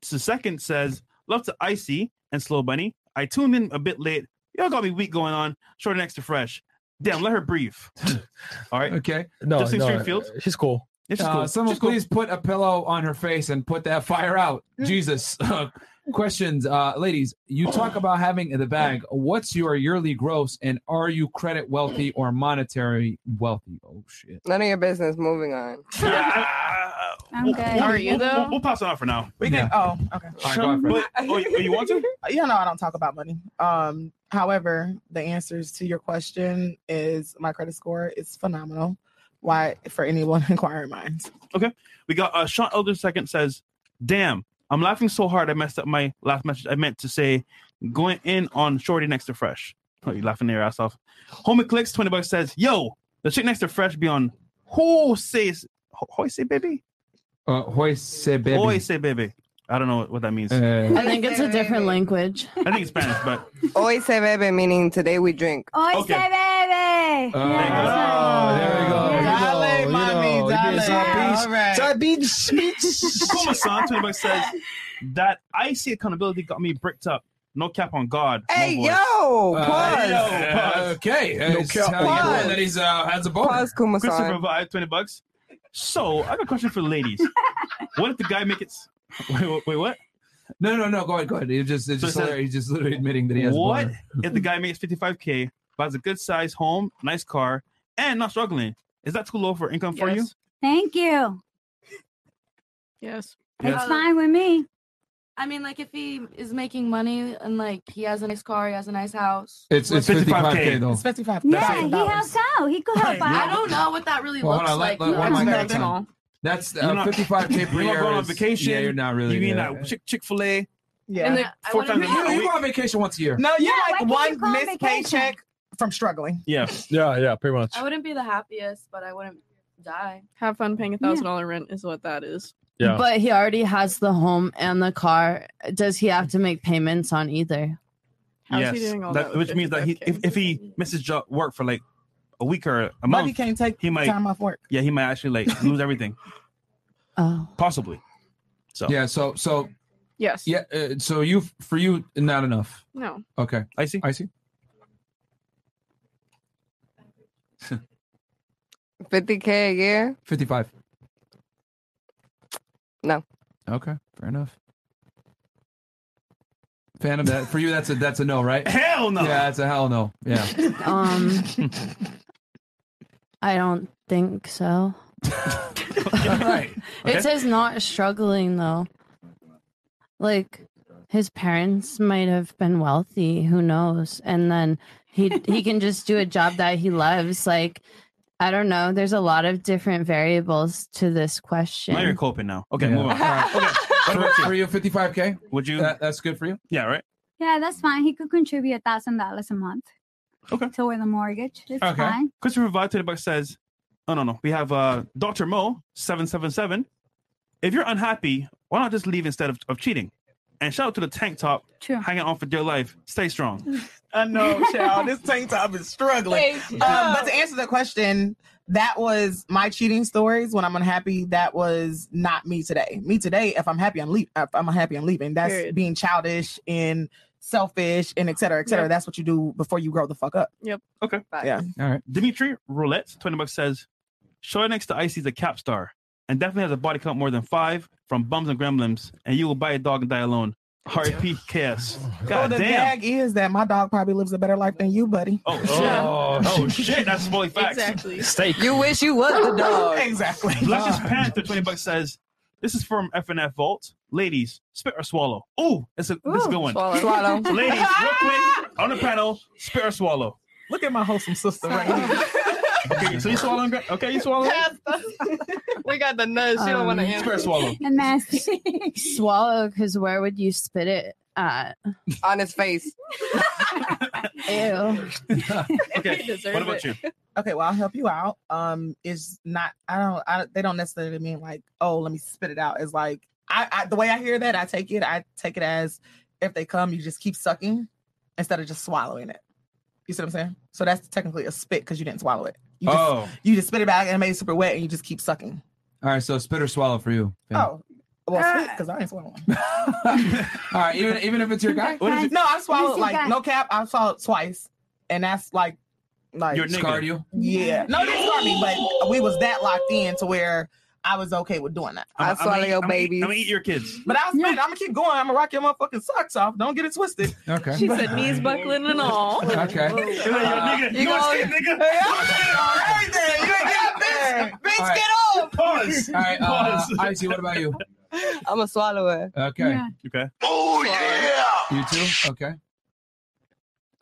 Speaker 6: the second says, "Love to Icy and Slow Bunny. I tuned in a bit late. Y'all got me weak going on. Short next to fresh. Damn, let her breathe. All right.
Speaker 1: Okay.
Speaker 2: No,
Speaker 6: Justin
Speaker 2: no,
Speaker 6: Springfield.
Speaker 2: She's cool.
Speaker 6: It's
Speaker 1: Uh,
Speaker 6: cool.
Speaker 1: Someone
Speaker 6: She's cool.
Speaker 1: please put a pillow on her face and put that fire out. Jesus. Uh, Questions, uh, ladies. You talk about having in the bag. What's your yearly gross, and are you credit wealthy or monetary wealthy? Oh shit.
Speaker 12: None of your business. Moving on.
Speaker 9: I'm
Speaker 12: good. Are you,
Speaker 6: Uh, we'll,
Speaker 12: though?
Speaker 6: We'll, we'll pass it on for now.
Speaker 11: We can. Oh, okay.
Speaker 6: All right, go ahead, Fred. But- oh, you- you want to?
Speaker 11: Yeah, no, I don't talk about money. Um, however, the answers to your question is my credit score is phenomenal. Why for anyone inquiring minds?
Speaker 6: Okay. We got uh, Sean Elder second says, "Damn, I'm laughing so hard I messed up my last message. I meant to say going in on Shorty next to Fresh. Oh, you laughing your ass off. Homie clicks twenty bucks says, "Yo, the chick next to Fresh be on who says ho- who say baby?
Speaker 1: Uh, hoy se baby.
Speaker 6: Who say baby? Uh, I don't know what, what that means.
Speaker 10: I think it's a different language.
Speaker 6: I think it's Spanish, but
Speaker 12: Hoy se bebe, meaning today we drink.
Speaker 9: Hoy se bebe.
Speaker 1: Oh, there we go. Oh,
Speaker 12: Dale,
Speaker 1: mommy,
Speaker 6: Kuma san twenty bucks says that icy accountability got me bricked up. No cap on God. No
Speaker 12: Hey,
Speaker 6: boy."
Speaker 12: yo,
Speaker 6: Uh,
Speaker 12: pause.
Speaker 6: yo, pause.
Speaker 1: Okay, uh, it's how you
Speaker 6: pause.
Speaker 1: know that he's, uh, has a boner.
Speaker 12: Pause, Kuma-san.
Speaker 6: Christopher Vibe, twenty bucks. So I have a question for the ladies. what if the guy make it? s- Wait, wait, wait what?
Speaker 1: No, no, no. Go ahead, go ahead. He just, it's
Speaker 6: So
Speaker 1: just,
Speaker 6: it says-
Speaker 1: hilarious. he's just literally admitting that he has. a
Speaker 6: What
Speaker 1: boner.
Speaker 6: if the guy makes fifty five k, buys a good size home, nice car, and not struggling? Is that too low for income for you?
Speaker 9: Thank you.
Speaker 13: Yes.
Speaker 9: It's fine with me.
Speaker 14: I mean, like if he is making money and like he has a nice car, he has a nice house.
Speaker 1: It's it's fifty five k though.
Speaker 11: It's fifty five.
Speaker 9: Yeah, he helps out. He could help
Speaker 14: I
Speaker 9: out.
Speaker 14: don't know what that really
Speaker 1: Well, hold
Speaker 14: looks
Speaker 1: on,
Speaker 14: like.
Speaker 1: let- let-
Speaker 14: You
Speaker 1: one
Speaker 14: guys
Speaker 1: mic
Speaker 14: are
Speaker 1: at a time.
Speaker 14: small.
Speaker 1: That's
Speaker 6: You're
Speaker 1: uh,
Speaker 6: not-
Speaker 1: fifty five k per
Speaker 6: You're
Speaker 1: year.
Speaker 6: not going on
Speaker 1: is-
Speaker 6: vacation.
Speaker 1: Yeah, you're not really.
Speaker 6: You mean
Speaker 1: yeah.
Speaker 6: that Chick Chick Fil A?
Speaker 11: Yeah.
Speaker 6: And like four times a
Speaker 1: You, you
Speaker 6: week.
Speaker 1: go on vacation once a year.
Speaker 11: No, you
Speaker 14: Yeah, why
Speaker 11: like
Speaker 14: can't
Speaker 11: one
Speaker 14: you go on
Speaker 11: missed
Speaker 14: vacation?
Speaker 11: paycheck from struggling.
Speaker 6: Yeah,
Speaker 2: yeah, yeah, pretty much.
Speaker 14: I wouldn't be the happiest, but I wouldn't die.
Speaker 13: Have fun paying a thousand dollar rent is what that is.
Speaker 2: Yeah.
Speaker 10: But he already has the home and the car. Does he have to make payments on either?
Speaker 13: How's
Speaker 6: yes,
Speaker 13: he doing all that with
Speaker 6: which means that he, if, if he misses job work for like a week or a month,
Speaker 11: But he can't take
Speaker 6: he might-
Speaker 11: time off work.
Speaker 6: yeah, he might actually like lose everything,
Speaker 10: Oh.
Speaker 6: possibly. So
Speaker 1: Yeah. So so
Speaker 13: Yes.
Speaker 1: yeah. Uh, so you for you not enough.
Speaker 13: No.
Speaker 1: Okay.
Speaker 6: I see.
Speaker 1: I see.
Speaker 12: 50k a year?
Speaker 1: Fifty five.
Speaker 12: No.
Speaker 1: Okay. Fair enough. Phantom. That for you. That's a that's a no, right?
Speaker 6: Hell no.
Speaker 1: Yeah, that's a hell no. Yeah.
Speaker 10: Um, I don't think so.
Speaker 3: Okay.
Speaker 10: It says not struggling though. Like his parents might have been wealthy, who knows? And then he he can just do a job that he loves. Like I don't know. There's a lot of different variables to this question.
Speaker 6: now you're coping now. Okay,
Speaker 1: Yeah.
Speaker 6: move on.
Speaker 1: All right. Okay. For, for you, fifty five k.
Speaker 6: Would you?
Speaker 1: That, that's good for you.
Speaker 6: Yeah. Right.
Speaker 9: Yeah, that's fine. He could contribute a thousand dollars a month.
Speaker 6: Okay.
Speaker 9: Toward the mortgage. It's fine.
Speaker 6: Christopher Vibe to the Buck says, "Oh no, no, we have uh, Doctor Mo seven seven seven. If you're unhappy, why not just leave instead of, of cheating? And shout out to the tank top hanging on for dear life. Stay strong.
Speaker 11: I know, child. This tank top is struggling.
Speaker 6: Thank
Speaker 11: Um,
Speaker 6: you.
Speaker 11: but to answer the question, that was my cheating stories. When I'm unhappy, that was not me today. Me today, if I'm happy, I'm leaving. If I'm unhappy, I'm leaving. That's
Speaker 13: Period.
Speaker 11: being childish and selfish and et cetera, et cetera.
Speaker 13: Yep.
Speaker 11: That's what you do before you grow the fuck up.
Speaker 13: Yep.
Speaker 6: Okay.
Speaker 11: Yeah.
Speaker 1: All right.
Speaker 6: Dimitri Roulette, 20 bucks says, Short next to Icy's a cap star and definitely has a body count more than five from Bums and Gremlins, and you will buy a dog and die alone. RP KS. God
Speaker 11: oh, the
Speaker 6: damn.
Speaker 11: gag is that my dog probably lives a better life than you, buddy.
Speaker 6: Oh, shit. Oh, shit. That's fully facts.
Speaker 11: Exactly.
Speaker 6: Steak.
Speaker 11: You wish you was the dog. Exactly.
Speaker 6: Luscious Panther, 20 bucks says, this is from FNF Vault. Ladies, spit or swallow. Ooh, it's a, this is a good one.
Speaker 11: swallow. Swallow.
Speaker 6: Ladies, real quick, on the panel, spit or swallow.
Speaker 11: Look at my wholesome sister right here.
Speaker 6: Okay, so you swallowing? Gra- Okay, you swallowing?
Speaker 13: we got the nuts. You don't want to
Speaker 10: Um,
Speaker 13: answer.
Speaker 10: And that's swallow, because where would you spit it at?
Speaker 12: On his face.
Speaker 10: Ew.
Speaker 11: Okay,
Speaker 10: deserve what about it. you?
Speaker 11: Okay, well I'll help you out. Um, it's not I don't I they don't necessarily mean like oh let me spit it out. It's like I, I the way I hear that I take it I take it as if they come you just keep sucking instead of just swallowing it. You see what I'm saying? So that's technically a spit because you didn't swallow it. You just,
Speaker 1: Oh.
Speaker 11: you just spit it back and it made it super wet and you just keep sucking.
Speaker 1: All right, so spit or swallow for you. Finn.
Speaker 11: Oh. Well,
Speaker 10: Ah.
Speaker 11: because I ain't swallowing.
Speaker 1: All right, even even if it's your guy.
Speaker 11: No, I swallowed
Speaker 1: your
Speaker 11: like
Speaker 1: guy?
Speaker 11: no cap. I swallowed twice, and that's like like
Speaker 1: Your nigga. Scarred you?
Speaker 11: Yeah, no, they scarred me, but we was that locked in to where I was okay with doing that.
Speaker 6: I'ma- I'ma eat- I'ma eat- I'ma eat your kids.
Speaker 11: But I was, man, I'm gonna keep going. I'm gonna rock your motherfucking socks off. Don't get it twisted.
Speaker 1: Okay.
Speaker 13: She said knees buckling and all.
Speaker 1: Okay.
Speaker 11: Whoa.
Speaker 1: You're
Speaker 11: You're like, yo, nigga, you want skin, nigga?
Speaker 12: Bitch,
Speaker 1: All right.
Speaker 12: get off.
Speaker 6: Pause.
Speaker 1: All right, uh, Icy, what about you?
Speaker 12: I'm going to swallow it.
Speaker 1: Okay.
Speaker 12: Yeah.
Speaker 6: Okay.
Speaker 12: Oh,
Speaker 1: You too? Okay.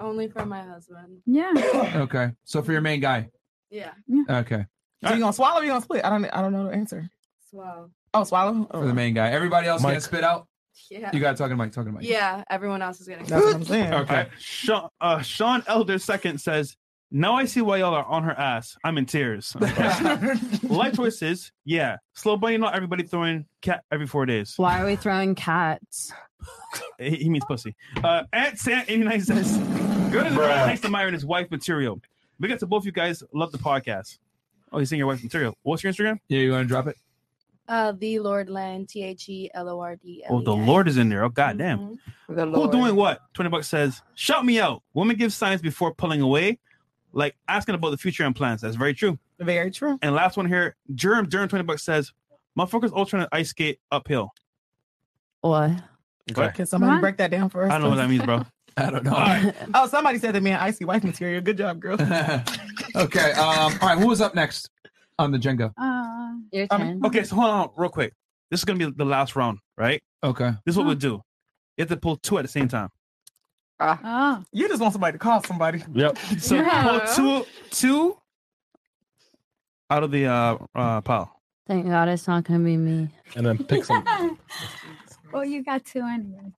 Speaker 13: Only for my husband.
Speaker 10: Yeah.
Speaker 1: Okay. So for your main guy.
Speaker 13: Yeah.
Speaker 1: Okay.
Speaker 11: So you gonna swallow? or You gonna split? I don't. I don't know the answer.
Speaker 13: Swallow.
Speaker 11: Oh, swallow.
Speaker 1: For the main guy. Everybody else
Speaker 6: Mike.
Speaker 1: can spit out.
Speaker 13: Yeah.
Speaker 1: You got talking to Mike, talking to Mike.
Speaker 13: Yeah. Everyone else is gonna.
Speaker 6: Okay. Sean, uh, Sean Elder second says, "Now I see why y'all are on her ass. I'm in tears." Life choices, yeah. Slow bunny, not everybody throwing cat every four days.
Speaker 10: Why are we throwing cats?
Speaker 6: He, he means pussy. Uh, at Sam eighty nine says, "Go to the girl next to Myron and his wife material." We got to both you guys. Love the podcast. Oh, he's saying your wife material. What's your Instagram?
Speaker 1: Yeah, you want to drop it?
Speaker 13: Uh, the Lord Land. T H E L O R D.
Speaker 6: Oh, the Lord is in there. Oh, goddamn. Who doing what? 20 bucks says, shout me out. Women give signs before pulling away, like asking about the future and plans. That's very true.
Speaker 11: Very true.
Speaker 6: And last one here, Germ, Germ 20 bucks says, motherfuckers all trying to ice skate uphill.
Speaker 10: What?
Speaker 6: Okay.
Speaker 11: Can somebody break that down for
Speaker 6: I
Speaker 11: us?
Speaker 6: don't know what that means, bro.
Speaker 1: I don't know.
Speaker 11: oh, somebody said that man, icy wife material. Good job, girl.
Speaker 1: Okay. Um, all right, who was up next on the Jenga?
Speaker 10: Uh, your
Speaker 11: Um,
Speaker 6: I mean, Um, okay, so hold on real quick. This is going to be the last round, right?
Speaker 1: Okay.
Speaker 6: This is what we'll do. You have to pull two at the same time. Ah.
Speaker 13: Ah.
Speaker 10: Oh.
Speaker 11: You just want somebody to call somebody.
Speaker 6: Yep. So
Speaker 10: Yeah.
Speaker 6: pull two, two out of the uh, uh, pile.
Speaker 10: Thank God it's not gonna be me.
Speaker 2: And then pick some.
Speaker 9: well, you got two anyway.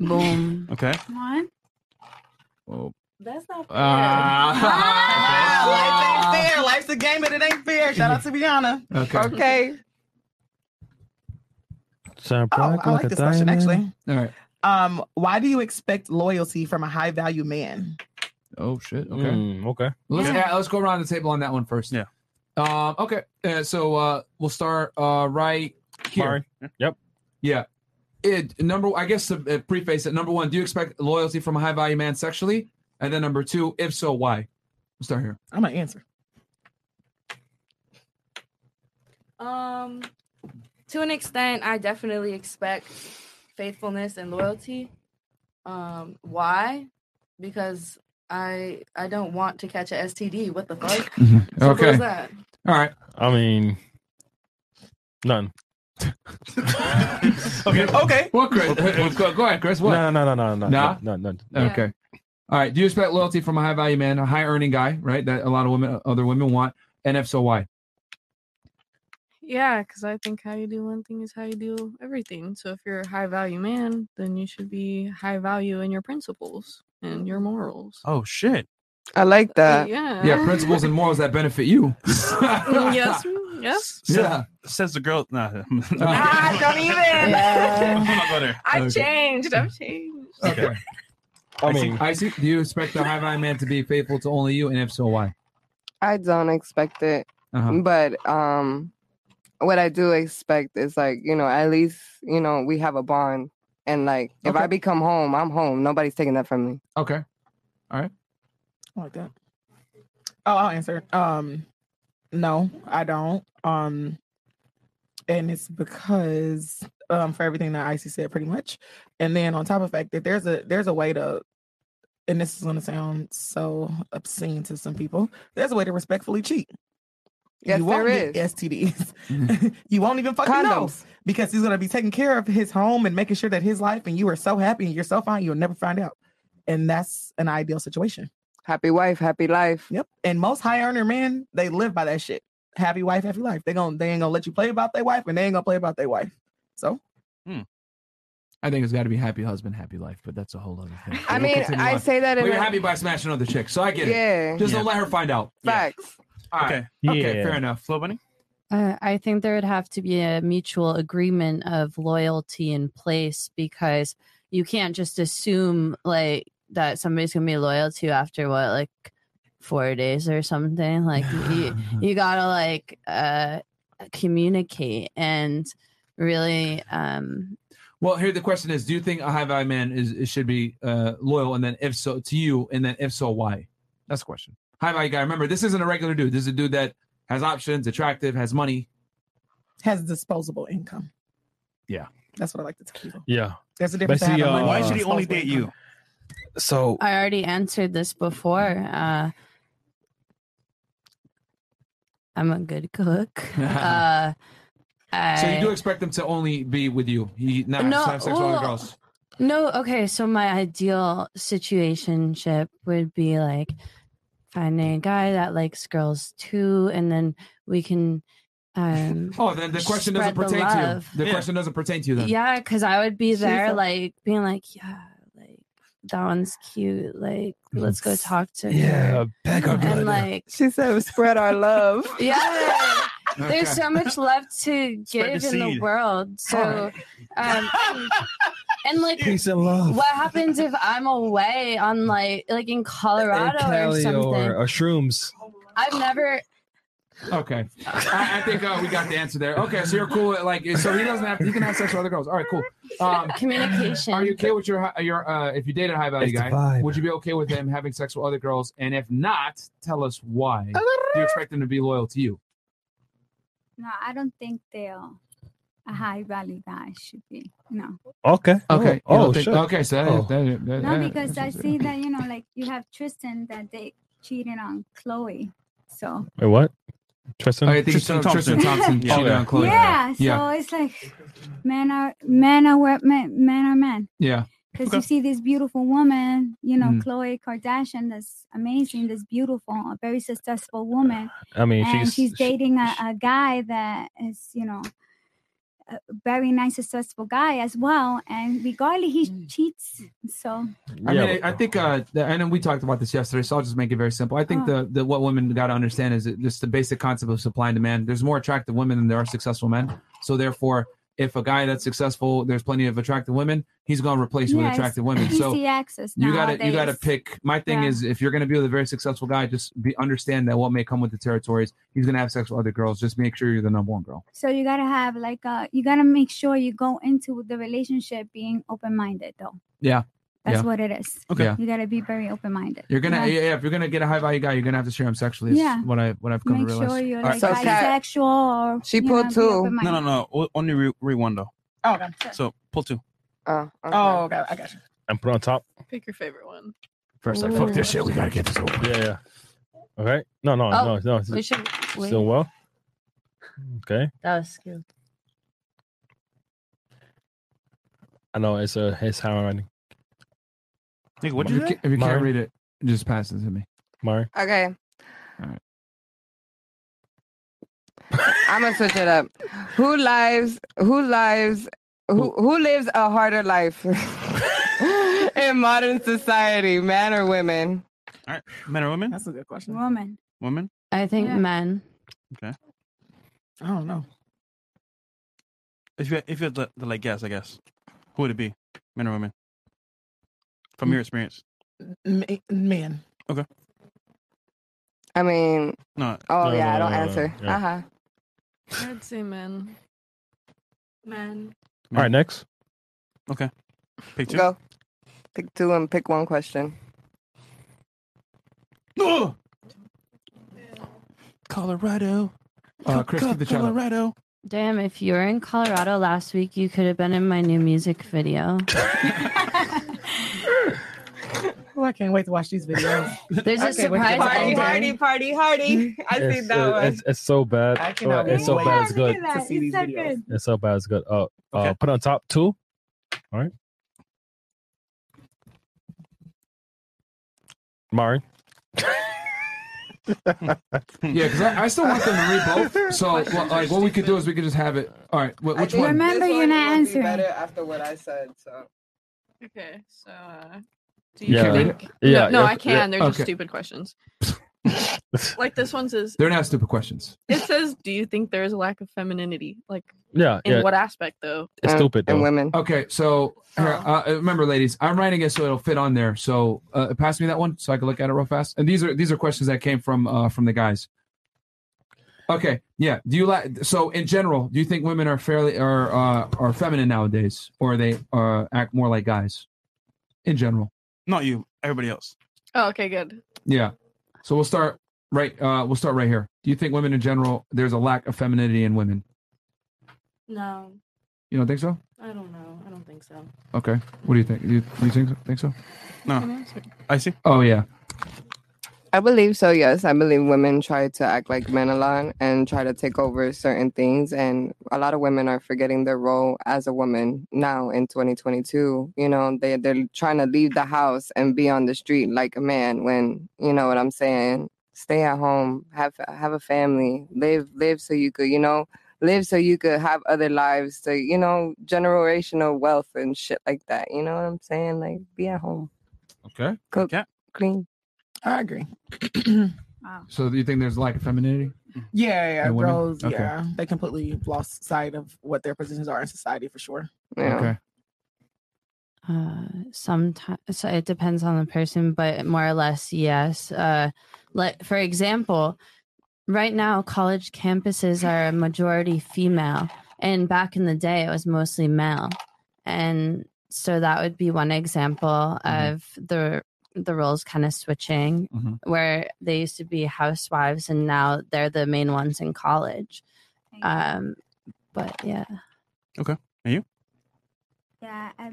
Speaker 10: Boom.
Speaker 6: Okay.
Speaker 9: One.
Speaker 1: Oh.
Speaker 13: That's not
Speaker 11: Ah, life ain't fair. Life's a game, but it ain't fair. Shout out to Rihanna.
Speaker 1: Okay.
Speaker 11: Okay.
Speaker 2: Shine
Speaker 11: Oh,
Speaker 2: bright
Speaker 11: I
Speaker 2: like
Speaker 11: like
Speaker 2: a
Speaker 11: this question,
Speaker 2: diamond.
Speaker 11: actually.
Speaker 1: All right.
Speaker 11: Um, why do you expect loyalty from a high value man?
Speaker 1: Oh shit. Okay.
Speaker 2: Mm, okay.
Speaker 1: Let's
Speaker 11: Yeah.
Speaker 1: yeah, let's go around the table on that one first.
Speaker 6: Yeah.
Speaker 1: Um. Okay. Uh, so uh, we'll start uh right here.
Speaker 2: Yep.
Speaker 1: Yeah. It number. I guess to uh, preface it, number one, do you expect loyalty from a high value man sexually? And then number two, if so, why? We'll start here.
Speaker 11: I'm gonna answer.
Speaker 13: Um, to an extent, I definitely expect faithfulness and loyalty. Um, why? Because I I don't want to catch a STD. What the fuck? Simple as that.
Speaker 1: All right.
Speaker 2: I mean, none.
Speaker 6: okay.
Speaker 11: Okay.
Speaker 1: What, Chris? Go, go ahead, Chris. What?
Speaker 2: No, no, no, no, no,
Speaker 1: Nah?
Speaker 2: no, no, no.
Speaker 1: Okay. All right. Do you expect loyalty from a high value man, a high earning guy, right? That a lot of women, other women want, and if so, why?
Speaker 13: Yeah, because I think how you do one thing is how you do everything. So if you're a high value man, then you should be high value in your principles and your morals.
Speaker 6: Oh shit.
Speaker 12: I like that.
Speaker 13: Yeah.
Speaker 1: Yeah, principles and morals that benefit you.
Speaker 13: Mm, yes. Yes.
Speaker 1: Yeah.
Speaker 6: Says the girl. Nah. I'm not-
Speaker 13: Ah, don't even.
Speaker 6: I'm not going there.
Speaker 13: I've changed. I've changed.
Speaker 1: Okay. I mean, I see. Do you expect the High Vine man to be faithful to only you, and if so, why?
Speaker 12: I don't expect it,
Speaker 1: Uh-huh.
Speaker 12: but um, what I do expect is like you know at least you know we have a bond, and like if I become home, I'm home. Nobody's taking that from me.
Speaker 1: Okay. All right.
Speaker 11: I like that. Oh, I'll answer. Um, no, I don't. Um, and it's because um for everything that Icy said, pretty much. And then on top of the fact that there's a there's a way to, and this is gonna sound so obscene to some people. There's a way to respectfully cheat.
Speaker 12: Yes,
Speaker 11: you won't
Speaker 12: there
Speaker 11: get STDs. you won't even fucking know
Speaker 12: Condoms.
Speaker 11: because he's gonna be taking care of his home and making sure that his life and you are so happy and you're so fine. You'll never find out, and that's an ideal situation.
Speaker 12: Happy wife, happy life.
Speaker 11: Yep. And most high earner men, they live by that shit. Happy wife, happy life. They gon' they ain't gonna let you play about their wife, and they ain't gonna play about their wife. So
Speaker 1: I think it's got to be happy husband, happy life, but that's a whole other thing.
Speaker 12: I mean, I say that in
Speaker 1: we're
Speaker 12: a-
Speaker 1: happy by smashing other chicks, so I get
Speaker 12: Yeah.
Speaker 1: it. Just
Speaker 12: Yeah.
Speaker 1: don't let her find out.
Speaker 12: Facts.
Speaker 1: All right. Okay.
Speaker 2: Yeah.
Speaker 1: Fair enough.
Speaker 6: Flow bunny.
Speaker 10: Uh, I think there would have to be a mutual agreement of loyalty in place because you can't just assume like that somebody's gonna be loyal to you after what like four days or something. Like you, you gotta like uh, communicate and really. Um,
Speaker 1: Well, here the question is: Do you think a high value man is, is should be uh, loyal, and then if so to you, and then if so, why? That's the question. High value guy. Remember, this isn't a regular dude. This is a dude that has options, attractive, has money.
Speaker 11: has disposable income.
Speaker 1: Yeah.
Speaker 11: That's what I like to tell people.
Speaker 2: Yeah.
Speaker 11: That's the difference.
Speaker 2: But see,
Speaker 11: to having money
Speaker 2: uh, Why
Speaker 11: and
Speaker 2: should he only
Speaker 11: disposable
Speaker 2: date
Speaker 11: income.
Speaker 2: you? So
Speaker 10: I already answered this before. Uh, I'm a good cook. Uh,
Speaker 1: So you
Speaker 10: I-
Speaker 1: do expect them to only be with you, he, not
Speaker 10: No,
Speaker 1: have sex with other
Speaker 10: well,
Speaker 1: girls.
Speaker 10: No, okay. So my ideal situationship would be like finding a guy that likes girls too, and then we can. Um,
Speaker 1: Oh, then the question doesn't
Speaker 10: spread the
Speaker 1: pertain to
Speaker 10: love.
Speaker 1: you. The question doesn't pertain to you then.
Speaker 10: Yeah, because I would be there,
Speaker 1: a-
Speaker 10: like being like, yeah, like that one's cute. Like,
Speaker 1: Mm.
Speaker 10: let's go talk to her. and like
Speaker 12: she said, spread our love.
Speaker 10: yeah. There's
Speaker 12: Okay.
Speaker 10: so much left to
Speaker 12: Spread
Speaker 10: give
Speaker 12: the
Speaker 10: in the
Speaker 12: seed.
Speaker 10: world. So, um, and like,
Speaker 2: Peace and love.
Speaker 10: what happens if I'm away on like, like in Colorado or
Speaker 2: Cali
Speaker 10: something?
Speaker 2: or, or shrooms.
Speaker 10: I've never.
Speaker 1: Okay. I, I think uh, we got the answer there. Okay, so you're cool. At, like, so he doesn't have. He can have sex with other girls. All right, cool. Um,
Speaker 10: Communication.
Speaker 1: Are you okay with your hi- your uh, if you dated a high value
Speaker 2: It's the
Speaker 1: guy?
Speaker 2: vibe.
Speaker 1: Would you be okay with him having sex with other girls? And if not, tell us why. Do you expect him to be loyal to you?
Speaker 9: No, I don't think they'll a high value guy should be. No.
Speaker 2: Okay.
Speaker 1: Okay.
Speaker 2: Oh,
Speaker 1: You don't
Speaker 2: oh,
Speaker 1: think-
Speaker 2: shit.
Speaker 1: Okay. So that,
Speaker 2: Oh.
Speaker 1: that, that,
Speaker 9: No,
Speaker 1: that-
Speaker 9: because I see that, you know, like you have Tristan that they cheated on Chloe. So
Speaker 2: Wait, what? Tristan.
Speaker 1: Oh, I think Tristan so- Thompson. Tristan Thompson cheated on Chloe.
Speaker 9: yeah, so
Speaker 2: Yeah.
Speaker 9: it's like men are men are wo- men men are men.
Speaker 1: Yeah.
Speaker 9: Because
Speaker 1: Okay.
Speaker 9: you see this beautiful woman, you know,
Speaker 2: Mm.
Speaker 9: Chloe Kardashian, that's amazing, that's beautiful, a very successful woman.
Speaker 2: I mean,
Speaker 9: and
Speaker 2: she's-
Speaker 9: dating a, a guy that is, you know, a very nice, successful guy as well. And regardless, he cheats. So
Speaker 1: Mm. I mean, I I think, uh, the- and then we talked about this yesterday, so I'll just make it very simple. I think
Speaker 9: Oh.
Speaker 1: the, the what women got to understand is that just the basic concept of supply and demand. There's more attractive women than there are successful men. So therefore, if a guy that's successful, there's plenty of attractive women. He's going to replace you with
Speaker 9: yes,
Speaker 1: attractive women.
Speaker 9: easy
Speaker 1: So
Speaker 9: access
Speaker 1: you gotta you gotta
Speaker 9: nowadays.
Speaker 1: pick my thing
Speaker 9: Yeah.
Speaker 1: is if you're gonna be with a very successful guy just be understand that what may come with the territories he's gonna have sex with other girls just make sure you're the number one girl
Speaker 9: So you gotta have like uh you gotta make sure you go into the relationship being open minded though.
Speaker 1: yeah
Speaker 9: That's
Speaker 1: yeah.
Speaker 9: what it is.
Speaker 1: Okay. Yeah.
Speaker 9: You gotta be very open minded.
Speaker 1: you're gonna yeah.
Speaker 9: yeah.
Speaker 1: if you're gonna get a high value guy you're gonna have to share him sexually is
Speaker 9: Yeah.
Speaker 1: what i what i've come
Speaker 9: make
Speaker 1: to realize
Speaker 9: sure you're
Speaker 1: All
Speaker 9: like
Speaker 1: right.
Speaker 9: bisexual or
Speaker 12: She
Speaker 9: you
Speaker 12: pulled
Speaker 9: know, be
Speaker 12: two.
Speaker 9: open-minded.
Speaker 6: No, no, no. O- Only re- rewind though.
Speaker 11: Oh, okay.
Speaker 6: So pull two.
Speaker 12: Oh, okay.
Speaker 11: Oh, okay. I got you.
Speaker 2: And put on top.
Speaker 13: Pick your favorite one.
Speaker 2: First,
Speaker 13: like, fuck this
Speaker 2: shit. We gotta get this over. Yeah, yeah. All right. No, no,
Speaker 10: Oh,
Speaker 2: no, no.
Speaker 10: we should wait.
Speaker 2: Still well. Okay.
Speaker 10: That was skilled.
Speaker 2: I know it's a it's handwriting.
Speaker 6: Nigga,
Speaker 12: what'd you
Speaker 1: if you,
Speaker 12: say?
Speaker 1: ca- if you can't
Speaker 2: Myron.
Speaker 1: read it just pass it to me
Speaker 2: Myron.
Speaker 12: Okay.
Speaker 1: Alright.
Speaker 12: I'm gonna switch it up. Who lives? Who lives? Who who lives a harder life in modern society, man or women?
Speaker 6: All right. Men or women?
Speaker 11: That's a good question.
Speaker 9: Woman.
Speaker 6: Women.
Speaker 10: I think
Speaker 9: Yeah.
Speaker 10: men.
Speaker 6: Okay.
Speaker 11: I don't know.
Speaker 6: If you if you had to, to, like guess, I guess who would it be, men or women? From your experience,
Speaker 11: M- man.
Speaker 6: okay.
Speaker 12: I mean,
Speaker 6: No.
Speaker 12: oh
Speaker 6: No,
Speaker 12: yeah,
Speaker 6: no,
Speaker 12: I don't
Speaker 6: no, no, no,
Speaker 12: answer.
Speaker 6: yeah.
Speaker 12: Uh huh.
Speaker 13: I'd say men. Men.
Speaker 2: All right, next.
Speaker 6: Okay. Pick
Speaker 12: Go. Pick two and pick one question.
Speaker 6: No. Colorado.
Speaker 1: Uh, Chris, keep the chat up.
Speaker 6: Colorado.
Speaker 17: Damn, if you were in Colorado last week, you could have been in my new music video.
Speaker 11: Well, I can't wait to watch these videos.
Speaker 17: There's
Speaker 11: a surprise
Speaker 12: Party,
Speaker 11: ending.
Speaker 12: party, party, hardy. I
Speaker 2: It's,
Speaker 12: see that
Speaker 2: it-
Speaker 12: one.
Speaker 2: it's, it's so bad.
Speaker 12: I
Speaker 2: Oh,
Speaker 12: cannot
Speaker 2: It's so
Speaker 12: wait.
Speaker 2: bad. It's
Speaker 12: Yeah, look
Speaker 2: good.
Speaker 12: at that. To see It's these so videos. good.
Speaker 2: It's so bad. It's good. Oh, uh, put on top two. All right. Mari.
Speaker 1: Yeah, because I, I still want them to read both. So, well, like, what we could do is we could just have it. All right, wh-
Speaker 12: I
Speaker 1: which
Speaker 12: think
Speaker 1: one?
Speaker 12: this
Speaker 9: you're
Speaker 12: one
Speaker 9: not
Speaker 12: will be
Speaker 9: answering.
Speaker 12: Better after what I said, so.
Speaker 13: Okay, so uh, do
Speaker 1: You
Speaker 13: you
Speaker 1: can't read
Speaker 13: think?
Speaker 1: it? Yeah,
Speaker 13: no, no,
Speaker 1: yeah,
Speaker 13: I can.
Speaker 1: yeah,
Speaker 13: They're just
Speaker 1: okay.
Speaker 13: stupid questions. like this one says,
Speaker 1: They're not stupid questions.
Speaker 13: it says, "Do you think there is a lack of femininity?" Like,
Speaker 1: Yeah,
Speaker 13: in
Speaker 1: Uh, yeah.
Speaker 13: what aspect though?
Speaker 1: It's stupid.
Speaker 12: and though. women.
Speaker 1: Okay, so here,
Speaker 6: Oh.
Speaker 1: uh, remember, ladies, I'm writing it so it'll fit on there. So uh, pass me that one so I can look at it real fast. And these are these are questions that came from uh, from the guys. Okay, yeah. Do you like so in general? Do you think women are fairly are uh, are feminine nowadays, or they uh, act more like guys in general?
Speaker 6: Not you. Everybody else.
Speaker 13: Oh, okay, good.
Speaker 1: Yeah. So we'll start right. Uh, we'll start right here. Do you think women in general there's a lack of femininity in women?
Speaker 13: No,
Speaker 1: You don't think so?
Speaker 13: I don't know. I don't think so.
Speaker 1: Okay. What do you think? Do you, do you think so? Think so?
Speaker 6: No. I see.
Speaker 1: Oh yeah.
Speaker 12: I believe so, yes. I believe women try to act like men a lot and try to take over certain things. And a lot of women are forgetting their role as a woman now in 2022. You know, they, they're trying to leave the house and be on the street like a man when, you know what I'm saying? Stay at home, have have a family, live live so you could, you know, live so you could have other lives, so you know, generational wealth and shit like that. You know what I'm saying? Like be at home,
Speaker 1: Okay.
Speaker 12: cook, clean.
Speaker 11: I agree.
Speaker 9: Oh.
Speaker 1: So do you think there's a lack of femininity?
Speaker 11: Yeah, yeah,
Speaker 1: And women?
Speaker 11: girls.
Speaker 1: Okay.
Speaker 11: Yeah, they completely lost sight of what their positions are in society for sure.
Speaker 1: Okay.
Speaker 17: Uh, sometimes so it depends on the person, but more or less, yes. Uh, like for example, right now college campuses are a majority female, and back in the day it was mostly male, and so that would be one example of the the roles kind of switching,
Speaker 1: Mhm.
Speaker 17: where they used to be housewives and now they're the main ones in college. Um, but yeah.
Speaker 6: Okay. And you?
Speaker 9: Yeah, I,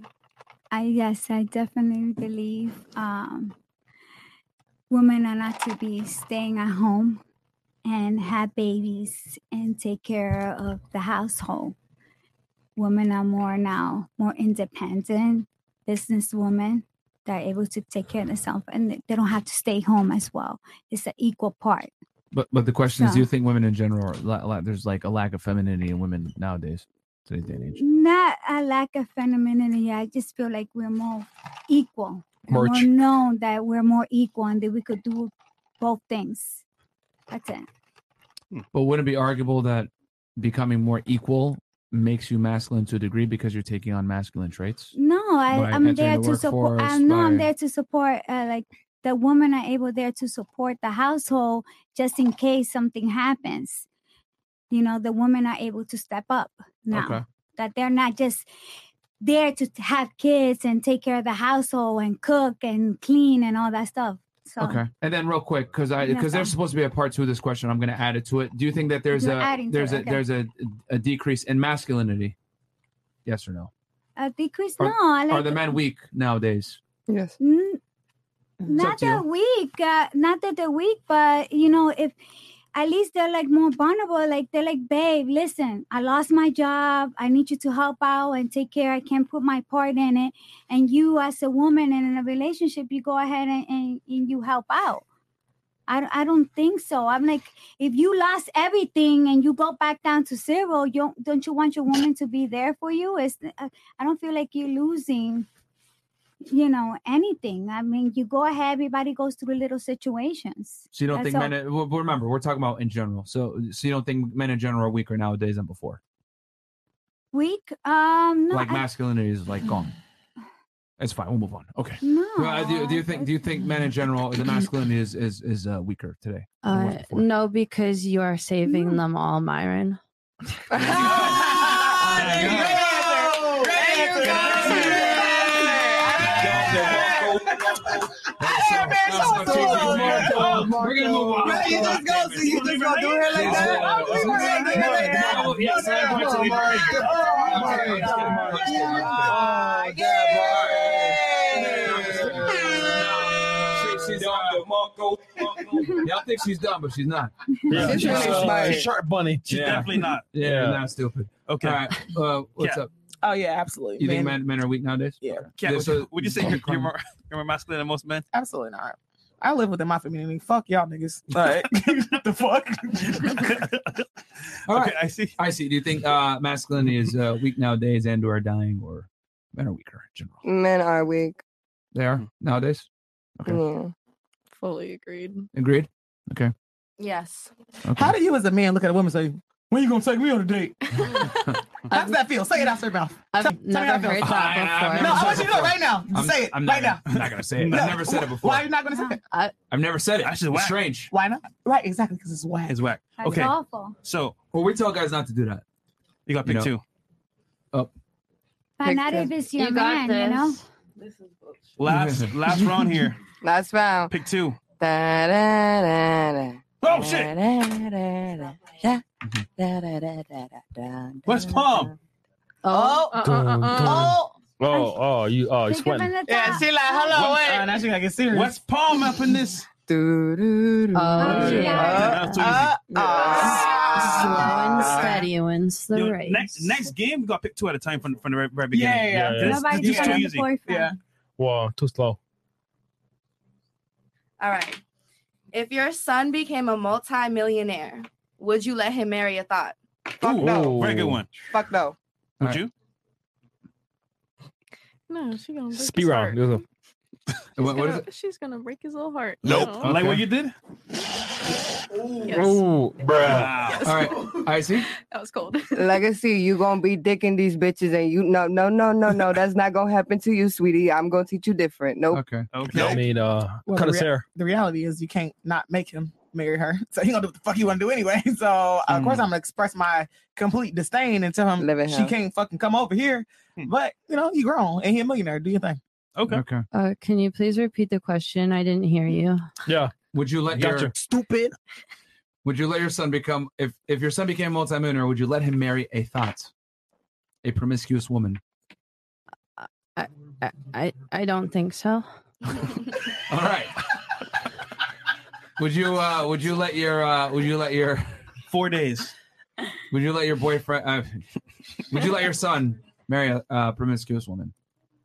Speaker 9: I yes, I definitely believe um, women are not to be staying at home and have babies and take care of the household. Women are more now more independent businesswomen. They're able to take care of themselves and they- they don't have to stay home as well. It's an equal part.
Speaker 1: But but the question is, do
Speaker 9: So-
Speaker 1: you think women in general are la- la- there's like a lack of femininity in women nowadays, today's day and age?
Speaker 9: Not a lack of femininity. I just feel like we're more equal. We're
Speaker 1: Merch.
Speaker 9: known that we're more equal and that we could do both things. That's it.
Speaker 6: Hmm.
Speaker 1: But wouldn't it be arguable that becoming more equal makes you masculine to a degree because you're taking on masculine traits?
Speaker 9: No, I,
Speaker 1: By
Speaker 9: I'm
Speaker 1: entering
Speaker 9: there
Speaker 1: the
Speaker 9: to support. I
Speaker 1: workforce,
Speaker 9: know I'm
Speaker 1: by-
Speaker 9: there to support. Uh, like the women are able there to support the household just in case something happens. You know, the women are able to step up now.
Speaker 3: Okay.
Speaker 9: That they're not just there to t- have kids and take care of the household and cook and clean and all that stuff. So
Speaker 1: Okay. And then real quick, because I
Speaker 9: Yes,
Speaker 1: because there's
Speaker 9: um,
Speaker 1: supposed to be a part two of this question, I'm going to add it to it. Do you think that there's
Speaker 9: You're
Speaker 1: a
Speaker 9: adding to
Speaker 1: there's
Speaker 9: it,
Speaker 1: a
Speaker 9: okay.
Speaker 1: there's a a decrease in masculinity? Yes or no?
Speaker 9: a decrease.
Speaker 1: Are,
Speaker 9: no, I like
Speaker 1: are the men weak nowadays?
Speaker 12: Yes.
Speaker 9: not
Speaker 1: to
Speaker 9: that weak uh, not that they're weak but you know if at least they're like more vulnerable like they're like babe listen i lost my job i need you to help out and take care i can't put my part in it and you as a woman and in a relationship you go ahead and, and, and you help out I, don't- I don't think so i'm like if you lost everything and you go back down to zero you don't, uh, don't you want your woman to be there for you it's, i don't feel like you're losing you know, anything. I mean, you go ahead, everybody goes through little situations.
Speaker 1: So you don't
Speaker 9: That's
Speaker 1: think
Speaker 9: all.
Speaker 1: men? Well, but remember, we're talking about in general. So so you don't think men in general are weaker nowadays than before?
Speaker 9: weak? Um, no,
Speaker 1: like
Speaker 9: I-
Speaker 1: masculinity is like gone. It's fine. We'll move on. Okay.
Speaker 9: No.
Speaker 1: Well, I do, do you think do you think men in general the masculinity is is is uh, weaker today?
Speaker 17: Uh, no, because you are saving them all, Myron.
Speaker 1: We're gonna move on.
Speaker 5: Right, you just go, so you just gonna do it like that? Oh, we were hanging in there. Oh,
Speaker 1: She- she's done. Y'all think she's dumb, but she's not.
Speaker 2: Yeah. She's really smart. She's a sharp bunny.
Speaker 1: She's
Speaker 2: definitely not.
Speaker 1: Yeah,
Speaker 2: Yeah.
Speaker 1: not stupid. Okay. All right. Uh, what's
Speaker 6: Yeah.
Speaker 1: up?
Speaker 11: Oh yeah, absolutely.
Speaker 1: You think
Speaker 11: Men-
Speaker 1: men, men are weak nowadays? Yeah.
Speaker 6: Kat, would, you, would you say you're, you're,
Speaker 1: more
Speaker 6: more, you're more masculine than most men?
Speaker 11: Absolutely not. I live within my femininity. Fuck y'all niggas. Like,
Speaker 6: the fuck?
Speaker 1: All right. I see. I see. Do you think uh, masculinity is uh, weak nowadays and or dying or men are weaker in general?
Speaker 12: Men are weak.
Speaker 1: They
Speaker 2: Mm.
Speaker 1: are nowadays? Okay.
Speaker 12: Yeah.
Speaker 13: Fully agreed.
Speaker 1: Agreed? Okay.
Speaker 13: Yes.
Speaker 11: How do you, as a man, look at a woman and say, "When you gonna take me on a date?" How does that feel? Say it out your mouth.
Speaker 17: I've
Speaker 11: Tell- tell me
Speaker 17: never
Speaker 11: how it feels.
Speaker 17: heard that
Speaker 1: I- I've before. never
Speaker 11: No, I
Speaker 1: said
Speaker 11: want you to do it
Speaker 1: before.
Speaker 11: right now.
Speaker 1: I'm-
Speaker 11: say it
Speaker 1: I'm
Speaker 11: right
Speaker 1: not,
Speaker 11: now.
Speaker 1: I'm not gonna say it.
Speaker 11: No.
Speaker 1: I've never said it before.
Speaker 11: Why are you not gonna say it?
Speaker 1: I've never said it.
Speaker 6: whack.
Speaker 1: It's strange.
Speaker 11: Why not? Right, exactly, because it's whack.
Speaker 6: It's whack.
Speaker 11: That's
Speaker 6: okay.
Speaker 11: awful.
Speaker 6: So,
Speaker 1: well, we tell guys not to do that.
Speaker 6: You got to pick two.
Speaker 9: Find out if it's your man, you know?
Speaker 6: Last, last round here.
Speaker 12: Last round.
Speaker 6: Pick two.
Speaker 12: Da, da, da, da.
Speaker 6: Oh, shit.
Speaker 12: Da, da, da, da, da, da, da, da, da, da,
Speaker 6: West Palm.
Speaker 12: Oh.
Speaker 14: uh,
Speaker 13: uh,
Speaker 12: Oh.
Speaker 11: Oh.
Speaker 2: Oh, oh, you, oh, you sweating.
Speaker 5: Yeah, she like, hello,
Speaker 6: What-
Speaker 5: wait.
Speaker 11: Uh, now she gotta get serious. Uh,
Speaker 6: West uh, Palm up in this.
Speaker 17: Oh,
Speaker 6: yeah.
Speaker 17: yeah.
Speaker 10: uh,
Speaker 17: Slow and steady wins the
Speaker 6: Yo,
Speaker 17: race.
Speaker 6: Ah. next, next game, we got to pick two at a time from, from the very, very beginning.
Speaker 17: yeah, yeah.
Speaker 6: This-
Speaker 17: Nobody's
Speaker 6: this is
Speaker 17: got
Speaker 6: too
Speaker 17: a
Speaker 6: easy.
Speaker 17: boyfriend.
Speaker 6: Yeah.
Speaker 2: Wow, too slow.
Speaker 13: All right. If your son became a multi-millionaire, would you let him marry a thought?
Speaker 6: Fuck no. Very good one.
Speaker 12: Fuck no.
Speaker 6: Would you?
Speaker 13: No, she gonna break
Speaker 2: Speed
Speaker 13: his
Speaker 2: round.
Speaker 13: heart.
Speaker 2: What,
Speaker 13: She's gonna, She's gonna break his little heart. No.
Speaker 1: Oh,
Speaker 6: Like what you did?
Speaker 13: Yes.
Speaker 2: Ooh,
Speaker 6: bruh.
Speaker 13: Yes.
Speaker 1: All right. I see.
Speaker 13: That was cold.
Speaker 12: Legacy, you gonna be dicking these bitches, and you no no no no no. That's not gonna happen to you, sweetie. I'm gonna teach you different. Nope.
Speaker 1: Okay.
Speaker 6: Okay.
Speaker 2: I mean, uh,
Speaker 11: Well,
Speaker 2: cut
Speaker 11: the
Speaker 2: us
Speaker 11: rea-
Speaker 2: hair.
Speaker 11: The reality is you can't not make him marry her. So he gonna do what the fuck he wanna do anyway. So uh, of
Speaker 1: Hmm.
Speaker 11: course I'm gonna express my complete disdain and tell him
Speaker 12: Living
Speaker 11: she
Speaker 12: hell.
Speaker 11: can't fucking come over here.
Speaker 1: Hmm.
Speaker 11: But you know, he grown and he a millionaire. Do your thing.
Speaker 6: Okay.
Speaker 1: Okay.
Speaker 17: Uh, can you please repeat the question? I didn't hear you.
Speaker 2: Yeah.
Speaker 1: Would you let your
Speaker 2: Gotcha.
Speaker 1: stupid? Would you let your son become if if your son became a multimillionaire? Would you let him marry a thought, a promiscuous woman?
Speaker 17: I, I- I, I don't think so.
Speaker 1: All right. would you uh would you let your uh would you let your
Speaker 6: four days?
Speaker 1: Would you let your boyfriend? Uh, would you let your son marry a uh, promiscuous woman?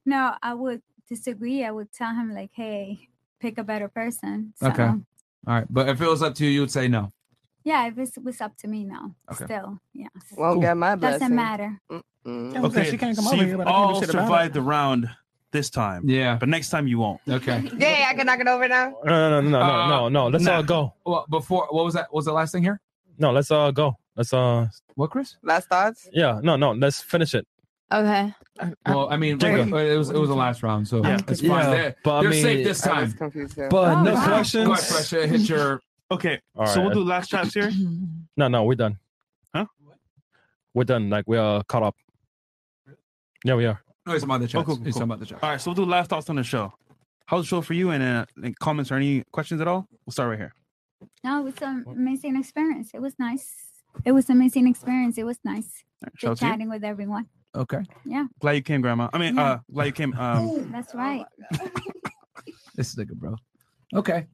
Speaker 9: No, I would disagree. I would tell him, like, hey, pick a better person. So,
Speaker 1: Okay. All right, but if it was up to you, you would say no.
Speaker 9: Yeah, if it's, it's up to me now,
Speaker 1: Okay.
Speaker 9: still, yeah.
Speaker 12: Won't get my
Speaker 9: Doesn't
Speaker 12: blessing.
Speaker 9: matter.
Speaker 12: Mm-mm.
Speaker 6: Okay.
Speaker 11: she can't come
Speaker 6: so
Speaker 11: over
Speaker 6: you've
Speaker 11: here, but I can't do
Speaker 6: all
Speaker 11: shit about
Speaker 6: survived the round this time.
Speaker 1: Yeah.
Speaker 6: But next time you won't.
Speaker 1: Okay.
Speaker 12: Yeah, I can knock it over now.
Speaker 2: No, no, no, no,
Speaker 1: Uh,
Speaker 2: no, no, no. Let's all go.
Speaker 1: Well, before what was that? What was the last thing here?
Speaker 2: No, let's all go. Let's uh,
Speaker 1: What, Chris?
Speaker 12: Last thoughts.
Speaker 2: yeah, no, no. Let's finish it.
Speaker 17: Okay.
Speaker 1: Well, I mean,
Speaker 2: Jenga.
Speaker 1: it was it was the last round, so
Speaker 2: Yeah.
Speaker 1: it's fine.
Speaker 2: Yeah,
Speaker 1: they're
Speaker 2: but I
Speaker 1: they're
Speaker 2: mean-
Speaker 1: safe this
Speaker 12: I was
Speaker 1: time.
Speaker 12: confused too.
Speaker 2: But
Speaker 6: Oh,
Speaker 2: no
Speaker 1: Go
Speaker 2: questions.
Speaker 1: ahead, Fresh. uh, Hit your.
Speaker 6: Okay.
Speaker 2: All
Speaker 6: so we'll
Speaker 2: right.
Speaker 6: do last traps here.
Speaker 2: No, no, we're done.
Speaker 6: Huh?
Speaker 2: We're done. Like we are caught up. Yeah, we are.
Speaker 1: No, it's about the chat.
Speaker 6: Oh, cool, cool,
Speaker 1: It's
Speaker 6: cool.
Speaker 1: about the chat.
Speaker 6: All right. So we'll do last thoughts on the show. How's the show for you? And uh, any comments or any questions at all? We'll start right here.
Speaker 9: No, it was an amazing experience. It was nice. It was an amazing experience. It was nice.
Speaker 6: shout out to you.
Speaker 9: chatting with everyone.
Speaker 1: Okay.
Speaker 9: Yeah,
Speaker 6: Glad you came, Grandma. I mean, uh, glad you came. Um,
Speaker 9: that's right.
Speaker 1: This nigga, bro. Okay.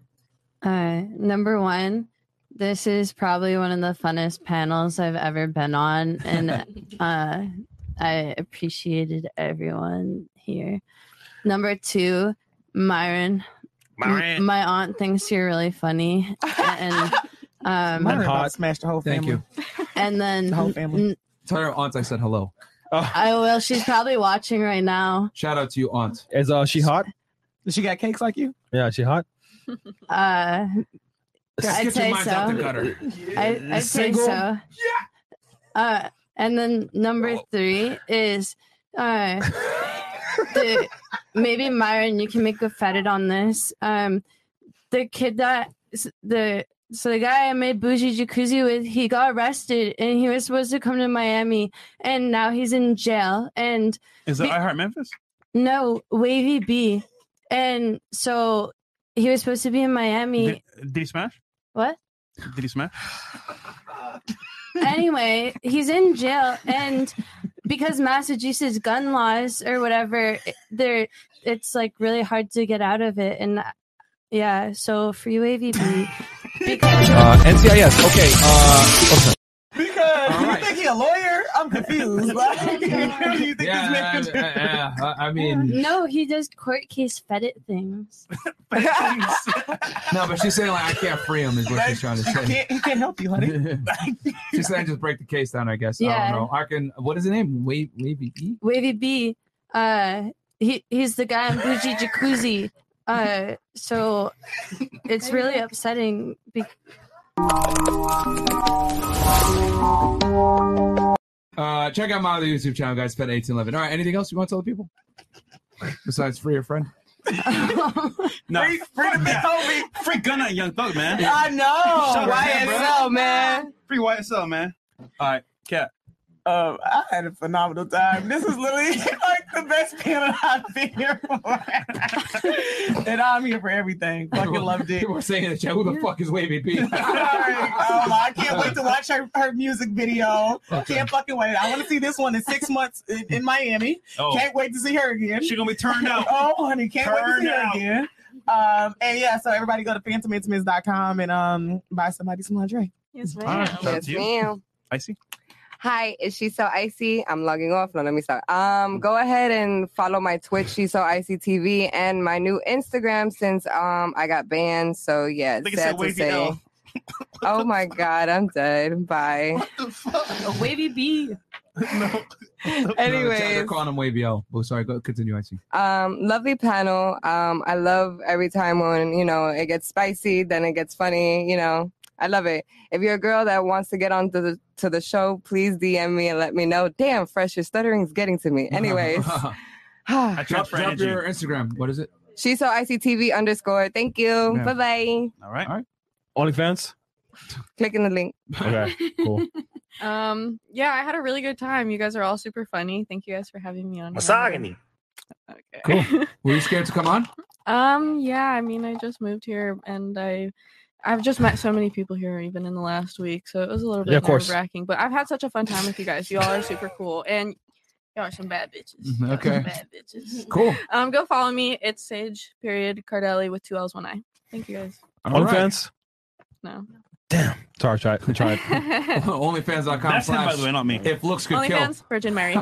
Speaker 17: Uh, number one, this is probably one of the funnest panels I've ever been on, and uh, I appreciated everyone here. Number two, Myron. M-
Speaker 6: Myron.
Speaker 17: my aunt thinks you're really funny, and um,
Speaker 11: Myron about smashed the whole
Speaker 1: Thank
Speaker 11: family.
Speaker 1: you.
Speaker 17: and then
Speaker 11: The whole family. Oh.
Speaker 1: Tell your aunts I said hello.
Speaker 10: I will. She's probably watching right now.
Speaker 1: Shout out to you, aunt.
Speaker 2: Is uh she hot?
Speaker 11: Does she got cakes like you?
Speaker 2: Yeah, she hot.
Speaker 10: Uh,
Speaker 2: Just
Speaker 10: I'd
Speaker 2: get your
Speaker 10: say
Speaker 2: minds
Speaker 10: so.
Speaker 2: out the gutter.
Speaker 10: I, I'd say
Speaker 2: Single?
Speaker 10: so. Yeah. Uh, and then number
Speaker 6: Oh.
Speaker 10: three is uh, the, maybe Myron, you can make a fetid on this. Um, the kid that s- the so the guy I made bougie jacuzzi with, he got arrested and he was supposed to come to Miami, and now he's in jail. And
Speaker 6: Is it I Heart Memphis?
Speaker 10: no, Wavy B. And so he was supposed to be in Miami.
Speaker 6: Did, did he smash?
Speaker 10: what?
Speaker 6: Did he smash?
Speaker 10: anyway, he's in jail, and because Massachusetts gun laws or whatever, there it's like really hard to get out of it. And yeah, so free wavy B.
Speaker 2: Uh, NCIS. Okay. Uh, okay.
Speaker 11: Because you think he a lawyer? I'm confused. Like, you think
Speaker 1: Yeah,
Speaker 11: this
Speaker 1: uh,
Speaker 11: man?
Speaker 1: uh, uh, I mean,
Speaker 10: No, he does court case fetid things.
Speaker 1: no, but she's saying like I can't free him is what she's trying to say.
Speaker 11: he can't help you, honey.
Speaker 1: She's saying just break the case down. I guess I
Speaker 10: Yeah.
Speaker 1: don't know. I can. What is the name? Wait, maybe. E?
Speaker 10: Wavy B, uh, he he's the guy in Bougie Jacuzzi. Uh, so it's really upsetting. Be-
Speaker 1: Uh, check out my other YouTube channel, guys. Pet eighteen eleven. All right. Anything else you want to tell the people besides free your friend?
Speaker 6: No. Free, free the big homie. Free Gunna and Young Thug, man.
Speaker 11: I know.
Speaker 6: Shut up,
Speaker 11: YSL,
Speaker 6: bro.
Speaker 11: man.
Speaker 6: Free YSL, man.
Speaker 11: All right, cat. Um, I had a phenomenal time. This is literally like the best panel I've been here for, and I'm here for everything. Fucking loved it.
Speaker 1: People are saying in the chat, who the fuck is Wavy E?" B?
Speaker 11: Oh my, I can't wait to watch her, her music video. Can't fucking wait. I want to see this one in six months in, in Miami.
Speaker 6: Oh.
Speaker 11: Can't wait to see her again.
Speaker 6: She gonna be turned out.
Speaker 11: oh, honey, can't wait to see
Speaker 6: Turned out.
Speaker 11: her again. Um, and yeah, so everybody go to phantomintimates.com and um buy somebody some lingerie.
Speaker 13: Yes,
Speaker 12: Yes, ma'am.
Speaker 6: I see.
Speaker 12: Hi, is she so icy? I'm logging off. No, let me start. Um, go ahead and follow my Twitch, she's so icy TV, and my new Instagram since um I got banned. So yeah,
Speaker 18: think
Speaker 12: it's
Speaker 18: it said
Speaker 12: sad to
Speaker 18: Wavy
Speaker 12: say.
Speaker 18: L.
Speaker 12: oh my god, I'm dead. Bye.
Speaker 10: Wavy B.
Speaker 1: No, they're
Speaker 12: Anyways,
Speaker 1: calling him Wavy L. Oh, sorry. Go continue. I see.
Speaker 12: um, lovely panel. Um, I love every time when you know it gets spicy, then it gets funny. You know, I love it. If you're a girl that wants to get on to the to the show, please DM me and let me know. Damn, fresh, your stuttering's getting to me. Anyways, Ah.
Speaker 1: I drop,
Speaker 12: for
Speaker 1: drop
Speaker 12: energy.
Speaker 1: your Instagram. What is it?
Speaker 12: she's so ICTV underscore. Thank you.
Speaker 2: Yeah.
Speaker 12: Bye bye.
Speaker 6: All right.
Speaker 1: All right.
Speaker 2: OnlyFans.
Speaker 12: Clicking the link.
Speaker 2: Okay. Cool.
Speaker 13: Um, yeah, I had a really good time. You guys are all super funny. Thank you guys for having me on. here.
Speaker 1: Cool. Were you scared to come on?
Speaker 13: Um, yeah, I mean, I just moved here and I I've just met so many people here even in the last week, so it was a little bit
Speaker 2: Yeah, of course.
Speaker 13: nerve-wracking, but I've had such a fun time with you guys. You all are super cool and y'all are some bad bitches. Y'all are some
Speaker 1: Okay.
Speaker 13: Bad bitches.
Speaker 1: Cool.
Speaker 13: Um, go follow me. It's Sage period Cardelli with two L's one I. Thank you guys.
Speaker 2: OnlyFans.
Speaker 13: No.
Speaker 2: Sorry, try it. Try it.
Speaker 1: Onlyfans.com
Speaker 2: That's him,
Speaker 1: slash
Speaker 2: by the way, not me.
Speaker 1: If looks could kill.
Speaker 13: OnlyFans, Virgin Mary.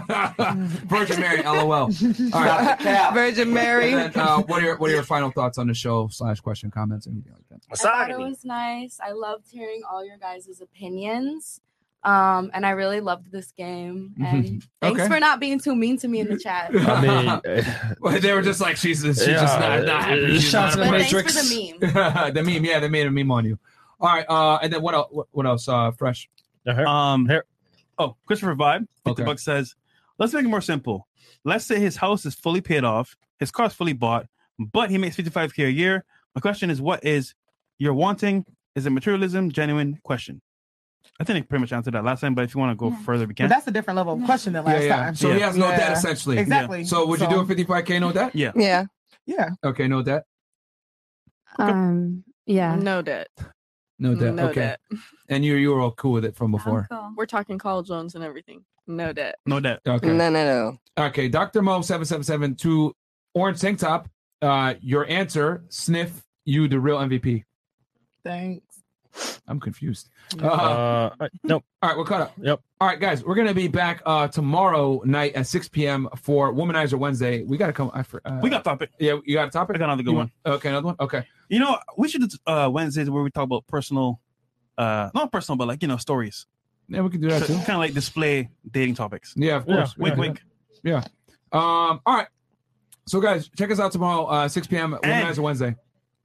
Speaker 1: Virgin Mary, LOL. All right.
Speaker 12: Virgin Mary.
Speaker 1: And then, uh, what are your what are your final thoughts on the show slash question comments anything like that?
Speaker 13: I thought it was nice. I loved hearing all your guys' opinions. Um, and I really loved this game. And thanks
Speaker 1: Okay.
Speaker 13: for not being too mean to me in the chat.
Speaker 2: I mean, uh,
Speaker 1: Well, they were just like she's she's
Speaker 2: Yeah, uh,
Speaker 1: just not, not happy. She's
Speaker 2: shots
Speaker 1: not
Speaker 2: in the
Speaker 1: a-
Speaker 2: But thanks
Speaker 13: the
Speaker 2: for
Speaker 1: the meme, yeah, they made a meme on you. All right, uh, and then what else? What, what else? Uh, fresh.
Speaker 6: Um, oh, Christopher Vibe. Okay. The buck says, let's make it more simple. Let's say his house is fully paid off, his car's fully bought, but he makes 55k a year. My question is, what is you're wanting? Is it materialism? Genuine question. I think I pretty much answered that last time, but if you want to go further, we
Speaker 11: But
Speaker 6: can.
Speaker 11: that's a different level of question than
Speaker 1: Yeah,
Speaker 11: last
Speaker 1: yeah.
Speaker 11: time.
Speaker 1: So he has no
Speaker 11: Yeah.
Speaker 1: debt essentially.
Speaker 11: Exactly.
Speaker 1: So would you do a fifty five k no debt?
Speaker 6: Yeah.
Speaker 12: Yeah.
Speaker 11: Yeah.
Speaker 1: Okay, no debt.
Speaker 10: Um, yeah.
Speaker 13: No debt.
Speaker 1: No debt.
Speaker 13: Mm, No
Speaker 1: okay.
Speaker 13: debt.
Speaker 1: And you you were all cool with it from before.
Speaker 13: We're talking Carl Jones and everything. No debt.
Speaker 6: No debt.
Speaker 1: Okay.
Speaker 12: No, no, no.
Speaker 1: Okay, Dr. Mo 777 to Orange Tank Top. Uh, your answer, sniff, you the real MVP.
Speaker 11: Thanks.
Speaker 1: I'm confused. Uh,
Speaker 11: Yeah.
Speaker 2: Uh, nope.
Speaker 1: All right, we're caught up.
Speaker 2: Yep.
Speaker 1: All right, guys, we're gonna be back uh tomorrow night at 6 p.m. for Womanizer Wednesday. We gotta come. I for, uh,
Speaker 6: We got topic.
Speaker 1: Yeah, you got a topic?
Speaker 6: I got another good
Speaker 1: You
Speaker 6: one.
Speaker 1: okay, another one. Okay.
Speaker 6: You know, we should do uh Wednesdays where we talk about personal, uh, not personal, but like you know, stories.
Speaker 1: Yeah, we can do that too.
Speaker 6: Kind of like display dating topics.
Speaker 1: Yeah, of course.
Speaker 6: Wink,
Speaker 1: Yeah.
Speaker 6: wink.
Speaker 1: Yeah. Um. All right. So guys, check us out tomorrow, uh, 6 p.m. Womanizer Wednesday.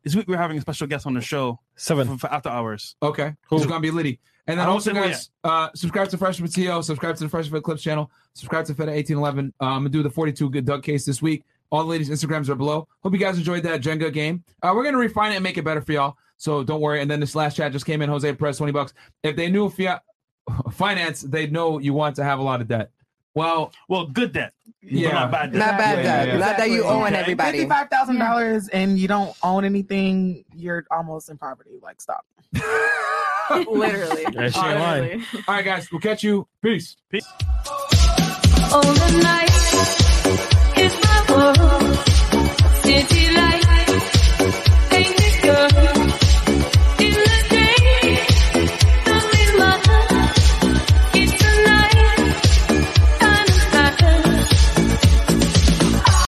Speaker 6: This week we're having a special guest on the show.
Speaker 2: Seven
Speaker 6: for, for after hours.
Speaker 1: Okay. Who's gonna be Liddy? And
Speaker 6: I
Speaker 1: then
Speaker 6: don't
Speaker 1: also,
Speaker 6: think we-
Speaker 1: guys, uh, subscribe to Freshman TO, subscribe to the Freshman Clips channel, subscribe to Feta eighteen eleven. Um, I'm gonna do the forty two good duck case this week. All the ladies' Instagrams are below. Hope you guys enjoyed that Jenga game. Uh, we're gonna refine it and make it better for y'all. So don't worry. And then this last chat just came in. Jose Perez, twenty bucks. If they knew fia- finance, they'd know you want to have a lot of debt. Well,
Speaker 6: well, good debt.
Speaker 1: Yeah,
Speaker 6: not bad debt.
Speaker 12: Not bad debt. Not that you
Speaker 11: owe
Speaker 12: owing everybody.
Speaker 11: Fifty-five thousand dollars and you don't own anything. You're almost in poverty. Like stop.
Speaker 14: Literally.
Speaker 1: Yeah, she ain't lying. All right, guys, we'll catch you. Peace. Peace.
Speaker 3: All the night is my world.